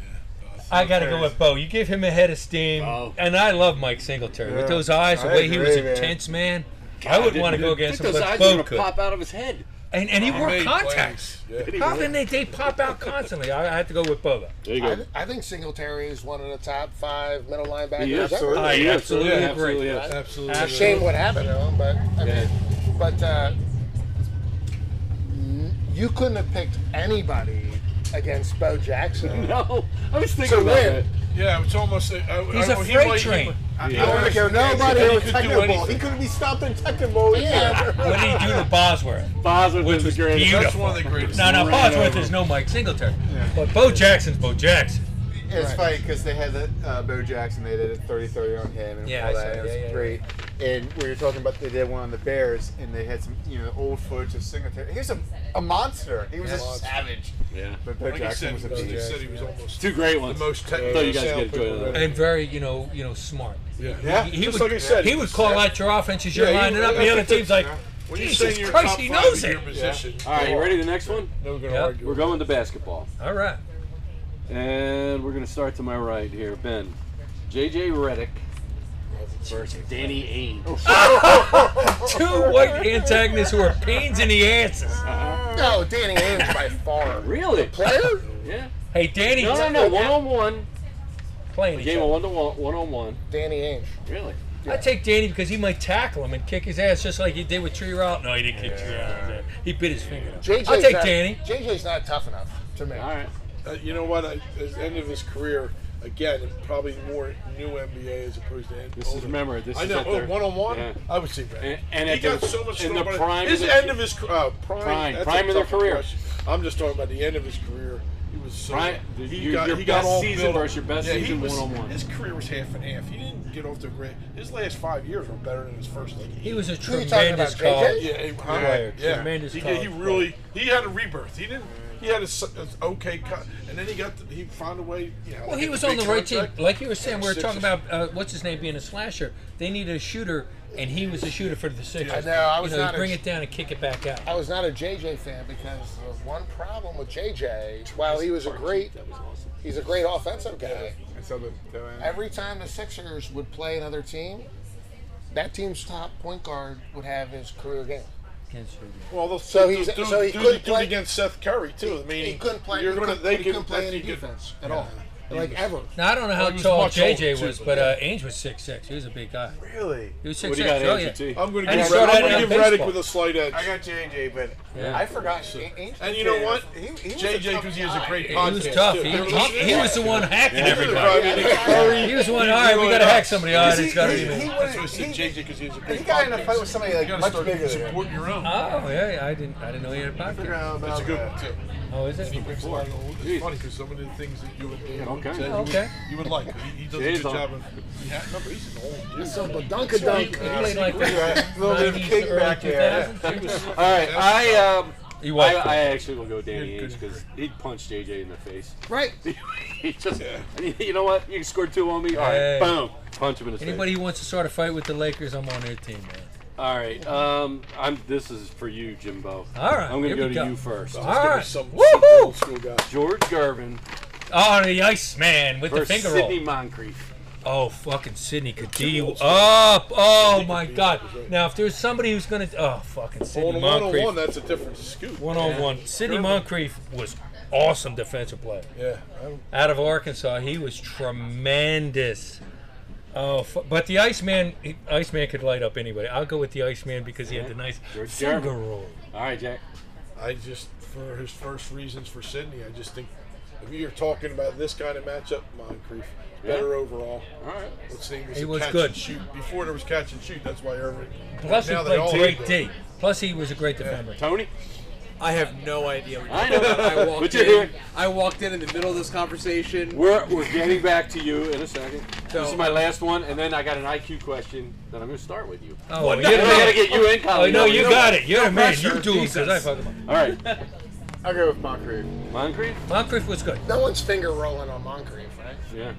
Speaker 2: I gotta go with Bo. You give him a head of steam,
Speaker 1: Bo.
Speaker 2: and I love Mike Singletary with
Speaker 9: Yeah.
Speaker 2: those eyes, the
Speaker 9: I
Speaker 2: way he was
Speaker 9: agree, man.
Speaker 2: intense, man. I wouldn't want to go against
Speaker 1: I
Speaker 2: him,
Speaker 1: think those
Speaker 2: but
Speaker 1: eyes
Speaker 2: Bo
Speaker 1: are
Speaker 2: could.
Speaker 1: gonna pop out of his head.
Speaker 2: And, and he wore contacts.
Speaker 8: Yeah.
Speaker 2: How can they, they pop out constantly? I, I have to go with Bo. though.
Speaker 1: There you
Speaker 3: I,
Speaker 1: go.
Speaker 3: th- I think Singletary is one of the top five middle linebackers.
Speaker 1: He is.
Speaker 3: ever.
Speaker 1: He
Speaker 2: I
Speaker 1: is.
Speaker 2: absolutely
Speaker 1: Yeah,
Speaker 2: agree.
Speaker 1: absolutely is.
Speaker 8: Absolutely.
Speaker 2: Absolutely.
Speaker 3: Shame what happened to him, but I
Speaker 1: Yeah.
Speaker 3: mean, but uh, you couldn't have picked anybody against Bo
Speaker 1: <laughs>
Speaker 3: Jackson.
Speaker 1: No, I was thinking
Speaker 3: So
Speaker 1: about
Speaker 3: when?
Speaker 1: that.
Speaker 8: Yeah, it's almost. I, I,
Speaker 2: He's
Speaker 8: I,
Speaker 2: a
Speaker 8: he
Speaker 2: freight
Speaker 8: might- he
Speaker 2: train.
Speaker 8: might-
Speaker 3: I want to go. Nobody
Speaker 8: He
Speaker 3: was
Speaker 8: could do
Speaker 3: technical.
Speaker 8: anything.
Speaker 3: He couldn't be stopped in technical. Yeah.
Speaker 2: What did he do to Bosworth?
Speaker 1: Bosworth
Speaker 2: Which
Speaker 1: is
Speaker 2: was
Speaker 1: the greatest.
Speaker 2: beautiful.
Speaker 8: That's one of the greatest.
Speaker 2: No, no,
Speaker 1: Ran
Speaker 2: Bosworth
Speaker 1: over.
Speaker 2: is no Mike Singletary. But Bo Jackson's Bo Jackson.
Speaker 4: It's funny because they had the, uh, Bo Jackson. They did a 30-30 on him and
Speaker 2: Yeah, I
Speaker 4: all
Speaker 2: saw
Speaker 4: that.
Speaker 2: it.
Speaker 4: It was
Speaker 2: Yeah, yeah, yeah.
Speaker 4: great. And we were talking about they did one on the Bears, and they had some you know old footage of Singletary. He was a, a monster. He was a
Speaker 8: Monster.
Speaker 4: savage.
Speaker 1: Yeah.
Speaker 4: But Bo
Speaker 8: Like he
Speaker 4: Jackson
Speaker 8: said,
Speaker 4: was a
Speaker 8: he
Speaker 4: beast.
Speaker 8: said he was almost
Speaker 1: Two great
Speaker 8: the
Speaker 1: ones.
Speaker 8: most
Speaker 1: I
Speaker 8: technical.
Speaker 1: thought you guys
Speaker 8: sound
Speaker 1: would enjoy
Speaker 8: people
Speaker 1: that.
Speaker 8: ever.
Speaker 2: And very, you know, you know, smart.
Speaker 8: Yeah.
Speaker 4: Yeah.
Speaker 2: He
Speaker 8: Just
Speaker 2: would,
Speaker 8: like I said,
Speaker 2: he would call out your offense as you're
Speaker 8: Yeah,
Speaker 2: lining
Speaker 8: you-
Speaker 2: up.
Speaker 8: I
Speaker 2: The other
Speaker 8: think
Speaker 2: team's
Speaker 8: that's-
Speaker 2: like,
Speaker 8: When you
Speaker 2: Jesus
Speaker 8: say you're
Speaker 2: Christ,
Speaker 8: top
Speaker 2: he
Speaker 8: five
Speaker 2: knows
Speaker 8: in
Speaker 2: it.
Speaker 8: your position,
Speaker 1: All right, you ready? The next one.
Speaker 8: No, we're gonna
Speaker 2: Yep.
Speaker 8: argue.
Speaker 1: We're going to basketball,
Speaker 2: all right.
Speaker 1: and we're gonna start to my right here, Ben. J.J. Reddick versus Danny Ainge.
Speaker 2: Two white antagonists who are pains in the asses.
Speaker 3: No, Danny Ainge by far.
Speaker 1: Really?
Speaker 3: Player?
Speaker 1: Yeah.
Speaker 2: Hey, Danny,
Speaker 1: No, no, no. One on one.
Speaker 2: playing each
Speaker 1: Game of
Speaker 2: other.
Speaker 1: one to one. One on one.
Speaker 3: Danny Ainge.
Speaker 1: Really?
Speaker 2: I take Danny because he might tackle him and kick his ass just like he did with Tree Route. No, he didn't kick Tree Route. He bit his finger.
Speaker 3: JJ's
Speaker 2: I'll take
Speaker 3: not,
Speaker 2: Danny.
Speaker 3: JJ's not tough enough to me.
Speaker 1: All right.
Speaker 8: Uh, you know what? I, at the end of his career, again, probably more new NBA as opposed to
Speaker 1: This is
Speaker 8: older.
Speaker 1: remember. This
Speaker 8: I
Speaker 1: is
Speaker 8: know.
Speaker 1: at
Speaker 8: Oh,
Speaker 1: their-
Speaker 8: one on
Speaker 1: Yeah.
Speaker 8: one. I would say Brad.
Speaker 1: And- and
Speaker 8: he
Speaker 1: at their-
Speaker 8: got so much
Speaker 1: in
Speaker 8: stronger,
Speaker 1: the
Speaker 8: but
Speaker 1: prime
Speaker 8: His
Speaker 1: of
Speaker 8: end
Speaker 1: their-
Speaker 8: of his ca- uh, prime.
Speaker 1: Prime,
Speaker 8: that's a
Speaker 1: prime of their
Speaker 8: tough
Speaker 1: career.
Speaker 8: question. I'm just talking about the end of his career. He was so.
Speaker 1: Prime-
Speaker 8: he
Speaker 1: your-
Speaker 8: got,
Speaker 1: your
Speaker 8: he got
Speaker 1: best
Speaker 8: all
Speaker 1: season
Speaker 8: built up.
Speaker 1: versus your best
Speaker 8: yeah, he
Speaker 1: season
Speaker 8: was,
Speaker 1: one-on-one.
Speaker 8: His career was half and half. He didn't get off to a great. His last five years were better than his first. Like,
Speaker 2: He was a
Speaker 3: Who you talking
Speaker 2: tremendous
Speaker 3: about,
Speaker 2: call.
Speaker 3: JJ?
Speaker 8: Yeah, he,
Speaker 2: player,
Speaker 8: yeah.
Speaker 2: tremendous
Speaker 8: He,
Speaker 2: college
Speaker 8: he really he had a rebirth. He didn't. He had a, s- a okay cut, and then he got the, he found a way. You know,
Speaker 2: Well, he
Speaker 8: got
Speaker 2: was
Speaker 8: the
Speaker 2: on the
Speaker 8: big
Speaker 2: right team.
Speaker 8: contract.
Speaker 2: Like you were saying, we were
Speaker 8: Sixers.
Speaker 2: talking about uh, what's his name being a slasher. They needed a shooter, and he was a shooter for the Sixers.
Speaker 3: I know, I
Speaker 2: You
Speaker 3: was
Speaker 2: you
Speaker 3: not a-
Speaker 2: bring it down and kick it back out.
Speaker 3: I was not a JJ fan because the one problem with JJ, while he was a great,
Speaker 1: That was awesome.
Speaker 3: he's a great offensive guy.
Speaker 9: I saw the toe end.
Speaker 3: Every time the Sixers would play another team, that team's top point guard would have his career game.
Speaker 8: Well, they'll
Speaker 3: So
Speaker 8: do-
Speaker 3: he's-
Speaker 8: do,
Speaker 3: so he
Speaker 8: do,
Speaker 3: couldn't
Speaker 8: do
Speaker 3: play-
Speaker 8: it against Seth Curry too. I mean,
Speaker 3: He couldn't play.
Speaker 8: You're
Speaker 3: he
Speaker 8: gonna
Speaker 3: couldn't,
Speaker 8: they
Speaker 3: he
Speaker 8: could,
Speaker 3: couldn't play
Speaker 8: that's
Speaker 3: any
Speaker 8: you could-
Speaker 3: defense at all, like ever.
Speaker 2: Now, I don't know how
Speaker 8: Well, he was
Speaker 2: tall
Speaker 8: much
Speaker 2: JJ
Speaker 8: older, too,
Speaker 2: was,
Speaker 8: but
Speaker 2: but
Speaker 8: yeah.
Speaker 2: uh, Ainge was six six. He was a big guy.
Speaker 4: Really?
Speaker 2: He was
Speaker 1: What
Speaker 2: six
Speaker 1: do you
Speaker 2: six.
Speaker 1: got,
Speaker 2: Oh
Speaker 1: Andrew
Speaker 2: yeah.
Speaker 1: T?
Speaker 8: I'm going to
Speaker 2: And
Speaker 8: give,
Speaker 2: he started
Speaker 8: Red, I'm
Speaker 2: out
Speaker 8: gonna
Speaker 2: in
Speaker 8: give Reddick
Speaker 2: baseball.
Speaker 8: with a slight edge.
Speaker 4: I got JJ, but
Speaker 2: Yeah.
Speaker 4: I forgot. Ainge-
Speaker 8: and you know what?
Speaker 4: He, he was a
Speaker 8: JJ,
Speaker 4: tough
Speaker 8: because he was a
Speaker 4: guy.
Speaker 8: great
Speaker 2: He was
Speaker 8: podcast,
Speaker 2: tough.
Speaker 8: too.
Speaker 2: He,
Speaker 8: They were
Speaker 2: he- he
Speaker 8: listening.
Speaker 2: was the one hacking
Speaker 8: Yeah.
Speaker 2: everybody.
Speaker 8: Yeah. Nick Curry.
Speaker 2: He was the one. All right, we got to hack somebody. All right,
Speaker 4: He-
Speaker 2: it's got to be
Speaker 4: he-
Speaker 2: me.
Speaker 4: he
Speaker 8: That's why I
Speaker 4: wouldn't-
Speaker 8: said
Speaker 4: he-
Speaker 8: JJ because he was a
Speaker 4: He
Speaker 8: great
Speaker 4: got in a
Speaker 8: podcast.
Speaker 4: fight with somebody
Speaker 8: You
Speaker 4: like
Speaker 8: gotta
Speaker 4: much
Speaker 8: start
Speaker 4: bigger than him.
Speaker 8: supporting your own.
Speaker 2: Oh yeah, I didn't. I didn't know he had a podcast.
Speaker 4: Forgot
Speaker 8: That's a
Speaker 4: about
Speaker 8: good
Speaker 4: that.
Speaker 8: one too.
Speaker 2: Oh, is it?
Speaker 8: He brings a lot of,
Speaker 1: Jeez.
Speaker 8: it's funny because some of the things that you would do,
Speaker 1: Okay.
Speaker 8: you,
Speaker 2: Okay.
Speaker 8: would, you would like. 'cause He, he does
Speaker 1: Jay's
Speaker 8: a good
Speaker 1: on.
Speaker 8: job of. Yeah, remember he's an old dude.
Speaker 3: So, but Dunkin' Dunk.
Speaker 2: He played like the
Speaker 4: A little bit of
Speaker 2: 90s,
Speaker 4: kickback
Speaker 2: early
Speaker 4: there.
Speaker 2: 2000s. He was-
Speaker 1: All right, I um,
Speaker 2: He
Speaker 1: I,
Speaker 2: was.
Speaker 1: I actually will go Danny
Speaker 8: Good
Speaker 1: Ainge because he punched JJ in the face.
Speaker 3: Right.
Speaker 1: <laughs> he just, you know what? You scored two on me. All right,
Speaker 2: Hey.
Speaker 1: boom, punch him in the
Speaker 2: Anybody
Speaker 1: face.
Speaker 2: who wants to start a fight with the Lakers, I'm on their team, man.
Speaker 1: All right, um, I'm. This is for you, Jimbo.
Speaker 2: All right,
Speaker 1: I'm
Speaker 2: here
Speaker 1: gonna
Speaker 2: we
Speaker 1: go to
Speaker 2: go.
Speaker 1: you first.
Speaker 2: All right.
Speaker 8: Some
Speaker 2: Woohoo!
Speaker 8: old school guy.
Speaker 1: George Gervin
Speaker 2: Oh, the Ice Man with the
Speaker 1: versus
Speaker 2: finger
Speaker 1: Sidney
Speaker 2: roll.
Speaker 1: Moncrief.
Speaker 2: Oh, fucking Sidney could D you up. Oh my
Speaker 8: could be
Speaker 2: God!
Speaker 8: up, is right.
Speaker 2: Now, if there's somebody who's gonna, oh, fucking
Speaker 8: On
Speaker 2: Sidney
Speaker 8: a one on
Speaker 2: Moncrief,
Speaker 8: one, that's a different scoop.
Speaker 2: one on one. Sidney
Speaker 8: Gervin.
Speaker 2: Moncrief was awesome defensive player.
Speaker 8: Yeah, I don't-
Speaker 2: Out of Arkansas, he was tremendous. Oh, fu- but the Iceman, he- Iceman could light up anybody. I'll go with the Iceman because he had the nice
Speaker 1: George
Speaker 2: finger
Speaker 1: Gervin.
Speaker 2: roll.
Speaker 1: All right, Jack.
Speaker 8: I just for his first reasons for Sydney, I just think if you're talking about this kind of matchup, Moncrief better
Speaker 1: Yeah.
Speaker 8: overall.
Speaker 1: All right.
Speaker 8: What's name was
Speaker 2: He
Speaker 8: a
Speaker 2: was
Speaker 8: catch
Speaker 2: good.
Speaker 8: and shoot. Before there was catch and shoot. That's why Irving.
Speaker 2: Plus, he
Speaker 8: now they all
Speaker 2: played
Speaker 8: hate
Speaker 2: great D. Plus, he was a great defender.
Speaker 1: Tony.
Speaker 7: I have no idea what you're
Speaker 1: I know.
Speaker 7: talking about. I walked
Speaker 1: But you're
Speaker 7: in,
Speaker 1: here.
Speaker 7: I walked in in the middle of this conversation.
Speaker 1: We're, we're getting back to you in a second. this
Speaker 7: So-
Speaker 1: is my last one, and then I got an IQ question that I'm going to start with you.
Speaker 2: Oh,
Speaker 1: I
Speaker 2: you're the man.
Speaker 1: got to get you in,
Speaker 2: Oh,
Speaker 1: Colin.
Speaker 2: no, you
Speaker 1: know
Speaker 2: got it. You're the man.
Speaker 7: pressure,
Speaker 2: You do them because I
Speaker 7: Jesus.
Speaker 2: fucking them.
Speaker 1: All right.
Speaker 9: <laughs> I'll go with Moncrief.
Speaker 1: Moncrief?
Speaker 2: Moncrief was good.
Speaker 3: No one's finger rolling on Moncrief, right?
Speaker 2: <laughs>
Speaker 1: Yeah.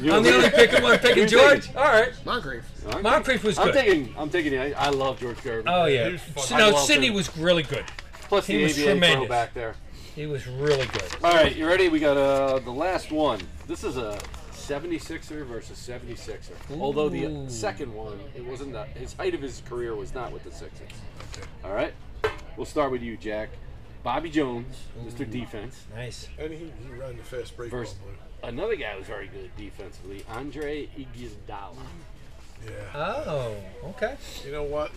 Speaker 1: You
Speaker 2: I'm the only picking one picking
Speaker 1: Who's taking?
Speaker 2: George. All right.
Speaker 3: Moncrief.
Speaker 2: Moncrief was
Speaker 1: I'm
Speaker 2: good.
Speaker 1: taking. I'm taking. I, I love George Gervin.
Speaker 2: Oh yeah.
Speaker 8: He's fucking-
Speaker 2: So,
Speaker 1: I
Speaker 2: no,
Speaker 1: love
Speaker 2: Sydney
Speaker 1: him.
Speaker 2: was really good.
Speaker 1: Plus
Speaker 2: he
Speaker 1: the
Speaker 2: was
Speaker 1: ABA pro
Speaker 2: tremendous.
Speaker 1: back there.
Speaker 2: He was really good.
Speaker 1: All right, you ready? We got uh, the last one. This is a 76er versus 76er. Although the
Speaker 2: Ooh.
Speaker 1: second one, it wasn't that his height of his career was not with the Sixers. All right, we'll start with you, Jack. Bobby Jones, Mr. Defense,
Speaker 2: Nice.
Speaker 8: And he, he ran the fast break
Speaker 1: versus
Speaker 8: ball,
Speaker 1: another guy who's very good defensively, Andre Iguodala.
Speaker 8: but- Yeah.
Speaker 2: Oh, okay.
Speaker 8: You know what?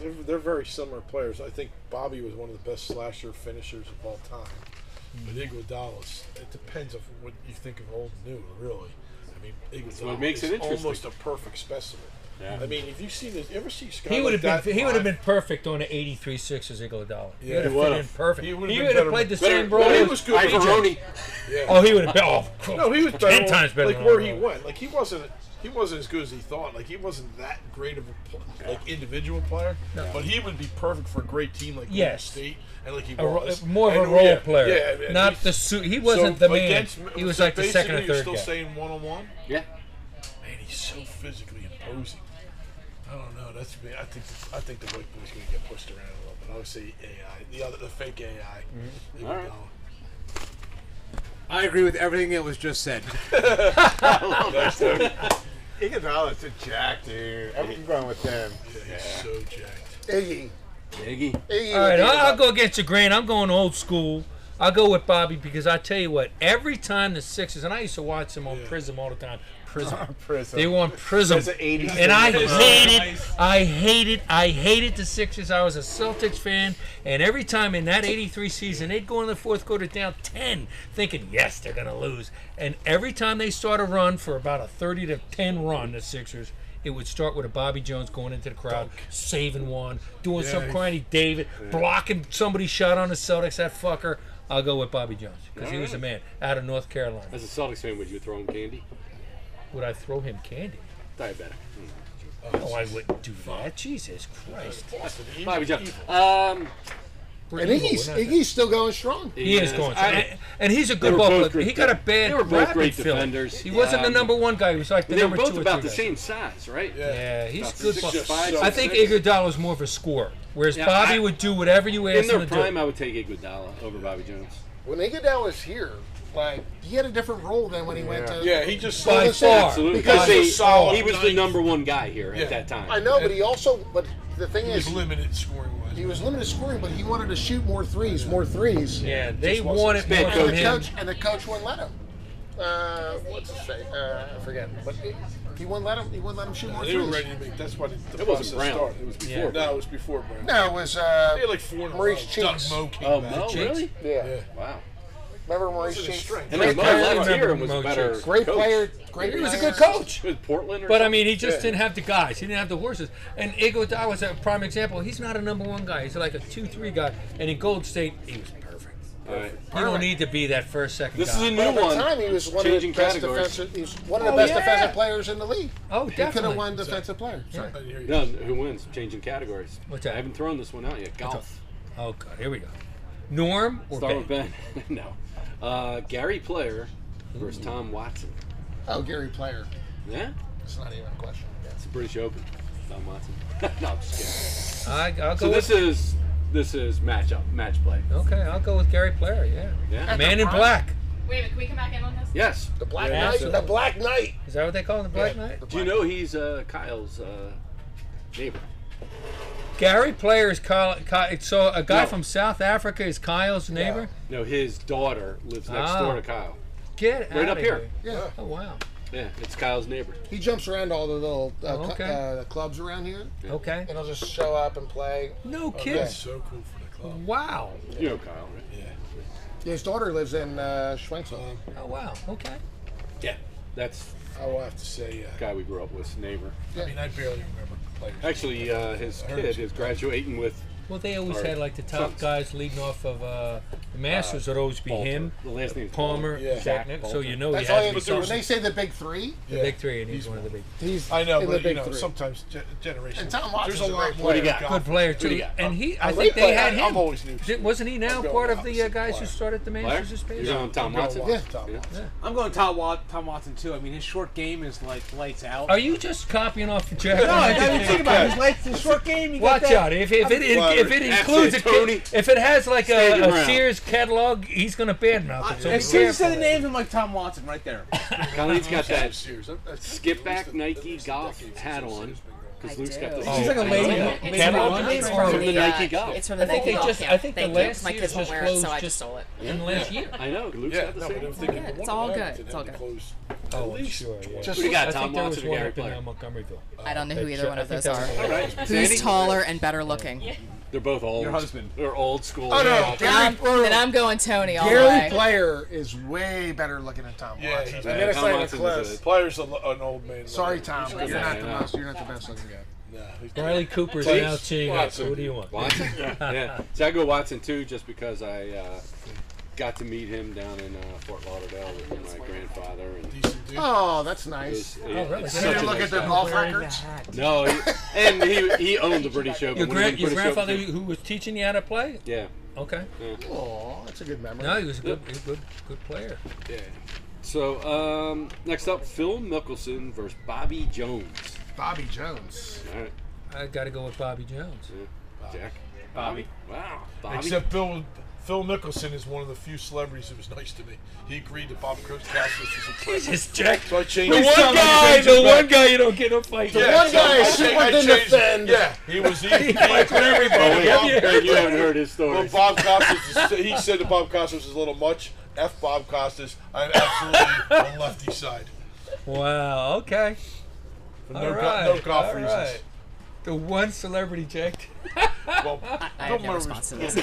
Speaker 8: They're, they're very similar players. I think Bobby was one of the best slasher finishers of all time.
Speaker 2: Hmm.
Speaker 8: But Iguodala's, it depends on what you think of old and new, really. I mean, Iguodala
Speaker 1: what makes
Speaker 8: is
Speaker 1: it interesting.
Speaker 8: almost a perfect specimen.
Speaker 1: Yeah.
Speaker 8: I mean, if you see this, you ever see Scott
Speaker 2: He would have
Speaker 8: like
Speaker 2: been
Speaker 8: that
Speaker 2: he would have
Speaker 8: live?
Speaker 2: been perfect on the 83 Sixers Iguodala.
Speaker 8: Yeah.
Speaker 2: he
Speaker 8: He
Speaker 2: would
Speaker 1: would've.
Speaker 2: have been perfect.
Speaker 8: He
Speaker 2: He would
Speaker 8: would've been
Speaker 2: have
Speaker 8: better
Speaker 2: played the
Speaker 8: with-
Speaker 2: same role.
Speaker 8: he
Speaker 2: as-
Speaker 8: was good
Speaker 1: Ivan
Speaker 8: with Egypt.
Speaker 1: Rooney.
Speaker 8: Yeah.
Speaker 2: Oh, he would have been. Oh,
Speaker 8: No, he was better.
Speaker 2: ten
Speaker 8: on-
Speaker 2: times better.
Speaker 8: Like
Speaker 2: than
Speaker 8: where he
Speaker 2: Iguodala.
Speaker 8: went, like he wasn't. He wasn't as good as he thought. Like he wasn't that great of a pl- like individual player. But he would be perfect for a great team like Golden
Speaker 2: Yes.
Speaker 8: State. And like he
Speaker 2: A ro-
Speaker 8: was
Speaker 2: more of a
Speaker 8: And,
Speaker 2: role
Speaker 8: yeah,
Speaker 2: player,
Speaker 8: Yeah, and
Speaker 2: not
Speaker 8: he's-
Speaker 2: the suit. He wasn't
Speaker 8: so
Speaker 2: the man.
Speaker 8: against-
Speaker 2: He was
Speaker 8: so
Speaker 2: like the second or
Speaker 8: basically
Speaker 2: third
Speaker 8: You're still
Speaker 2: guy.
Speaker 8: saying one on one.
Speaker 1: Yeah.
Speaker 8: Man, he's so physically imposing. I don't know. That's me. I think I think the white boy's gonna get pushed around a little bit. I would say AI, the other, the fake AI.
Speaker 2: Mm-hmm.
Speaker 8: They would
Speaker 1: All right.
Speaker 8: go.
Speaker 7: I agree with everything that was just said.
Speaker 9: Iguodala's a jack, dude. Everything wrong with him.
Speaker 8: Yeah, he's so jacked.
Speaker 3: Iggy.
Speaker 1: Iggy.
Speaker 3: Iggy.
Speaker 2: All right,
Speaker 3: would be
Speaker 4: uh,
Speaker 2: I'll, I'll
Speaker 3: the-
Speaker 2: go against your grain. I'm going old school. I'll go with Bobby because I tell you what, every time the Sixers, and I used to watch them on
Speaker 8: Yeah.
Speaker 2: Prism all the time. Prism.
Speaker 9: Prison.
Speaker 2: They were on Prism.
Speaker 9: There's an 80s
Speaker 2: and I
Speaker 9: thing.
Speaker 2: hated, I hated, I hated the Sixers. I was a Celtics fan, and every time in that '83 season, they'd go in the fourth quarter down 10, thinking, "Yes, they're gonna lose." And every time they start a run for about a 30 to 10 run, the Sixers, it would start with a Bobby Jones going into the crowd, saving one, doing some cranny David, blocking somebody shot on the Celtics. That fucker. I'll go with Bobby Jones because he was a man out of North Carolina.
Speaker 1: As a Celtics fan, would you throw him candy?
Speaker 2: Would I throw him candy?
Speaker 1: Diabetic.
Speaker 2: No, I wouldn't do that. Jesus Christ.
Speaker 1: Bobby Jones. Um,
Speaker 3: And Iggy's, Iggy's still going strong.
Speaker 2: He is going.
Speaker 1: I-
Speaker 2: and, and he's a
Speaker 1: They
Speaker 2: good
Speaker 1: were
Speaker 2: ball
Speaker 1: both
Speaker 2: player.
Speaker 1: great
Speaker 2: He got a
Speaker 1: def-
Speaker 2: bad
Speaker 1: they were both
Speaker 2: rapid
Speaker 1: great
Speaker 2: fill.
Speaker 1: defenders.
Speaker 2: He wasn't the
Speaker 1: Um,
Speaker 2: number one guy. He was like the
Speaker 1: they were
Speaker 2: number
Speaker 1: both
Speaker 2: two or
Speaker 1: about
Speaker 2: three
Speaker 1: the
Speaker 2: guy.
Speaker 1: same size, right?
Speaker 2: Yeah, he's
Speaker 1: About
Speaker 2: good.
Speaker 1: six,
Speaker 2: ball-
Speaker 1: just five,
Speaker 2: I
Speaker 1: six,
Speaker 2: think
Speaker 1: six.
Speaker 2: Iguodala is more of a scorer, whereas
Speaker 1: Yeah,
Speaker 2: Bobby
Speaker 1: I-
Speaker 2: would do whatever you
Speaker 1: In
Speaker 2: asked him
Speaker 1: their
Speaker 2: to
Speaker 1: prime,
Speaker 2: do.
Speaker 1: I would take Iguodala over Bobby Jones.
Speaker 3: When Iguodala was here, like he had a different role than when he went to.
Speaker 8: Yeah, he just
Speaker 2: By
Speaker 3: Because
Speaker 2: far,
Speaker 1: Absolutely,
Speaker 3: Because
Speaker 1: because they,
Speaker 3: he's solid.
Speaker 1: he was the number one guy here
Speaker 8: Yeah.
Speaker 1: at that time.
Speaker 3: I know, but he also. But the thing
Speaker 8: He
Speaker 3: is,
Speaker 8: was limited scoring wise.
Speaker 3: he was limited scoring, but he wanted to shoot more threes, more threes.
Speaker 2: yeah, they
Speaker 8: wasn't
Speaker 2: wanted
Speaker 1: bad
Speaker 2: more
Speaker 3: And
Speaker 2: from
Speaker 3: the
Speaker 2: him.
Speaker 3: coach and the coach wouldn't let him. Uh, what's his say? Uh, I forget. But he, he wouldn't let him. He wouldn't let him shoot more
Speaker 8: They were
Speaker 3: threes.
Speaker 8: ready to make. That's why the, the
Speaker 1: It
Speaker 8: process
Speaker 1: wasn't Brown.
Speaker 8: started. It was before.
Speaker 2: Yeah.
Speaker 8: Brown. No, it was before Brown.
Speaker 3: No, it was
Speaker 8: They had
Speaker 3: uh,
Speaker 8: like four in a
Speaker 3: Maurice
Speaker 8: row. Doug
Speaker 3: Cheeks.
Speaker 8: Moe came
Speaker 1: Oh,
Speaker 8: back.
Speaker 1: Mo, really?
Speaker 3: yeah.
Speaker 8: Yeah.
Speaker 1: Wow.
Speaker 3: Remember Maurice
Speaker 8: Those are the
Speaker 3: Cheeks?
Speaker 8: strengths.
Speaker 1: And then Mo
Speaker 2: player.
Speaker 1: left
Speaker 2: Remember
Speaker 1: here and was
Speaker 2: Mo
Speaker 1: a better.
Speaker 2: Cheeks.
Speaker 3: Great
Speaker 1: coach.
Speaker 3: player. Great.
Speaker 2: He was a
Speaker 3: player.
Speaker 2: good coach.
Speaker 1: He was Portland, or
Speaker 2: But I
Speaker 1: something?
Speaker 2: mean, he just
Speaker 8: Yeah.
Speaker 2: didn't have the guys. He didn't have the horses. And Iguodala was a prime example. He's not a number one guy. He's like a two-three guy. And in Gold State, he was perfect.
Speaker 1: All right.
Speaker 2: You don't need to be that first second
Speaker 1: This
Speaker 2: guy.
Speaker 1: is a
Speaker 3: But
Speaker 1: new
Speaker 3: at the
Speaker 1: one.
Speaker 3: time, he was one of the
Speaker 1: Changing
Speaker 3: best
Speaker 1: categories.
Speaker 3: defensive. He's one of the
Speaker 2: Oh,
Speaker 3: best
Speaker 2: yeah.
Speaker 3: defensive players in the league.
Speaker 2: Oh,
Speaker 3: He could have
Speaker 2: definitely.
Speaker 3: won defensive player. Sorry.
Speaker 8: I didn't hear you.
Speaker 1: No, who wins? Changing categories.
Speaker 2: What's that?
Speaker 1: I haven't thrown this one out yet. Golf.
Speaker 2: Oh god, here we go. Norm or
Speaker 1: Start
Speaker 2: Ben?
Speaker 1: with Ben. <laughs> no. Uh, Gary Player versus Tom Watson.
Speaker 3: Oh, Gary Player.
Speaker 1: Yeah?
Speaker 3: It's not even a question.
Speaker 1: It's the British Open. Tom Watson. <laughs> no, I'm just kidding.
Speaker 2: I, I'll go
Speaker 1: So
Speaker 2: with,
Speaker 1: this is this is matchup, match play.
Speaker 2: Okay, I'll go with Gary Player. Yeah.
Speaker 1: Yeah.
Speaker 2: Man in Black.
Speaker 5: Wait a minute, can we come back in on this?
Speaker 1: Yes.
Speaker 3: The Black
Speaker 2: Yeah,
Speaker 3: Knight.
Speaker 2: absolutely.
Speaker 3: The Black Knight.
Speaker 2: Is that what they call him, the Black Knight?
Speaker 1: Do you know he's uh, Kyle's uh, neighbor?
Speaker 2: Gary Player is Kyle, Ky So a guy
Speaker 1: No.
Speaker 2: from South Africa is Kyle's neighbor.
Speaker 1: No, his daughter lives next
Speaker 2: Ah.
Speaker 1: door to Kyle.
Speaker 2: Get
Speaker 1: Right
Speaker 2: outta
Speaker 1: up here.
Speaker 3: Yeah.
Speaker 2: Oh wow.
Speaker 1: Yeah, it's Kyle's neighbor.
Speaker 3: He jumps around all the little uh,
Speaker 2: Oh,
Speaker 3: cl-
Speaker 2: okay.
Speaker 3: uh, clubs around here,
Speaker 2: Okay.
Speaker 3: and he'll just show up and play.
Speaker 2: No
Speaker 8: That's
Speaker 2: kids.
Speaker 8: so cool for the club.
Speaker 2: Wow.
Speaker 1: You know Kyle, right?
Speaker 2: Mm-hmm.
Speaker 3: His daughter lives in uh, Schwenksville.
Speaker 2: Oh wow. Okay.
Speaker 1: Yeah. That's
Speaker 8: I will have to say.
Speaker 1: the
Speaker 8: Uh,
Speaker 1: guy we grew up with, neighbor.
Speaker 8: I mean, I barely remember players.
Speaker 1: Actually, uh, his kid is graduating with
Speaker 2: Well, they always
Speaker 1: Or
Speaker 2: had like the top
Speaker 1: sons.
Speaker 2: guys leading off of uh, the Masters would always be
Speaker 1: Bolter.
Speaker 2: him,
Speaker 1: The last name is
Speaker 2: Palmer,
Speaker 8: Yeah.
Speaker 2: Jack.
Speaker 1: Jack
Speaker 2: so you know he
Speaker 3: That's
Speaker 2: had
Speaker 3: all
Speaker 2: to be
Speaker 3: you
Speaker 2: something.
Speaker 3: When they say the big three,
Speaker 2: the big three, and he's, one of the big.
Speaker 3: he's
Speaker 8: I know,
Speaker 3: in the
Speaker 8: but you
Speaker 3: big
Speaker 8: know,
Speaker 3: three.
Speaker 8: sometimes ge- generation.
Speaker 3: And Tom Watson's
Speaker 8: There's a
Speaker 3: a
Speaker 8: lot
Speaker 3: great
Speaker 1: player.
Speaker 8: more.
Speaker 1: What do you got?
Speaker 2: Good player too,
Speaker 1: you got?
Speaker 2: and he. I
Speaker 8: I'm
Speaker 2: think
Speaker 8: player.
Speaker 2: they had
Speaker 8: I'm
Speaker 2: him.
Speaker 8: always new.
Speaker 2: Di- wasn't he now
Speaker 8: I'm going
Speaker 2: part of the uh,
Speaker 8: opposite
Speaker 2: guys who
Speaker 8: player.
Speaker 2: started the
Speaker 1: Blair?
Speaker 2: Masters this past?
Speaker 1: You're going Tom Watson?
Speaker 8: Yeah. Tom
Speaker 1: Yeah.
Speaker 8: Watson.
Speaker 7: I'm going Tom, Wat- Tom Watson too. I mean, his short game is like lights out.
Speaker 2: Are you just copying off the Jack?
Speaker 7: no, I
Speaker 2: London?
Speaker 7: mean, think about it. His, lights, his short game. You got
Speaker 2: Watch
Speaker 7: that-
Speaker 2: out! If, if it if it
Speaker 1: That's
Speaker 2: includes
Speaker 1: it,
Speaker 2: a,
Speaker 1: Tony.
Speaker 2: if it has like
Speaker 1: Stand
Speaker 2: a,
Speaker 1: your
Speaker 2: a
Speaker 1: ground.
Speaker 2: Sears catalog, he's gonna badmouth it. So be
Speaker 7: As soon as you
Speaker 2: careful.
Speaker 7: said the names, I'm like Tom Watson right there.
Speaker 1: Colleen's got
Speaker 8: <laughs>
Speaker 1: that
Speaker 8: Serious. That- that's-
Speaker 1: skip back
Speaker 8: that's-
Speaker 1: Nike
Speaker 8: that's-
Speaker 1: golf
Speaker 8: that's-
Speaker 1: hat
Speaker 8: that's-
Speaker 1: on because
Speaker 10: I
Speaker 1: Luke's got
Speaker 10: do.
Speaker 1: the.
Speaker 2: She's
Speaker 7: like a
Speaker 1: I
Speaker 7: lady.
Speaker 1: know.
Speaker 7: It's
Speaker 1: Catalog?
Speaker 2: from the-
Speaker 10: It's
Speaker 2: it's
Speaker 10: from
Speaker 2: from
Speaker 1: the Nike Golf.
Speaker 10: It's from the
Speaker 2: I think
Speaker 10: Nike
Speaker 2: they
Speaker 10: Golf.
Speaker 2: just-
Speaker 10: camp.
Speaker 2: I think the
Speaker 10: Thank you.
Speaker 2: last
Speaker 10: My
Speaker 2: year's
Speaker 10: kids won't
Speaker 2: was
Speaker 10: wear it, so
Speaker 2: closed
Speaker 10: I
Speaker 2: just-
Speaker 10: just stole it.
Speaker 2: in the last
Speaker 7: Oh,
Speaker 2: year.
Speaker 1: I know. Luke's
Speaker 8: Yeah,
Speaker 1: got the
Speaker 8: no,
Speaker 1: same.
Speaker 8: but I'm thinking
Speaker 10: good.
Speaker 8: one
Speaker 10: It's
Speaker 8: of
Speaker 10: all
Speaker 8: the
Speaker 10: good.
Speaker 8: Lions had
Speaker 10: It's all
Speaker 8: to
Speaker 10: good.
Speaker 8: close
Speaker 2: Oh,
Speaker 8: at least
Speaker 2: sure, yeah.
Speaker 8: 20.
Speaker 1: What do you got,
Speaker 2: I
Speaker 1: Tom
Speaker 2: think there was
Speaker 1: Watson or
Speaker 2: one
Speaker 1: Gary
Speaker 2: up in
Speaker 1: Player?
Speaker 2: uh, Montgomeryville.
Speaker 10: I don't know who
Speaker 2: that
Speaker 10: either
Speaker 2: show-
Speaker 10: one
Speaker 2: I
Speaker 10: of
Speaker 2: think
Speaker 10: those are.
Speaker 2: that was
Speaker 1: All right. Sandy?
Speaker 10: Who's taller and better looking?
Speaker 1: They're both old.
Speaker 7: Your husband.
Speaker 1: They're old school.
Speaker 3: Oh no,
Speaker 10: Then I'm,
Speaker 3: Gary, or-
Speaker 10: then I'm going Tony all the
Speaker 3: Gary
Speaker 10: way.
Speaker 3: Player is way better looking than Tom
Speaker 8: Yeah,
Speaker 3: Watson.
Speaker 8: he's
Speaker 3: I'm
Speaker 8: bad.
Speaker 3: gonna
Speaker 1: Tom
Speaker 3: say
Speaker 1: Watson
Speaker 3: the
Speaker 1: is
Speaker 3: Cliffs.
Speaker 1: a-
Speaker 8: Player's a, lo- an old man.
Speaker 3: Sorry, Tom,
Speaker 5: He's
Speaker 3: but you're
Speaker 5: good.
Speaker 3: not the
Speaker 1: Yeah.
Speaker 3: most. You're not the best looking guy.
Speaker 8: No, he's not.
Speaker 2: Riley Cooper's
Speaker 8: Please.
Speaker 2: now cheating. So what do you want? <laughs>
Speaker 1: Watson. <laughs> yeah. So I go Watson too, just because I uh, got to meet him down in uh, Fort Lauderdale with my grandfather, and it
Speaker 8: Decent dude.
Speaker 3: Oh, that's
Speaker 1: was.
Speaker 3: nice.
Speaker 1: it-
Speaker 2: Oh, really?
Speaker 1: it's
Speaker 2: You
Speaker 1: such
Speaker 3: didn't
Speaker 1: a
Speaker 3: look
Speaker 1: nice
Speaker 3: at the
Speaker 1: guy.
Speaker 3: golf records.
Speaker 1: No, he, and he he owned the British Open.
Speaker 2: Your,
Speaker 1: When he
Speaker 2: grand, your
Speaker 1: won the British
Speaker 2: grandfather
Speaker 1: Open-
Speaker 2: who was teaching you how to play?
Speaker 1: Yeah.
Speaker 2: Okay.
Speaker 3: Oh, that's a good memory.
Speaker 2: No, he was a good, a good, good player.
Speaker 1: Yeah. So um, next up, Phil Mickelson versus Bobby Jones.
Speaker 3: Bobby Jones.
Speaker 1: All right,
Speaker 2: I got to go with Bobby Jones.
Speaker 1: Jack.
Speaker 7: Bobby.
Speaker 1: Wow. Bobby.
Speaker 8: Except Bill, Phil Mickelson is one of the few celebrities who was nice to me. He agreed that Bob Costas was a pleasure.
Speaker 2: Just Jack.
Speaker 8: So I
Speaker 2: The
Speaker 8: changed
Speaker 2: one
Speaker 8: so I
Speaker 2: guy,
Speaker 8: changed
Speaker 2: the
Speaker 8: it back.
Speaker 2: one guy you don't get no fight.
Speaker 8: Yeah,
Speaker 3: one
Speaker 8: so
Speaker 3: guy
Speaker 8: I
Speaker 3: is
Speaker 8: changed-
Speaker 3: super
Speaker 8: I changed-
Speaker 3: defend.
Speaker 8: Yeah, he was he, he liked
Speaker 1: Oh,
Speaker 8: everybody.
Speaker 1: wait,
Speaker 8: Bob-
Speaker 1: I'm sure you haven't heard his
Speaker 8: Well,
Speaker 1: story.
Speaker 8: Bob Costas, is- he said that Bob Costas is a little much. F Bob Costas. I'm absolutely on the lefty side.
Speaker 2: Wow. Okay.
Speaker 8: For
Speaker 2: All
Speaker 8: no, go-
Speaker 2: right.
Speaker 8: no golf
Speaker 2: all
Speaker 8: reasons.
Speaker 2: right. The one celebrity Jack.
Speaker 8: Well,
Speaker 10: I have
Speaker 8: Bill
Speaker 10: no
Speaker 8: Murray's-
Speaker 10: response to this.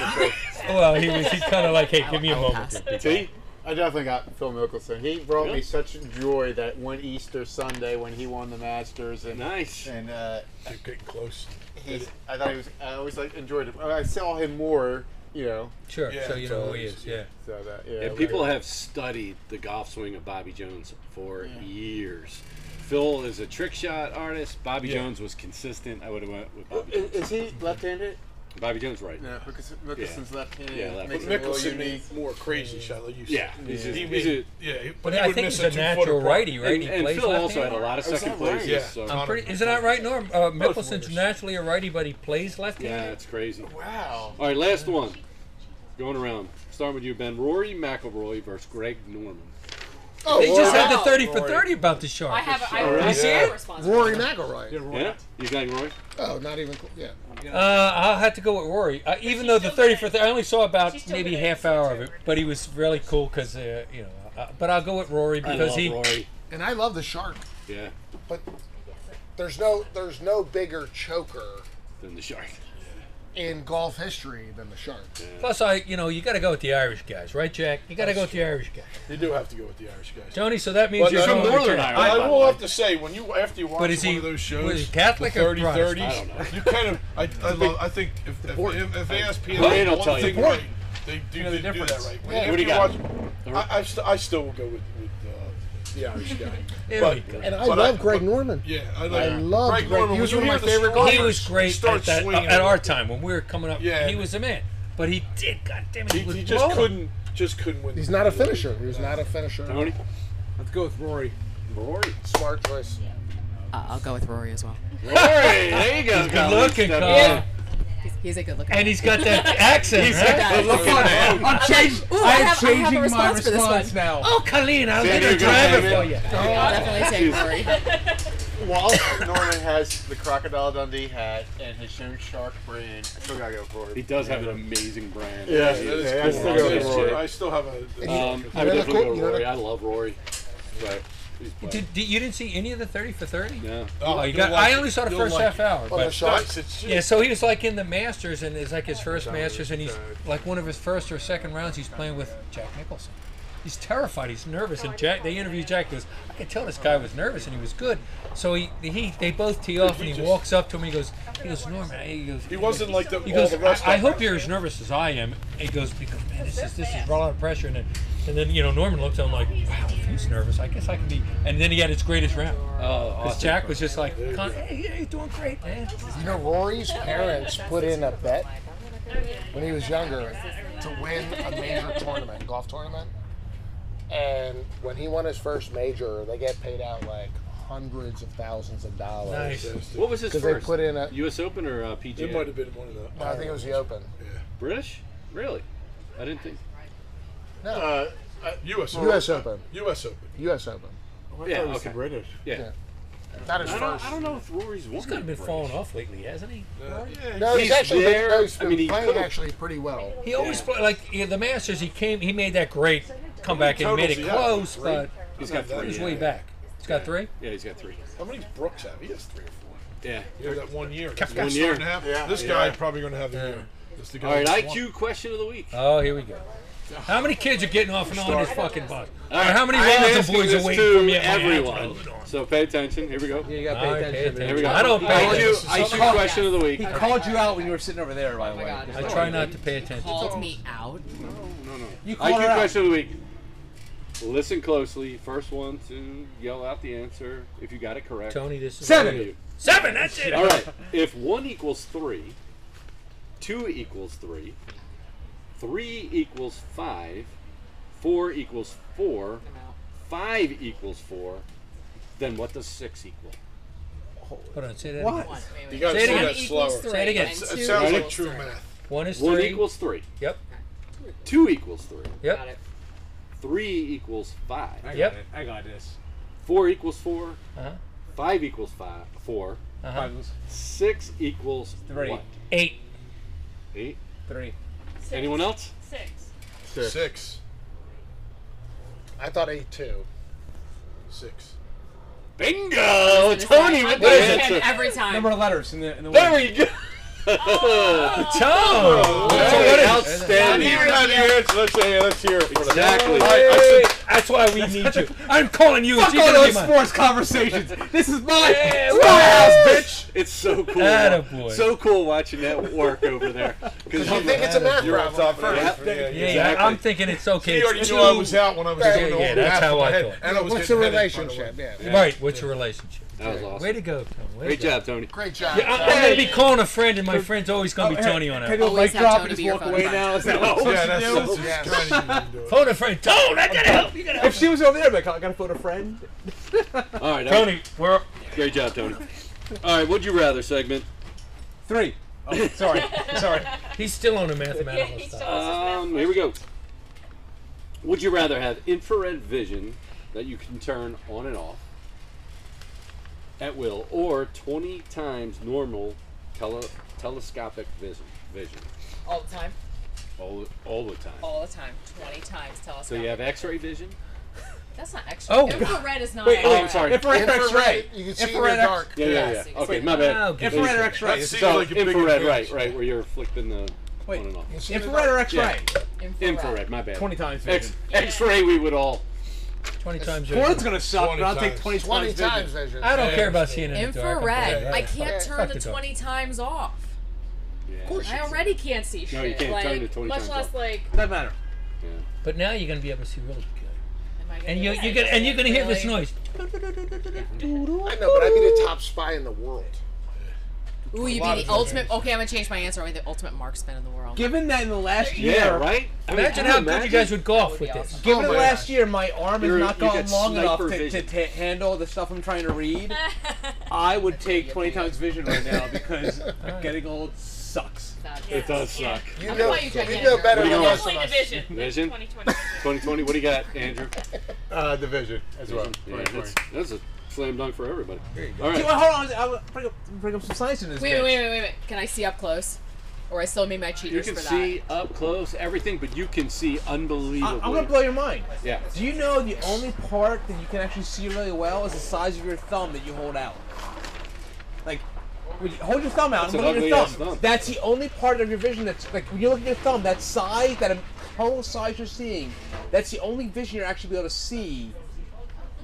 Speaker 2: Well, he was. He's kind of like, hey, give me a
Speaker 10: I'll
Speaker 2: moment.
Speaker 10: pass.
Speaker 1: See?
Speaker 9: I definitely got Phil Mickelson. He brought
Speaker 1: Really?
Speaker 9: me such joy that one Easter Sunday when he won the Masters and
Speaker 1: Nice.
Speaker 9: and uh,
Speaker 8: You're getting close.
Speaker 9: he's I thought he was I always like enjoyed him. I saw him more, you know.
Speaker 2: Sure.
Speaker 8: Yeah,
Speaker 2: so you
Speaker 8: it's
Speaker 2: know who he
Speaker 8: always-
Speaker 2: is. Yeah.
Speaker 9: So that yeah.
Speaker 1: And
Speaker 9: we-
Speaker 1: people have studied the golf swing of Bobby Jones for years. Phil is a trick shot artist. Bobby
Speaker 8: Yeah.
Speaker 1: Jones was consistent. I would have went with
Speaker 9: I-
Speaker 4: Uh,
Speaker 1: Bobby
Speaker 9: is,
Speaker 1: Jones.
Speaker 9: is he left-handed?
Speaker 1: Bobby Jones, right?
Speaker 9: No, because Mickelson's left-handed.
Speaker 1: Yeah, left.
Speaker 9: Makes
Speaker 8: But
Speaker 9: it a little
Speaker 8: Mickelson
Speaker 9: unique.
Speaker 8: made more crazy shot like you said.
Speaker 1: Yeah, he's just-
Speaker 8: he
Speaker 1: he's
Speaker 8: made,
Speaker 1: a-
Speaker 8: yeah, he- but
Speaker 2: But
Speaker 8: he
Speaker 2: I
Speaker 8: would
Speaker 2: think
Speaker 8: miss
Speaker 2: he's
Speaker 8: a
Speaker 2: a
Speaker 8: two-footer
Speaker 2: natural
Speaker 8: punt.
Speaker 2: righty, right?
Speaker 1: And,
Speaker 2: he
Speaker 1: and
Speaker 2: plays
Speaker 1: Phil also had
Speaker 2: left-handed.
Speaker 1: a lot of
Speaker 9: Is that
Speaker 1: second
Speaker 9: right?
Speaker 1: places.
Speaker 8: Yeah.
Speaker 1: So,
Speaker 2: I'm pretty.
Speaker 8: Donovan.
Speaker 2: Isn't that right, Norm? Uh,
Speaker 8: wingers.
Speaker 2: Mickelson's naturally a righty, but he plays
Speaker 1: yeah,
Speaker 2: left-handed.
Speaker 1: that's crazy.
Speaker 9: Wow.
Speaker 1: All right, last one. Going around. Starting with you, Ben. Rory McIlroy versus Greg Norman.
Speaker 3: Oh,
Speaker 2: They just had the
Speaker 3: wow.
Speaker 2: 30 for 30 about the shark.
Speaker 5: I have. I,
Speaker 1: Alright.
Speaker 5: I have
Speaker 8: Yeah.
Speaker 5: a response.
Speaker 3: Rory McIlroy.
Speaker 1: Yeah, you got Rory.
Speaker 3: Oh, not even. cl- Yeah.
Speaker 2: Uh, I'll have to go with Rory. Uh, even though the 30 for 30, I only saw about
Speaker 6: She's still
Speaker 2: maybe
Speaker 6: good at
Speaker 2: half
Speaker 6: it,
Speaker 2: hour of
Speaker 6: too.
Speaker 2: it, but he was really cool because, uh, you know. Uh, but I'll go with Rory
Speaker 1: I
Speaker 2: because
Speaker 1: love
Speaker 2: he.
Speaker 1: Rory.
Speaker 3: And I love the shark,
Speaker 1: Yeah,
Speaker 3: but there's no there's no bigger choker
Speaker 1: than the shark.
Speaker 3: in golf history than the shark.
Speaker 2: Plus, I, you know, you got to go with the Irish guys, right, Jack? You got to go with the Irish guys,
Speaker 8: You do have to go with the Irish guys.
Speaker 2: Tony. So that means
Speaker 8: Well,
Speaker 2: you're
Speaker 8: no,
Speaker 2: from
Speaker 8: from
Speaker 2: Northern
Speaker 1: Northern
Speaker 2: Ireland.
Speaker 1: Ireland.
Speaker 8: I
Speaker 1: by the
Speaker 8: will
Speaker 1: way.
Speaker 8: have to say, when you after you watch
Speaker 2: is
Speaker 8: one
Speaker 2: he-
Speaker 8: of those
Speaker 2: was
Speaker 8: shows,
Speaker 2: he Catholic
Speaker 8: the
Speaker 2: or
Speaker 8: 30
Speaker 2: Protestant?
Speaker 8: 30s,
Speaker 1: I don't know.
Speaker 8: you kind of, I, I, love, I think if, if, if, if ESPN
Speaker 1: Brian
Speaker 8: did
Speaker 1: will
Speaker 8: one
Speaker 1: tell you.
Speaker 8: thing
Speaker 1: Important.
Speaker 8: right, they do,
Speaker 7: know the
Speaker 8: they do that
Speaker 7: difference.
Speaker 8: right.
Speaker 3: Yeah.
Speaker 8: When,
Speaker 1: What do
Speaker 8: if
Speaker 1: you got?
Speaker 8: watch- I, I, st- I still will go with, with uh, the Irish guy.
Speaker 2: There
Speaker 8: But-
Speaker 2: we go.
Speaker 3: And I
Speaker 8: But I-
Speaker 3: love Greg
Speaker 8: but-
Speaker 3: Norman.
Speaker 8: Yeah, I, like,
Speaker 3: I love
Speaker 8: Greg
Speaker 3: Greg-
Speaker 8: Norman.
Speaker 3: he was
Speaker 8: When
Speaker 3: one
Speaker 8: you
Speaker 3: of
Speaker 8: hear
Speaker 3: my
Speaker 8: the
Speaker 3: favorite
Speaker 8: scores,
Speaker 2: he was
Speaker 8: you
Speaker 2: great
Speaker 8: start
Speaker 2: at, that,
Speaker 8: swinging
Speaker 2: at
Speaker 8: a
Speaker 2: our
Speaker 8: little.
Speaker 2: time when we were coming up.
Speaker 8: Yeah.
Speaker 2: he was a man, but he did. God damn it,
Speaker 8: He,
Speaker 2: he, was
Speaker 8: he just
Speaker 2: blowing.
Speaker 8: couldn't, just couldn't win.
Speaker 3: He's not a finisher. He was not a finisher.
Speaker 1: Tony?
Speaker 7: Let's go with Rory.
Speaker 1: Rory.
Speaker 3: Smart choice.
Speaker 10: Uh, I'll go with Rory as well.
Speaker 1: Rory, there you go.
Speaker 2: Good looking,
Speaker 1: Step
Speaker 2: Colin.
Speaker 1: up.
Speaker 10: He's, he's a good looking.
Speaker 2: And he's got
Speaker 6: <laughs>
Speaker 2: that accent.
Speaker 1: He's
Speaker 2: right?
Speaker 1: got- look at him.
Speaker 10: I'm, changing, ooh, I have, I have a response, for this one.
Speaker 7: now.
Speaker 2: Oh, Colleen, I'll get
Speaker 1: Xander,
Speaker 2: her
Speaker 1: go,
Speaker 2: driver
Speaker 1: Xander.
Speaker 2: for you.
Speaker 10: I'll definitely take
Speaker 1: Jeez.
Speaker 10: Rory.
Speaker 9: While Norman has the crocodile Dundee hat and his own shark brand, I still gotta go for
Speaker 1: He
Speaker 9: it.
Speaker 1: does have an amazing brand.
Speaker 9: Yeah,
Speaker 1: He
Speaker 8: That
Speaker 1: is
Speaker 8: is
Speaker 9: Yeah, I still
Speaker 1: cool.
Speaker 8: cool.
Speaker 9: go with
Speaker 8: Yeah,
Speaker 9: Rory.
Speaker 8: I still have a.
Speaker 1: Um, I
Speaker 3: You know
Speaker 1: would
Speaker 3: the
Speaker 1: definitely
Speaker 3: cool-
Speaker 1: go
Speaker 3: you know
Speaker 1: Rory.
Speaker 3: the-
Speaker 1: I love Rory. But he's playing.
Speaker 2: Did, did, you didn't see any of the 30 for 30?
Speaker 1: Yeah.
Speaker 2: Oh, you got, I only saw the first half hour.
Speaker 3: Well, the Oh,
Speaker 2: But,
Speaker 3: shark.
Speaker 2: yeah, so he was like in the Masters, and it's like his first Masters, and he's like one of his first or second rounds, he's playing with Jack Nicholson. He's terrified. He's nervous. And Jack, they interview Jack. Goes, I could tell this guy was nervous, and he was good. So he, he, they both tee off, and he walks up to him. He goes, he goes, Norman. I-" He goes,
Speaker 8: He wasn't like the-
Speaker 2: He
Speaker 8: all
Speaker 2: goes,
Speaker 8: the rest
Speaker 2: I, I
Speaker 8: of
Speaker 2: hope you're as nervous as I am. He goes, because man, this is this is a lot of pressure, and then, and then you know Norman looked at him like, wow, if he's nervous. I guess I can be. And then he had his greatest round.
Speaker 1: Oh,
Speaker 2: because
Speaker 1: awesome.
Speaker 2: Jack was just like, "Con-
Speaker 3: you're
Speaker 2: doing great, man.
Speaker 3: You know, Rory's parents put in a bet when he was younger to win a major tournament, golf tournament. And when he won his first major, they get paid out like hundreds of thousands of dollars.
Speaker 1: What was his
Speaker 3: 'Cause
Speaker 1: first?
Speaker 3: They put in a.
Speaker 1: U.S. Open or uh, PGA?
Speaker 3: It might have
Speaker 8: been one of the.
Speaker 3: No, I think it was the Open.
Speaker 1: British? Really? I didn't think.
Speaker 3: No.
Speaker 8: Uh, uh, U.S.
Speaker 3: U.S. Open.
Speaker 8: U.S. Open. Uh,
Speaker 3: U.S. Open.
Speaker 1: Yeah, okay. Yeah.
Speaker 3: Not his
Speaker 1: I don't,
Speaker 3: first.
Speaker 1: I don't know if Rory's won.
Speaker 2: He's kind of been
Speaker 1: British.
Speaker 2: falling off lately, hasn't he?
Speaker 3: No, he's, actually been- no, he's
Speaker 2: I
Speaker 3: been
Speaker 2: mean, he
Speaker 3: playing
Speaker 2: could've-
Speaker 3: actually pretty well.
Speaker 2: He always play, like yeah, the Masters. He came. He made that great comeback and he made it close, but
Speaker 1: he's got three.
Speaker 2: He's
Speaker 1: yeah.
Speaker 2: way back. He's got three.
Speaker 1: Yeah, he's got three.
Speaker 8: How many Brooks have? He has three or four.
Speaker 1: Yeah.
Speaker 8: Yeah, that one year.
Speaker 1: Kept
Speaker 8: That's
Speaker 1: one year.
Speaker 8: starting to happen.
Speaker 1: Yeah.
Speaker 8: This
Speaker 1: Yeah.
Speaker 8: guy probably going to have a year. That's the guy
Speaker 1: All right,
Speaker 8: that's won.
Speaker 1: IQ question of the week.
Speaker 2: Oh, here we go. How many kids are getting off and on this fucking bus? Or how many
Speaker 1: I'm
Speaker 2: rounds of
Speaker 1: asking
Speaker 2: boys
Speaker 1: this
Speaker 2: are waiting
Speaker 1: to
Speaker 2: for me at my
Speaker 1: everyone.
Speaker 2: house?
Speaker 1: So pay attention. Here we go. Yeah, you
Speaker 2: gotta pay All right, attention, pay everybody.
Speaker 1: Here we go.
Speaker 2: attention. I don't pay
Speaker 1: IQ,
Speaker 2: attention.
Speaker 1: IQ
Speaker 2: Someone-
Speaker 1: question of the week.
Speaker 7: He called you out when you were sitting over there,
Speaker 5: Oh
Speaker 7: by the way.
Speaker 2: I try not to pay attention.
Speaker 10: Called me out.
Speaker 1: No, no.
Speaker 7: You called her
Speaker 1: IQ
Speaker 7: out.
Speaker 1: question of the week. Listen closely. First one to yell out the answer if you got it correct.
Speaker 2: Tony, this is
Speaker 1: Seven.
Speaker 2: all you. Seven, that's it.
Speaker 1: All right. If one equals three, two equals three, three equals five, four equals four, five equals four, then what does six equal?
Speaker 2: Hold on, say that.
Speaker 1: What?
Speaker 2: Again.
Speaker 1: You gotta
Speaker 2: say it
Speaker 1: say
Speaker 2: again.
Speaker 1: that slower.
Speaker 2: Say it again.
Speaker 1: It sounds like Ready? true
Speaker 8: math.
Speaker 2: One is
Speaker 1: One
Speaker 2: three.
Speaker 1: equals three.
Speaker 2: Yep.
Speaker 1: Two equals three.
Speaker 2: Yep.
Speaker 1: Three equals five.
Speaker 7: I
Speaker 2: Yep.
Speaker 7: got it. I got this.
Speaker 1: Four equals 4
Speaker 2: Uh-huh.
Speaker 1: Five equals five. Four.
Speaker 2: Uh-huh.
Speaker 1: Six equals
Speaker 7: Three.
Speaker 1: what?
Speaker 2: Eight.
Speaker 1: Eight.
Speaker 7: Three.
Speaker 1: Anyone else?
Speaker 6: Six.
Speaker 8: Six. Six.
Speaker 3: I thought eight two.
Speaker 8: Six.
Speaker 1: Bingo! Tony with the answer.
Speaker 10: every time.
Speaker 7: Number of letters in the. In the
Speaker 1: There
Speaker 7: word.
Speaker 1: we go.
Speaker 2: Tom!
Speaker 1: Very outstanding.
Speaker 9: Let's hear, let's hear it for the-
Speaker 1: Exactly.
Speaker 2: That's why we need you. <laughs> I'm calling you.
Speaker 7: Fuck
Speaker 2: You're
Speaker 7: all
Speaker 2: gonna be
Speaker 7: those
Speaker 2: my-
Speaker 7: sports conversations. This is my
Speaker 2: Yeah,
Speaker 7: my house, bitch.
Speaker 1: It's so cool.
Speaker 2: Attaboy.
Speaker 1: So cool watching that work over
Speaker 3: <laughs>
Speaker 1: there. Because
Speaker 3: You think it's a math problem?
Speaker 2: Yeah, yeah, I'm thinking it's okay.
Speaker 8: He
Speaker 2: It's
Speaker 8: already
Speaker 2: two-
Speaker 8: knew I was out when I was
Speaker 3: Yeah,
Speaker 8: doing all
Speaker 2: yeah,
Speaker 8: the
Speaker 2: that's
Speaker 8: math in
Speaker 2: how
Speaker 8: my
Speaker 2: I
Speaker 8: head,
Speaker 2: thought.
Speaker 8: And I was
Speaker 3: What's the
Speaker 8: getting headaches, by the way.
Speaker 3: relationship? Yeah.
Speaker 2: Right, what's your relationship?
Speaker 1: That was awesome.
Speaker 2: Way to go, Tom. Way
Speaker 1: Great
Speaker 2: to go.
Speaker 1: job, Tony.
Speaker 3: Great job.
Speaker 2: Yeah, I- I'm gonna be calling a friend, and my friend's always gonna be Tony on
Speaker 7: Oh, Can I
Speaker 2: it.
Speaker 7: do a
Speaker 10: Always
Speaker 7: mic
Speaker 10: have
Speaker 7: drop
Speaker 10: Tony
Speaker 7: and
Speaker 10: be
Speaker 7: just
Speaker 10: your
Speaker 7: walk
Speaker 10: phone
Speaker 7: away
Speaker 10: friend.
Speaker 7: now? Is that what
Speaker 8: Yeah,
Speaker 7: I'm supposed to
Speaker 8: that's,
Speaker 7: do?
Speaker 8: that's just trying to do it.
Speaker 2: Phone a friend. Tony, I gotta help. You gotta help.
Speaker 7: If she was over there, I'd be like, "Oh, I gotta phone a friend.
Speaker 1: All right, Tony.
Speaker 2: Tony, we're
Speaker 1: Great job, Tony. All right, would you rather segment?
Speaker 7: Three. Oh, <laughs> sorry, sorry.
Speaker 2: he's still on a
Speaker 6: Yeah,
Speaker 2: mathematical
Speaker 6: he still
Speaker 2: stuff.
Speaker 6: has his
Speaker 1: Um,
Speaker 6: math.
Speaker 1: here we go. Would you rather have infrared vision that you can turn on and off at will, or 20 times normal tele- telescopic vision? Vision
Speaker 5: All the time.
Speaker 1: all, all the time.
Speaker 5: All the time. 20 times
Speaker 1: So
Speaker 5: telescope.
Speaker 1: you have X-ray vision.
Speaker 5: That's not extra.
Speaker 2: Oh,
Speaker 5: Infrared is not
Speaker 7: Wait,
Speaker 1: Oh,
Speaker 5: extra.
Speaker 1: I'm sorry.
Speaker 7: Infrared X-ray.
Speaker 3: Infrared, you can see in the
Speaker 7: Infrared X-
Speaker 3: dark.
Speaker 1: Yeah, yeah, yeah.
Speaker 5: Yeah,
Speaker 1: Okay,
Speaker 5: see.
Speaker 1: my bad.
Speaker 2: Oh, good.
Speaker 7: Infrared or X-ray.
Speaker 8: That seems
Speaker 1: So
Speaker 8: like a big
Speaker 1: infrared, right,
Speaker 8: advantage.
Speaker 1: right, where you're flicking the on and off.
Speaker 3: You can see in the
Speaker 7: Infrared
Speaker 3: dark.
Speaker 7: or X-ray.
Speaker 1: Infrared, my bad.
Speaker 7: 20 times
Speaker 1: X,
Speaker 7: vision.
Speaker 1: X-ray, we would all.
Speaker 2: Twenty times.
Speaker 7: Porn's
Speaker 2: over.
Speaker 7: gonna suck,
Speaker 8: 20
Speaker 7: but I'll take
Speaker 8: times.
Speaker 7: 20 times.
Speaker 3: Twenty
Speaker 7: vision.
Speaker 3: times vision.
Speaker 2: I don't care about seeing it in the dark. I'm
Speaker 5: Infrared.
Speaker 2: fine.
Speaker 5: I can't turn
Speaker 2: Fuck
Speaker 5: the
Speaker 2: the dark.
Speaker 5: 20 times off.
Speaker 1: Yeah.
Speaker 5: I already can't see shit.
Speaker 1: No, you can't
Speaker 5: like,
Speaker 1: turn the 20
Speaker 5: much
Speaker 1: times
Speaker 5: less
Speaker 1: off.
Speaker 5: like.
Speaker 7: Doesn't matter.
Speaker 1: Yeah.
Speaker 2: But now you're gonna be able to see really good.
Speaker 5: Am I gonna
Speaker 2: And
Speaker 5: be
Speaker 2: you
Speaker 5: like,
Speaker 2: you gonna and you're gonna hear this
Speaker 5: really?
Speaker 2: noise.
Speaker 3: I know, but I'd be the top spy in the world.
Speaker 10: Ooh, you'd be the ultimate. Okay, I'm gonna change my answer. I'm the ultimate marksman in the world.
Speaker 7: Given that in the last year,
Speaker 1: Yeah, right. I mean, can
Speaker 2: Imagine how good you guys would
Speaker 5: That would
Speaker 2: golf
Speaker 5: be
Speaker 2: with this.
Speaker 5: awesome.
Speaker 7: Given
Speaker 3: Oh
Speaker 7: the
Speaker 3: my
Speaker 7: last
Speaker 3: gosh.
Speaker 7: year, my arm has
Speaker 1: You're-
Speaker 7: not
Speaker 1: you
Speaker 7: gone
Speaker 1: get
Speaker 7: long enough
Speaker 1: sniper
Speaker 7: to, to,
Speaker 1: vision.
Speaker 7: to handle the stuff I'm trying
Speaker 5: <laughs>
Speaker 7: to read. I would take 20 times vision right now <laughs> because getting old sucks.
Speaker 1: It does suck.
Speaker 3: You
Speaker 5: I'm
Speaker 3: know,
Speaker 5: glad you checked
Speaker 3: you
Speaker 5: in.
Speaker 3: know better
Speaker 1: We
Speaker 3: than
Speaker 1: know.
Speaker 3: most of
Speaker 6: Definitely
Speaker 3: us.
Speaker 6: division.
Speaker 1: Vision?
Speaker 6: 2020.
Speaker 1: 2020. What do you got, Andrew?
Speaker 9: Uh, division as well.
Speaker 1: Yeah, that's, that's a slam dunk for everybody. All
Speaker 7: Dude,
Speaker 1: right.
Speaker 7: hold on, I'll bring up, bring up some science in this.
Speaker 5: Wait,
Speaker 7: bitch.
Speaker 5: wait, wait, wait, wait. Can I see up close? Or I still need my
Speaker 1: You
Speaker 5: cheaters
Speaker 1: can
Speaker 5: for that.
Speaker 1: see up close everything, but you can see
Speaker 7: I,
Speaker 1: unbelievably.
Speaker 7: I'm gonna blow your mind.
Speaker 1: Yeah.
Speaker 7: Do you know the only part that you can actually see really well is the size of your thumb that you hold out? Like, when you hold your thumb out
Speaker 1: That's
Speaker 7: and
Speaker 1: an
Speaker 7: look at your
Speaker 1: ugly-ass
Speaker 7: thumb,
Speaker 1: thumb.
Speaker 7: That's the only part of your vision that's like when you look at your thumb, that size, that total size you're seeing, that's the only vision you're actually be able to see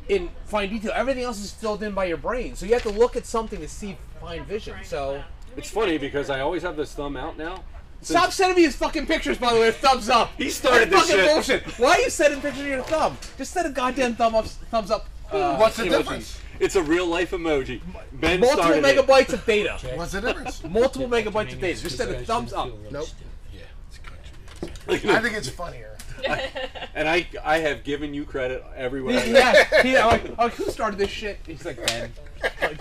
Speaker 7: in fine detail. Everything else is filled in by your brain, so you have to look at something to see fine vision. So
Speaker 1: It's funny because I always have this thumb out now.
Speaker 7: stop sending me his fucking pictures. By the way, thumbs up.
Speaker 1: He started
Speaker 7: That's
Speaker 1: this
Speaker 7: fucking
Speaker 1: shit.
Speaker 7: bullshit. Why are you sending pictures of your thumb? Just send a goddamn thumb up, thumbs up. uh, emoji.
Speaker 1: Emoji. It's a real life emoji. Ben
Speaker 7: Multiple
Speaker 1: started <laughs> it.
Speaker 7: megabytes of data.
Speaker 3: What's the <laughs> difference?
Speaker 7: Multiple megabytes of data. Just send a thumbs up.
Speaker 3: Nope.
Speaker 1: I
Speaker 3: think it's funnier.
Speaker 1: And I, I have given you credit everywhere. I go.
Speaker 7: yeah, yeah. I'm Like, I'm like, who started this shit? He's like, Ben.
Speaker 1: <laughs>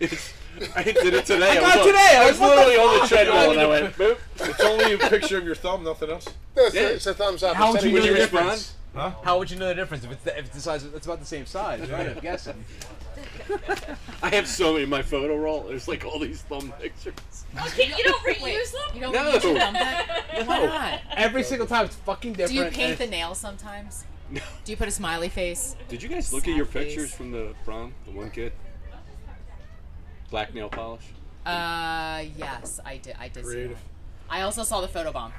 Speaker 1: It's, I did it today. was
Speaker 7: I got
Speaker 1: on-
Speaker 7: today. I
Speaker 1: I was
Speaker 7: was, what the
Speaker 1: literally on the
Speaker 7: fuck?
Speaker 1: treadmill and I went, boop.
Speaker 8: It's only a picture of your thumb, nothing else.
Speaker 3: That's it. It's a thumbs up.
Speaker 7: How would
Speaker 3: Instead
Speaker 7: you
Speaker 3: of
Speaker 7: know the
Speaker 3: giving-
Speaker 7: difference?
Speaker 8: Huh?
Speaker 7: How would you know the difference if it's the, if it's the size? Of, it's about the same size, right? I'm guessing.
Speaker 1: I have so many in my photo roll. There's like all these thumb pictures.
Speaker 6: Okay, you don't reuse them?
Speaker 5: You don't
Speaker 1: No.
Speaker 5: reuse them. but- Why not?
Speaker 7: Every single time, it's fucking different.
Speaker 5: Do you paint the
Speaker 7: and
Speaker 5: nails sometimes? Do you put a smiley face?
Speaker 1: Did you guys look at your
Speaker 5: Sad face.
Speaker 1: pictures from the prom? The one kid? Black nail polish?
Speaker 5: Uh, yes, I did. I did. See that.
Speaker 8: Creative.
Speaker 5: I also saw the photobomb.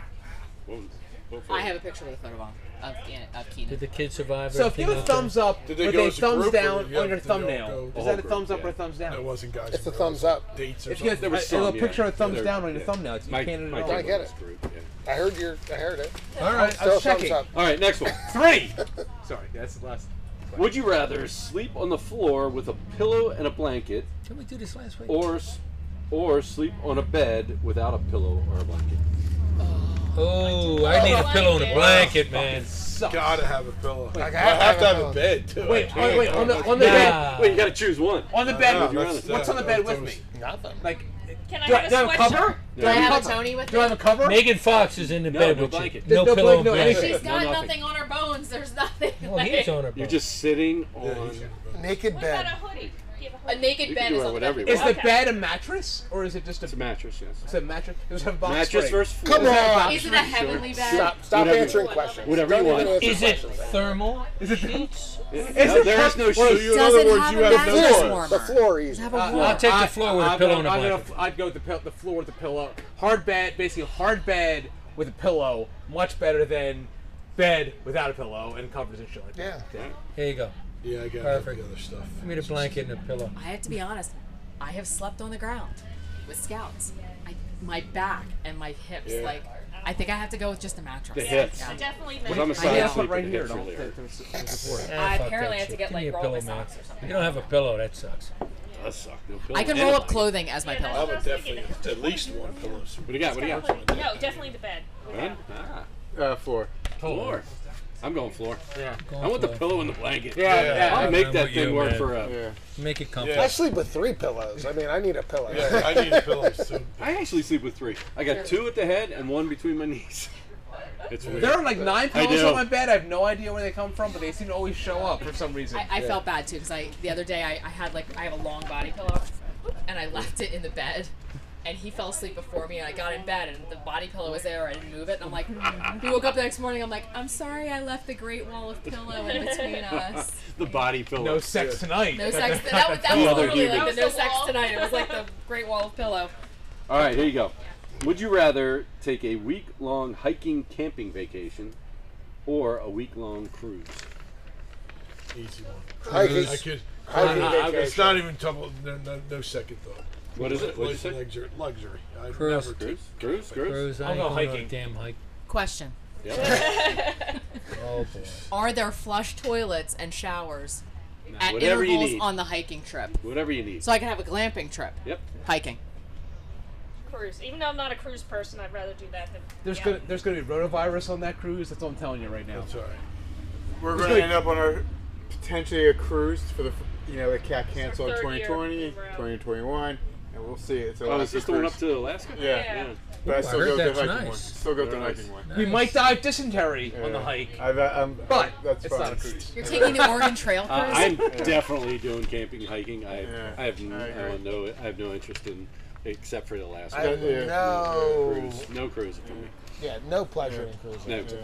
Speaker 1: What was, what photo?
Speaker 5: I have a picture with a photobomb of Ian- of
Speaker 2: Did
Speaker 5: Keenan.
Speaker 2: the kid survive?
Speaker 7: so if
Speaker 2: everything
Speaker 7: you have a
Speaker 2: out there?
Speaker 7: thumbs up,
Speaker 8: Did
Speaker 7: with
Speaker 8: they go
Speaker 7: a
Speaker 8: as a
Speaker 7: thumbs
Speaker 8: group or
Speaker 7: down
Speaker 8: did you
Speaker 7: on
Speaker 8: have-
Speaker 7: your
Speaker 8: did they all
Speaker 7: thumbnail,
Speaker 8: go-
Speaker 7: is that a
Speaker 1: All
Speaker 7: thums up
Speaker 1: group,
Speaker 7: or a thumbs
Speaker 8: No, it
Speaker 7: down?
Speaker 8: wasn't guys.
Speaker 3: It's a thumbs up.
Speaker 8: Dates or
Speaker 7: If you have
Speaker 8: something.
Speaker 1: was
Speaker 7: a
Speaker 1: some,
Speaker 7: little
Speaker 1: yeah.
Speaker 7: picture of thumbs
Speaker 1: There-
Speaker 7: down on your
Speaker 1: yeah.
Speaker 7: thumbnail, it's- you
Speaker 1: My,
Speaker 7: can't at
Speaker 1: my
Speaker 7: all.
Speaker 1: kid
Speaker 3: I get
Speaker 1: was
Speaker 3: it.
Speaker 1: screwed, yeah.
Speaker 3: I heard your. I heard it.
Speaker 2: All right.
Speaker 7: I
Speaker 3: Still
Speaker 7: was
Speaker 3: thumbs
Speaker 7: checking.
Speaker 3: up.
Speaker 1: All right, next one.
Speaker 7: Three. <laughs> Sorry, that's the last.
Speaker 1: Would you rather sleep on the floor with a pillow and a blanket,
Speaker 2: Didn't we do this last week?
Speaker 1: or s- or sleep on a bed without a pillow or a blanket?
Speaker 2: oh, I need a pillow and a blanket, man.
Speaker 7: Sucks.
Speaker 8: Gotta have a pillow.
Speaker 3: Like,
Speaker 8: I have to have a
Speaker 3: pillow.
Speaker 8: bed too. I
Speaker 7: Wait,
Speaker 8: can't.
Speaker 7: wait, on the on the bed,
Speaker 2: Nah.
Speaker 1: Wait, you gotta choose one.
Speaker 7: on the
Speaker 8: No,
Speaker 7: bed. uh,
Speaker 8: that's-
Speaker 7: What's on the bed with me?
Speaker 8: that's-
Speaker 3: Nothing.
Speaker 7: Like,
Speaker 6: Can I
Speaker 7: do I
Speaker 6: have
Speaker 7: do I
Speaker 6: a
Speaker 7: have a cover?
Speaker 6: sweatshirt?
Speaker 7: Do I
Speaker 5: I have
Speaker 7: have
Speaker 5: a
Speaker 7: cover?
Speaker 5: Tony with
Speaker 7: Do I have a
Speaker 5: me?
Speaker 7: cover?
Speaker 2: Megan Fox is in the
Speaker 1: No,
Speaker 2: bed
Speaker 1: no
Speaker 2: with
Speaker 1: blanket.
Speaker 2: you. No,
Speaker 7: There's no
Speaker 2: pillow and
Speaker 7: blanket, no anything.
Speaker 5: She's
Speaker 2: blanket.
Speaker 5: got
Speaker 1: No, nothing.
Speaker 5: nothing on her bones. There's nothing.
Speaker 2: Well, he's on her.
Speaker 1: You're
Speaker 2: bed.
Speaker 1: just sitting on.
Speaker 8: Yeah, he's-
Speaker 3: Naked
Speaker 6: What about a
Speaker 3: bed.
Speaker 6: hoodie? Do you have a
Speaker 5: A
Speaker 6: hoodie?
Speaker 1: You
Speaker 5: naked
Speaker 1: can
Speaker 5: bed
Speaker 1: do it
Speaker 5: is on the
Speaker 1: whatever
Speaker 5: bed.
Speaker 1: you
Speaker 7: Is the
Speaker 6: Okay.
Speaker 7: bed a mattress or is it just a?
Speaker 1: It's a mattress,
Speaker 7: It's
Speaker 1: yes.
Speaker 7: a mattress. It was a box
Speaker 1: Mattress
Speaker 7: spring.
Speaker 1: versus floor.
Speaker 3: Come on.
Speaker 5: Is it a heavenly bed?
Speaker 3: Stop, stop
Speaker 1: Whatever.
Speaker 3: answering questions.
Speaker 1: Whatever
Speaker 3: Don't
Speaker 1: you
Speaker 3: even
Speaker 1: want.
Speaker 3: answer
Speaker 2: Is it
Speaker 3: questions.
Speaker 2: thermal? Is it sheets?
Speaker 1: No,
Speaker 7: it
Speaker 1: there is no
Speaker 8: So
Speaker 1: sheet.
Speaker 8: you, in other words, you have
Speaker 5: mattress
Speaker 8: no
Speaker 5: warmer.
Speaker 3: The floor is.
Speaker 5: Have
Speaker 3: Have
Speaker 5: a
Speaker 7: Uh,
Speaker 5: warm-
Speaker 2: I'll take the floor with a pillow and a
Speaker 7: I'm gonna-
Speaker 2: blanket.
Speaker 7: I'd go with the, pill, the floor with the pillow. Hard bed, basically hard bed with a pillow, much better than bed without a pillow and covers and shit like that.
Speaker 3: yeah.
Speaker 2: There you go.
Speaker 8: Yeah, I gotta have
Speaker 2: Perfect.
Speaker 8: the other stuff.
Speaker 2: Give me the blanket and a pillow.
Speaker 5: I have to be honest. I have slept on the ground with scouts. I, my back and my hips.
Speaker 8: Yeah.
Speaker 5: Like, I think I have to go with just a mattress.
Speaker 1: The hips.
Speaker 5: Yeah.
Speaker 6: I definitely
Speaker 1: Because I'm a
Speaker 6: meant.
Speaker 7: I
Speaker 1: side
Speaker 7: have one
Speaker 1: sleeper.
Speaker 7: right
Speaker 1: the
Speaker 7: here.
Speaker 1: hips
Speaker 7: To,
Speaker 1: are
Speaker 7: to,
Speaker 1: there.
Speaker 7: to support. it.
Speaker 2: Ah, fuck that
Speaker 6: apparently I have to
Speaker 2: shit.
Speaker 6: get,
Speaker 2: Give
Speaker 6: like,
Speaker 2: me a
Speaker 6: roll
Speaker 2: pillow,
Speaker 6: my
Speaker 2: man.
Speaker 6: socks or something.
Speaker 2: You don't have a pillow. That sucks.
Speaker 1: Does suck. No pillow
Speaker 5: I can
Speaker 1: and
Speaker 5: roll
Speaker 1: a
Speaker 5: up
Speaker 1: blanket.
Speaker 5: clothing as my
Speaker 8: I
Speaker 5: pillow.
Speaker 8: would definitely at least one pillow.
Speaker 1: What do you got? What do you got?
Speaker 6: No, definitely the bed.
Speaker 1: Ben? Ah,
Speaker 4: Uh, four.
Speaker 1: floor. I'm going floor.
Speaker 3: Yeah.
Speaker 1: I want the pillow and the blanket.
Speaker 3: Yeah.
Speaker 8: Yeah.
Speaker 1: I'll make
Speaker 2: I'm
Speaker 1: that
Speaker 2: with
Speaker 1: thing
Speaker 2: you,
Speaker 1: work
Speaker 2: man.
Speaker 1: for uh, a.
Speaker 4: Yeah.
Speaker 2: Make it comfy.
Speaker 3: I sleep with three pillows. I mean, I need a pillow.
Speaker 8: Yeah,
Speaker 3: <laughs>
Speaker 8: I need pillows too.
Speaker 1: I actually sleep with three. I got two at the head and one between my knees. <laughs> It's weird.
Speaker 7: There are like nine
Speaker 1: I
Speaker 7: pillows
Speaker 1: do.
Speaker 7: on my bed. I have no idea where they come from, but they seem to always show up for some reason.
Speaker 5: I, I felt bad too because I the other day I, I had like I have a long body pillow and I left it in the bed and he fell asleep before me and I got in bed and the body pillow was there I didn't move it and I'm like he woke up the next morning I'm like I'm sorry I left the great wall of pillow in between us
Speaker 1: the body pillow.
Speaker 7: no sex tonight.
Speaker 5: no <laughs> sex that was that was
Speaker 1: Another
Speaker 5: literally
Speaker 1: human.
Speaker 5: like the
Speaker 6: That
Speaker 5: no
Speaker 6: was the
Speaker 5: sex
Speaker 6: wall.
Speaker 5: tonight it was like the great wall of pillow
Speaker 1: All right, here you go. Would you rather take a week long hiking camping vacation or a week long cruise?
Speaker 8: Easy one.
Speaker 3: Hiking.
Speaker 8: <laughs> I could.
Speaker 3: Hiking
Speaker 8: I- I- it's
Speaker 3: vacation.
Speaker 8: not even trouble. No, no, no second thought.
Speaker 1: What is it? What did you say?
Speaker 8: Luxury. Luxury. I
Speaker 2: Cruise.
Speaker 8: never
Speaker 1: Cruise?
Speaker 8: take.
Speaker 1: Cruise? Cruise?
Speaker 2: Rose, I
Speaker 7: I'll
Speaker 2: ain't
Speaker 7: go
Speaker 2: going on
Speaker 7: hiking.
Speaker 2: a damn hike.
Speaker 5: question
Speaker 1: Yeah.
Speaker 5: <laughs>
Speaker 2: Oh boy.
Speaker 5: are there flush toilets and showers at
Speaker 1: Whatever you
Speaker 5: intervals
Speaker 1: need.
Speaker 5: on the hiking trip
Speaker 1: Whatever you need.
Speaker 5: so I could have a glamping trip
Speaker 1: Yep.
Speaker 5: hiking
Speaker 6: Cruise. Even though I'm not a cruise person, I'd rather do that than.
Speaker 7: There's
Speaker 6: yeah.
Speaker 7: gonna there's gonna be rotavirus on that cruise. That's what I'm telling you right now.
Speaker 8: That's all right.
Speaker 4: We're going to end up on our potentially a cruise for the f- you know it got canceled in
Speaker 6: It's our third year
Speaker 4: 2020,
Speaker 6: in a row.
Speaker 4: 2021, and we'll see. It's a
Speaker 1: Oh, is this
Speaker 4: Alaska
Speaker 1: the one
Speaker 4: cruise.
Speaker 1: up to Alaska?
Speaker 4: Yeah.
Speaker 6: Yeah.
Speaker 4: but
Speaker 2: Ooh, I
Speaker 4: I still
Speaker 2: heard
Speaker 4: go with the
Speaker 2: that's
Speaker 4: hiking one.
Speaker 2: nice.
Speaker 4: Still go with the
Speaker 1: Very
Speaker 4: hiking one.
Speaker 7: We might die of dysentery on the
Speaker 4: Yeah.
Speaker 7: hike.
Speaker 4: I've, I'm,
Speaker 7: But
Speaker 4: that's
Speaker 7: it's
Speaker 4: fine.
Speaker 7: not a cruise.
Speaker 5: you're taking the Oregon Trail cruise
Speaker 1: Uh,
Speaker 2: <laughs>
Speaker 1: I'm definitely doing camping, hiking. I,
Speaker 4: Yeah,
Speaker 1: I have
Speaker 4: I
Speaker 1: n-
Speaker 4: agree.
Speaker 1: uh, no, I have no interest in except for the last
Speaker 3: I-
Speaker 1: one.
Speaker 4: Yeah,
Speaker 3: no.
Speaker 1: cruise. No cruise for me.
Speaker 3: Yeah. No pleasure in cruising
Speaker 1: No.
Speaker 3: to me.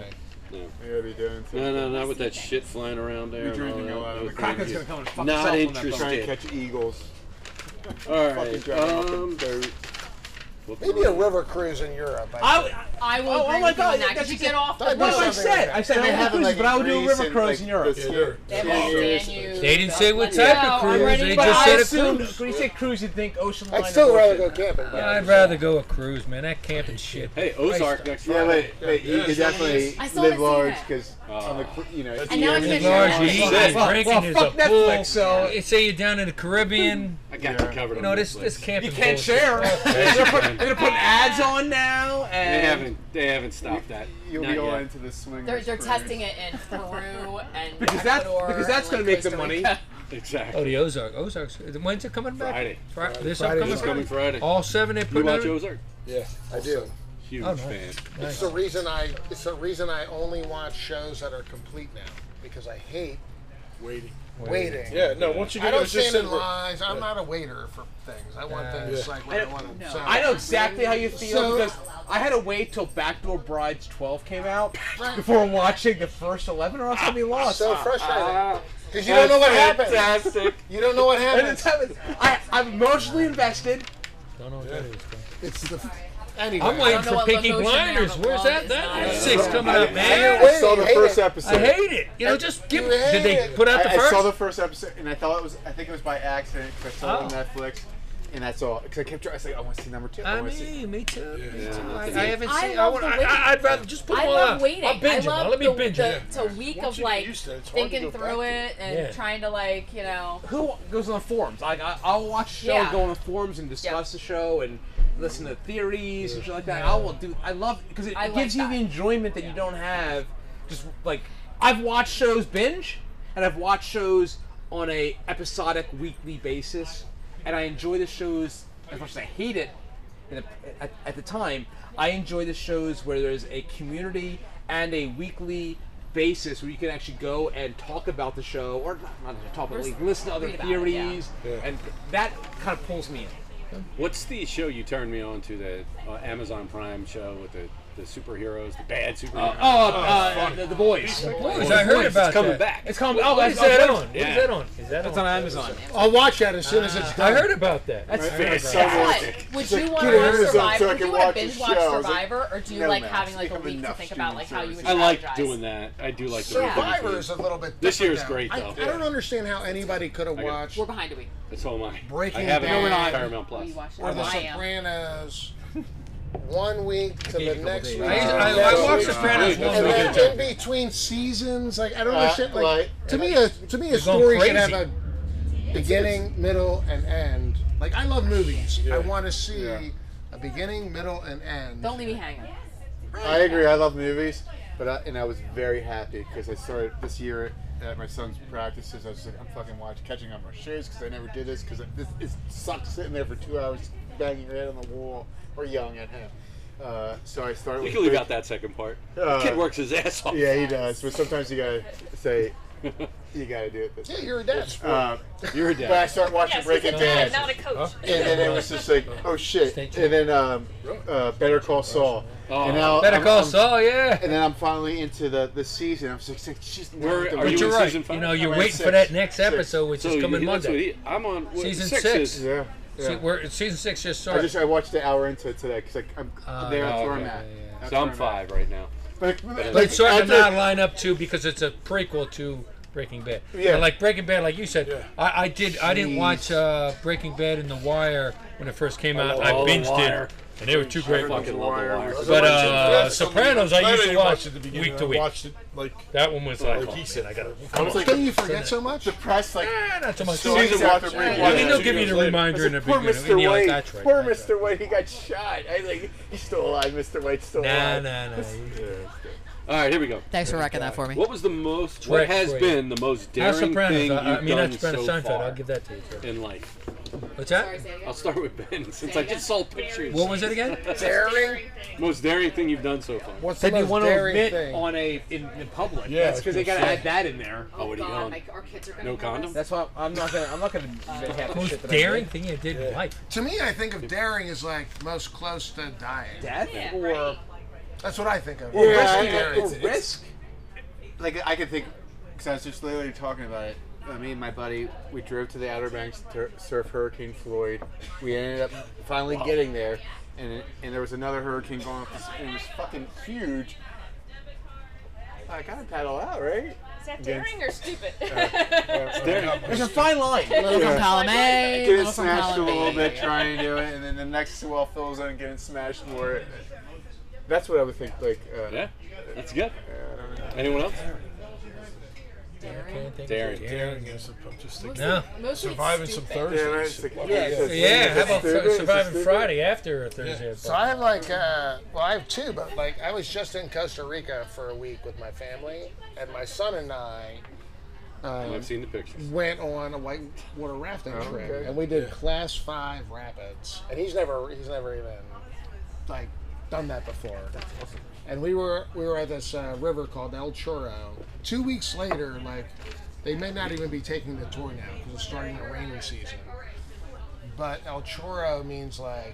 Speaker 1: No.
Speaker 4: Yeah, yeah, be doing
Speaker 1: No,
Speaker 4: something.
Speaker 1: no, not with that shit flying around there.
Speaker 4: You're
Speaker 1: and
Speaker 4: drinking
Speaker 1: all
Speaker 4: a lot
Speaker 1: that.
Speaker 4: of
Speaker 1: No,
Speaker 4: the
Speaker 1: thank
Speaker 7: Kraken's
Speaker 1: you.
Speaker 7: gonna come and fuck
Speaker 1: Not
Speaker 7: us up on that
Speaker 1: interested.
Speaker 7: boat.
Speaker 4: Trying to catch eagles.
Speaker 1: All
Speaker 4: Fucking
Speaker 1: right.
Speaker 4: driving off
Speaker 1: Um,
Speaker 4: the boat.
Speaker 1: Whoops.
Speaker 3: Maybe a river cruise in Europe. I
Speaker 7: I,
Speaker 3: think.
Speaker 7: I,
Speaker 11: I will
Speaker 7: Oh,
Speaker 11: agree
Speaker 7: oh my
Speaker 11: with you
Speaker 7: God,
Speaker 11: on that
Speaker 7: that's
Speaker 11: because you
Speaker 7: exact-
Speaker 11: get off
Speaker 3: That'd
Speaker 11: the
Speaker 3: be
Speaker 7: what
Speaker 11: boat.
Speaker 7: did I
Speaker 3: something like
Speaker 7: say?
Speaker 3: that.
Speaker 7: I said
Speaker 4: They
Speaker 7: I
Speaker 4: have
Speaker 7: have
Speaker 4: it, like,
Speaker 7: but I would do a
Speaker 4: in
Speaker 7: river
Speaker 4: Greece
Speaker 7: cruise
Speaker 4: and,
Speaker 7: in
Speaker 4: like,
Speaker 7: Europe.
Speaker 4: this-
Speaker 8: Yeah.
Speaker 11: They
Speaker 4: Yeah.
Speaker 11: won't
Speaker 4: Yeah.
Speaker 11: ban you.
Speaker 2: They didn't say what
Speaker 11: Let's
Speaker 2: type
Speaker 11: go.
Speaker 2: of
Speaker 11: I'm
Speaker 2: cruise.
Speaker 11: ready
Speaker 2: They
Speaker 11: to
Speaker 7: But
Speaker 2: just
Speaker 11: buy.
Speaker 7: I
Speaker 2: said a
Speaker 7: assume
Speaker 2: cruise.
Speaker 7: when you say cruise, you think ocean line.
Speaker 3: I'd still rather
Speaker 7: abortion.
Speaker 3: go camping. but-
Speaker 2: I'd rather go a cruise, man. That camping shit.
Speaker 1: Hey, Ozark next
Speaker 4: Yeah,
Speaker 1: Friday.
Speaker 4: but, but you
Speaker 8: Yeah,
Speaker 4: could
Speaker 8: yeah.
Speaker 4: definitely
Speaker 11: I still
Speaker 4: live
Speaker 11: haven't seen
Speaker 4: large
Speaker 11: that.
Speaker 4: because on the cr- you know
Speaker 8: That's
Speaker 11: And now I'm
Speaker 4: yeah,
Speaker 11: gonna
Speaker 2: Live large, you
Speaker 11: try.
Speaker 2: eat
Speaker 1: Well,
Speaker 2: and
Speaker 1: fuck-
Speaker 2: drinking
Speaker 7: well,
Speaker 2: is
Speaker 7: fuck
Speaker 2: a
Speaker 7: Netflix,
Speaker 2: pool.
Speaker 7: so-
Speaker 2: You say you're down in the Caribbean.
Speaker 1: I got you covered.
Speaker 2: You
Speaker 1: on
Speaker 2: know this
Speaker 1: this
Speaker 2: this camping.
Speaker 7: You can't
Speaker 2: bullshit.
Speaker 7: share.
Speaker 1: Yes, you
Speaker 7: they're, put,
Speaker 1: can.
Speaker 7: they're putting ads on now,
Speaker 1: They
Speaker 7: and
Speaker 1: haven't. They haven't stopped that.
Speaker 4: you'll
Speaker 1: Not
Speaker 4: be going
Speaker 1: yet.
Speaker 4: into the swing.
Speaker 5: They're, they're testing it in Peru and
Speaker 7: Because that's-
Speaker 5: Ecuador
Speaker 7: because that's
Speaker 5: and,
Speaker 7: gonna
Speaker 5: like,
Speaker 7: make the
Speaker 5: Costa
Speaker 7: money.
Speaker 5: Rica.
Speaker 1: Exactly.
Speaker 2: Oh, the Ozark. Ozark's. When's it coming back?
Speaker 1: Friday.
Speaker 2: Fri- This
Speaker 3: Friday.
Speaker 2: upcoming
Speaker 1: It's coming
Speaker 2: Friday.
Speaker 1: Friday.
Speaker 2: All seven they
Speaker 1: You
Speaker 2: put
Speaker 1: watch
Speaker 2: out.
Speaker 1: Ozark?
Speaker 8: Yeah.
Speaker 3: I do.
Speaker 1: Huge
Speaker 2: Oh, nice.
Speaker 1: fan.
Speaker 3: It's the reason I. It's the reason I only watch shows that are complete now because I hate
Speaker 8: Waiting.
Speaker 3: waiting.
Speaker 8: Yeah, no, once you
Speaker 3: I
Speaker 8: get
Speaker 3: don't
Speaker 8: it's just
Speaker 3: stand in
Speaker 8: sit-
Speaker 3: lines. I'm not a waiter for things. I want things like when I, want them. So,
Speaker 7: I know exactly how you feel
Speaker 3: So-
Speaker 7: because I had to wait till Backdoor Brides 12
Speaker 3: <laughs>
Speaker 7: came out <laughs>
Speaker 3: Right.
Speaker 7: before watching the first 11, or else I'd be lost.
Speaker 3: So
Speaker 7: Ah.
Speaker 3: frustrating because you don't know what happens.
Speaker 1: Fantastic.
Speaker 3: You don't know what
Speaker 7: and it's
Speaker 3: happens.
Speaker 7: happened. I, I'm emotionally invested.
Speaker 2: Don't know what that is.
Speaker 3: It's the anyway.
Speaker 2: I'm waiting
Speaker 5: I don't know
Speaker 2: for
Speaker 5: what
Speaker 2: Peaky
Speaker 5: location they are,
Speaker 2: Blinders.
Speaker 5: but
Speaker 2: Where's
Speaker 5: love
Speaker 2: that?
Speaker 5: is
Speaker 2: That
Speaker 5: not-
Speaker 2: that's six coming up,
Speaker 3: Wait,
Speaker 2: man.
Speaker 4: I saw the
Speaker 3: hate
Speaker 4: first
Speaker 3: it.
Speaker 4: episode.
Speaker 2: I hate it. You know, just give.
Speaker 3: You hate
Speaker 2: Did they
Speaker 3: it.
Speaker 2: put out the
Speaker 4: I, I saw
Speaker 2: first?
Speaker 4: the first episode and I thought it was. I think it was by accident because I saw it on Netflix, and that's all. Because I kept trying. I was like, I want to see number two. I
Speaker 2: I
Speaker 4: want to see.
Speaker 2: mean, me too. me
Speaker 1: Yeah.
Speaker 2: too. I,
Speaker 1: Yeah.
Speaker 2: I haven't
Speaker 5: I
Speaker 2: seen. I
Speaker 5: love
Speaker 2: would,
Speaker 5: the
Speaker 2: I,
Speaker 5: waiting.
Speaker 2: I- I'd rather just put
Speaker 5: I
Speaker 2: them all
Speaker 5: love
Speaker 2: out.
Speaker 5: waiting.
Speaker 2: I'll binge them.
Speaker 5: I
Speaker 2: I'll
Speaker 5: love
Speaker 2: Let
Speaker 5: the,
Speaker 2: me binge
Speaker 5: the,
Speaker 2: them.
Speaker 5: to week
Speaker 8: Once
Speaker 5: of
Speaker 8: you get
Speaker 5: like
Speaker 8: used to it, it's hard to
Speaker 5: thinking
Speaker 8: go back
Speaker 5: through
Speaker 8: to
Speaker 5: it and
Speaker 2: Yeah.
Speaker 5: trying to like you know.
Speaker 7: Who goes on the forums? Like, I, I'll watch a show
Speaker 5: Yeah.
Speaker 7: and go on the forums and discuss the show and listen to theories and shit like that. I will do. I love because it,
Speaker 5: I
Speaker 7: it gives
Speaker 5: like
Speaker 7: you the
Speaker 5: that.
Speaker 7: enjoyment that you don't have. Just like I've watched shows binge, and I've watched shows on a episodic weekly basis, and I enjoy the shows as much as I hate it. in the- at, at the time, I enjoy the shows where there's a community and a weekly basis where you can actually go and talk about the show, or not, not talk about,
Speaker 5: Or
Speaker 7: like, listen to other
Speaker 5: read about it, yeah.
Speaker 7: theories,
Speaker 8: Yeah.
Speaker 7: and that kind of pulls me in.
Speaker 1: What's the show you turned me on to? The uh, Amazon Prime show with the, the superheroes, the bad superheroes.
Speaker 7: Oh, uh, the, the boys.
Speaker 2: Boys, I heard about
Speaker 1: it's coming
Speaker 2: that.
Speaker 1: back.
Speaker 7: It's coming. Oh,
Speaker 2: What
Speaker 7: that's
Speaker 2: is that
Speaker 7: that's-
Speaker 2: on? What is
Speaker 1: Yeah.
Speaker 2: that on? Is that
Speaker 7: That's
Speaker 2: on?
Speaker 7: on Amazon.
Speaker 3: I'll watch that as soon as it's
Speaker 2: I
Speaker 3: done.
Speaker 2: heard about that.
Speaker 7: That's
Speaker 1: It's
Speaker 7: fair.
Speaker 1: so worth it.
Speaker 5: But would you want
Speaker 4: get
Speaker 5: to watch Survivor? Would you want
Speaker 4: Amazon so I can watch
Speaker 5: to binge
Speaker 4: this
Speaker 5: watch
Speaker 4: show. I was like,
Speaker 5: Survivor, or do you
Speaker 4: no,
Speaker 5: like
Speaker 4: man,
Speaker 5: having like
Speaker 4: we
Speaker 5: a
Speaker 4: have
Speaker 5: week to
Speaker 4: enough
Speaker 5: think about like how you
Speaker 4: streaming
Speaker 5: would?
Speaker 1: I like
Speaker 5: strategize?
Speaker 1: doing that. I do like the
Speaker 5: Yeah.
Speaker 3: Survivor
Speaker 1: survivors.
Speaker 3: is a little bit.
Speaker 1: This year's
Speaker 3: different
Speaker 1: great,
Speaker 3: now.
Speaker 1: though.
Speaker 3: I, I don't understand how anybody could have
Speaker 1: I got it.
Speaker 3: watched
Speaker 5: We're behind a week.
Speaker 1: That's all mine.
Speaker 3: Breaking
Speaker 1: I have it
Speaker 3: Bad. No, we're
Speaker 1: on
Speaker 3: not.
Speaker 1: Paramount Plus.
Speaker 5: We watched
Speaker 3: or The
Speaker 5: I am.
Speaker 3: Sopranos one week to
Speaker 7: gave you a
Speaker 3: the
Speaker 7: couple
Speaker 3: next
Speaker 7: days.
Speaker 3: week.
Speaker 2: I,
Speaker 3: to the
Speaker 2: I,
Speaker 3: next
Speaker 2: I watched
Speaker 3: week.
Speaker 2: Sopranos
Speaker 1: Yeah.
Speaker 2: one
Speaker 3: And
Speaker 2: weekend.
Speaker 3: then in between seasons, like I don't
Speaker 4: Uh,
Speaker 3: understand. Like,
Speaker 4: like-
Speaker 3: to me, a to me a
Speaker 2: going
Speaker 3: story should have
Speaker 2: crazy.
Speaker 3: a beginning, middle, and end. Like I love movies. I want to see a beginning, middle, and end.
Speaker 5: Don't leave me hanging.
Speaker 4: I agree. I love movies, but I, and I was very happy because I started this year at my son's practices. I was just like, I'm fucking watching, catching up on shows because I never did this because this it sucks sitting there for two hours banging your head on the wall or yelling at him. Uh, so I started.
Speaker 1: You
Speaker 4: with
Speaker 1: can leave
Speaker 4: Break-
Speaker 1: out that second part.
Speaker 4: Uh,
Speaker 1: the kid works his ass off.
Speaker 4: Yeah, he does. But sometimes you gotta say, you gotta do it. This
Speaker 3: Yeah,
Speaker 4: way.
Speaker 3: you're a dad.
Speaker 4: Uh,
Speaker 1: You're a
Speaker 4: but I
Speaker 1: dad.
Speaker 4: started watching
Speaker 6: Yes, it's a
Speaker 4: Breaking
Speaker 6: dad,
Speaker 4: Bad,
Speaker 6: not a coach.
Speaker 4: and then it was just like, oh shit.
Speaker 2: Stay
Speaker 4: And
Speaker 2: tuned.
Speaker 4: then um, uh, Better Call Saul.
Speaker 1: Oh.
Speaker 4: and now
Speaker 2: Better
Speaker 4: I'm-
Speaker 2: Call
Speaker 4: I'm-
Speaker 2: Saul, yeah.
Speaker 4: and then I'm finally into the the season. I'm just like, she's
Speaker 1: Where are
Speaker 2: But
Speaker 1: you
Speaker 2: you're
Speaker 1: in
Speaker 2: right.
Speaker 1: season five?
Speaker 2: You know, you're
Speaker 4: I'm in
Speaker 2: waiting for
Speaker 4: six.
Speaker 2: that next
Speaker 4: Six.
Speaker 2: episode, which
Speaker 1: So
Speaker 2: is coming
Speaker 1: you, that's what
Speaker 2: Monday.
Speaker 1: he- I'm on what,
Speaker 2: Season
Speaker 1: six.
Speaker 2: six.
Speaker 1: is-
Speaker 4: Yeah. yeah.
Speaker 2: See, we're season six just
Speaker 4: I
Speaker 2: started.
Speaker 4: just I watched an hour into it today because like I'm
Speaker 2: Oh,
Speaker 4: there. That's
Speaker 1: okay.
Speaker 4: where I'm at. That's
Speaker 1: So I'm
Speaker 4: where at.
Speaker 1: five right now.
Speaker 4: But,
Speaker 2: But it's starting
Speaker 4: after-
Speaker 2: to not line up too because it's a prequel to Breaking Bad.
Speaker 4: Yeah.
Speaker 2: Yeah. like Breaking Bad, like you said, I, I did. I didn't watch uh, Breaking Bad and The Wire when it first came out. I
Speaker 1: Oh, The
Speaker 2: binged
Speaker 1: Wire.
Speaker 2: it, and they were two great ones.
Speaker 1: Fucking love the
Speaker 4: Wire.
Speaker 1: wire.
Speaker 2: But uh,
Speaker 8: That's
Speaker 2: Sopranos,
Speaker 8: something-
Speaker 2: I used
Speaker 8: didn't
Speaker 2: to watch
Speaker 8: at the beginning.
Speaker 2: week to
Speaker 8: I
Speaker 2: week.
Speaker 8: watched it like
Speaker 2: That one was like,
Speaker 8: like
Speaker 2: oh,
Speaker 8: he
Speaker 2: man,
Speaker 8: said.
Speaker 2: I gotta.
Speaker 4: I was like,
Speaker 3: Don't you forget so much?
Speaker 4: the press like
Speaker 2: Eh, not so much.
Speaker 4: So he's
Speaker 2: Season
Speaker 4: a
Speaker 2: one.
Speaker 4: after
Speaker 2: Yeah,
Speaker 4: break.
Speaker 2: I mean, they'll give you the reminder in the
Speaker 4: poor
Speaker 2: beginning.
Speaker 4: Mr.
Speaker 2: and you're like,
Speaker 4: White.
Speaker 2: that's right,
Speaker 4: poor
Speaker 2: that's
Speaker 4: Mr. White. He got shot. I like he's still alive. Mr. White's still
Speaker 2: Right.
Speaker 4: alive.
Speaker 2: Nah, nah, nah.
Speaker 1: All right, here we go.
Speaker 5: Thanks for wrecking that for me.
Speaker 1: What was the most? What
Speaker 2: Trick
Speaker 1: has
Speaker 2: for you.
Speaker 1: been the most
Speaker 2: That's
Speaker 1: daring
Speaker 2: Sopranos.
Speaker 1: thing
Speaker 2: I, I
Speaker 1: you've
Speaker 2: mean,
Speaker 1: done
Speaker 2: that's
Speaker 1: so
Speaker 2: Sopranos Seinfeld.
Speaker 1: far
Speaker 2: I'll give that to you. Trevor.
Speaker 1: in life?
Speaker 2: What's
Speaker 11: Sorry,
Speaker 2: that?
Speaker 11: say it
Speaker 1: I'll
Speaker 11: again.
Speaker 1: start with Ben <laughs> since I just saw pictures.
Speaker 2: What was it again?
Speaker 3: Daring.
Speaker 1: Most daring thing you've done so far.
Speaker 3: What's
Speaker 7: That
Speaker 3: the
Speaker 7: you
Speaker 3: most
Speaker 7: want to
Speaker 3: daring
Speaker 7: admit
Speaker 3: thing?
Speaker 7: on a in, in public.
Speaker 8: Yeah,
Speaker 7: that's because they gotta
Speaker 1: yeah.
Speaker 7: add that in there.
Speaker 1: Oh, what are you
Speaker 11: God,
Speaker 1: going?
Speaker 11: my, our kids are gonna
Speaker 1: No
Speaker 11: know this.
Speaker 1: condom?
Speaker 7: That's why I'm not gonna. I'm not gonna admit half the shit
Speaker 2: Most
Speaker 7: that
Speaker 2: daring
Speaker 7: I
Speaker 2: thing you did in life.
Speaker 3: To me, I think of daring as like most close to dying.
Speaker 7: did. Death
Speaker 6: Yeah,
Speaker 7: or,
Speaker 6: right.
Speaker 3: That's what I think of.
Speaker 7: or
Speaker 4: Yeah,
Speaker 7: risky
Speaker 4: I-
Speaker 7: daring.
Speaker 4: it's-
Speaker 7: or
Speaker 4: it's-
Speaker 7: risk.
Speaker 4: Like I could think, because I was just literally talking about it. Uh, Me and my buddy, we drove to the Outer Banks to surf Hurricane Floyd. We ended up finally getting there,
Speaker 9: and it, and there was another hurricane going off. This, and it was fucking huge. I gotta paddle out, right?
Speaker 6: Is that
Speaker 9: Again.
Speaker 6: daring or stupid?
Speaker 9: There's a fine line.
Speaker 10: Little from column A,
Speaker 9: Getting
Speaker 10: little from
Speaker 9: smashed a
Speaker 10: column
Speaker 9: little
Speaker 10: B.
Speaker 9: bit, trying to do it, and then the next well fills in, getting smashed more. That's what I would think. Like, uh,
Speaker 1: Yeah, that's good. Anyone else?
Speaker 2: Can't think of
Speaker 1: Daring.
Speaker 2: it.
Speaker 8: Daring is a just think
Speaker 2: No.
Speaker 10: Mostly
Speaker 8: surviving some
Speaker 10: stupid.
Speaker 8: Thursdays.
Speaker 9: yeah, right, it's like,
Speaker 2: Yeah, how about fr- surviving Friday after a Thursday?
Speaker 3: So I have like, uh, well, I have two, but like I was just in Costa Rica for a week with my family, and my son and I
Speaker 1: And Oh, I've seen the pictures.
Speaker 3: went on a whitewater rafting trip,
Speaker 9: okay.
Speaker 3: and we did class five rapids. Oh, And he's never, he's never even like done that before. And we were, we were at this uh, river called El Chorro. Two weeks later, like they may not even be taking the tour now because it's starting the rainy season. But El Chorro means like,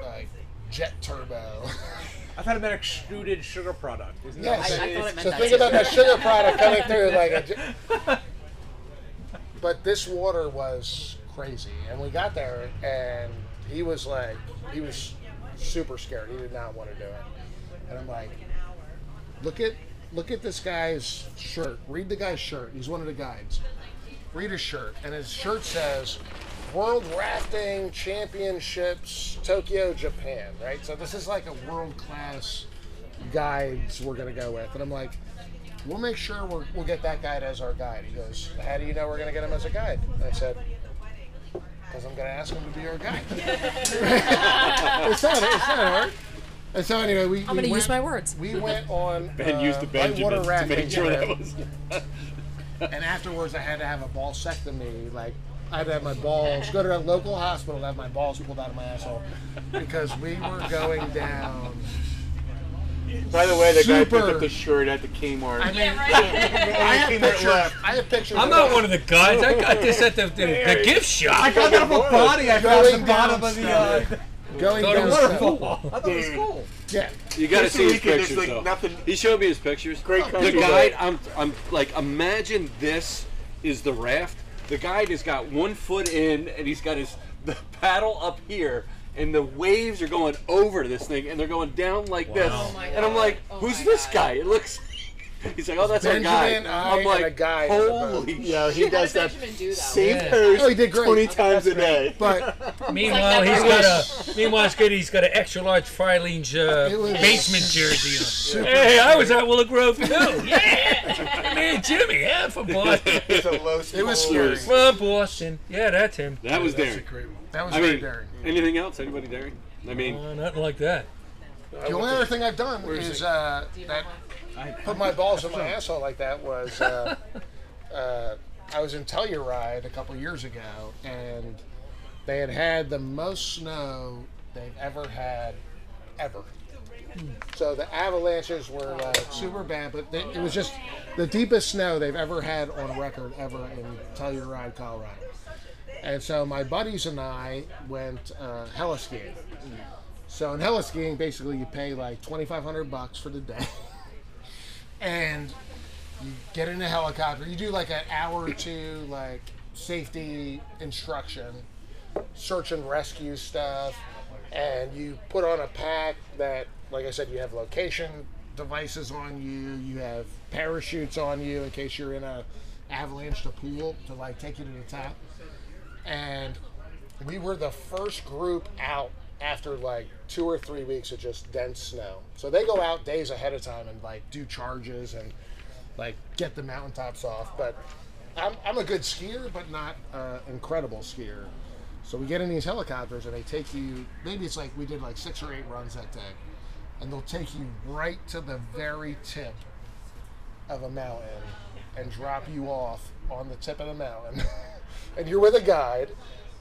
Speaker 3: like jet turbo. <laughs>
Speaker 7: I thought it meant extruded sugar product. Isn't that
Speaker 3: Yes.
Speaker 10: I- I thought it meant
Speaker 3: so
Speaker 10: that
Speaker 3: think
Speaker 10: too.
Speaker 3: about that sugar product coming through like a. j-
Speaker 7: <laughs>
Speaker 3: But this water was crazy, and we got there, and he was like, he was super scared. He did not want to do it, and I'm like, look at, look at this guy's shirt. Read the guy's shirt. He's one of the guides. Read his shirt, and his shirt says. World Rafting Championships, Tokyo, Japan, right? So this is like a world class guides we're gonna go with. And I'm like, we'll make sure we're, we'll get that guide as our guide. He goes, how do you know we're gonna get him as a guide? And I said, because I'm gonna ask him to be
Speaker 10: <laughs>
Speaker 3: our guide. it's not, it's not hard. And so anyway, we
Speaker 10: I'm
Speaker 3: we
Speaker 10: gonna
Speaker 3: went,
Speaker 10: use my words.
Speaker 3: We went on
Speaker 1: <laughs> Ben
Speaker 3: uh,
Speaker 1: used the
Speaker 3: whitewater
Speaker 1: Benjamins to
Speaker 3: rafting
Speaker 1: make sure that
Speaker 3: trip,
Speaker 7: <laughs>
Speaker 1: was.
Speaker 3: and afterwards I had to have a balsectomy. Like I had to have my balls go to a local hospital and have my balls pulled out of my asshole because we were going down.
Speaker 9: By the way, the guy picked
Speaker 3: Super.
Speaker 9: up the shirt at the Kmart.
Speaker 3: I mean,
Speaker 6: yeah, right.
Speaker 3: I have
Speaker 9: Kmart left.
Speaker 3: pictures. I have pictures.
Speaker 2: I'm
Speaker 3: of
Speaker 2: not
Speaker 3: us
Speaker 2: one of the guys. I got this at the, the, the gift shop.
Speaker 7: got that off a body I found at
Speaker 3: Going
Speaker 7: the
Speaker 3: down
Speaker 7: bottom of the, uh,
Speaker 3: stuff. going
Speaker 2: Thought it
Speaker 3: down.
Speaker 2: was
Speaker 3: stuff.
Speaker 7: waterfall. I thought it was cool.
Speaker 3: Yeah,
Speaker 1: You got to
Speaker 9: Costa
Speaker 1: see his
Speaker 9: Rica, there's,
Speaker 1: pictures
Speaker 9: like,
Speaker 1: though.
Speaker 9: nothing-
Speaker 1: He showed me his pictures.
Speaker 9: Great
Speaker 1: The
Speaker 9: country.
Speaker 1: guide, I'm, I'm like, imagine this is the raft. The guide has got one foot in, and he's got his the paddle up here, and the waves are going over this thing, and they're going down like this.
Speaker 2: Wow. Oh
Speaker 10: my
Speaker 1: and I'm
Speaker 10: God.
Speaker 1: like,
Speaker 10: Oh
Speaker 1: who's
Speaker 10: my
Speaker 1: this
Speaker 10: God.
Speaker 1: guy? It looks. <laughs> He's like, oh, that's
Speaker 3: Benjamin,
Speaker 1: our
Speaker 3: I,
Speaker 1: guy. I'm
Speaker 3: and
Speaker 1: like,
Speaker 3: a guy in the boat.
Speaker 1: holy <laughs>
Speaker 9: Yeah,
Speaker 1: shit.
Speaker 9: he does
Speaker 10: How did
Speaker 9: that
Speaker 10: Benjamin do that?
Speaker 9: same
Speaker 2: Yeah.
Speaker 9: pose
Speaker 3: Oh, he did great.
Speaker 9: 20
Speaker 3: Okay,
Speaker 9: times a
Speaker 3: that's
Speaker 9: day.
Speaker 3: but
Speaker 2: Meanwhile,
Speaker 10: It's
Speaker 2: he's
Speaker 10: like
Speaker 2: got a meanwhile, it's good. He's got an extra large Freilin's
Speaker 3: It
Speaker 2: uh,
Speaker 3: was-
Speaker 2: basement jersey on. Hey, I was at Willow
Speaker 1: <laughs>
Speaker 2: Grove too. Yeah, man, Jimmy, yeah, for Boston,
Speaker 9: It's a low
Speaker 3: it was
Speaker 9: score.
Speaker 3: scary.
Speaker 2: from Boston. Yeah, that's him.
Speaker 1: That was
Speaker 8: that's a
Speaker 1: daring.
Speaker 8: great one.
Speaker 3: That was
Speaker 1: I
Speaker 3: very
Speaker 1: mean,
Speaker 3: daring.
Speaker 1: anything else? Anybody daring? I mean,
Speaker 2: Uh, nothing like that.
Speaker 3: The only other thing I've done is uh, that put my balls in my asshole like that was uh, uh, I was in Telluride a couple years ago, and they had had the most snow they've ever had, ever. So the avalanches were uh, super bad, but they, it was just the deepest snow they've ever had on record ever in Telluride, Colorado. And so my buddies and I went uh, heli skiing. So in heli skiing, basically you pay like twenty five hundred bucks for the day, <laughs> and you get in a helicopter. You do like an hour or two like safety instruction, search and rescue stuff, and you put on a pack that, like I said, you have location devices on you. You have parachutes on you in case you're in a avalanche to pool to like take you to the top, and we were the first group out after like two or three weeks of just dense snow. So they go out days ahead of time and like do charges and like get the mountaintops off. But I'm, I'm a good skier, but not uh, incredible skier. So we get in these helicopters and they take you. Maybe it's like we did like six or eight runs that day, and they'll take you right to the very tip of a mountain and drop you off on the tip of the mountain. <laughs> and you're with a guide,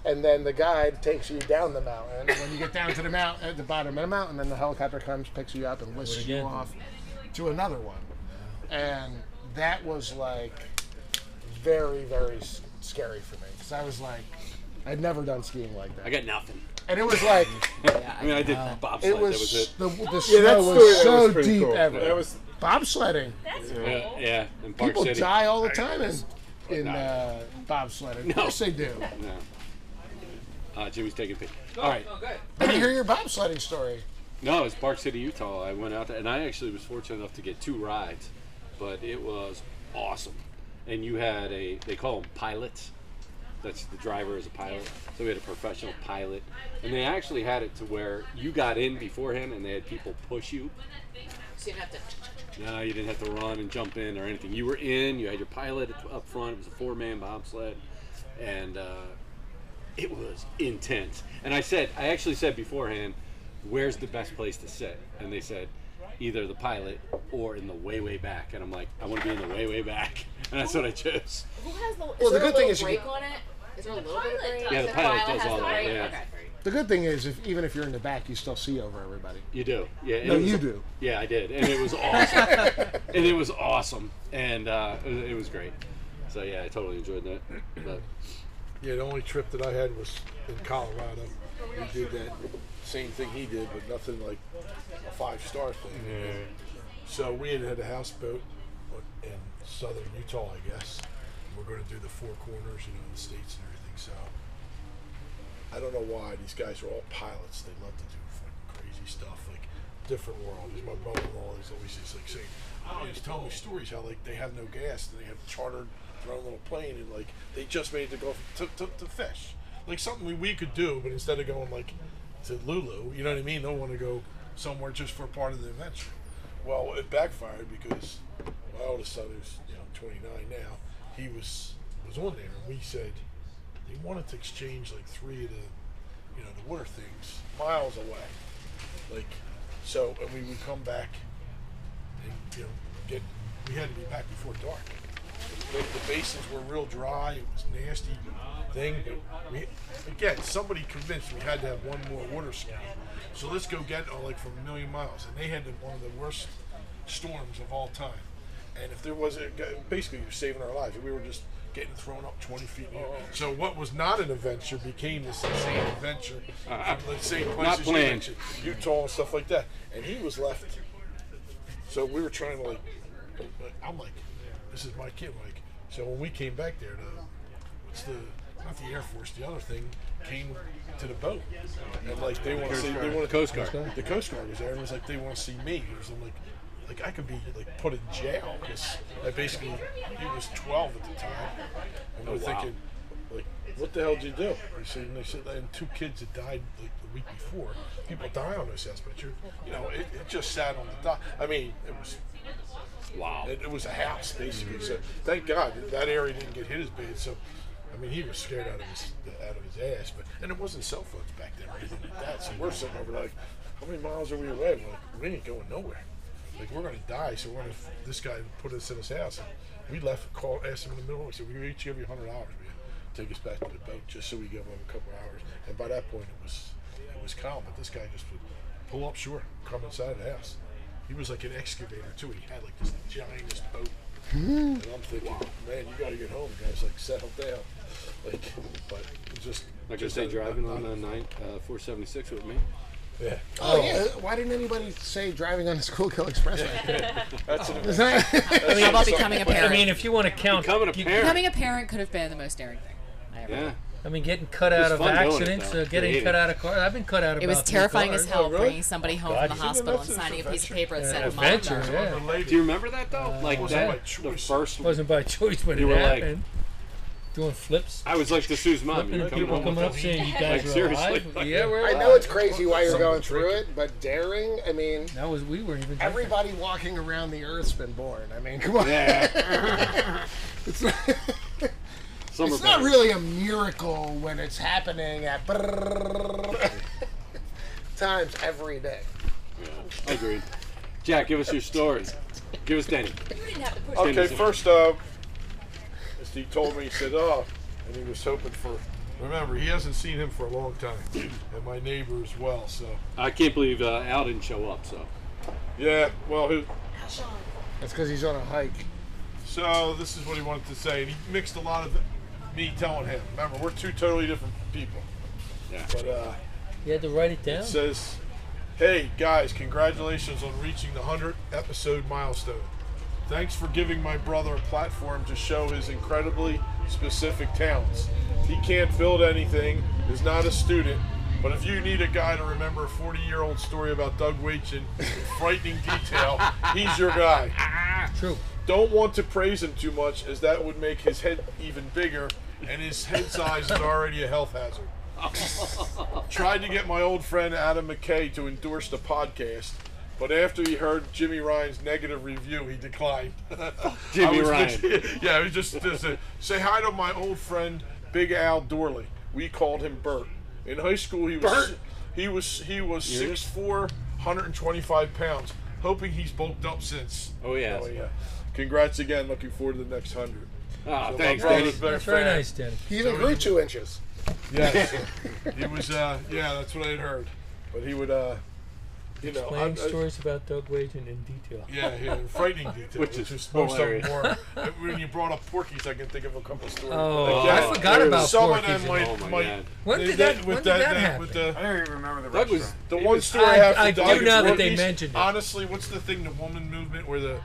Speaker 3: and then the guide takes you down the mountain. And when you get down to the mountain, at the bottom of the mountain, then the helicopter comes, picks you up, and lifts you
Speaker 2: again.
Speaker 3: off to another one. And that was like very, very s- scary for me because I was like, I'd never done skiing like
Speaker 1: I
Speaker 3: that.
Speaker 1: got nothing.
Speaker 3: And it was like,
Speaker 1: I mean, I did bobsled.
Speaker 3: it
Speaker 1: that was
Speaker 3: was,
Speaker 1: it.
Speaker 3: the, the snow
Speaker 9: Yeah, that story
Speaker 3: was
Speaker 9: that
Speaker 3: so
Speaker 9: was pretty
Speaker 3: deep
Speaker 9: cool.
Speaker 3: ever.
Speaker 9: That was
Speaker 3: bobsledding.
Speaker 6: That's
Speaker 1: Yeah,
Speaker 6: cool.
Speaker 1: yeah. In Park
Speaker 3: People
Speaker 1: City.
Speaker 3: die all the time in in
Speaker 1: No.
Speaker 3: uh, bobsledding. Of
Speaker 1: No.
Speaker 3: course they do.
Speaker 1: Yeah. Uh, Jimmy's taking a pee. All right.
Speaker 3: I didn't hear your bobsledding story.
Speaker 1: No, it's Park City, Utah. I went out there, and I actually was fortunate enough to get two rides, but it was awesome. And you had a, they call them pilots. That's the driver is a pilot. So we had a professional pilot. And they actually had it to where you got in beforehand and they had people push you.
Speaker 10: So you don't have to.
Speaker 1: No, you didn't have to run and jump in or anything. You were in, you had your pilot at- up front. It was a four man bobsled. And uh, it was intense. And I said, I actually said beforehand, where's the best place to sit? And they said, either the pilot or in the way, way back. And I'm like, I want to be in the way, way back. <laughs> And that's what I chose.
Speaker 10: Who has the? Is
Speaker 3: Well, the
Speaker 10: there
Speaker 3: good
Speaker 10: a
Speaker 3: thing
Speaker 10: little
Speaker 3: is you
Speaker 10: brake
Speaker 3: can-
Speaker 10: on it? Is there a little bit of brake?
Speaker 1: Yeah, the
Speaker 10: The
Speaker 1: pilot does
Speaker 10: has
Speaker 1: all
Speaker 10: the
Speaker 1: that,
Speaker 10: brake?
Speaker 1: yeah.
Speaker 10: Okay.
Speaker 3: The good thing is, if even if you're in the back, you still see over everybody.
Speaker 1: You do. Yeah. and
Speaker 3: No,
Speaker 1: it was-
Speaker 3: you do.
Speaker 1: Yeah, I did. And
Speaker 3: <laughs>
Speaker 1: it was awesome. and it was awesome. And uh, it, was, it was great. So, yeah, I totally enjoyed that. But
Speaker 8: Yeah, the only trip that I had was in Colorado. We did that same thing he did, but nothing like a five star thing. So we had had a houseboat in southern Utah, I guess. We're going to do the four corners, you know, the states and everything. So I don't know why these guys are all pilots. They love to do fucking crazy stuff, like different world. My brother-in-law is always just like saying, "Oh, he's telling me stories how like they have no gas and they have chartered their own little plane and like they just made it to go to, to, to fish, like something we, we could do, but instead of going like to Lulu, you know what I mean? They want to go somewhere just for part of the adventure. Well, it backfired because my oldest son, who's you know 29 now, he was was on there, and we said they wanted to exchange like three of the you know the water things miles away like so and we would come back and you know get we had to be back before dark the, the basins were real dry it was nasty thing but we again somebody convinced we had to have one more water scout so let's go get oh, like from a million miles and they had the, one of the worst storms of all time and if there was a basically you were saving our lives we were just getting thrown up 20 feet in the air. so what was not an adventure became this insane adventure from the same places you
Speaker 1: planned.
Speaker 8: mentioned. Utah and stuff like that. And he was left. So we were trying to like, like, I'm like, this is my kid. Like, so when we came back there, the what's the not the Air Force, the other thing came to the boat, and like they want to see they want to
Speaker 1: Coast Guard.
Speaker 8: the Coast Guard was there and was like, they want to see me. It was, I'm like, like I could be like put in jail because I basically he was 12 at the time, and we're
Speaker 1: Oh, wow.
Speaker 8: thinking, like, what the hell did you do? They said, and they said, and two kids had died like the week before. People die on those tests, but you, you know, it, it just sat on the dock. I mean, it was
Speaker 1: wow.
Speaker 8: it, it was a house basically. So thank God that, that area didn't get hit as bad. So I mean, he was scared out of his out of his ass. But and it wasn't cell phones back then or anything like that. So we're sitting over like, how many miles are we away? We're like, we ain't going nowhere. Like we're gonna die. So we're gonna this guy put us in his house. And we left, called, asked him in the middle. We said, we each give you hundred dollars, man. Take us back to the boat just so we give him a couple hours. And by that point, it was it was calm. But this guy just would pull up shore, come inside the house. He was like an excavator too. He had like this giantest boat. and I'm thinking, man, you gotta get home, guys. Like settle down. Like, but it just
Speaker 1: Like I
Speaker 8: just
Speaker 1: say,
Speaker 8: a-
Speaker 1: driving
Speaker 8: a-
Speaker 1: on a nine, uh, 476 with me.
Speaker 8: Yeah.
Speaker 3: Oh, yeah. Why didn't anybody say driving on the Schuylkill Expressway?
Speaker 9: <laughs>
Speaker 3: Oh.
Speaker 8: That's an
Speaker 3: Is that-
Speaker 10: How about becoming a
Speaker 2: I
Speaker 10: parent?
Speaker 2: mean, if you want to count,
Speaker 1: Becoming a
Speaker 2: you-
Speaker 1: parent.
Speaker 10: Becoming a parent could have been the most daring thing I ever
Speaker 1: Yeah.
Speaker 10: did.
Speaker 2: I mean, getting cut
Speaker 1: was
Speaker 2: out of
Speaker 1: fun doing it,
Speaker 2: accidents,
Speaker 1: though.
Speaker 2: uh, getting
Speaker 1: Creative.
Speaker 2: cut out of cars. I've been cut out of.
Speaker 10: It was
Speaker 2: about three
Speaker 10: terrifying as
Speaker 2: cars.
Speaker 10: hell
Speaker 8: Oh, really?
Speaker 10: bringing somebody home
Speaker 8: God,
Speaker 10: from the
Speaker 8: isn't that
Speaker 10: hospital and
Speaker 8: such
Speaker 10: signing a piece of
Speaker 8: adventure?
Speaker 10: paper that
Speaker 2: Yeah,
Speaker 10: said mom
Speaker 2: adventure,
Speaker 10: died.
Speaker 2: yeah.
Speaker 1: Do you remember that though? like
Speaker 8: wasn't my
Speaker 1: that, the
Speaker 8: choice.
Speaker 1: first.
Speaker 2: It wasn't by choice, but
Speaker 1: You
Speaker 2: it
Speaker 1: were like-
Speaker 2: happened. Doing flips.
Speaker 1: I was like the Sue's mom.
Speaker 2: flipping
Speaker 1: You
Speaker 2: and
Speaker 1: come
Speaker 2: people
Speaker 1: home.
Speaker 2: coming
Speaker 1: with
Speaker 2: up
Speaker 1: us.
Speaker 2: saying you
Speaker 1: Like,
Speaker 2: guys are
Speaker 1: seriously,
Speaker 2: alive.
Speaker 1: like-
Speaker 2: <laughs> yeah, we're
Speaker 3: I
Speaker 2: alive.
Speaker 3: know it's crazy why you're going through it, but daring. I mean,
Speaker 2: That was we were even. drinking.
Speaker 3: everybody walking around the Earth's been born. I mean, come on.
Speaker 1: <laughs>
Speaker 3: it's not,
Speaker 1: Some
Speaker 3: it's
Speaker 1: are
Speaker 3: not
Speaker 1: better.
Speaker 3: really a miracle when it's happening at times every day.
Speaker 1: I agree. Jack, give us your story. Give us Danny.
Speaker 10: You didn't have to push
Speaker 8: Okay,
Speaker 1: Henderson.
Speaker 8: first up, as he told me, he said, "Oh," and he was hoping for. Remember, he hasn't seen him for a long time, and my neighbor as well. So
Speaker 1: I can't believe uh, Al didn't show up. So
Speaker 8: yeah, well, who?
Speaker 3: That's because he's on a hike.
Speaker 8: So this is what he wanted to say, and he mixed a lot of me telling him. Remember, we're two totally different people.
Speaker 1: Yeah.
Speaker 8: But uh,
Speaker 2: You had to write it down.
Speaker 8: says, "Hey guys, congratulations on reaching the 100 episode milestone. Thanks for giving my brother a platform to show his incredibly specific talents. He can't build anything, is not a student, but if you need a guy to remember a 40 year old story about Doug Waitch in frightening detail, he's your guy.
Speaker 2: True.
Speaker 8: Don't want to praise him too much, as that would make his head even bigger, and his head size is already a health hazard. Tried to get my old friend Adam McKay to endorse the podcast, but after he heard Jimmy Ryan's negative review, he declined.
Speaker 1: Jimmy
Speaker 8: <laughs> I was
Speaker 1: Ryan.
Speaker 8: just- <laughs> yeah, it was just, just a, say hi to my old friend Big Al Dorley. We called him Bert. In high school, he was
Speaker 1: Bert?
Speaker 8: he was he was
Speaker 1: You hear
Speaker 8: six four, 125 pounds. Hoping he's bulked up since.
Speaker 1: Oh, yes.
Speaker 8: Oh yeah. Congrats again. Looking forward to the next hundred.
Speaker 1: Ah,
Speaker 8: my
Speaker 1: thanks,
Speaker 8: brother's
Speaker 1: Danny.
Speaker 8: been a
Speaker 2: That's very
Speaker 8: fan.
Speaker 2: nice, Danny.
Speaker 3: He even grew two inches.
Speaker 8: Yes. <laughs> he was, uh, yeah, that's what I had heard. But he would, uh, you know,
Speaker 2: Explain
Speaker 8: I'm- I-
Speaker 2: stories about Doug Wagen in detail.
Speaker 8: yeah, yeah, in frightening detail.
Speaker 1: Which
Speaker 8: Which,
Speaker 1: is
Speaker 8: is most of them
Speaker 1: hilarious.
Speaker 8: were. I- When you brought up Porky's, I can think of a couple stories.
Speaker 2: Oh,
Speaker 8: Like
Speaker 2: I
Speaker 8: that.
Speaker 2: forgot about
Speaker 8: Some
Speaker 2: Porky's
Speaker 8: of
Speaker 2: and-
Speaker 8: them might,
Speaker 1: Oh my
Speaker 8: might-
Speaker 1: God.
Speaker 2: When
Speaker 8: they-
Speaker 2: did that- when
Speaker 8: with
Speaker 2: did that
Speaker 8: that- with
Speaker 2: happen?
Speaker 8: the,
Speaker 4: I don't even remember the
Speaker 1: Doug was
Speaker 4: restaurant.
Speaker 8: the
Speaker 1: he
Speaker 8: one
Speaker 1: was-
Speaker 8: story
Speaker 2: I-
Speaker 8: I, have to
Speaker 2: I
Speaker 8: dog
Speaker 2: do
Speaker 8: is
Speaker 2: know that
Speaker 8: what
Speaker 2: they
Speaker 8: is-
Speaker 2: mentioned it.
Speaker 8: Honestly, what's the thing? The woman movement or the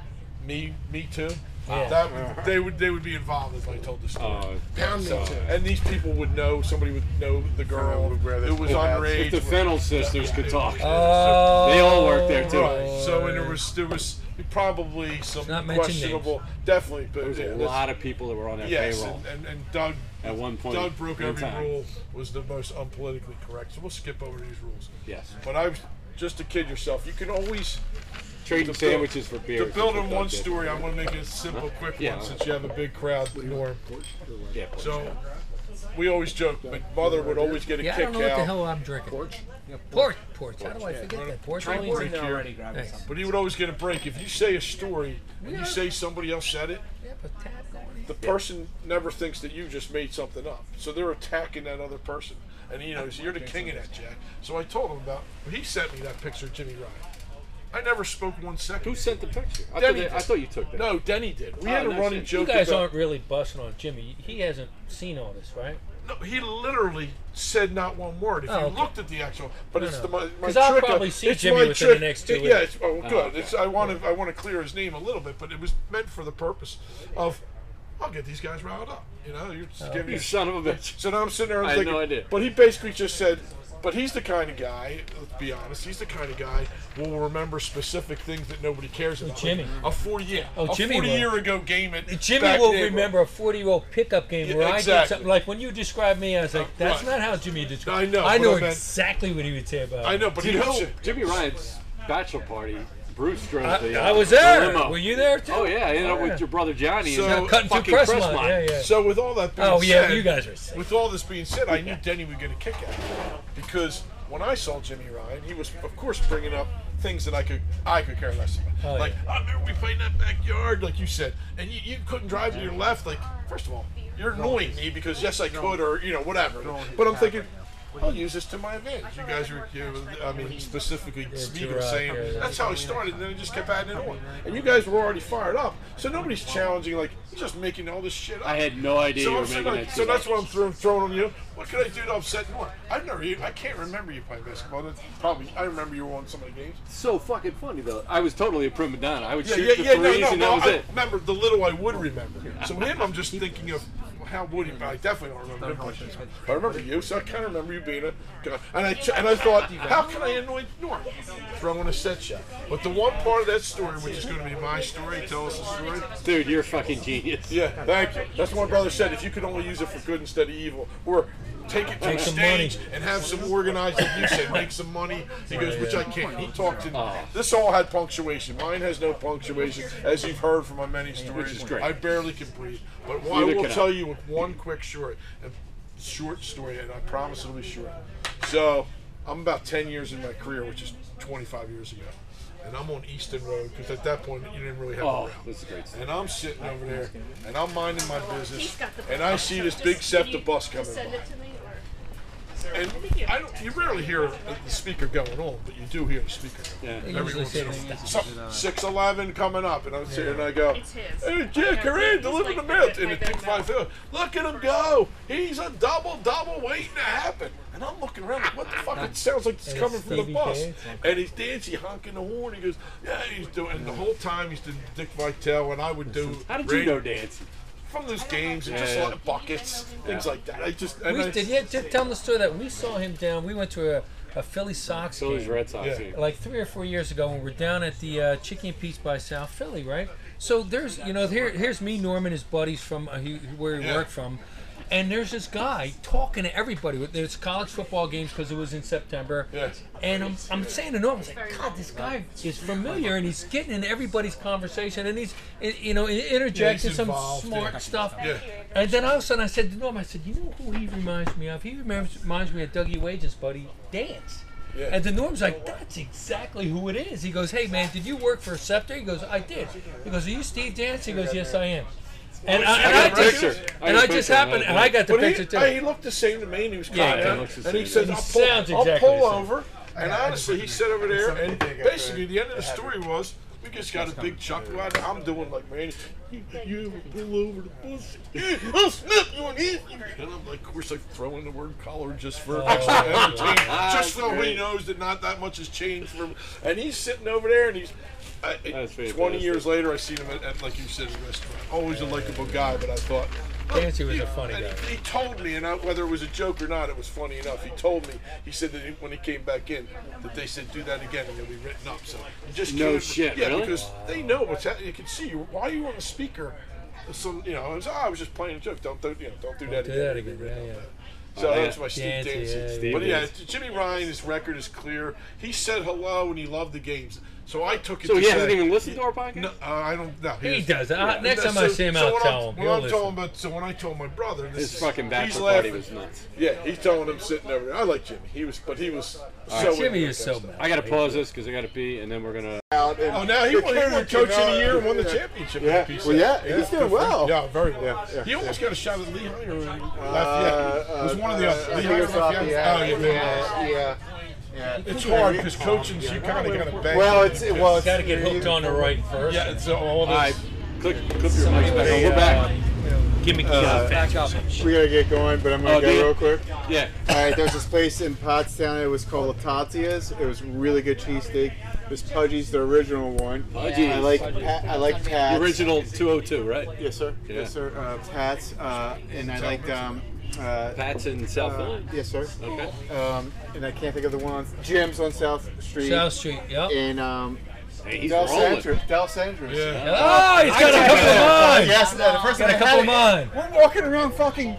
Speaker 8: me me too?
Speaker 2: Yeah.
Speaker 8: That would, they would they would be involved if I told the story.
Speaker 1: Oh,
Speaker 3: Pound me
Speaker 1: so-
Speaker 3: too.
Speaker 8: and these people would know. Somebody would know the girl
Speaker 9: Remember where the-
Speaker 8: who was
Speaker 9: if
Speaker 8: underage.
Speaker 1: if the Fennel sisters could talk,
Speaker 2: Oh,
Speaker 1: they all work there too.
Speaker 8: Right. So and there was there was probably some
Speaker 2: not mention
Speaker 8: questionable, definitely. But
Speaker 1: there was
Speaker 8: yeah,
Speaker 1: a
Speaker 8: that's-
Speaker 1: lot of people that were on that
Speaker 8: yes,
Speaker 1: payroll
Speaker 8: and, and, and Doug
Speaker 1: at one point.
Speaker 8: Doug broke
Speaker 1: in
Speaker 8: every
Speaker 1: time.
Speaker 8: rule. Was the most unpolitically correct. So we'll skip over these rules.
Speaker 1: Yes,
Speaker 8: But I was just to kid yourself. You can always
Speaker 1: trading
Speaker 8: to build-
Speaker 1: sandwiches for beer.
Speaker 8: to build on one story. I'm going to make it a simple, quick
Speaker 1: Yeah.
Speaker 8: one since you have a big crowd. Norm.
Speaker 1: Yeah,
Speaker 8: So we always joke, but mother would always get a
Speaker 2: Yeah, I
Speaker 8: kick
Speaker 2: don't know what
Speaker 8: out.
Speaker 2: the hell I'm drinking. Porch? Porch. Porch. How do I forget that? Porch.
Speaker 7: Trying
Speaker 2: Porch.
Speaker 7: in there already grabbing
Speaker 2: Thanks.
Speaker 7: something.
Speaker 8: But he would always get a break. If you say a story and you say somebody else said it,
Speaker 2: Yeah, but tap going.
Speaker 8: the person never thinks that you just made something up. So they're attacking that other person. And you know, so you're the king of that, Jack. So I told him about, he sent me that picture of Jimmy Ryan. I never spoke one second.
Speaker 1: Who sent the picture? I, thought,
Speaker 8: Denny
Speaker 1: they- I
Speaker 8: did.
Speaker 1: thought you took that.
Speaker 8: No, Denny did. We
Speaker 1: Oh,
Speaker 8: had a
Speaker 1: no
Speaker 8: running
Speaker 1: shit.
Speaker 2: You
Speaker 8: joke.
Speaker 2: guys
Speaker 8: about-
Speaker 2: aren't really busting on Jimmy. He hasn't seen all this, right?
Speaker 8: No, he literally said not one word. If
Speaker 2: Oh,
Speaker 8: you
Speaker 2: okay.
Speaker 8: looked at the actual, but
Speaker 2: No,
Speaker 8: it's
Speaker 2: no.
Speaker 8: the my, my
Speaker 2: 'Cause I'll
Speaker 8: trick
Speaker 2: probably
Speaker 8: of,
Speaker 2: see
Speaker 8: it's
Speaker 2: Jimmy
Speaker 8: my
Speaker 2: within
Speaker 8: trick.
Speaker 2: the next two
Speaker 8: It-
Speaker 2: weeks.
Speaker 8: yeah, it's, oh, good. It's, I want to I want to clear his name a little bit, but it was meant for the purpose of I'll get these guys riled up. You know, you're just
Speaker 2: Oh.
Speaker 8: giving
Speaker 1: You
Speaker 8: your
Speaker 1: son of a
Speaker 8: <laughs>
Speaker 1: bitch.
Speaker 8: So now I'm sitting there and
Speaker 1: I
Speaker 8: I'm
Speaker 1: had
Speaker 8: thinking,
Speaker 1: no idea.
Speaker 8: but he basically just said, but he's the kind of guy, let's be honest, he's the kind of guy who will remember specific things that nobody cares about.
Speaker 2: Oh, Jimmy.
Speaker 8: Like a 40 year,
Speaker 2: Oh,
Speaker 8: a
Speaker 2: Jimmy
Speaker 8: 40
Speaker 2: will.
Speaker 8: year ago game at
Speaker 2: Jimmy
Speaker 8: back
Speaker 2: will
Speaker 8: then, bro.
Speaker 2: remember a 40 year old pickup game
Speaker 8: Yeah,
Speaker 2: where I did
Speaker 8: exactly.
Speaker 2: something. Like when you described me, I was like, that's
Speaker 8: right.
Speaker 2: not how Jimmy described
Speaker 8: I know,
Speaker 2: I
Speaker 8: but
Speaker 2: know
Speaker 8: I meant-
Speaker 2: exactly what he would say about
Speaker 8: I
Speaker 2: it.
Speaker 8: know, but
Speaker 1: Do
Speaker 8: he
Speaker 1: you know
Speaker 8: also-
Speaker 1: Jimmy Ryan's bachelor party? Bruce drove the.
Speaker 2: I, I
Speaker 1: uh,
Speaker 2: was
Speaker 1: the
Speaker 2: there.
Speaker 1: limo.
Speaker 2: Were you there too?
Speaker 1: Oh yeah, I ended up
Speaker 2: Oh, yeah.
Speaker 1: with your brother Johnny.
Speaker 8: So-
Speaker 1: and
Speaker 2: Now cutting
Speaker 1: fucking
Speaker 2: through Crestmont.
Speaker 1: Crestmont.
Speaker 2: Yeah, yeah.
Speaker 8: So with all that being
Speaker 2: oh yeah,
Speaker 8: said,
Speaker 2: you guys were sick.
Speaker 8: With all this being said, I knew Denny would get a kick out of it because when I saw Jimmy Ryan, he was of course bringing up things that I could I could care less about.
Speaker 2: Oh,
Speaker 8: like I remember we played in that backyard, like you said, and you, you couldn't drive to your left. Like first of all, you're annoying me because yes I could or you know whatever. But I'm thinking. I'll use this to my advantage. You guys are, you know, I mean, specifically Smeagol
Speaker 2: Gerard,
Speaker 8: saying
Speaker 2: yeah.
Speaker 8: that's how it started, and then it just kept adding it on. And you guys were already fired up, so nobody's challenging. Like, you're just making all this shit up.
Speaker 1: I had no idea you
Speaker 8: So,
Speaker 1: were
Speaker 8: I'm saying,
Speaker 1: making
Speaker 8: like,
Speaker 1: that.
Speaker 8: so
Speaker 1: shit
Speaker 8: that's
Speaker 1: up.
Speaker 8: what I'm throwing, throwing on you. What could I do to upset Norm? I've never, even, I can't remember you playing basketball. That's probably I remember you were on some of the games.
Speaker 1: so fucking funny though. I was totally a prima donna. I would
Speaker 8: Yeah,
Speaker 1: shoot
Speaker 8: yeah,
Speaker 1: the
Speaker 8: yeah. No,
Speaker 1: threes
Speaker 8: no,
Speaker 1: and
Speaker 8: no.
Speaker 1: that was
Speaker 8: I
Speaker 1: it.
Speaker 8: remember the little I would remember. So him, I'm just thinking of well, how would he? But I definitely don't remember him. playing basketball. But I remember you, so I kind of remember you being a guy. And I ch- and I thought, how can I annoy Norm? Throwing a set shot. But the one part of that story, which is going to be my story, tell us the story.
Speaker 1: Dude, you're a fucking genius.
Speaker 8: Yeah, thank you. That's what my brother said. If you could only use it for good instead of evil, or take it to
Speaker 2: Make
Speaker 8: the
Speaker 2: some
Speaker 8: stage
Speaker 2: money.
Speaker 8: and have some organized, like you said, make some money. He goes, which I can't. He talked in. This all had punctuation. Mine has no punctuation, as you've heard from my many stories.
Speaker 1: is great.
Speaker 8: I barely can breathe. But one, I
Speaker 1: Neither
Speaker 8: will
Speaker 1: can I.
Speaker 8: tell you with one quick short, a short story, and I promise it'll be short. So, I'm about 10 years in my career, which is 25 years ago. And I'm on Easton Road because at that point you didn't really have
Speaker 1: Oh,
Speaker 8: a route.
Speaker 1: that's a great story.
Speaker 8: And I'm sitting over there, and I'm minding my business,
Speaker 6: He's got the
Speaker 8: and I see this big SEPTA bus coming by. And I don't, you rarely hear the speaker going on, but you do hear the speaker.
Speaker 1: Yeah.
Speaker 8: Going
Speaker 1: They
Speaker 8: on.
Speaker 1: usually
Speaker 8: Everyone's
Speaker 1: say
Speaker 8: sort
Speaker 1: they
Speaker 8: of,
Speaker 1: use
Speaker 8: so,
Speaker 1: it, uh,
Speaker 8: six eleven coming up, and I'm sitting there and I go,
Speaker 12: It's his.
Speaker 8: "Hey, Jack,
Speaker 12: I know,
Speaker 8: Corinne,
Speaker 12: he's
Speaker 8: delivering the
Speaker 12: like
Speaker 8: mail
Speaker 12: the-
Speaker 8: in
Speaker 12: my
Speaker 8: a
Speaker 12: big
Speaker 8: two five hill. Look at him go! He's a double double waiting to happen." And I'm looking around, like, "What the fuck? It sounds like it's
Speaker 2: And
Speaker 8: coming
Speaker 2: it's
Speaker 8: from the
Speaker 2: Stevie
Speaker 8: bus."
Speaker 2: K.
Speaker 8: And he's dancing, honking the horn. He goes, "Yeah, he's doing." And the whole time he's doing Dick Vitale, and I would do.
Speaker 1: <laughs> How did you
Speaker 8: radio-
Speaker 1: know dance?
Speaker 8: From those games and just
Speaker 1: Yeah.
Speaker 8: like buckets, things like that. I just and
Speaker 2: We
Speaker 8: I-
Speaker 2: did, yeah, just tell them the story that we saw him down. We went to a, a Philly Sox
Speaker 1: Phillies
Speaker 2: game.
Speaker 1: Red Sox
Speaker 8: Yeah.
Speaker 1: game.
Speaker 2: like three or four years ago when we are down at the uh, Chicken and Peas by South Philly, right? So there's, you know, here, here's me, Norman, his buddies from uh, he, where he
Speaker 8: Yeah.
Speaker 2: worked from, and there's this guy talking to everybody. There's college football games because it was in September,
Speaker 8: Yes.
Speaker 2: and I'm, I'm saying to Norman, I'm like, God, this guy is familiar, and he's getting in everybody's conversation, and he's, i- you know, interjecting some
Speaker 8: involved,
Speaker 2: smart
Speaker 8: yeah.
Speaker 2: stuff.
Speaker 8: Yeah.
Speaker 2: And then all of a sudden, I said to Norm, I said, you know who he reminds me of? He remembers, reminds me of Dougie Wages' buddy, Dance.
Speaker 8: Yeah.
Speaker 2: And the Norm's like, that's exactly who it is. He goes, hey, man, did you work for Scepter? He goes, I did. He goes, are you Steve Dance? He goes, yes, I am. And I, and
Speaker 8: I
Speaker 2: I
Speaker 8: got a
Speaker 2: just,
Speaker 8: picture.
Speaker 1: I got a
Speaker 2: and I just
Speaker 1: picture of
Speaker 2: happened,
Speaker 1: that.
Speaker 2: and I got the
Speaker 8: But
Speaker 2: picture
Speaker 8: he,
Speaker 2: too.
Speaker 8: I- he looked the same to me, and he was
Speaker 2: Yeah,
Speaker 8: kind
Speaker 1: he
Speaker 8: of,
Speaker 1: looks the
Speaker 8: and he
Speaker 1: same.
Speaker 8: says, "I'll
Speaker 2: He
Speaker 8: pull,
Speaker 2: sounds
Speaker 8: I'll
Speaker 2: exactly the
Speaker 8: pull
Speaker 2: same.
Speaker 8: over." And honestly, he sat over there, and basically, the end of the story was, we just got a big chuckle out. of it. I'm doing like, man, you, you ever pull over the bus? Yeah, <laughs> I'll snap you on it. And I'm like, of course, like throwing the word collar just for
Speaker 1: Oh. <laughs>
Speaker 8: extra entertainment, just so he knows that not that much has changed from. And he's sitting over there, and he's. I,
Speaker 1: That's
Speaker 8: Twenty
Speaker 1: fantastic.
Speaker 8: years later, I seen him at, at like you said, a restaurant. Always a likable guy, but I thought
Speaker 2: Dance, he was a funny
Speaker 8: and
Speaker 2: guy.
Speaker 8: He, he told me, and I, whether it was a joke or not, it was funny enough. He told me. He said that he, when he came back in, that they said do that again and you'll be written up. So you just
Speaker 1: No
Speaker 8: can't-
Speaker 1: shit,
Speaker 8: Yeah,
Speaker 1: really?
Speaker 8: because they know what's happening. You can see you- why you on the speaker. Some, you know, I was, "Oh, I was just playing a joke. Don't do, you know, don't do that
Speaker 2: do
Speaker 8: again.
Speaker 2: that
Speaker 8: You'll be
Speaker 2: again,
Speaker 8: written
Speaker 2: yeah,
Speaker 8: up."
Speaker 2: yeah.
Speaker 8: So
Speaker 1: Oh,
Speaker 8: that's
Speaker 1: yeah.
Speaker 8: my Steve
Speaker 2: Dancy,
Speaker 8: Dancy.
Speaker 2: yeah,
Speaker 1: Steve
Speaker 8: but yeah,
Speaker 1: Dancy.
Speaker 8: Jimmy Ryan, his record is clear. He said hello and he loved the games. So I took it.
Speaker 1: So
Speaker 8: to
Speaker 1: he hasn't
Speaker 8: say-
Speaker 1: even listened to our podcast?
Speaker 8: No, uh, I don't. No,
Speaker 2: He
Speaker 8: hasn't.
Speaker 2: does. I- next time I
Speaker 8: So-
Speaker 2: see him,
Speaker 8: so
Speaker 2: I'll
Speaker 8: when
Speaker 2: tell
Speaker 8: I'm-
Speaker 2: him.
Speaker 8: When
Speaker 2: He'll
Speaker 8: I'm
Speaker 2: listen.
Speaker 8: telling about, so when I told my brother, this
Speaker 1: His
Speaker 8: is,
Speaker 1: fucking
Speaker 8: he's
Speaker 1: bachelor party
Speaker 8: laughing.
Speaker 1: was nuts.
Speaker 8: Yeah, he's telling him sitting over there. I like Jimmy. He was, but he was. So
Speaker 2: Jimmy
Speaker 8: into
Speaker 2: is
Speaker 8: that
Speaker 2: so
Speaker 8: stuff.
Speaker 2: mad.
Speaker 1: I got to pause this because I got to pee, and then we're going to.
Speaker 9: Out and-
Speaker 8: Oh, now he
Speaker 9: Your
Speaker 8: won, he won
Speaker 9: character
Speaker 8: Coach of
Speaker 9: came
Speaker 8: the
Speaker 9: out.
Speaker 8: Year and won the championship. with
Speaker 9: Yeah.
Speaker 8: PCS.
Speaker 9: Well, yeah, he's doing
Speaker 8: good for him.
Speaker 9: well.
Speaker 8: Yeah, very well.
Speaker 9: Yeah, yeah,
Speaker 8: he almost
Speaker 9: yeah.
Speaker 8: got a shot at Lehigh or left.
Speaker 9: Uh,
Speaker 8: yeah, it was
Speaker 9: uh,
Speaker 8: one of the other.
Speaker 9: uh, I
Speaker 8: Lehigh
Speaker 9: think it was
Speaker 8: or
Speaker 9: off
Speaker 8: Lafayette.
Speaker 9: the
Speaker 8: Oh,
Speaker 9: app. yeah,
Speaker 8: yeah.
Speaker 9: yeah. yeah.
Speaker 8: It's hard because coaching, you kind of got to bang.
Speaker 9: Well, it's it was.
Speaker 2: got to get hooked on the right first.
Speaker 8: Yeah, it's all
Speaker 1: All right,
Speaker 8: this.
Speaker 1: click, click your mics back on. We're
Speaker 2: uh,
Speaker 1: back.
Speaker 2: Give me back up.
Speaker 9: uh, We gotta get going, but I'm gonna
Speaker 1: Oh,
Speaker 9: go
Speaker 1: dude.
Speaker 9: real quick.
Speaker 1: Yeah.
Speaker 9: All right, there's this place in Pottstown. It was called Latatia's. It was really good cheesesteak. It was Pudgy's, the original one.
Speaker 1: Pudgy's.
Speaker 9: I like Pat, I like
Speaker 1: The
Speaker 9: Pat's.
Speaker 1: original 202, right?
Speaker 9: Yes, sir.
Speaker 1: Yeah.
Speaker 9: Yes, sir. Uh, Pat's, uh, and I liked um, uh,
Speaker 1: Pat's in South
Speaker 9: uh,
Speaker 1: Philly.
Speaker 9: yes, sir.
Speaker 1: Okay.
Speaker 9: Um, and I can't think of the one on Jim's on South Street.
Speaker 2: South Street, yep.
Speaker 9: in um,
Speaker 1: Hey, he's
Speaker 9: Del
Speaker 1: rolling.
Speaker 9: Centro. Del Centro.
Speaker 8: Yeah.
Speaker 2: Oh, he's got a
Speaker 9: I
Speaker 2: couple
Speaker 9: took it.
Speaker 2: of mine.
Speaker 9: Yes, uh, the first
Speaker 2: Got
Speaker 9: time
Speaker 2: a
Speaker 9: I
Speaker 2: couple
Speaker 9: had
Speaker 2: of
Speaker 9: it,
Speaker 2: mine.
Speaker 9: We're walking around fucking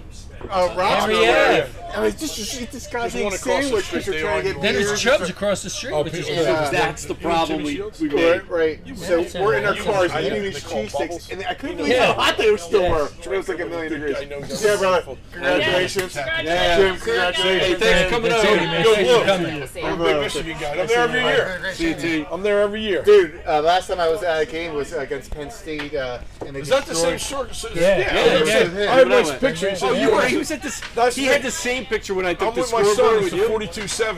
Speaker 9: uh, Rochester.
Speaker 2: Henry Ave.
Speaker 9: I was just just eat this goddamn
Speaker 8: one across the
Speaker 9: sandwich
Speaker 8: street,
Speaker 9: because you're
Speaker 8: they
Speaker 9: trying to
Speaker 8: argue
Speaker 9: get
Speaker 2: Then
Speaker 9: beers.
Speaker 8: <laughs>
Speaker 2: there's Chubbs across the street,
Speaker 8: Oh,
Speaker 2: which is
Speaker 8: people-
Speaker 2: good.
Speaker 9: Yeah.
Speaker 1: That's the problem we, we made.
Speaker 9: Right, right. So
Speaker 2: Yeah.
Speaker 9: we're in our
Speaker 2: You
Speaker 9: cars
Speaker 8: know,
Speaker 9: eating
Speaker 8: they
Speaker 9: these
Speaker 8: call bubbles.
Speaker 9: cheesesteaks, and I couldn't
Speaker 8: You
Speaker 9: believe
Speaker 2: know,
Speaker 9: how hot they still
Speaker 2: yeah.
Speaker 9: were. It was like a million degrees.
Speaker 8: I know that.
Speaker 9: Yeah, brother. Congratulations.
Speaker 8: Yeah.
Speaker 9: Jim, congratulations.
Speaker 1: Hey, thanks for coming
Speaker 2: That's
Speaker 1: over.
Speaker 2: it, man.
Speaker 1: Yo,
Speaker 2: Thanks
Speaker 1: look.
Speaker 2: for coming.
Speaker 9: I'm
Speaker 8: I'm a
Speaker 9: really
Speaker 8: big Michigan guy. I'm there every year.
Speaker 1: CT.
Speaker 8: I'm there every year.
Speaker 9: Dude, uh, last time I was at a game was against Penn State. Uh, and they
Speaker 8: Is that the same
Speaker 9: destroyed-
Speaker 8: circus?
Speaker 2: Yeah.
Speaker 8: yeah.
Speaker 1: Yeah,
Speaker 8: I was
Speaker 1: yeah.
Speaker 8: saying, I have nice pictures.
Speaker 1: Oh, you were. He
Speaker 8: I'm
Speaker 1: was at this.
Speaker 8: That's
Speaker 1: he
Speaker 8: right.
Speaker 1: had the same picture when I took the
Speaker 8: with my son.
Speaker 1: scoreboard
Speaker 8: It's
Speaker 1: with
Speaker 8: a
Speaker 1: you.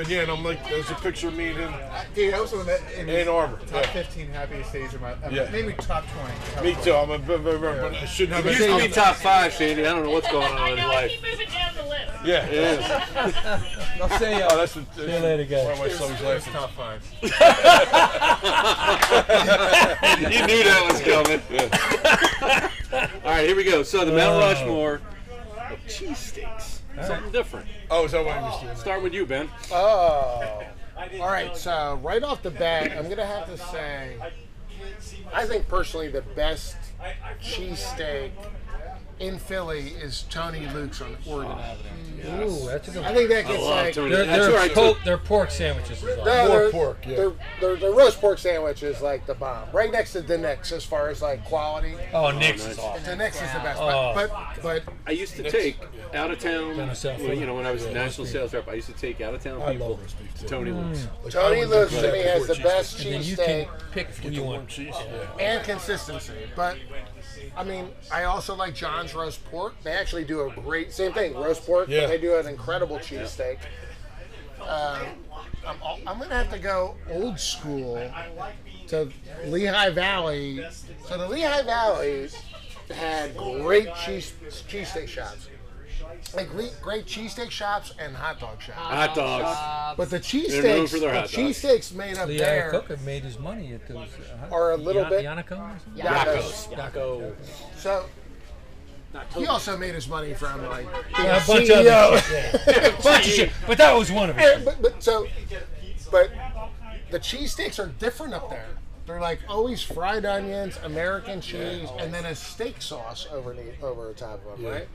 Speaker 8: 42-7. Yeah, and I'm like, there's a picture of me and him.
Speaker 9: Dude, I was on that in
Speaker 8: Ann Arbor,
Speaker 9: Top
Speaker 8: yeah.
Speaker 9: 15 happiest days of my life.
Speaker 8: Yeah.
Speaker 9: Maybe top 20. top
Speaker 8: Me
Speaker 9: 20.
Speaker 8: too. I'm a, b- b- b- but I shouldn't have
Speaker 1: It used to be
Speaker 8: any.
Speaker 1: top five, Sandy. I don't know what's going on
Speaker 12: I
Speaker 1: in his
Speaker 12: know. I
Speaker 1: life.
Speaker 12: keep moving down the list.
Speaker 9: <laughs>
Speaker 8: Yeah.
Speaker 1: Yeah.
Speaker 7: I'll say,
Speaker 8: Oh,
Speaker 7: uh,
Speaker 8: that's what. See
Speaker 2: you later, guys.
Speaker 8: Why my son's laughing.
Speaker 7: top five.
Speaker 1: you knew that was coming. All right, here we go. So the Mount
Speaker 2: Oh.
Speaker 1: Rushmore of cheesesteaks. Something different.
Speaker 8: Oh, is that why I missed
Speaker 1: Start with you, Ben.
Speaker 3: Oh. All right. So right off the bat, I'm gonna have to say, I think personally the best cheesesteak in Philly is Tony Luke's on Oregon Avenue.
Speaker 2: Ooh, that's a good
Speaker 3: Oh. I
Speaker 2: one.
Speaker 3: think that
Speaker 1: I
Speaker 3: gets
Speaker 1: love
Speaker 3: like
Speaker 1: Tony.
Speaker 2: Their,
Speaker 1: That's
Speaker 2: their,
Speaker 1: right.
Speaker 2: po- their pork sandwiches is awesome.
Speaker 3: No,
Speaker 8: More
Speaker 3: their-
Speaker 8: pork, yeah.
Speaker 3: Their, their, their roast pork sandwich is like the bomb, right next to the Nix as far as like quality.
Speaker 2: Oh, Nick's is
Speaker 1: nice.
Speaker 2: awesome.
Speaker 3: The Nix is the best,
Speaker 2: Oh.
Speaker 3: but but, but
Speaker 1: I used to take out of town.
Speaker 2: Down to South
Speaker 1: Well, you know, when I was a
Speaker 2: Philly.
Speaker 1: national sales rep, I used to take out of town
Speaker 8: I
Speaker 1: people
Speaker 8: love roast beef,
Speaker 1: to
Speaker 8: too.
Speaker 1: Tony Luke's.
Speaker 8: it?
Speaker 3: Tony Luke's to me
Speaker 8: Yeah.
Speaker 3: has the best
Speaker 2: And then you can
Speaker 3: cheesesteak
Speaker 2: pick who you
Speaker 8: Warm
Speaker 2: want.
Speaker 8: cheese. Yeah.
Speaker 3: and consistency. But I mean, I also like John's roast pork. They actually do a great same thing, roast pork.
Speaker 8: Yeah.
Speaker 3: But they do an incredible cheesesteak. Um, I'm, al- I'm gonna have to go old school to Lehigh Valley. So the Lehigh Valley had great cheese cheesesteak shops, like re- great cheesesteak shops and hot dog shops.
Speaker 1: Hot dogs.
Speaker 3: But the
Speaker 1: Uh, known
Speaker 3: cheesesteaks,
Speaker 1: for
Speaker 3: the
Speaker 1: their hot dogs.
Speaker 3: cheesesteaks made up
Speaker 2: Leo
Speaker 3: there.
Speaker 2: Cook made his money at those. Uh,
Speaker 3: Or a little
Speaker 2: Yan-
Speaker 3: bit-
Speaker 2: Yannico or something?
Speaker 3: Yeah,
Speaker 1: Tacos.
Speaker 7: Yako.
Speaker 3: So he also made his money from like being
Speaker 2: Yeah, a bunch of
Speaker 3: CEO.
Speaker 2: other shit. Yeah. bunch of shit. But that was one of
Speaker 3: <laughs>
Speaker 2: it.
Speaker 3: And- but, but so, but the cheesesteaks are different up there. They're like always fried onions, American cheese, and then a steak sauce over the, over the top of them, right?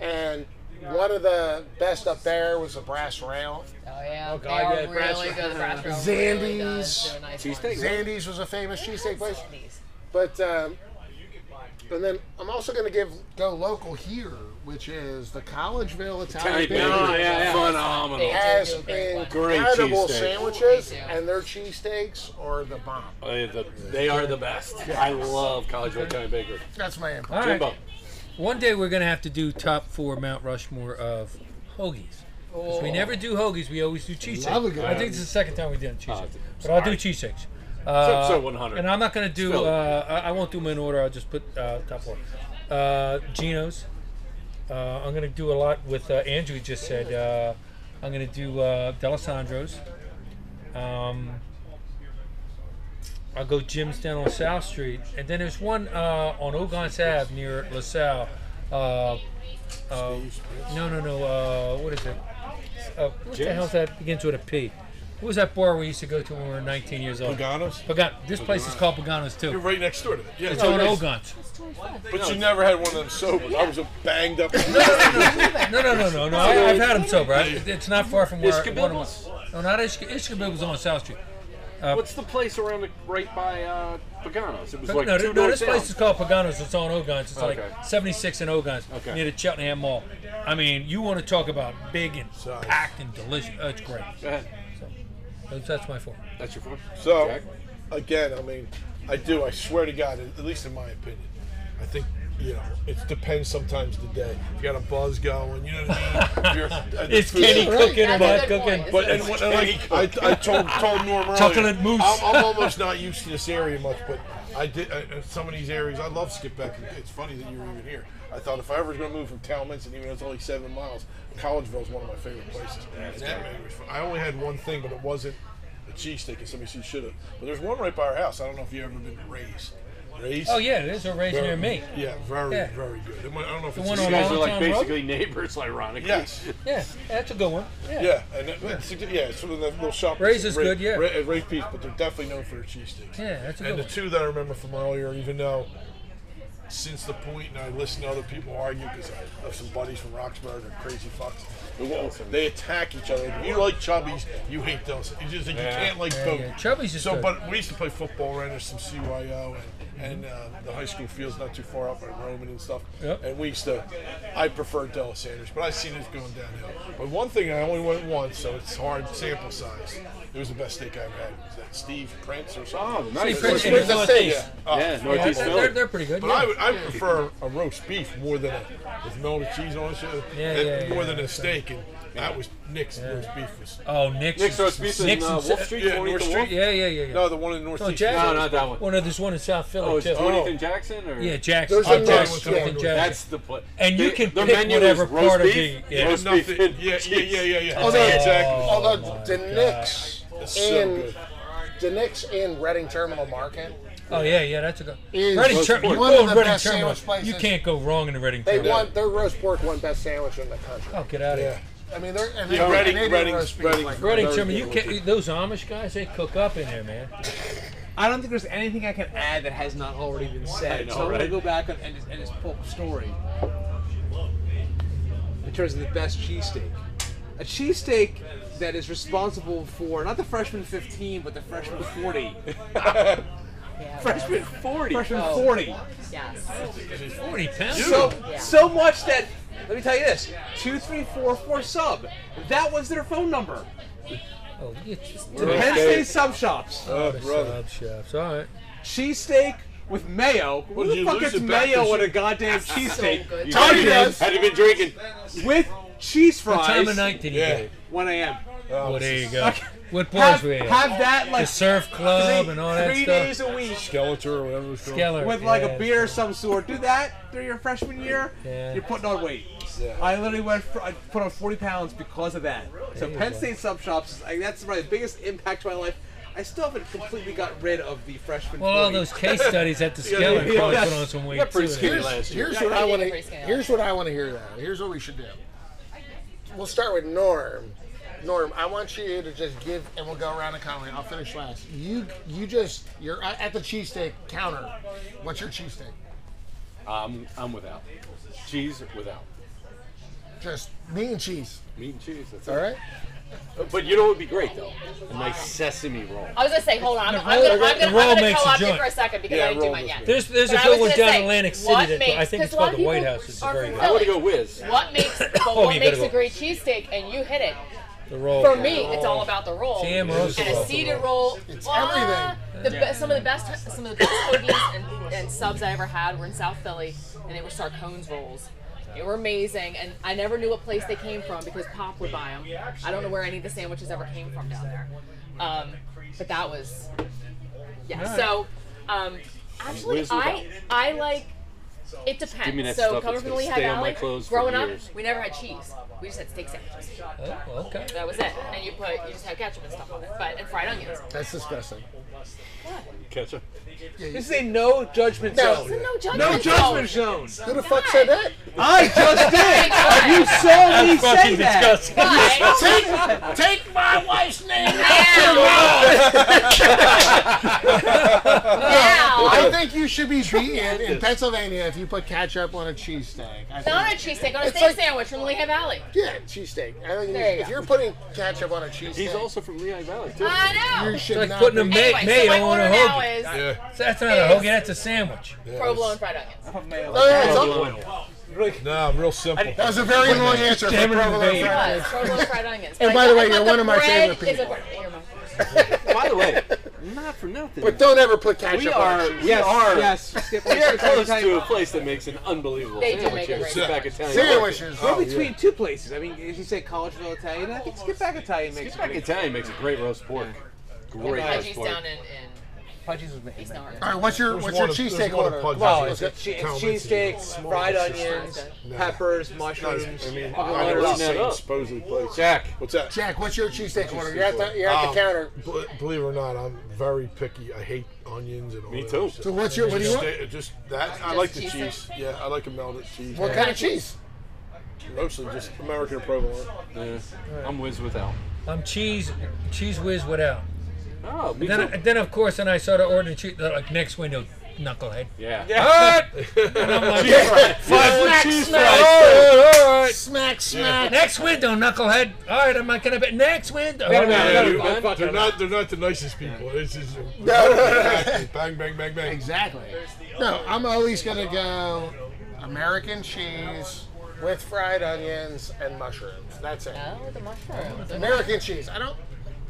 Speaker 3: And one of the best up there was the brass rail.
Speaker 10: Oh yeah. Oh
Speaker 7: God, yeah,
Speaker 10: really
Speaker 7: Braswell.
Speaker 10: good. Braswell really does.
Speaker 3: Zandy's.
Speaker 10: They're nice
Speaker 1: Cheesesteak.
Speaker 3: Zandy's was a famous cheesesteak place. But um, and then I'm also going to give go local here, which is the Collegeville Italian Bakery.
Speaker 1: Oh, Yeah, yeah.
Speaker 10: They
Speaker 1: Phenomenal.
Speaker 3: Has
Speaker 10: do great ones.
Speaker 3: incredible
Speaker 1: cheesesteak.
Speaker 3: sandwiches,
Speaker 10: They do.
Speaker 3: and their cheesesteaks are the bomb.
Speaker 1: They, the, they are the best. I love Collegeville County Bakery.
Speaker 3: That's my input.
Speaker 2: All right.
Speaker 1: Jimbo.
Speaker 2: One day we're gonna have to do top four Mount Rushmore of hoagies. 'Cause We never do hoagies. We always do
Speaker 3: Oh. Love a
Speaker 2: cheesesteaks.
Speaker 3: good
Speaker 2: I think this is the second time we did
Speaker 1: Oh,
Speaker 2: cheesesteaks. but
Speaker 1: sorry.
Speaker 2: I'll do cheesesteaks. Uh,
Speaker 1: episode 100.
Speaker 2: And I'm not gonna do.
Speaker 1: Still.
Speaker 2: Uh, I, I won't do them in order. I'll just put uh, top four. Uh, Geno's. Uh, I'm gonna do a lot with uh, Andrew. Just said. Uh, I'm gonna do uh, Delisandro's. Um, I'll go Jim's down on South Street, and then there's one uh, on Ogon's Ave near LaSalle. Uh, uh, no, no, no. Uh, what is it? Uh, what the hell's that? Begins with a P. What was that bar we used to go to when we were 19 years old?
Speaker 8: Pagano's?
Speaker 2: Pagan- This place is called Pagano's too.
Speaker 8: You're right next door to it. Yeah,
Speaker 2: It's
Speaker 8: no,
Speaker 2: on
Speaker 8: no,
Speaker 2: Ogon's.
Speaker 8: But you never had one of them sobers. I was a
Speaker 2: <laughs>
Speaker 8: banged up.
Speaker 2: No, no, no, no, no. I, <laughs> I've had them sober. I, it's not far from where one of
Speaker 1: Ishkabibbles?
Speaker 2: my- No, not Ishka, Ishkabil was on South Street.
Speaker 1: What's the place around the, right by uh, Pagano's? It was like
Speaker 2: no,
Speaker 1: two
Speaker 2: th- no,
Speaker 1: doors
Speaker 2: this
Speaker 1: down.
Speaker 2: place is called Pagano's. It's on Ogon's. It's
Speaker 1: Okay.
Speaker 2: like 76 and Ogon's
Speaker 1: Okay.
Speaker 2: near the Cheltenham Mall. I mean, you want to talk about big and
Speaker 8: Size.
Speaker 2: packed and delicious. Oh, it's great.
Speaker 1: Go ahead.
Speaker 2: So that's my four.
Speaker 1: That's your four.
Speaker 8: So,
Speaker 1: Jack?
Speaker 8: again, I mean, I do. I swear to God, at least in my opinion, I think you know it depends sometimes the day. You got a buzz going, you know
Speaker 2: <laughs>
Speaker 8: what I mean? You're- uh, the
Speaker 2: It's
Speaker 8: food's
Speaker 2: Kenny
Speaker 8: right.
Speaker 2: cooking or
Speaker 10: That's a
Speaker 2: not
Speaker 10: good
Speaker 2: cooking.
Speaker 10: point.
Speaker 8: But and, what- and like, I, I told told Norm earlier,
Speaker 2: Chocolate mousse.
Speaker 8: I'm, I'm almost not used to this area much, but I did uh, uh, some of these areas. I love Skipbeck. It's funny that you were even here. I thought if I ever was going to move from Talmadge, and even though it's only seven miles, Collegeville is one of my favorite places. And that area was fun. I only had one thing, but it wasn't a cheesesteak. And somebody said should have. But there's one right by our house. I don't know if you ever been to Ray's. Ray's.
Speaker 2: Oh yeah, there's a raise near me.
Speaker 8: Yeah, very
Speaker 2: Yeah.
Speaker 8: very good. It might- I don't know if
Speaker 2: The
Speaker 8: it's
Speaker 2: one
Speaker 8: a-
Speaker 2: on
Speaker 1: You guys are like
Speaker 2: Valentine Road?
Speaker 1: basically neighbors, ironically.
Speaker 8: Yes.
Speaker 2: Yeah, that's a good one. Yeah.
Speaker 8: Yeah, and it, it's, yeah, it's one of the little shop.
Speaker 2: Ray's is good, yeah.
Speaker 8: Ray, Ray Peace, but they're definitely known for their cheesesteaks.
Speaker 2: Yeah, that's a good
Speaker 8: And the
Speaker 2: one.
Speaker 8: two that I remember from earlier, even though since the point, and I listen to other people argue because I have some buddies from Roxburgh are crazy fucks. They won't- They attack each other. You like chubbies, you hate those. You just think you can't like both.
Speaker 2: yeah. Chubbies is
Speaker 8: so,
Speaker 2: good.
Speaker 8: but we used to play football around. There's some CYO and, and uh, the high school fields not too far out by Roman and stuff.
Speaker 2: Yep.
Speaker 8: And we used to. I prefer Dallas Sanders, but I seen it going downhill. But one thing, I only went once, so it's hard sample size. It was the best steak I ever had. Was that Steve Prince or something?
Speaker 1: Oh, nice.
Speaker 2: See, Prince
Speaker 8: Where's
Speaker 2: in
Speaker 8: the
Speaker 2: the
Speaker 8: steak?
Speaker 2: Northeast.
Speaker 8: Oh,
Speaker 1: Yeah,
Speaker 2: Yeah,
Speaker 1: Northeast
Speaker 2: they're,
Speaker 1: Philly.
Speaker 2: they're pretty good.
Speaker 8: but
Speaker 2: yeah.
Speaker 8: I, would, I prefer a roast beef more than a with melted cheese on it, shit,
Speaker 2: Yeah,
Speaker 8: and
Speaker 2: yeah,
Speaker 8: more
Speaker 2: yeah,
Speaker 8: than a
Speaker 2: that's right.
Speaker 8: steak. And that was Nick's roast beef. Was,
Speaker 2: oh, Nick's.
Speaker 1: Nick's roast beef in
Speaker 2: Nick's
Speaker 1: uh,
Speaker 2: and-
Speaker 1: Wolf Street.
Speaker 8: yeah,
Speaker 1: 40th
Speaker 8: North
Speaker 1: and
Speaker 8: Street?
Speaker 1: Wolf?
Speaker 2: Yeah, yeah, yeah. yeah.
Speaker 8: no, the one in Northest.
Speaker 2: Oh, Jack?
Speaker 1: No, not that one.
Speaker 2: Well, no, there's one in South Philly
Speaker 1: Oh, it's
Speaker 2: too.
Speaker 1: 20th and Jackson, or
Speaker 2: Yeah, Jackson.
Speaker 3: There's a
Speaker 2: Oh, Jackson,
Speaker 3: North-
Speaker 2: Jackson,
Speaker 3: yeah.
Speaker 2: Jackson.
Speaker 1: That's the place.
Speaker 2: And you
Speaker 1: They-
Speaker 2: can
Speaker 1: their
Speaker 2: pick
Speaker 1: menu
Speaker 2: whatever
Speaker 1: is roast
Speaker 2: part of
Speaker 1: beef,
Speaker 2: the- yeah.
Speaker 1: roast beef,
Speaker 8: Nothing.
Speaker 1: and
Speaker 8: Yeah, yeah,
Speaker 1: cheese. Oh,
Speaker 8: yeah, yeah, yeah.
Speaker 3: Although,
Speaker 8: Yeah, exactly. Oh
Speaker 3: although the Knicks
Speaker 8: It's so
Speaker 3: and
Speaker 8: good.
Speaker 3: the Knicks and Reading Terminal Market,
Speaker 2: Oh yeah, yeah, that's a good.
Speaker 3: Is
Speaker 2: Reading
Speaker 3: roast
Speaker 2: Term-
Speaker 3: pork.
Speaker 2: you
Speaker 3: One of
Speaker 2: go
Speaker 3: the
Speaker 2: to Reading
Speaker 3: best
Speaker 2: Terminal.
Speaker 3: sandwich places.
Speaker 2: You can't go wrong in the Reading
Speaker 3: they
Speaker 2: Terminal.
Speaker 3: want their roast pork one best sandwich in the country.
Speaker 2: Oh, get out of
Speaker 8: Yeah.
Speaker 2: here.
Speaker 3: I mean, they're and
Speaker 8: Yeah,
Speaker 3: they're
Speaker 8: Reading-
Speaker 3: Canadian
Speaker 8: Reading's-
Speaker 3: roast beef, like-
Speaker 8: Reading's-
Speaker 2: Reading
Speaker 8: Very
Speaker 2: Terminal, you
Speaker 8: good
Speaker 2: can't. Those Amish guys, they cook up in there, man.
Speaker 7: I don't think there's anything I can add that has not already been said.
Speaker 1: know,
Speaker 7: so I'm gonna
Speaker 1: right?
Speaker 7: go back and, and, just, and just pull up a story. In terms of the best cheesesteak. A cheesesteak that is responsible for not the freshman 15, but the freshman 40. freshman 40. Freshman 40.
Speaker 10: Yes.
Speaker 2: Forty pounds.
Speaker 7: Oh. So
Speaker 10: Yeah.
Speaker 7: so much that let me tell you this: two three four four sub. That was their phone number.
Speaker 2: Oh, it's
Speaker 7: Penn State sub shops.
Speaker 8: Oh, brother.
Speaker 2: sub shops. All right.
Speaker 7: Cheesesteak with mayo.
Speaker 1: Well,
Speaker 7: Who
Speaker 1: you
Speaker 7: the fuck
Speaker 1: lose
Speaker 7: gets
Speaker 1: it back
Speaker 7: mayo
Speaker 1: to
Speaker 7: on
Speaker 1: you- <laughs>
Speaker 7: a goddamn
Speaker 10: So
Speaker 7: cheesesteak
Speaker 10: good.
Speaker 1: Had you
Speaker 3: does.
Speaker 1: had you been drinking?
Speaker 7: with cheese
Speaker 2: What
Speaker 7: fries?
Speaker 2: time of night did you
Speaker 8: Yeah.
Speaker 2: go?
Speaker 7: 1 a.m.
Speaker 2: Well, there you go.
Speaker 7: Okay.
Speaker 2: What bars
Speaker 7: Have,
Speaker 2: were you at?
Speaker 7: have that
Speaker 2: The
Speaker 7: like
Speaker 2: surf club
Speaker 7: three,
Speaker 2: and all that
Speaker 7: three
Speaker 2: stuff.
Speaker 7: days a week.
Speaker 8: Skeletor or whatever it's called.
Speaker 2: Geller,
Speaker 7: with like
Speaker 2: yeah.
Speaker 7: a beer of some sort. Do that through your freshman year,
Speaker 2: Yeah.
Speaker 7: you're putting on weight.
Speaker 8: Yeah.
Speaker 7: I literally went. For, I put on 40 pounds because of that. So
Speaker 2: There you
Speaker 7: Penn
Speaker 2: go.
Speaker 7: State sub shops. Like, that's probably the biggest impact to my life. I still haven't completely got rid of the freshman.
Speaker 2: Well, all
Speaker 7: 40.
Speaker 2: those case studies at the Skeller
Speaker 7: yeah,
Speaker 2: probably
Speaker 7: yeah.
Speaker 2: put on some weight
Speaker 7: got pretty
Speaker 2: too.
Speaker 7: skinny
Speaker 2: there.
Speaker 7: last
Speaker 3: Here's what I want to.
Speaker 10: pretty scale.
Speaker 3: Here's what I want to hear. Though. Here's what we should do. We'll start with Norm. Norm, I want you to just give, and we'll go around the Conway. I'll finish last. You, you just, you're at at the cheesesteak counter. What's your cheesesteak?
Speaker 1: Um, I'm without cheese. Without
Speaker 3: Just meat and cheese.
Speaker 1: meat and cheese. That's
Speaker 3: All right.
Speaker 1: it. But you know what would be great though? A nice sesame roll.
Speaker 5: I was gonna say, hold on, I'm,
Speaker 2: roll-
Speaker 5: I'm gonna, I'm
Speaker 2: the
Speaker 5: gonna,
Speaker 2: roll
Speaker 5: I'm gonna
Speaker 2: makes a
Speaker 5: co-opt you
Speaker 2: joint.
Speaker 5: for a second because
Speaker 1: Yeah,
Speaker 5: I didn't do
Speaker 1: roll
Speaker 5: mine
Speaker 1: makes
Speaker 5: yet.
Speaker 1: a
Speaker 2: There's there's a
Speaker 5: But I
Speaker 2: good
Speaker 5: was
Speaker 2: one
Speaker 5: gonna
Speaker 2: down
Speaker 5: say,
Speaker 2: in Atlantic City
Speaker 5: what
Speaker 2: that
Speaker 5: makes-
Speaker 2: I think it's
Speaker 5: 'cause a lot
Speaker 2: called
Speaker 5: of
Speaker 2: the White
Speaker 5: people
Speaker 2: House. It's
Speaker 5: are
Speaker 2: very
Speaker 5: from
Speaker 2: good.
Speaker 1: I want to go whiz.
Speaker 5: What makes but
Speaker 2: Oh,
Speaker 5: what
Speaker 2: you
Speaker 5: makes
Speaker 2: gotta
Speaker 5: a
Speaker 2: go.
Speaker 5: great cheesesteak? And you hit it.
Speaker 2: The roll.
Speaker 5: For me, it's all about the roll.
Speaker 2: See, I'm
Speaker 5: and
Speaker 2: also about
Speaker 5: a
Speaker 2: the
Speaker 5: seeded roll.
Speaker 3: It's
Speaker 5: Ah, The be- some of the best, some of the best hoagies and, and subs I ever had were in South Philly, and they were Sarcone's rolls. They were amazing, and I never knew what place they came from because Pop would buy them. I don't know where any of the sandwiches ever came from down there, um, but that was, yeah. So, um, actually,
Speaker 1: Where's the
Speaker 5: I I like. It depends.
Speaker 1: Give me that
Speaker 5: so
Speaker 1: stuff
Speaker 5: coming
Speaker 1: that's
Speaker 5: from the
Speaker 1: gonna
Speaker 5: Lehigh
Speaker 1: stay on my
Speaker 5: Valley,
Speaker 1: clothes for
Speaker 5: growing up,
Speaker 1: years.
Speaker 5: we never had cheese. We just had steak sandwiches.
Speaker 2: Oh, okay.
Speaker 5: That was it. And you put you just had ketchup and stuff on it, but and fried onions.
Speaker 3: That's disgusting.
Speaker 1: Ketchup.
Speaker 7: This is a no judgment
Speaker 3: No.
Speaker 7: zone.
Speaker 5: No judgment.
Speaker 7: No
Speaker 5: though.
Speaker 7: judgment zone.
Speaker 3: Who the fuck said that?
Speaker 7: I just did. You saw me say
Speaker 2: Fucking
Speaker 7: that.
Speaker 2: disgusting.
Speaker 3: Take,
Speaker 5: But
Speaker 3: take my wife's name. <laughs>
Speaker 5: now,
Speaker 3: I think you should be beaten in Pennsylvania if you put ketchup on a cheesesteak. I think-
Speaker 5: not a cheesesteak, on a
Speaker 3: It's
Speaker 5: steak
Speaker 3: like-
Speaker 5: sandwich from Lehigh Valley.
Speaker 3: Yeah, cheesesteak. I think you
Speaker 5: There you
Speaker 3: if
Speaker 5: go.
Speaker 3: you're putting ketchup on a cheesesteak,
Speaker 1: He's also from Lehigh Valley too.
Speaker 5: I know.
Speaker 3: you should
Speaker 2: It's like
Speaker 3: not
Speaker 2: putting a
Speaker 3: be-
Speaker 2: ma-
Speaker 5: Anyway,
Speaker 2: mayo
Speaker 5: so my
Speaker 2: on a
Speaker 5: order now
Speaker 2: hoagie.
Speaker 5: is
Speaker 8: Yeah.
Speaker 2: That's not a hoagie. That's a sandwich.
Speaker 5: provolone fried onions.
Speaker 3: Oh, yeah, it's up-
Speaker 8: Nah, I'm real simple.
Speaker 3: That was a very long answer for
Speaker 2: Damn it,
Speaker 3: provolone
Speaker 2: babe.
Speaker 3: fried
Speaker 5: But
Speaker 3: eggs.
Speaker 5: provolone fried onions.
Speaker 3: And
Speaker 5: But
Speaker 3: by
Speaker 5: I-
Speaker 3: the
Speaker 5: I
Speaker 3: way,
Speaker 5: thought
Speaker 3: you're one of my
Speaker 5: bread
Speaker 3: favorite
Speaker 5: is a-
Speaker 3: people.
Speaker 5: you're my-
Speaker 1: By the way, not for nothing.
Speaker 3: But don't ever put ketchup
Speaker 1: we
Speaker 3: on a
Speaker 1: are
Speaker 3: cheese.
Speaker 1: we are
Speaker 7: Yes. Skip
Speaker 1: we are close
Speaker 7: Tiny-
Speaker 1: to a place that makes an unbelievable
Speaker 5: They do
Speaker 1: sandwich
Speaker 5: make a
Speaker 1: here.
Speaker 5: great
Speaker 1: Sit back Italian.
Speaker 3: Sandwiches.
Speaker 7: We're between two places. I mean, as you say, Collegeville Italian. I think Skip Back Italian makes
Speaker 1: Sit back Italian makes a great roast pork. Great roast
Speaker 5: Pudgy's
Speaker 1: pork.
Speaker 5: down in, in
Speaker 7: Pudgies was made.
Speaker 5: East Orange.
Speaker 3: All right, what's your
Speaker 8: There's
Speaker 3: what's
Speaker 8: one
Speaker 3: your
Speaker 8: of- there's
Speaker 3: cheesesteak
Speaker 8: one of
Speaker 3: order?
Speaker 8: Pudge's.
Speaker 7: Well,
Speaker 3: Let's
Speaker 7: it's,
Speaker 3: go.
Speaker 7: it's, che- it's
Speaker 8: Calvin's
Speaker 7: cheesesteaks,
Speaker 8: small
Speaker 7: fried
Speaker 8: sister.
Speaker 7: onions, peppers, mushrooms.
Speaker 8: I mean,
Speaker 7: I'll go
Speaker 8: I
Speaker 7: load it
Speaker 8: know
Speaker 7: up.
Speaker 8: it's a supposedly place.
Speaker 1: Jack.
Speaker 8: What's that?
Speaker 3: Jack, what's your cheesesteak order? You're at the you're at
Speaker 8: Um,
Speaker 3: the counter.
Speaker 8: bel- believe it or not, I'm very picky. I hate onions and all
Speaker 1: Me
Speaker 8: that
Speaker 1: too.
Speaker 8: shit.
Speaker 3: So what's your what do you
Speaker 8: Just,
Speaker 3: want?
Speaker 8: sta- just that. I like the
Speaker 5: cheese.
Speaker 8: cheese. Yeah, I like a melted cheese.
Speaker 3: What kind of cheese?
Speaker 8: Mostly just American provolone.
Speaker 1: Yeah. I'm whiz without.
Speaker 2: I'm cheese cheese whiz without.
Speaker 1: Oh, me
Speaker 2: Then,
Speaker 1: too.
Speaker 2: then of course, then I saw the order cheese like next window, knucklehead.
Speaker 1: yeah.
Speaker 2: <laughs> And I'm
Speaker 7: <laughs>
Speaker 2: like, five
Speaker 1: Snack,
Speaker 2: cheese
Speaker 1: snack.
Speaker 2: fries. All right, all right.
Speaker 3: Smack smack.
Speaker 2: Next window, knucklehead. All right, I'm not gonna bet. Next window.
Speaker 7: Wait a minute,
Speaker 8: Yeah,
Speaker 7: I gotta
Speaker 8: dude,
Speaker 7: fuck- fuck
Speaker 8: they're
Speaker 7: it
Speaker 8: not.
Speaker 7: up.
Speaker 8: They're not the nicest people.
Speaker 3: <laughs>
Speaker 8: It's just bang, bang, bang, bang.
Speaker 3: Exactly. No, I'm always gonna go American cheese with fried onions and mushrooms. That's it.
Speaker 5: Oh, the mushrooms.
Speaker 3: American cheese. I don't.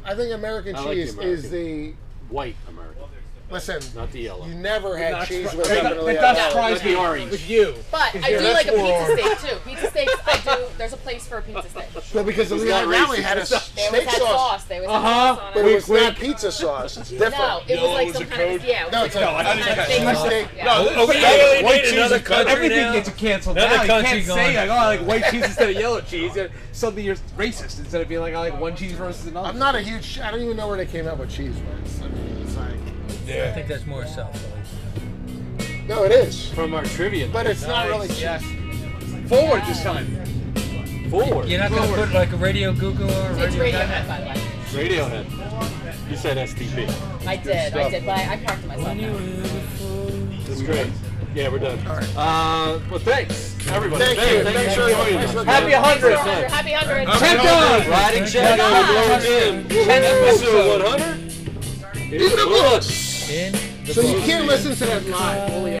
Speaker 3: I think American
Speaker 1: I like the
Speaker 3: cheese is the.
Speaker 1: White American,
Speaker 3: Listen,
Speaker 1: not the yellow.
Speaker 3: you never had
Speaker 7: Not
Speaker 3: cheese
Speaker 7: fri-
Speaker 3: with
Speaker 7: That-
Speaker 3: definitely
Speaker 7: that does
Speaker 3: a-
Speaker 7: fry
Speaker 1: Not the orange.
Speaker 7: With you.
Speaker 5: But I
Speaker 7: Yeah,
Speaker 5: do like a
Speaker 7: that's
Speaker 5: pizza steak too. Pizza steaks, I do. There's a place for a pizza steak.
Speaker 3: But because the
Speaker 1: It's
Speaker 3: Lehigh
Speaker 1: not
Speaker 3: Valley
Speaker 1: racist.
Speaker 3: had a
Speaker 1: It's not-
Speaker 5: They always
Speaker 3: steak
Speaker 5: had
Speaker 3: sauce,
Speaker 5: sauce. They always
Speaker 7: Uh-huh.
Speaker 5: had sauce
Speaker 3: but
Speaker 5: on
Speaker 3: it
Speaker 5: it.
Speaker 3: was not pizza sauce. It's different.
Speaker 5: No, it was
Speaker 8: Yellow
Speaker 5: like
Speaker 8: is
Speaker 5: some
Speaker 8: a
Speaker 5: kind of
Speaker 8: code?
Speaker 5: yeah. It was
Speaker 3: No,
Speaker 5: like
Speaker 3: it's like
Speaker 5: some kind of steak
Speaker 3: cheese
Speaker 5: sauce.
Speaker 3: steak.
Speaker 5: Yeah.
Speaker 2: Oh, we
Speaker 7: Everything-
Speaker 2: alienate
Speaker 8: cheese
Speaker 2: another
Speaker 8: is cut.
Speaker 2: country
Speaker 7: Everything
Speaker 2: now.
Speaker 7: gets canceled
Speaker 2: Another
Speaker 7: now. You
Speaker 2: country
Speaker 7: can't
Speaker 2: gone.
Speaker 7: say like, oh, I like white cheese instead of yellow cheese. And suddenly you're racist instead of being like, I like one cheese versus another.
Speaker 3: I'm not a huge. I don't even know where they came up with cheese words. I mean, it's like.
Speaker 2: I think that's more South Philly.
Speaker 3: No, it is.
Speaker 1: From our trivia,
Speaker 3: But it's not really cheese.
Speaker 7: Yes. Forward this time.
Speaker 1: forward.
Speaker 2: You're not gonna put like a radio Google or a
Speaker 5: It's
Speaker 2: radio.
Speaker 5: Radiohead, by the way.
Speaker 1: Radiohead. You said STP.
Speaker 5: I did, I did, but I, I corrected myself. now.
Speaker 1: That's great. Yeah, we're done. All right. Uh, well, thanks everybody.
Speaker 3: Thank you. Thanks, everybody. Thanks for
Speaker 7: Happy 100.
Speaker 5: Happy hundred.
Speaker 7: Tempt on.
Speaker 1: Riding Shack
Speaker 7: Come
Speaker 1: on
Speaker 7: on.
Speaker 1: Glowing Jim. Episode 100. In the books.
Speaker 2: In the
Speaker 3: So you
Speaker 2: book.
Speaker 3: can't listen to that live. Only